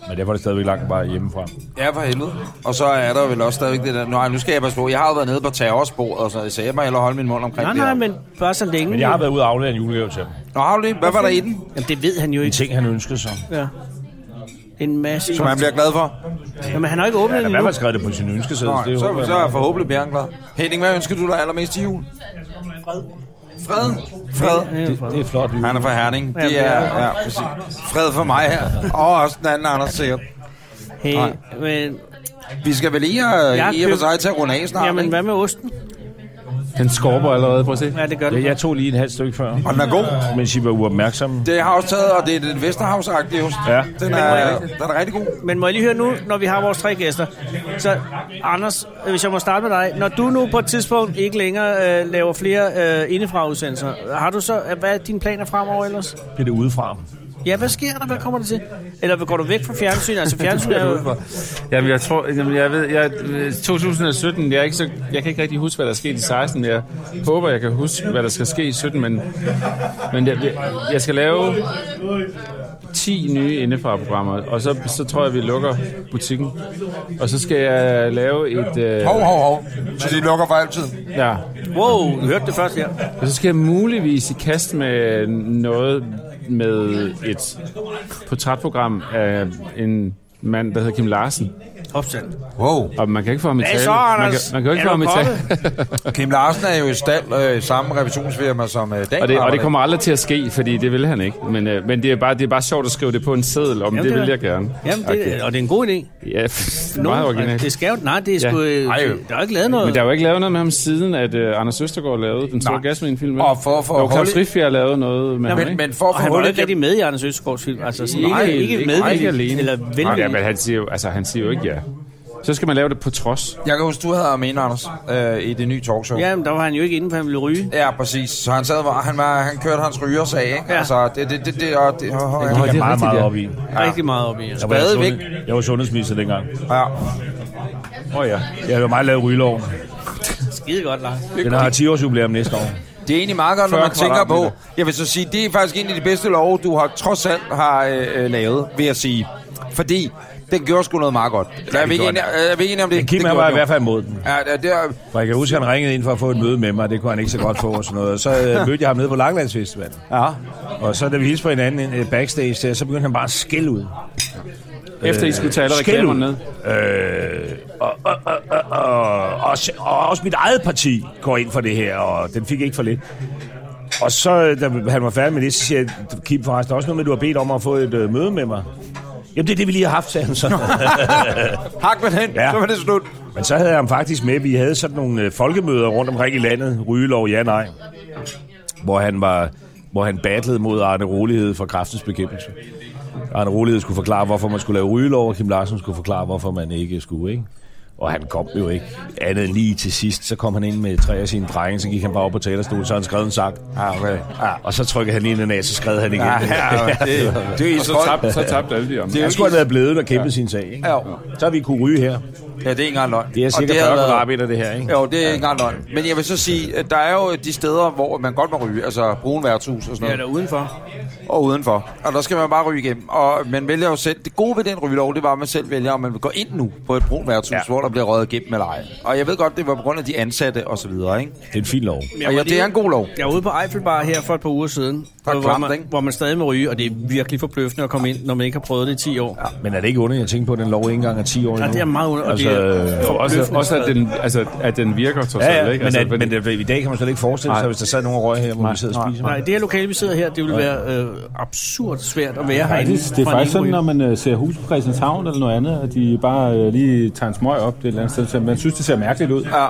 [SPEAKER 9] men derfor er det stadigvæk langt bare hjemmefra.
[SPEAKER 2] Ja, for helvede. Og så er der vel også stadigvæk det der... Nej, nu skal jeg passe på. Jeg har jo været nede på terrorsporet og sådan noget, så jeg må hellere holde min mund omkring
[SPEAKER 1] nej,
[SPEAKER 2] det her.
[SPEAKER 1] nej, men bare så længe.
[SPEAKER 9] Men jeg har været ude og aflevere en julegave til ham.
[SPEAKER 2] Nå, har du det? Hvad var der i den,
[SPEAKER 1] Jamen, det ved han jo
[SPEAKER 9] En
[SPEAKER 1] ikke.
[SPEAKER 9] ting, han ønskede sig.
[SPEAKER 1] Ja. En masse...
[SPEAKER 2] som han bliver glad for?
[SPEAKER 1] Jamen, han har ikke åbnet
[SPEAKER 9] Han
[SPEAKER 1] den
[SPEAKER 9] har i hvert
[SPEAKER 1] endnu.
[SPEAKER 9] fald skrevet det på sin ønskeseddel. så
[SPEAKER 2] Nå,
[SPEAKER 9] det håber
[SPEAKER 2] så,
[SPEAKER 9] jeg.
[SPEAKER 2] så er forhåbentlig Bjørn glad. Henning, hvad ønsker du dig allermest til jul? Fred. Fred? Fred.
[SPEAKER 1] Ja,
[SPEAKER 9] Det er flot. jul.
[SPEAKER 2] Han er fra Herning.
[SPEAKER 1] Ja,
[SPEAKER 2] Det er ja, præcis. fred for mig her. Og også den anden, Anders sikkert.
[SPEAKER 1] Hey,
[SPEAKER 2] Nej.
[SPEAKER 1] men,
[SPEAKER 2] Vi skal vel lige og,
[SPEAKER 1] Jeg
[SPEAKER 2] I og for
[SPEAKER 1] køb-
[SPEAKER 2] sig til at runde af snart.
[SPEAKER 1] jamen,
[SPEAKER 2] ikke?
[SPEAKER 1] hvad med osten?
[SPEAKER 4] Den skorper allerede, prøv at se.
[SPEAKER 1] Ja, det gør det.
[SPEAKER 9] Ja, jeg tog lige en halv stykke før,
[SPEAKER 2] Og den er god.
[SPEAKER 9] mens I var uopmærksomme.
[SPEAKER 2] Det har jeg også taget, og det er den Vesterhavs-agtige ost.
[SPEAKER 9] Ja.
[SPEAKER 2] Den er, den er rigtig god.
[SPEAKER 1] Men må jeg lige høre nu, når vi har vores tre gæster. Så Anders, øh, hvis jeg må starte med dig. Når du nu på et tidspunkt ikke længere øh, laver flere øh, indefra-udsendelser, har du så, øh, hvad er dine planer fremover ellers?
[SPEAKER 9] Det er det udefra.
[SPEAKER 1] Ja, hvad sker der? Hvad kommer det til? Eller går du væk fra fjernsyn? Altså fjernsyn er jo...
[SPEAKER 4] Jamen, jeg tror, jamen, jeg ved, jeg, 2017, jeg, er ikke så, jeg kan ikke rigtig huske, hvad der skete i 16, men jeg håber, jeg kan huske, hvad der skal ske i 17, men, men jeg, jeg skal lave 10 nye indefra-programmer, og så, så tror jeg, vi lukker butikken. Og så skal jeg lave et... Øh,
[SPEAKER 2] Hov, hov, hov. Så de lukker for altid.
[SPEAKER 4] ja,
[SPEAKER 1] Wow, du hørte det først her.
[SPEAKER 4] og så skal jeg muligvis i kast med noget med et portrætprogram af en mand, der hedder Kim Larsen.
[SPEAKER 1] Opstand.
[SPEAKER 2] Wow.
[SPEAKER 4] Og man kan ikke få ham i
[SPEAKER 1] Hvad
[SPEAKER 4] tale.
[SPEAKER 1] så,
[SPEAKER 4] man, kan,
[SPEAKER 1] Anders?
[SPEAKER 4] man kan jo ikke
[SPEAKER 1] Er
[SPEAKER 4] få ham
[SPEAKER 1] du
[SPEAKER 4] i tale.
[SPEAKER 2] Kim Larsen er jo i stald øh, i samme revisionsfirma som øh, Dan.
[SPEAKER 4] Og det, og det
[SPEAKER 2] arbejder i.
[SPEAKER 4] kommer aldrig til at ske, fordi det vil han ikke. Men, øh, men det, er bare, det er bare sjovt at skrive det på en seddel, om
[SPEAKER 1] Jamen,
[SPEAKER 4] det
[SPEAKER 1] det
[SPEAKER 4] vil
[SPEAKER 1] er-
[SPEAKER 4] jeg gerne.
[SPEAKER 1] Jamen, det, og det er en god idé.
[SPEAKER 4] Ja, meget originalt.
[SPEAKER 1] Det skal jo... Nej, det er
[SPEAKER 4] Ja.
[SPEAKER 1] sgu... øh,
[SPEAKER 2] Ej, jo.
[SPEAKER 1] det- Der er jo ikke lavet noget.
[SPEAKER 4] Men der er jo ikke lavet noget med ham siden, at øh, Anders Østergaard lavede den store
[SPEAKER 2] Nej.
[SPEAKER 4] gasmin-film.
[SPEAKER 2] Og for- for
[SPEAKER 4] jo, Claus
[SPEAKER 2] Holly-
[SPEAKER 4] Riffjær lavede noget med ham,
[SPEAKER 2] Men,
[SPEAKER 4] ikke?
[SPEAKER 2] men for at
[SPEAKER 1] og han var jo ikke
[SPEAKER 2] forholde
[SPEAKER 1] rigtig med i Anders Østergaards film. Altså, sådan,
[SPEAKER 4] Nej,
[SPEAKER 1] ikke, ikke,
[SPEAKER 4] ikke-
[SPEAKER 1] med
[SPEAKER 4] ikke alene.
[SPEAKER 1] eller
[SPEAKER 4] Nå, ja,
[SPEAKER 1] venlig.
[SPEAKER 4] men han siger, jo, altså, han siger jo ikke ja. Så skal man lave det på trods.
[SPEAKER 2] Jeg kan huske, du havde Armin Anders øh, i det nye talkshow. Ja.
[SPEAKER 1] Ja, men der var han jo ikke inde, for han ville ryge.
[SPEAKER 2] Ja, præcis. Så han sad, hvor han, var, han kørte hans rygersag, ikke?
[SPEAKER 1] Ja.
[SPEAKER 2] Ja. Altså, det, det, det, det, og det, og, og,
[SPEAKER 9] Det
[SPEAKER 2] og,
[SPEAKER 9] gik jeg meget,
[SPEAKER 4] rigtigt,
[SPEAKER 9] meget
[SPEAKER 4] ja.
[SPEAKER 9] op i.
[SPEAKER 1] Ja. Rigtig meget op i.
[SPEAKER 9] Jeg var,
[SPEAKER 2] Stadigvæk.
[SPEAKER 9] sundhed, jeg var sundhedsminister dengang.
[SPEAKER 2] ja.
[SPEAKER 9] Åh oh, ja. Jeg har meget lavet rygeloven.
[SPEAKER 1] Skide godt, Lars.
[SPEAKER 9] Den har 10 års jubilæum næste år.
[SPEAKER 2] Det er egentlig meget godt, når
[SPEAKER 4] 40
[SPEAKER 2] man tænker på.
[SPEAKER 4] kvadratmeter.
[SPEAKER 2] Jeg vil så sige, det er faktisk en af de bedste love, du har trods alt har øh, øh, lavet, vil jeg sige. Fordi den gjorde sgu noget meget godt. Ja, er, vi ikke
[SPEAKER 9] gjorde
[SPEAKER 2] enige, er vi ikke enige om det?
[SPEAKER 9] Men Kim
[SPEAKER 2] det
[SPEAKER 9] han
[SPEAKER 2] gjorde
[SPEAKER 9] var i
[SPEAKER 2] den.
[SPEAKER 9] hvert fald imod den.
[SPEAKER 2] Ja, det, det er,
[SPEAKER 9] For jeg kan huske, at han ringede ind for at få et møde med mig. Det kunne han ikke så godt få og sådan noget. Og så øh, mødte jeg ham nede på Langlandsfestivalen.
[SPEAKER 2] ja.
[SPEAKER 9] Og så da vi hilste på hinanden ind, øh, backstage der, så begyndte han bare at skælde ud.
[SPEAKER 4] Efter I skulle tage alle
[SPEAKER 9] Skæld ud.
[SPEAKER 4] reklamerne ned.
[SPEAKER 9] Øh, og, og, og, og, og, og, se- og også mit eget parti går ind for det her, og den fik ikke for lidt. Og så, da han var færdig med det, så siger jeg, Kim, forresten, der er også noget med, du har bedt om at få et øh, møde med mig. Jamen, det er det, vi lige har haft, sagde han så.
[SPEAKER 2] Hak med den,
[SPEAKER 9] Ja.
[SPEAKER 2] ja. så var det slut.
[SPEAKER 9] Men så havde jeg ham faktisk med. Vi havde sådan nogle øh, folkemøder rundt omkring i landet. Rygelov, ja, nej. Hvor han var hvor han battlede mod Arne Rolighed for kraftens bekæmpelse. Arne Rolighed skulle forklare, hvorfor man skulle lave rygelov, og Kim Larsen skulle forklare, hvorfor man ikke skulle, ikke? Og han kom jo ikke andet end lige til sidst. Så kom han ind med tre af sine drenge, så gik han bare op på talerstolen, så han skrev en sang.
[SPEAKER 2] Ja, okay.
[SPEAKER 9] Ja, og så trykkede han lige den af, så skrev han igen.
[SPEAKER 2] Ja, ja, det, det er
[SPEAKER 4] Så
[SPEAKER 2] så
[SPEAKER 4] tabte, så tabte alle de om.
[SPEAKER 2] Det er
[SPEAKER 9] Han
[SPEAKER 2] jo
[SPEAKER 9] skulle have været blevet og kæmpet sin sag, ikke?
[SPEAKER 2] Ja.
[SPEAKER 9] Så har vi kunne ryge her.
[SPEAKER 2] Ja, det er ikke engang løgn.
[SPEAKER 7] Det er
[SPEAKER 2] Og
[SPEAKER 7] cirka
[SPEAKER 2] har
[SPEAKER 7] 40
[SPEAKER 2] været-
[SPEAKER 7] kvadratmeter, det her, ikke?
[SPEAKER 2] Jo, det er ikke engang løgn. Men jeg vil så sige, at der er jo de steder, hvor man godt må ryge. Altså brun værtshus og sådan
[SPEAKER 1] Ja,
[SPEAKER 2] noget.
[SPEAKER 1] der udenfor.
[SPEAKER 2] og udenfor. Og der skal man bare ryge igennem. Og man vælger jo selv. Det gode ved den rygelov, det var, at man selv vælger, om man vil gå ind nu på et brun værtshus, ja. hvor der bliver røget igennem eller ej. Og jeg ved godt, det var på grund af de ansatte og så videre, ikke?
[SPEAKER 7] Det er en fin lov.
[SPEAKER 1] Jeg
[SPEAKER 2] Og
[SPEAKER 1] var
[SPEAKER 2] ja, det er en god lov.
[SPEAKER 1] Jeg var ude på Eiffelbar her for et par uger siden,
[SPEAKER 2] er
[SPEAKER 1] hvor,
[SPEAKER 2] klamt,
[SPEAKER 1] man,
[SPEAKER 2] ikke?
[SPEAKER 1] hvor man stadig må ryge, og det er virkelig forbløffende at komme ind, når man ikke har prøvet det i 10 år. Ja,
[SPEAKER 7] Men er det ikke under, jeg tænker på, at den lov ikke engang er 10 år
[SPEAKER 1] ja det er meget under, og
[SPEAKER 7] Altså,
[SPEAKER 1] det er
[SPEAKER 9] øh,
[SPEAKER 4] Og også, også at, den, altså, at den virker trods alt,
[SPEAKER 7] Ja, ja,
[SPEAKER 4] ikke?
[SPEAKER 7] men,
[SPEAKER 4] altså,
[SPEAKER 7] at, men det, i dag kan man slet ikke forestille sig, hvis der sad nogen og røg her, hvor vi sidder og spiser.
[SPEAKER 1] Nej, det her lokale, vi sidder her, det ville være øh, absurd svært at være herinde.
[SPEAKER 6] Det, det er
[SPEAKER 1] fra en
[SPEAKER 6] faktisk sådan,
[SPEAKER 1] ikke-ryger.
[SPEAKER 6] når man øh, ser hus på Christianshavn eller noget andet, at de bare øh, lige tager en smøg op det et eller andet sted. så Man synes, det ser mærkeligt ud.
[SPEAKER 2] Ja.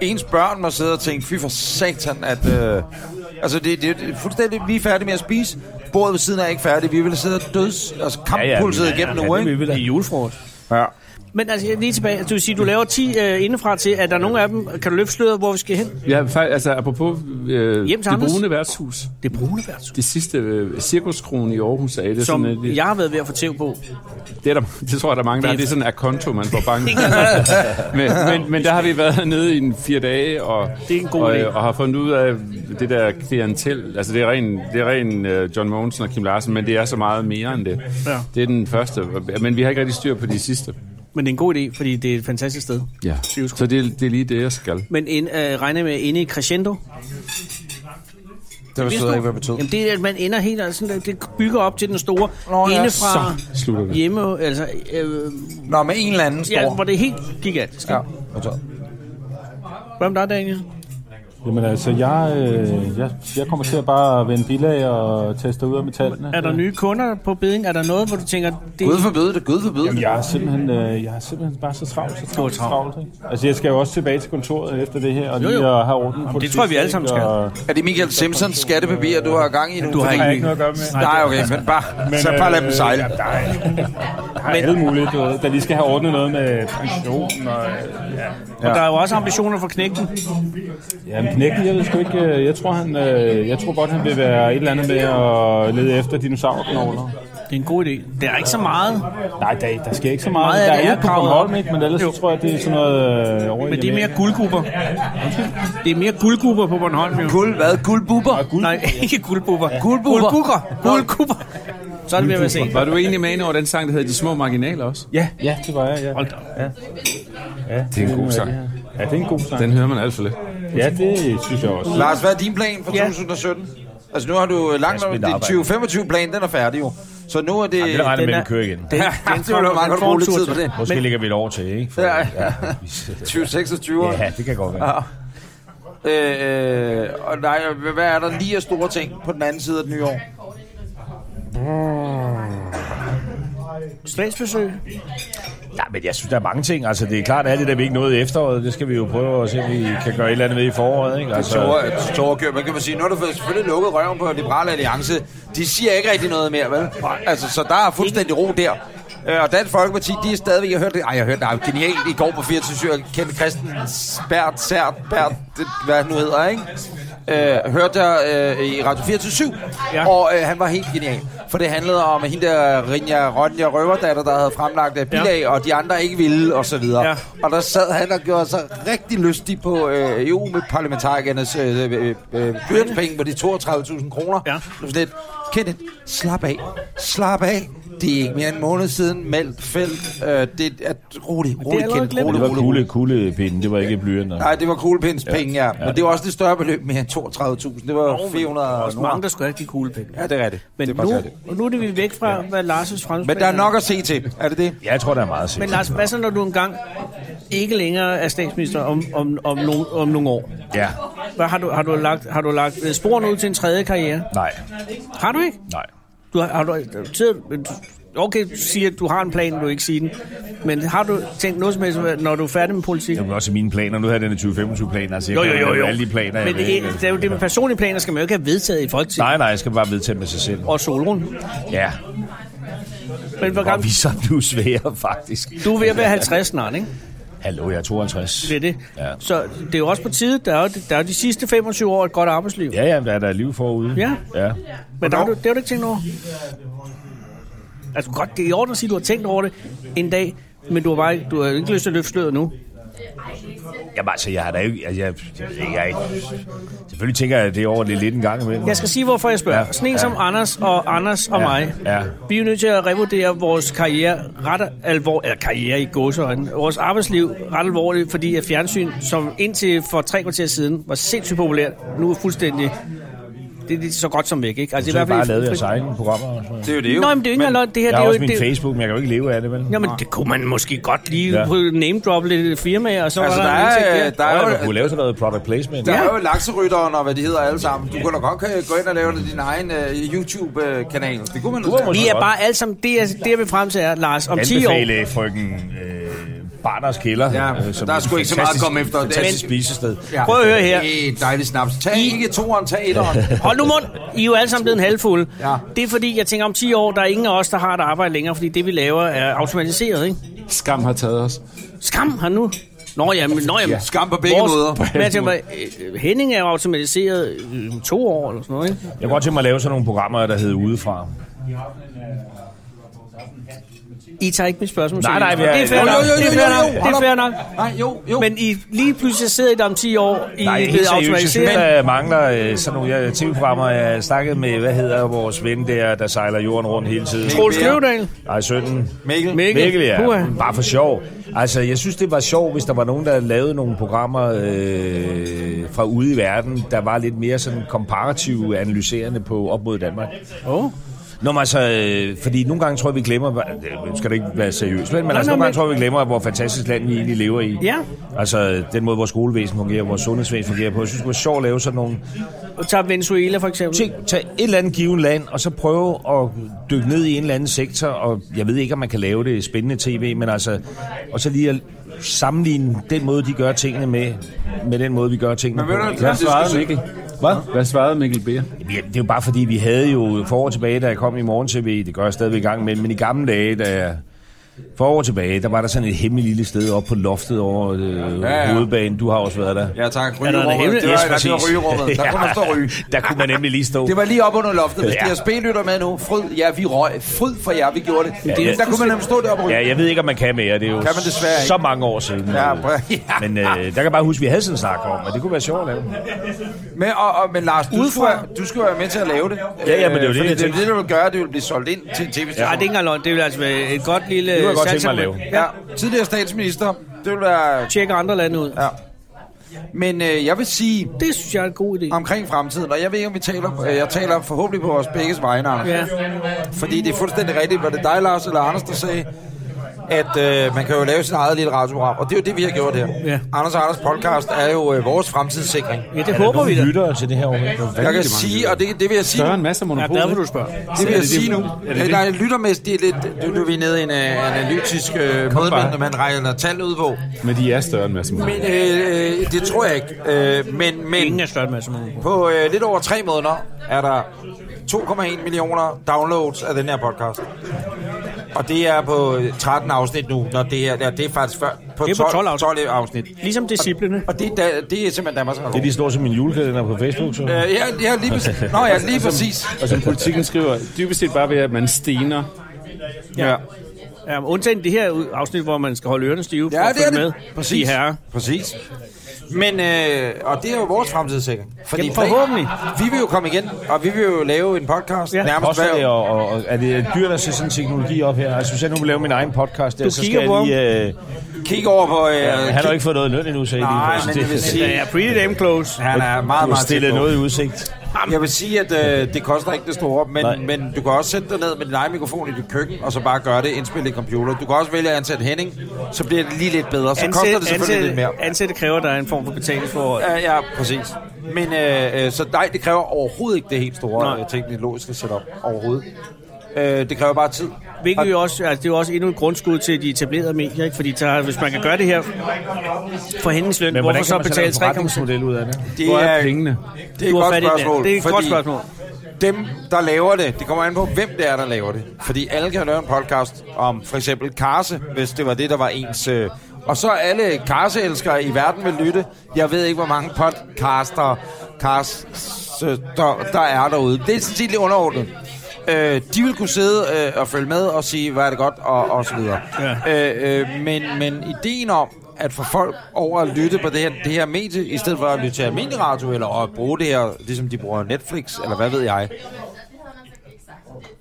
[SPEAKER 2] Ens børn må sidde og tænke, fy for satan, at... Øh, altså, det, det, det er fuldstændig, vi er færdige med at spise. Bordet ved siden er ikke færdigt. Vi vil sidde og døds... Altså, kamppulset ja, ja, igennem nu, ikke?
[SPEAKER 1] Det er julefrokost. Ja. Men altså, lige tilbage, altså, du vil sige, du laver 10 øh, indefra til, at der er nogle af dem, kan du løfte sløret, hvor vi skal hen?
[SPEAKER 4] Ja, faktisk, altså apropos øh,
[SPEAKER 1] Hjem
[SPEAKER 4] det
[SPEAKER 1] til Anders.
[SPEAKER 4] brune værtshus.
[SPEAKER 1] Det er brune værtshus.
[SPEAKER 4] Det sidste øh, cirkuskronen i Aarhus er det
[SPEAKER 1] Som
[SPEAKER 4] sådan, at,
[SPEAKER 1] jeg har været ved at få tæv på.
[SPEAKER 4] det, er der, det tror jeg, der er mange,
[SPEAKER 1] Det
[SPEAKER 4] der har.
[SPEAKER 1] er-
[SPEAKER 4] Det er sådan a konto, man får banken. men, men, men der har vi været nede i en fire dage, og,
[SPEAKER 1] Det er en god
[SPEAKER 4] og,
[SPEAKER 1] idé.
[SPEAKER 4] øh, og har fundet ud af det der klientel. Altså, det er ren, det er ren øh, John Mogensen og Kim Larsen, men det er så meget mere end det.
[SPEAKER 1] Ja.
[SPEAKER 4] Det er den første, men vi har ikke rigtig styr på de sidste.
[SPEAKER 1] Men det er en god idé, fordi det er et fantastisk sted.
[SPEAKER 4] Ja. Så det, er- det er lige det, jeg skal.
[SPEAKER 1] Men ind, øh, regner med inde i crescendo?
[SPEAKER 2] Det
[SPEAKER 1] Det
[SPEAKER 2] forstod jeg ikke, hvad det betød.
[SPEAKER 1] Jamen det er, at man ender helt, altså, sådan, det bygger op til den store
[SPEAKER 2] Nå,
[SPEAKER 1] Nå,
[SPEAKER 2] ja.
[SPEAKER 1] ja. indefra
[SPEAKER 4] Så slutter det.
[SPEAKER 1] hjemme, altså, øh,
[SPEAKER 2] Nå, men en eller anden står...
[SPEAKER 1] ja, hvor det er helt gigantisk. Ja.
[SPEAKER 2] forstået.
[SPEAKER 1] Hvem der er, Daniel?
[SPEAKER 6] Jamen altså, jeg, øh, jeg, jeg kommer til at bare vende bilag og teste ud af metallene.
[SPEAKER 1] Er der nye kunder på beding? Er der noget, hvor du tænker, det
[SPEAKER 2] Gud forbyde det, Gud forbyde det.
[SPEAKER 6] Jeg er simpelthen, øh, jeg er simpelthen bare så travlt. Så travlt, så travlt ikke? Altså, jeg skal jo også tilbage til kontoret efter det her, og
[SPEAKER 1] Jo,
[SPEAKER 6] lige
[SPEAKER 1] jo.
[SPEAKER 6] at have orden på det,
[SPEAKER 1] det tror jeg, vi
[SPEAKER 6] sidste,
[SPEAKER 1] alle sammen
[SPEAKER 6] ikke?
[SPEAKER 1] skal.
[SPEAKER 6] Og,
[SPEAKER 2] Er det Michael Simpsons skattepapirer, du har gang i nu?
[SPEAKER 1] Du har
[SPEAKER 6] det har jeg
[SPEAKER 1] ikke øh,
[SPEAKER 6] ikke noget at gøre med. øh,
[SPEAKER 2] Nej, okay, men bare, så bare lad dem sejle.
[SPEAKER 6] Ja, der er, der er alle mulige, du ved, der lige skal have ordnet noget med pension og... øh, Ja.
[SPEAKER 1] Og der er jo også ambitioner for knægten.
[SPEAKER 6] Jamen, knækken, jeg ved sgu ikke... øh, Jeg tror, han, øh, jeg tror godt, han vil være et eller andet med at lede efter dinosaurknogler.
[SPEAKER 1] Det er en god idé. Det er ikke så meget,
[SPEAKER 6] Nej, der, der sker ikke så meget.
[SPEAKER 1] Meget af
[SPEAKER 6] der
[SPEAKER 1] det
[SPEAKER 6] er
[SPEAKER 1] er
[SPEAKER 6] lidt på
[SPEAKER 1] gravet
[SPEAKER 6] Bornholm,
[SPEAKER 1] op.
[SPEAKER 6] ikke? Men ellers
[SPEAKER 1] Jo.
[SPEAKER 6] jo. tror jeg, det er sådan noget øh, over i
[SPEAKER 1] men det er mere
[SPEAKER 6] Amerika.
[SPEAKER 1] guldgubber. Det er mere guldgubber på Bornholm, jo.
[SPEAKER 2] Guld, hvad? Guldbubber?
[SPEAKER 1] Nej, ikke guldbubber.
[SPEAKER 2] Guldbubber.
[SPEAKER 1] Guldgubber. Guldgubber. Så er det ved at være sent.
[SPEAKER 4] Var du egentlig med ind over den sang, der hedder De Små Marginaler også?
[SPEAKER 6] Ja, ja, det var jeg, ja.
[SPEAKER 1] Hold da op.
[SPEAKER 6] ja
[SPEAKER 4] Det er en god sang.
[SPEAKER 6] Ja, det er en god sang.
[SPEAKER 4] Den hører man alt for lidt.
[SPEAKER 6] Ja, det synes jeg også.
[SPEAKER 2] Lars, hvad er din plan for
[SPEAKER 1] Ja.
[SPEAKER 2] 2017? Altså nu har du øh, langt
[SPEAKER 7] Pas
[SPEAKER 2] over,
[SPEAKER 7] mit
[SPEAKER 2] din
[SPEAKER 7] arbejde.
[SPEAKER 2] 2025-plan, den er færdig jo. Så nu er det...
[SPEAKER 7] Det regner
[SPEAKER 1] Den
[SPEAKER 7] med,
[SPEAKER 1] er-
[SPEAKER 7] at vi kører igen.
[SPEAKER 1] Den,
[SPEAKER 2] Ja, det var da meget godt at bruge lidt tid på det.
[SPEAKER 7] Måske ligger vi et år til, ikke? For,
[SPEAKER 2] Ja.
[SPEAKER 7] vi-
[SPEAKER 2] 2026.
[SPEAKER 7] ja, det kan godt være.
[SPEAKER 2] Øh, øh, og nej, hvad hvad er der lige af store ting på den anden side af det nye år?
[SPEAKER 1] Statsbesøg.
[SPEAKER 7] Ja, men jeg synes, der er mange ting. Altså, det er klart, at alt det der, vi ikke nåede i efteråret, det skal vi jo prøve at se, om vi kan gøre et eller andet ved i foråret, ikke? Altså,
[SPEAKER 2] Tore, Tore Køber, kan man sige, nu har du fået selvfølgelig lukket røven på Liberale Alliance. De siger ikke rigtig noget mere, vel? Altså, så der er fuldstændig ro der. Øh, Og Dansk Folkeparti, de er stadigvæk, jeg hørte, ej, jeg hørte, der er genialt i går på 24 Kent Christen Spært, Sært, Bært, det, hvad han nu hedder, ikke? Øh, hørte jeg øh, i Radio 24 ja. og øh, han var helt genial, for det handlede om hende der Rinja Ronja Røverdatter, der havde fremlagt et bilag, ja. og de andre ikke ville, og så videre.
[SPEAKER 1] Ja.
[SPEAKER 2] Ja. Og der sad han og gjorde sig rigtig lystig på øh, EU-parlamentarikernes øh, øh, øh, blyantspenge på de 32.000 kroner.
[SPEAKER 1] Ja.
[SPEAKER 2] Det var sådan lidt, Kenneth, slap af. Slap af. Det er ikke mere end en måned siden, meldt felt. Øh, det er roligt, roligt,
[SPEAKER 1] allerede
[SPEAKER 2] Kenneth.
[SPEAKER 1] glemt.
[SPEAKER 2] Roligt,
[SPEAKER 7] det var
[SPEAKER 2] roligt, roligt.
[SPEAKER 7] kugle, kuglepinde, det var ikke blyanter.
[SPEAKER 2] Nej, det var kuglepindens ja. penge, ja. Men det var også det større beløb, mere end 32.000. Det var 400 og
[SPEAKER 1] Også mange, der skulle have de kuglepinde.
[SPEAKER 2] Ja, det er rigtigt.
[SPEAKER 1] Men
[SPEAKER 2] det er
[SPEAKER 1] nu,
[SPEAKER 2] faktisk rigtigt.
[SPEAKER 1] og nu er det vi væk fra, ja. hvad Lars' fremspil
[SPEAKER 2] Men der er nok at se til. Er det det?
[SPEAKER 7] Jeg tror, der er meget at se.
[SPEAKER 1] Men Lars, hvad så, når du engang ikke længere er statsminister om, om, om, nogle, om nogle år?
[SPEAKER 7] Ja,
[SPEAKER 1] Hvad har du, har du lagt, har du lagt øh, sporene ud til en tredje karriere?
[SPEAKER 7] nej,
[SPEAKER 1] Har du ikke?
[SPEAKER 7] nej.
[SPEAKER 1] Du har, har du, til- men du- okay, du siger, at du har en plan, du vil ikke sige den. Men har du tænkt noget som helst, når du er færdig med politik?
[SPEAKER 7] Det var også i mine planer. Nu har jeg den 2025-plan, altså jeg
[SPEAKER 1] Jo, jo,
[SPEAKER 7] kan
[SPEAKER 1] jo, jo.
[SPEAKER 7] alle de planer,
[SPEAKER 1] Men
[SPEAKER 7] jeg
[SPEAKER 1] det, er- det er jo det med personlige planer, skal man jo ikke have vedtaget i Folketinget.
[SPEAKER 7] Nej, nej, jeg skal bare vedtage med sig selv.
[SPEAKER 1] Og Solrun.
[SPEAKER 7] Ja,
[SPEAKER 1] Men hvor
[SPEAKER 7] og vi
[SPEAKER 1] gammel?
[SPEAKER 7] er så nu svære, faktisk.
[SPEAKER 1] Du er ved at være 50 snart, ikke?
[SPEAKER 7] Hallo, jeg er 52.
[SPEAKER 1] Det er det.
[SPEAKER 7] Ja.
[SPEAKER 1] Så det er jo også på tide. Der er jo, der er jo de sidste 25 år et godt arbejdsliv.
[SPEAKER 7] Ja, ja, der er der liv forude.
[SPEAKER 1] Ja.
[SPEAKER 7] ja.
[SPEAKER 1] Men der, har du- det har du ikke tænkt over? Altså godt, det er i orden at sige, at du har tænkt over det en dag, Men du har bare ikke, du har ikke lyst til at løfte sløret nu.
[SPEAKER 9] Jamen altså, jeg har da ikke... Jeg, jeg, jeg, jeg, jeg, selvfølgelig tænker jeg det over det lidt en gang imellem.
[SPEAKER 1] Jeg skal sige, hvorfor jeg spørger. Ja.
[SPEAKER 9] Ja.
[SPEAKER 1] Sådan en som Anders og Anders og
[SPEAKER 9] Ja.
[SPEAKER 1] mig,
[SPEAKER 9] Ja.
[SPEAKER 1] vi er jo nødt til at revurdere vores karriere ret alvorligt, eller karriere i gåseøjne, vores arbejdsliv ret alvorligt, fordi at fjernsyn, som indtil for tre kvarter siden, var sindssygt populært, nu er fuldstændig... Det er lige så godt som væk, ikke? Altså,
[SPEAKER 9] Så har jeg bare lavet
[SPEAKER 1] fri-
[SPEAKER 9] jeres egne programmer. Og sådan noget.
[SPEAKER 2] Det er jo det jo.
[SPEAKER 1] Nå, men det er jo ikke engang løgn. Det her,
[SPEAKER 9] Jeg
[SPEAKER 1] det
[SPEAKER 9] har
[SPEAKER 1] er jo
[SPEAKER 9] også
[SPEAKER 1] ikke...
[SPEAKER 9] min
[SPEAKER 1] det-
[SPEAKER 9] Facebook, men jeg kan jo ikke leve af det, vel?
[SPEAKER 1] Jamen, det kunne man måske godt lige
[SPEAKER 9] Ja.
[SPEAKER 1] ja. name droppe lidt firmaer, og så
[SPEAKER 2] Altså,
[SPEAKER 1] var
[SPEAKER 2] der
[SPEAKER 1] der, en indtægt der.
[SPEAKER 2] er, der er,
[SPEAKER 9] Jeg
[SPEAKER 2] jo,
[SPEAKER 9] kunne lave sådan noget product placement.
[SPEAKER 2] der
[SPEAKER 1] Ja.
[SPEAKER 2] er jo lakserytteren og hvad de hedder alle sammen. Du kunne da godt øh, gå ind og lave din egen øh, YouTube-kanal. Det kunne man da godt.
[SPEAKER 1] Vi er bare alle sammen... Det, er, det jeg vil frem til er, Lars, om 10 år...
[SPEAKER 9] Anbefale frøken øh, Barners Kælder. øh,
[SPEAKER 2] Ja,
[SPEAKER 9] som
[SPEAKER 2] der er sgu
[SPEAKER 9] et
[SPEAKER 2] ikke så meget at
[SPEAKER 9] fantastisk-
[SPEAKER 2] komme efter.
[SPEAKER 9] Fantastisk
[SPEAKER 2] Men-
[SPEAKER 9] spisested.
[SPEAKER 2] Ja.
[SPEAKER 1] Prøv at høre her.
[SPEAKER 2] Det er et dejligt snaps. Tag ikke toeren, tag etteren.
[SPEAKER 1] Hold nu mund! I er jo alle sammen blevet en halvfuld.
[SPEAKER 2] Ja.
[SPEAKER 1] Det er fordi, jeg tænker, om 10 år, der er ingen af os, der har et arbejde længere, fordi det, vi laver, er automatiseret, ikke?
[SPEAKER 4] Skam har taget os.
[SPEAKER 1] Skam her nu! Nå ja, men, nå, jamen. ja.
[SPEAKER 2] Skam på begge måder.
[SPEAKER 1] Men jeg tænker, bare, øh, Henning er jo automatiseret øh, om to år eller sådan noget, ikke?
[SPEAKER 9] Jeg kunne godt tænke mig at lave sådan nogle programmer, der hedder Udefra.
[SPEAKER 1] I tager ikke mit spørgsmål.
[SPEAKER 9] Nej, nej,
[SPEAKER 1] seriøst.
[SPEAKER 9] vi
[SPEAKER 1] det er fair
[SPEAKER 9] er- Jo,
[SPEAKER 1] nok.
[SPEAKER 9] jo,
[SPEAKER 2] jo,
[SPEAKER 1] Det er
[SPEAKER 2] jo,
[SPEAKER 1] fair
[SPEAKER 2] jo,
[SPEAKER 1] nok.
[SPEAKER 2] jo.
[SPEAKER 1] Det er fair nok.
[SPEAKER 2] Nej, jo, jo.
[SPEAKER 1] Men I, lige pludselig sidder I der om 10 år, I
[SPEAKER 9] Nej,
[SPEAKER 1] er
[SPEAKER 9] helt
[SPEAKER 1] blevet
[SPEAKER 9] seriøst. Jeg synes,
[SPEAKER 1] automatiseret.
[SPEAKER 9] der mangler øh, sådan nogle ja, tv-programmer. Jeg har snakket med, hvad hedder vores ven der, der sejler jorden rundt hele tiden?
[SPEAKER 1] Troels Kløvedal.
[SPEAKER 9] Nej, sønnen.
[SPEAKER 2] Mikkel.
[SPEAKER 1] Mikkel.
[SPEAKER 9] Mikkel, ja.
[SPEAKER 1] Puha.
[SPEAKER 9] Bare for sjov. Altså, jeg synes, det var sjovt, hvis der var nogen, der lavede nogle programmer øh, fra ude i verden, der var lidt mere sådan komparative analyserende på op mod Danmark.
[SPEAKER 1] Oh.
[SPEAKER 9] Nå, men altså, øh, fordi nogle gange tror jeg, vi glemmer, hvor- øh, skal det ikke være seriøst, men, men altså,
[SPEAKER 1] nej,
[SPEAKER 9] nogle
[SPEAKER 1] men-
[SPEAKER 9] gange tror jeg, vi glemmer, hvor fantastisk land vi egentlig lever i.
[SPEAKER 1] Ja.
[SPEAKER 9] Altså, den måde, vores skolevæsen fungerer, vores sundhedsvæsen fungerer på. Jeg synes, det var sjovt at lave sådan nogle
[SPEAKER 1] Og tager Venezuela for eksempel.
[SPEAKER 9] ting. Tag et eller andet givet land, og så prøve at dykke ned i en eller anden sektor, og jeg ved ikke, om man kan lave det spændende tv, men altså, og så lige at sammenligne den måde, de gør tingene med, med den måde, vi gør tingene
[SPEAKER 2] Men ved
[SPEAKER 9] på.
[SPEAKER 2] du,
[SPEAKER 4] Hvad
[SPEAKER 2] det skal
[SPEAKER 4] svarede Mikkel? Hvad? Hvad svarede Mikkel Beer?
[SPEAKER 9] Ja, det er jo bare fordi, vi havde jo for år tilbage, da jeg kom i morgen-tv, det gør jeg stadigvæk i gang med, men i gamle dage, da jeg for år tilbage, der var der sådan et hemmeligt lille sted oppe på loftet over øh, ja,
[SPEAKER 2] ja.
[SPEAKER 9] ja. hovedbanen. Du har også været der.
[SPEAKER 2] Ja, tak.
[SPEAKER 1] der er da
[SPEAKER 2] Rygerummet.
[SPEAKER 1] hemmeligt?
[SPEAKER 2] Det var,
[SPEAKER 1] Yes,
[SPEAKER 2] der, det var rygerummet. Der kunne man stå og ryge.
[SPEAKER 9] Der kunne man nemlig lige stå.
[SPEAKER 2] Det var lige op under loftet. Hvis
[SPEAKER 9] Ja.
[SPEAKER 2] ja. DSB lytter med nu, fryd, ja, vi røg. Fryd for jer, vi gjorde det. Ja,
[SPEAKER 9] ja.
[SPEAKER 2] Der kunne man nemlig stå deroppe og ryge.
[SPEAKER 9] Ja, jeg ved ikke, om man kan mere. Det er jo
[SPEAKER 2] Kan man desværre ikke.
[SPEAKER 9] så mange år siden.
[SPEAKER 2] Ja, prøv- ja.
[SPEAKER 9] Men øh, der kan jeg bare huske, at vi havde sådan en snak om, at det kunne være sjovt at lave.
[SPEAKER 2] Men, og, og, men Lars, du skulle, du skulle være med til at lave det.
[SPEAKER 9] Ja, ja, men det er jo
[SPEAKER 2] Øh,
[SPEAKER 9] det,
[SPEAKER 2] fordi
[SPEAKER 9] jeg
[SPEAKER 2] det, er jo
[SPEAKER 9] tænkte.
[SPEAKER 2] det, du vil gøre. Det vil blive solgt ind til en tv-station.
[SPEAKER 1] Nej, det er ikke engang løgn. Det vil altså være et godt lille... Det
[SPEAKER 9] jeg godt tænke mig at lave.
[SPEAKER 2] Ja, tidligere statsminister. Det vil være...
[SPEAKER 1] Tjekke andre lande ud. Ja.
[SPEAKER 2] Ja. Men øh, jeg vil sige
[SPEAKER 1] Det synes jeg er en god idé.
[SPEAKER 2] omkring fremtiden, og jeg ved ikke, om vi taler... Øh, jeg taler forhåbentlig på vores begges vegne, Anders.
[SPEAKER 1] Ja.
[SPEAKER 2] Fordi det er fuldstændig rigtigt, var det dig, Lars, eller Anders, der sagde, at øh, man kan jo lave sin eget lille radioprogram, og det er jo det, vi har gjort her.
[SPEAKER 1] Ja.
[SPEAKER 2] Anders og Anders podcast er jo øh, vores fremtidssikring.
[SPEAKER 1] Ja, det håber vi da.
[SPEAKER 9] Lytter til det her år. Det
[SPEAKER 2] Jeg kan sige, og det, det vil jeg sige,
[SPEAKER 4] Der er en masse
[SPEAKER 1] Jeg er
[SPEAKER 4] monopol.
[SPEAKER 1] glad, for du spørger.
[SPEAKER 2] det vil
[SPEAKER 4] Er
[SPEAKER 2] jeg
[SPEAKER 4] det
[SPEAKER 2] sige
[SPEAKER 4] det?
[SPEAKER 2] nu.
[SPEAKER 4] Er det
[SPEAKER 2] Det
[SPEAKER 4] det?
[SPEAKER 2] der er lyttermæssigt det er lidt, du, du er vi nede i en øh, analytisk øh, måde,
[SPEAKER 4] bare.
[SPEAKER 2] man, man regner tal ud på.
[SPEAKER 4] Men de er større end masse monopol.
[SPEAKER 2] Men øh, det tror jeg ikke. Øh, men,
[SPEAKER 1] Ingen
[SPEAKER 2] men
[SPEAKER 1] er større end Mads Monopo.
[SPEAKER 2] på øh, lidt over tre måneder er der 2,1 millioner downloads af den her podcast. Og det er på øh, 13 afsnit nu, når det her, ja, det er faktisk før, på,
[SPEAKER 1] Det er på
[SPEAKER 2] 12,
[SPEAKER 1] 12
[SPEAKER 2] 12,
[SPEAKER 1] afsnit.
[SPEAKER 2] 12 afsnit.
[SPEAKER 1] Ligesom disciplene.
[SPEAKER 2] Og det, er da, det er simpelthen Danmarks
[SPEAKER 9] er
[SPEAKER 2] rekord.
[SPEAKER 9] de står som min julekalender på Facebook. Så.
[SPEAKER 2] Øh, ja, ja, lige præcis. Nå ja, lige præcis.
[SPEAKER 4] Og som politikken skriver, dybest set bare ved, at man stener.
[SPEAKER 2] Ja,
[SPEAKER 1] Ja, undtagen det her ud- afsnit, hvor man skal holde ørerne stive for
[SPEAKER 2] ja
[SPEAKER 1] at
[SPEAKER 2] det er
[SPEAKER 1] følge med.
[SPEAKER 2] det.
[SPEAKER 1] I herre.
[SPEAKER 2] Præcis. Men, øh, og det er jo vores fremtidssikring. Fordi
[SPEAKER 1] Jamen, forhåbentlig.
[SPEAKER 2] Vi vil jo komme igen, og vi vil jo lave en podcast
[SPEAKER 1] Ja.
[SPEAKER 2] ja. nærmest
[SPEAKER 9] Koster
[SPEAKER 2] hver
[SPEAKER 9] det, og, og, og er det dyrt at sætte sådan en teknologi op her? Altså, hvis jeg nu vil lave min egen podcast, der,
[SPEAKER 1] Du
[SPEAKER 9] så skal
[SPEAKER 1] kigger
[SPEAKER 9] jeg
[SPEAKER 1] på
[SPEAKER 9] lige... Øh,
[SPEAKER 2] Kig over på... Øh,
[SPEAKER 9] han har jo ikke fået noget løn endnu, så jeg
[SPEAKER 2] Nej, men
[SPEAKER 9] øh,
[SPEAKER 2] det vil sige-
[SPEAKER 1] Ja, jeg er pretty damn close.
[SPEAKER 2] Han er meget,
[SPEAKER 9] Du har
[SPEAKER 2] meget tæt
[SPEAKER 9] stillet
[SPEAKER 2] på.
[SPEAKER 9] noget i udsigt.
[SPEAKER 2] Jeg vil sige, at øh, det koster ikke det store,
[SPEAKER 9] Nej.
[SPEAKER 2] men, men du kan også sætte dig ned med din egen mikrofon i dit køkken, og så bare gøre det indspillet i computer. Du kan også vælge at ansætte Henning, så bliver det lige lidt bedre. Så koster det selvfølgelig lidt mere.
[SPEAKER 1] ansætte kræver, at der er en form for betalingsforhold.
[SPEAKER 2] Ja, ja, præcis. Men øh, øh, så nej, det kræver overhovedet ikke det helt store
[SPEAKER 1] Nej.
[SPEAKER 2] øh, teknologiske setup. Overhovedet. Øh, det kræver bare tid.
[SPEAKER 1] Hvilket jo også, altså det er jo også endnu et grundskud til de etablerede medier, ikke? fordi der, hvis man kan gøre det her for hendes løn,
[SPEAKER 9] Men
[SPEAKER 1] hvorfor
[SPEAKER 9] hvordan kan
[SPEAKER 1] så
[SPEAKER 9] man så lave
[SPEAKER 1] betale
[SPEAKER 9] en
[SPEAKER 1] 3,7?
[SPEAKER 9] forretningsmodel ud af det?
[SPEAKER 2] Det
[SPEAKER 4] Hvor er pengene?
[SPEAKER 2] Det er et
[SPEAKER 1] Du har
[SPEAKER 2] godt
[SPEAKER 1] fat i den.
[SPEAKER 2] spørgsmål.
[SPEAKER 1] Det er et godt
[SPEAKER 2] fordi
[SPEAKER 1] spørgsmål.
[SPEAKER 2] Dem, der laver det, det kommer an på, hvem det er, der laver det. Fordi alle kan lave en podcast om for eksempel Karse, hvis det var det, der var ens... Øh, og så alle Karse-elskere i verden vil lytte. Jeg ved ikke, hvor mange øh, podcaster, Kars, der, der er derude. Det er sådan set lidt underordnet. øh, de vil kunne sidde øh, og følge med og sige, hvor er det godt, og, og så videre. Ja. Øh, øh, men, men ideen om at få folk over at lytte på det her, det her medie, i stedet for at lytte til almindelig radio, eller at bruge det her, ligesom de bruger Netflix, eller hvad ved jeg,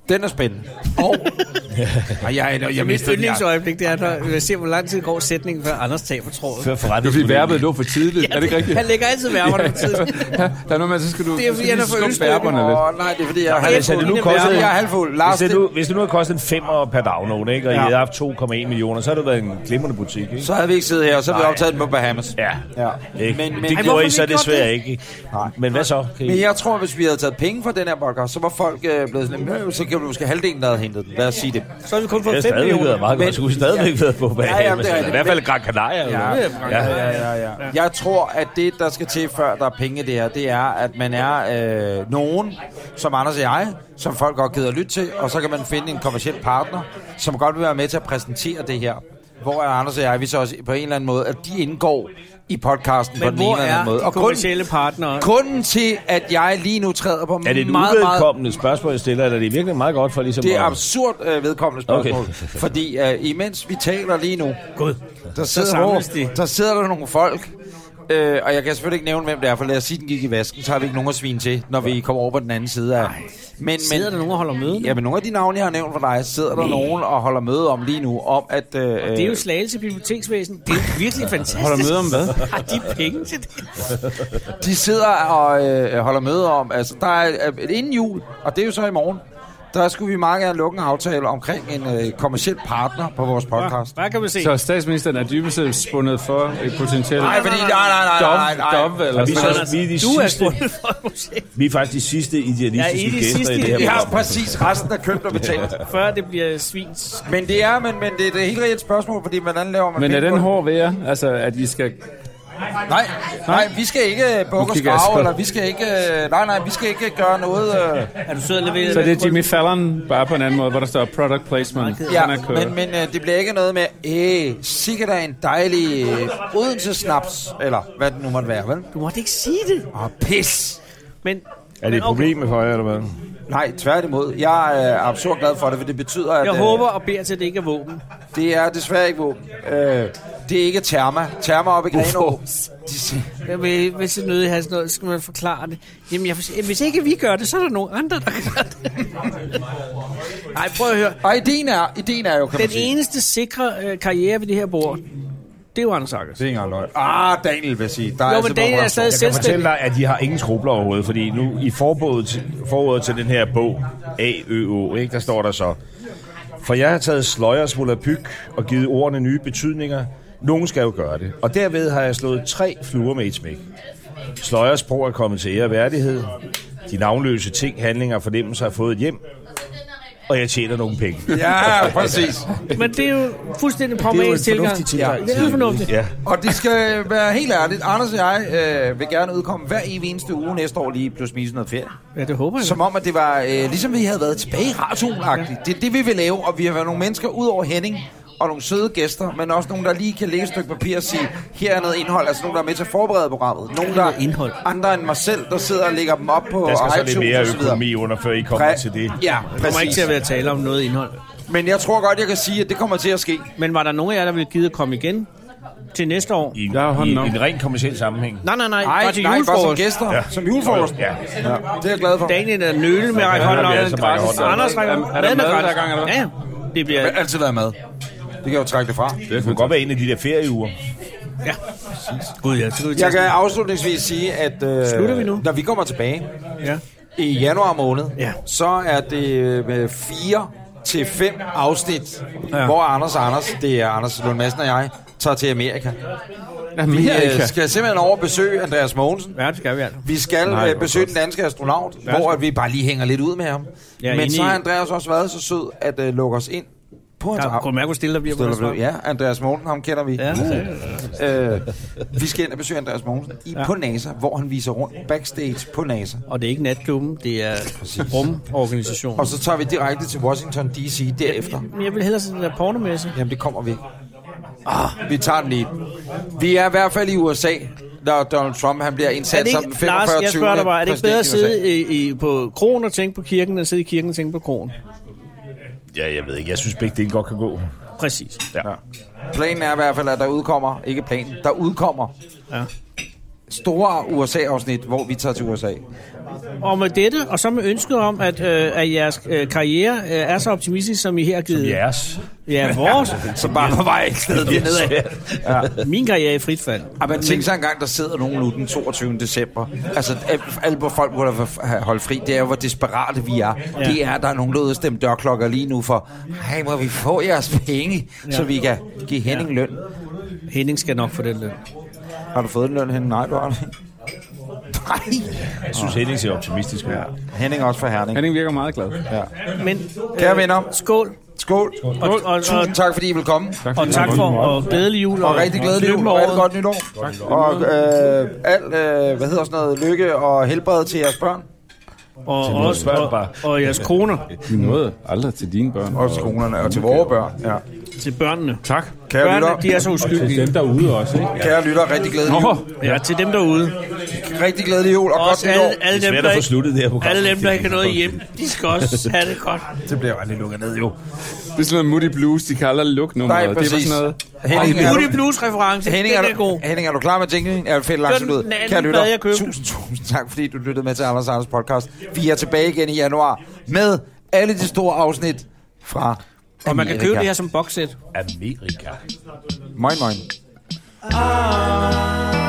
[SPEAKER 2] den er spændende. Og, Ej, jeg, jeg, jeg
[SPEAKER 1] Mit
[SPEAKER 2] mistede den, jeg,
[SPEAKER 1] yndlingsøjeblik, det er, når jeg ser, hvor lang tid går sætningen, før Anders taber trådet.
[SPEAKER 7] Før
[SPEAKER 4] Det er fordi
[SPEAKER 7] forretningsmodellen.
[SPEAKER 4] verbet lå for tidligt. Ja, er det ikke rigtigt?
[SPEAKER 1] Han lægger altid værmerne på tiden.
[SPEAKER 4] Der er noget med, at så skal du
[SPEAKER 1] Det er, fordi han er fra Østrig.
[SPEAKER 4] lidt.
[SPEAKER 2] Åh, nej, det er fordi, jeg,
[SPEAKER 1] er
[SPEAKER 9] altså,
[SPEAKER 7] Hvis det nu
[SPEAKER 1] Mine
[SPEAKER 7] kostede,
[SPEAKER 1] værter,
[SPEAKER 2] jeg er halvfuld. Lars,
[SPEAKER 7] hvis, det
[SPEAKER 2] det-
[SPEAKER 7] nu, hvis det nu havde kostet en femmer per download, ikke, og ja. I havde haft 2,1 millioner, så havde det været en glimrende butik. Ikke?
[SPEAKER 2] så havde vi ikke siddet her, og så havde vi optaget den på Bahamas.
[SPEAKER 7] Ja.
[SPEAKER 2] Ja.
[SPEAKER 7] Ikke?
[SPEAKER 2] Men- men-
[SPEAKER 7] Men, men,
[SPEAKER 2] Ej,
[SPEAKER 7] det
[SPEAKER 1] hvorfor
[SPEAKER 7] gjorde I så
[SPEAKER 1] ikke godt
[SPEAKER 7] desværre
[SPEAKER 1] det?
[SPEAKER 7] ikke. Nej. Men hvad så? Kan I-
[SPEAKER 2] Men jeg tror, hvis vi havde taget penge fra den her podcast, så var folk øh, blevet sådan, "Øh, så kan du måske halvdelen, der havde hentet den. Lad os sige det.
[SPEAKER 1] Så har vi kun
[SPEAKER 7] Det
[SPEAKER 1] fået
[SPEAKER 7] har
[SPEAKER 1] 5
[SPEAKER 7] stadigvæk været
[SPEAKER 1] millioner.
[SPEAKER 7] meget godt. Skulle stadigvæk været på banen.
[SPEAKER 2] ja, men det er
[SPEAKER 7] I
[SPEAKER 2] rigtigt.
[SPEAKER 7] hvert fald Gran Canaria. Ja.
[SPEAKER 2] Ja, ja, ja, ja. Jeg tror, at det, der skal til, før der er penge i det her, det er, at man er øh, nogen, som Anders og jeg, som folk godt gider at lytte til, og så kan man finde en kommersiel partner, som godt vil være med til at præsentere det her. Hvor er Anders og jeg, vi så også på en eller anden måde, at de indgår i podcasten på
[SPEAKER 1] Men
[SPEAKER 2] den
[SPEAKER 1] hvor
[SPEAKER 2] ene eller
[SPEAKER 1] er
[SPEAKER 2] anden måde.
[SPEAKER 1] de
[SPEAKER 2] Og grunden,
[SPEAKER 1] kommersielle partnere?
[SPEAKER 2] grunden til, at jeg lige nu træder på
[SPEAKER 7] Er det
[SPEAKER 2] meget,
[SPEAKER 7] et
[SPEAKER 2] meget
[SPEAKER 7] uvedkommende spørgsmål, jeg stiller, eller er det virkelig meget godt for ligesom
[SPEAKER 2] Det er
[SPEAKER 7] at-
[SPEAKER 2] absurd øh, vedkommende spørgsmål. Okay.
[SPEAKER 7] Okay.
[SPEAKER 2] fordi øh, imens vi taler lige nu,
[SPEAKER 1] Gud.
[SPEAKER 2] der sidder,
[SPEAKER 1] samles
[SPEAKER 2] der,
[SPEAKER 1] de.
[SPEAKER 2] der sidder der nogle folk, øh, og jeg kan selvfølgelig ikke nævne, hvem det er, for lad os sige, den gik i vasken, så har vi ikke nogen at svine til, når vi kommer over på den anden side af. Men,
[SPEAKER 1] Sidder der nogen og holder møde?
[SPEAKER 2] Ja, men nogle af de navne, jeg har nævnt for dig, sidder der nogen og holder møde om lige nu, om at... Øh,
[SPEAKER 1] Det er jo Slagelse Biblioteksvæsen. Det er jo virkelig fantastisk.
[SPEAKER 4] Holder møde om hvad?
[SPEAKER 1] Har de penge til det?
[SPEAKER 2] De sidder og øh, holder møde om, altså der er øh, inden jul, og det er jo så i morgen, der skulle vi meget gerne lukke en aftale omkring en øh, kommersiel partner på vores podcast.
[SPEAKER 1] Hvad kan man se?
[SPEAKER 4] Så statsministeren er dybest set spundet for et potentielt
[SPEAKER 2] Nej, fordi... Nej, nej, nej, nej,
[SPEAKER 4] dom,
[SPEAKER 2] nej.
[SPEAKER 4] dom eller
[SPEAKER 7] Vi er,
[SPEAKER 4] sådan noget.
[SPEAKER 7] så, vi, er de
[SPEAKER 1] Du er
[SPEAKER 7] sidste,
[SPEAKER 1] spundet for et projekt,
[SPEAKER 7] vi er faktisk de sidste idealistiske
[SPEAKER 1] Ja, I er de
[SPEAKER 7] gæster
[SPEAKER 1] sidste
[SPEAKER 7] i det her
[SPEAKER 2] Vi har
[SPEAKER 7] program.
[SPEAKER 2] jo præcis resten af købt og betalt.
[SPEAKER 1] før det bliver svins.
[SPEAKER 2] Men det er, men, men det er et helt reelt spørgsmål, fordi hvordan laver man
[SPEAKER 4] Men er
[SPEAKER 2] penge
[SPEAKER 4] den
[SPEAKER 2] på
[SPEAKER 4] hård ved jer? Altså, at I skal...
[SPEAKER 2] det? Nej, nej, vi skal ikke øh, bukke og
[SPEAKER 4] kigger jeg
[SPEAKER 2] skrave,
[SPEAKER 4] så.
[SPEAKER 2] eller vi skal ikke... øh, Nej, nej, vi skal ikke gøre noget... øh,
[SPEAKER 1] Er du sød at levere
[SPEAKER 4] Så det er Jimmy Fallon, bare på en anden måde, hvor der står product placement.
[SPEAKER 2] Ja,
[SPEAKER 4] Den er kørt.
[SPEAKER 2] men, men øh, det bliver ikke noget med, æh, sikkert er en dejlig øh, Odense snaps, eller hvad det nu måtte være, vel?
[SPEAKER 1] Du måtte ikke sige det.
[SPEAKER 2] Åh, pis!
[SPEAKER 1] Men,
[SPEAKER 7] Er det et problem for jer, eller hvad?
[SPEAKER 2] Nej, tværtimod. Jeg er øh, absurd glad for det, for det betyder, at...
[SPEAKER 1] Jeg
[SPEAKER 2] øh,
[SPEAKER 1] håber og beder til, at det ikke er våben.
[SPEAKER 2] Det er desværre ikke våben. Øh, det er ikke Therma. Therma oppe i Grenå. De, si-
[SPEAKER 1] Jeg vil, hvis det nødig har sådan noget, så skal man forklare det. Jamen, jeg, for- hvis ikke vi gør det, så er der nogen andre, der gør det. Nej, prøv at høre.
[SPEAKER 2] og ideen er, ideen er jo, kan
[SPEAKER 1] Den
[SPEAKER 2] man sige.
[SPEAKER 1] eneste sikre øh, karriere ved det her bord, det er jo Anders Akker.
[SPEAKER 2] Det er ikke engang løgn. Ah, Daniel vil sige. Der er
[SPEAKER 1] Jo,
[SPEAKER 2] altid
[SPEAKER 1] men Daniel
[SPEAKER 2] bare-
[SPEAKER 1] er stadig
[SPEAKER 7] Jeg kan fortælle
[SPEAKER 1] selvstændig.
[SPEAKER 7] dig, at de har ingen skrubler overhovedet, fordi nu i forbordet til, forordet til den her bog, AØO, ikke, der står der så, for jeg har taget sløjers pyg og givet ordene nye betydninger. Nogen skal jo gøre det. Og derved har jeg slået tre fluer med et smæk. Sløjers sprog er kommet til ære og værdighed. De navnløse ting, handlinger og fornemmelser har fået et hjem. Og jeg tjener nogle penge.
[SPEAKER 2] Ja, præcis.
[SPEAKER 1] Men det er jo fuldstændig pragmatisk
[SPEAKER 7] Det er jo
[SPEAKER 1] tilgang.
[SPEAKER 7] en fornuftig tilgang
[SPEAKER 1] Det er jo
[SPEAKER 7] til-
[SPEAKER 1] fornuftigt.
[SPEAKER 7] Ja.
[SPEAKER 2] Og det skal være helt ærligt. Anders og jeg øh, vil gerne udkomme hver evig eneste uge næste år lige plus minus noget ferie.
[SPEAKER 1] Ja, det håber jeg.
[SPEAKER 2] Som om, at det var øh, ligesom vi havde været tilbage i radioen -agtigt. Det er det, vi vil lave, og vi har været nogle mennesker ud over Henning og nogle søde gæster, men også nogle, der lige kan læse et stykke papir og sige, her er noget indhold, altså nogen, der er med til at forberede programmet. Nogle, der
[SPEAKER 1] indhold.
[SPEAKER 2] andre end mig selv, der sidder og lægger dem op på
[SPEAKER 7] Der skal så lidt
[SPEAKER 2] iTunes
[SPEAKER 7] mere
[SPEAKER 2] og så videre.
[SPEAKER 7] økonomi under, før I kommer
[SPEAKER 2] Præ-
[SPEAKER 7] til det.
[SPEAKER 2] Ja,
[SPEAKER 1] Der kommer ikke
[SPEAKER 2] præcis.
[SPEAKER 1] til at være tale om noget indhold.
[SPEAKER 2] Men jeg tror godt, jeg kan sige, at det kommer til at ske.
[SPEAKER 1] Men var der nogen af jer, der ville gide at komme igen til næste år?
[SPEAKER 7] I,
[SPEAKER 4] Der er
[SPEAKER 7] i, i
[SPEAKER 4] hånden op.
[SPEAKER 7] en ren kommersiel sammenhæng.
[SPEAKER 1] Nej, nej, nej.
[SPEAKER 2] Nej,
[SPEAKER 1] bare til
[SPEAKER 2] nej, bare som
[SPEAKER 1] julefrokost.
[SPEAKER 2] gæster. Ja. Som julefrokost.
[SPEAKER 7] Ja.
[SPEAKER 2] Ja. Det er jeg glad for.
[SPEAKER 1] Daniel er nøle med at række
[SPEAKER 7] Ja,
[SPEAKER 1] hånden
[SPEAKER 7] der
[SPEAKER 1] op.
[SPEAKER 7] bliver altså række
[SPEAKER 1] Gratis.
[SPEAKER 7] hånden op.
[SPEAKER 1] Anders rækker
[SPEAKER 4] Er- er der mad hver gang, eller hvad?
[SPEAKER 1] Ja, ja. det bliver...
[SPEAKER 2] Jeg har altid været med. Det kan jeg jo trække det fra.
[SPEAKER 7] Det kunne godt være en af de der ferieuger.
[SPEAKER 1] Ja. Gud, ja. Så kan vi tage
[SPEAKER 2] Jeg kan afslutningsvis sige, at øh,
[SPEAKER 1] Slutter vi nu?
[SPEAKER 2] når vi kommer tilbage
[SPEAKER 1] Ja.
[SPEAKER 2] i januar måned,
[SPEAKER 1] Ja.
[SPEAKER 2] så er det øh, med fire til fem afsnit, ja. hvor Anders og Anders, det er Anders Lund Madsen og jeg, tager til Amerika. Vi
[SPEAKER 4] Amerika.
[SPEAKER 2] øh, skal simpelthen over og besøge Andreas Mogensen.
[SPEAKER 1] Ja, det skal vi altså.
[SPEAKER 2] Vi skal Nej, besøge den danske astronaut, ja, hvor at vi bare lige hænger lidt ud med ham.
[SPEAKER 1] Ja,
[SPEAKER 2] Ja, Men
[SPEAKER 1] inde
[SPEAKER 2] så har
[SPEAKER 1] i-
[SPEAKER 2] Andreas også været så sød at øh, lukke os ind på hans
[SPEAKER 1] Ja,
[SPEAKER 2] arm.
[SPEAKER 1] kunne mærke, hvor stille der bliver på
[SPEAKER 2] Stille og
[SPEAKER 1] det
[SPEAKER 2] roligt. Ja, Andreas Mogensen, ham kender vi.
[SPEAKER 1] Ja,
[SPEAKER 2] Uh. Øh, vi skal ind og besøge Andreas Mogensen i, ja. på NASA, hvor han viser rundt backstage på NASA.
[SPEAKER 1] Og det er ikke natklubben, det er rumorganisationen.
[SPEAKER 2] Og så tager vi direkte til Washington D.C. derefter.
[SPEAKER 1] Men jeg vil hellere sådan en der pornomesse.
[SPEAKER 2] Jamen, det kommer vi. Ah, vi tager den lige. Vi er i hvert fald i USA. når Donald Trump han bliver indsat
[SPEAKER 1] Er det
[SPEAKER 2] som
[SPEAKER 1] ikke,
[SPEAKER 2] 45
[SPEAKER 1] Lars, jeg spørger dig bare, er det ikke bedre at sidde i, i, på krogen og tænke på kirken, end at sidde i kirken og tænke på krogen?
[SPEAKER 7] Ja, jeg ved ikke. Jeg synes begge dele godt kan gå.
[SPEAKER 1] Præcis.
[SPEAKER 7] Ja.
[SPEAKER 2] Planen er i hvert fald, at der udkommer, ikke planen, der udkommer
[SPEAKER 1] Ja.
[SPEAKER 2] store USA-afsnit, hvor vi tager til USA.
[SPEAKER 1] Og med dette, og så med ønsket om, at, øh, at jeres øh, karriere øh, er så optimistisk, som I her har givet.
[SPEAKER 7] Jeres.
[SPEAKER 1] Ja, vores.
[SPEAKER 2] Så bare på vej et sted yes. nedad.
[SPEAKER 1] Min karriere er i frit fald.
[SPEAKER 2] Og man tænker sig engang, der sidder nogen nu den 22. december. Altså, al- alle hvor folk burde have- have holdt fri. Det er jo, hvor desperate vi er. Ja. Det er, at der er nogen, der er ude og stemme dørklokker lige nu for, hey, må vi få jeres penge, ja. så vi kan give Henning ja. løn.
[SPEAKER 1] Henning skal nok få den løn.
[SPEAKER 2] Har du fået den løn, Henning? Nej, du har den ikke. Nej.
[SPEAKER 7] Jeg synes, Henning ser optimistisk ud. Ja.
[SPEAKER 2] Henning er også fra Herning.
[SPEAKER 4] Henning virker meget glad.
[SPEAKER 1] Men,
[SPEAKER 2] Kære venner,
[SPEAKER 1] Øh, skål.
[SPEAKER 2] skål.
[SPEAKER 1] Og, og, og,
[SPEAKER 2] Tusind tak, fordi I vil komme.
[SPEAKER 1] og tak for og glædelig jul.
[SPEAKER 2] Og rigtig glædelig
[SPEAKER 1] lykke
[SPEAKER 2] jul,
[SPEAKER 1] med
[SPEAKER 2] og
[SPEAKER 1] året.
[SPEAKER 2] alt godt nytår. Og øh, alt, øh, hvad hedder sådan noget, lykke og helbred til jeres børn.
[SPEAKER 1] Og, og, og, og, og jeres kroner
[SPEAKER 4] Vi nåede aldrig til dine børn.
[SPEAKER 2] Og til skolerne, og til vores børn. Ja.
[SPEAKER 1] til børnene.
[SPEAKER 4] Tak.
[SPEAKER 2] Kære
[SPEAKER 1] Børnene, de
[SPEAKER 2] lytter,
[SPEAKER 1] er så uskyldige.
[SPEAKER 6] Dem derude også, ikke?
[SPEAKER 2] kære lytter, rigtig glædelig
[SPEAKER 4] Nå,
[SPEAKER 2] jul.
[SPEAKER 1] Ja, til dem derude.
[SPEAKER 2] Rigtig glædelig jul, og godt
[SPEAKER 1] Også
[SPEAKER 2] nytår.
[SPEAKER 1] alle, alle,
[SPEAKER 7] Det er
[SPEAKER 1] dem,
[SPEAKER 7] svært
[SPEAKER 1] der
[SPEAKER 7] at få
[SPEAKER 1] ikke,
[SPEAKER 7] sluttet det her program.
[SPEAKER 1] alle dem, der ikke har noget hjem, de skal også have det godt.
[SPEAKER 7] Det bliver jo aldrig lukket ned, jo.
[SPEAKER 4] det er sådan noget Moody Blues, de kalder luknummeret.
[SPEAKER 2] Nej,
[SPEAKER 4] Det var
[SPEAKER 2] præcis.
[SPEAKER 4] sådan noget,
[SPEAKER 2] Henning, er
[SPEAKER 1] Booty
[SPEAKER 2] du,
[SPEAKER 1] Blues-reference, den
[SPEAKER 2] Henning, er
[SPEAKER 1] er
[SPEAKER 2] du,
[SPEAKER 1] god.
[SPEAKER 2] Henning, er du klar med tingene? Jeg vil finde
[SPEAKER 1] Det
[SPEAKER 2] langt
[SPEAKER 1] var
[SPEAKER 2] ud.
[SPEAKER 1] den anden
[SPEAKER 2] Kære
[SPEAKER 1] plade, jeg
[SPEAKER 2] lytter,
[SPEAKER 1] købte.
[SPEAKER 2] tusind, tusind tak, fordi du lyttede med til Anders Anders podcast. Vi er tilbage igen i januar med alle de store afsnit fra
[SPEAKER 1] Og man kan
[SPEAKER 2] Amerika.
[SPEAKER 1] købe det her som boxset.
[SPEAKER 7] Amerika.
[SPEAKER 2] Moin, moin.
[SPEAKER 13] Ah.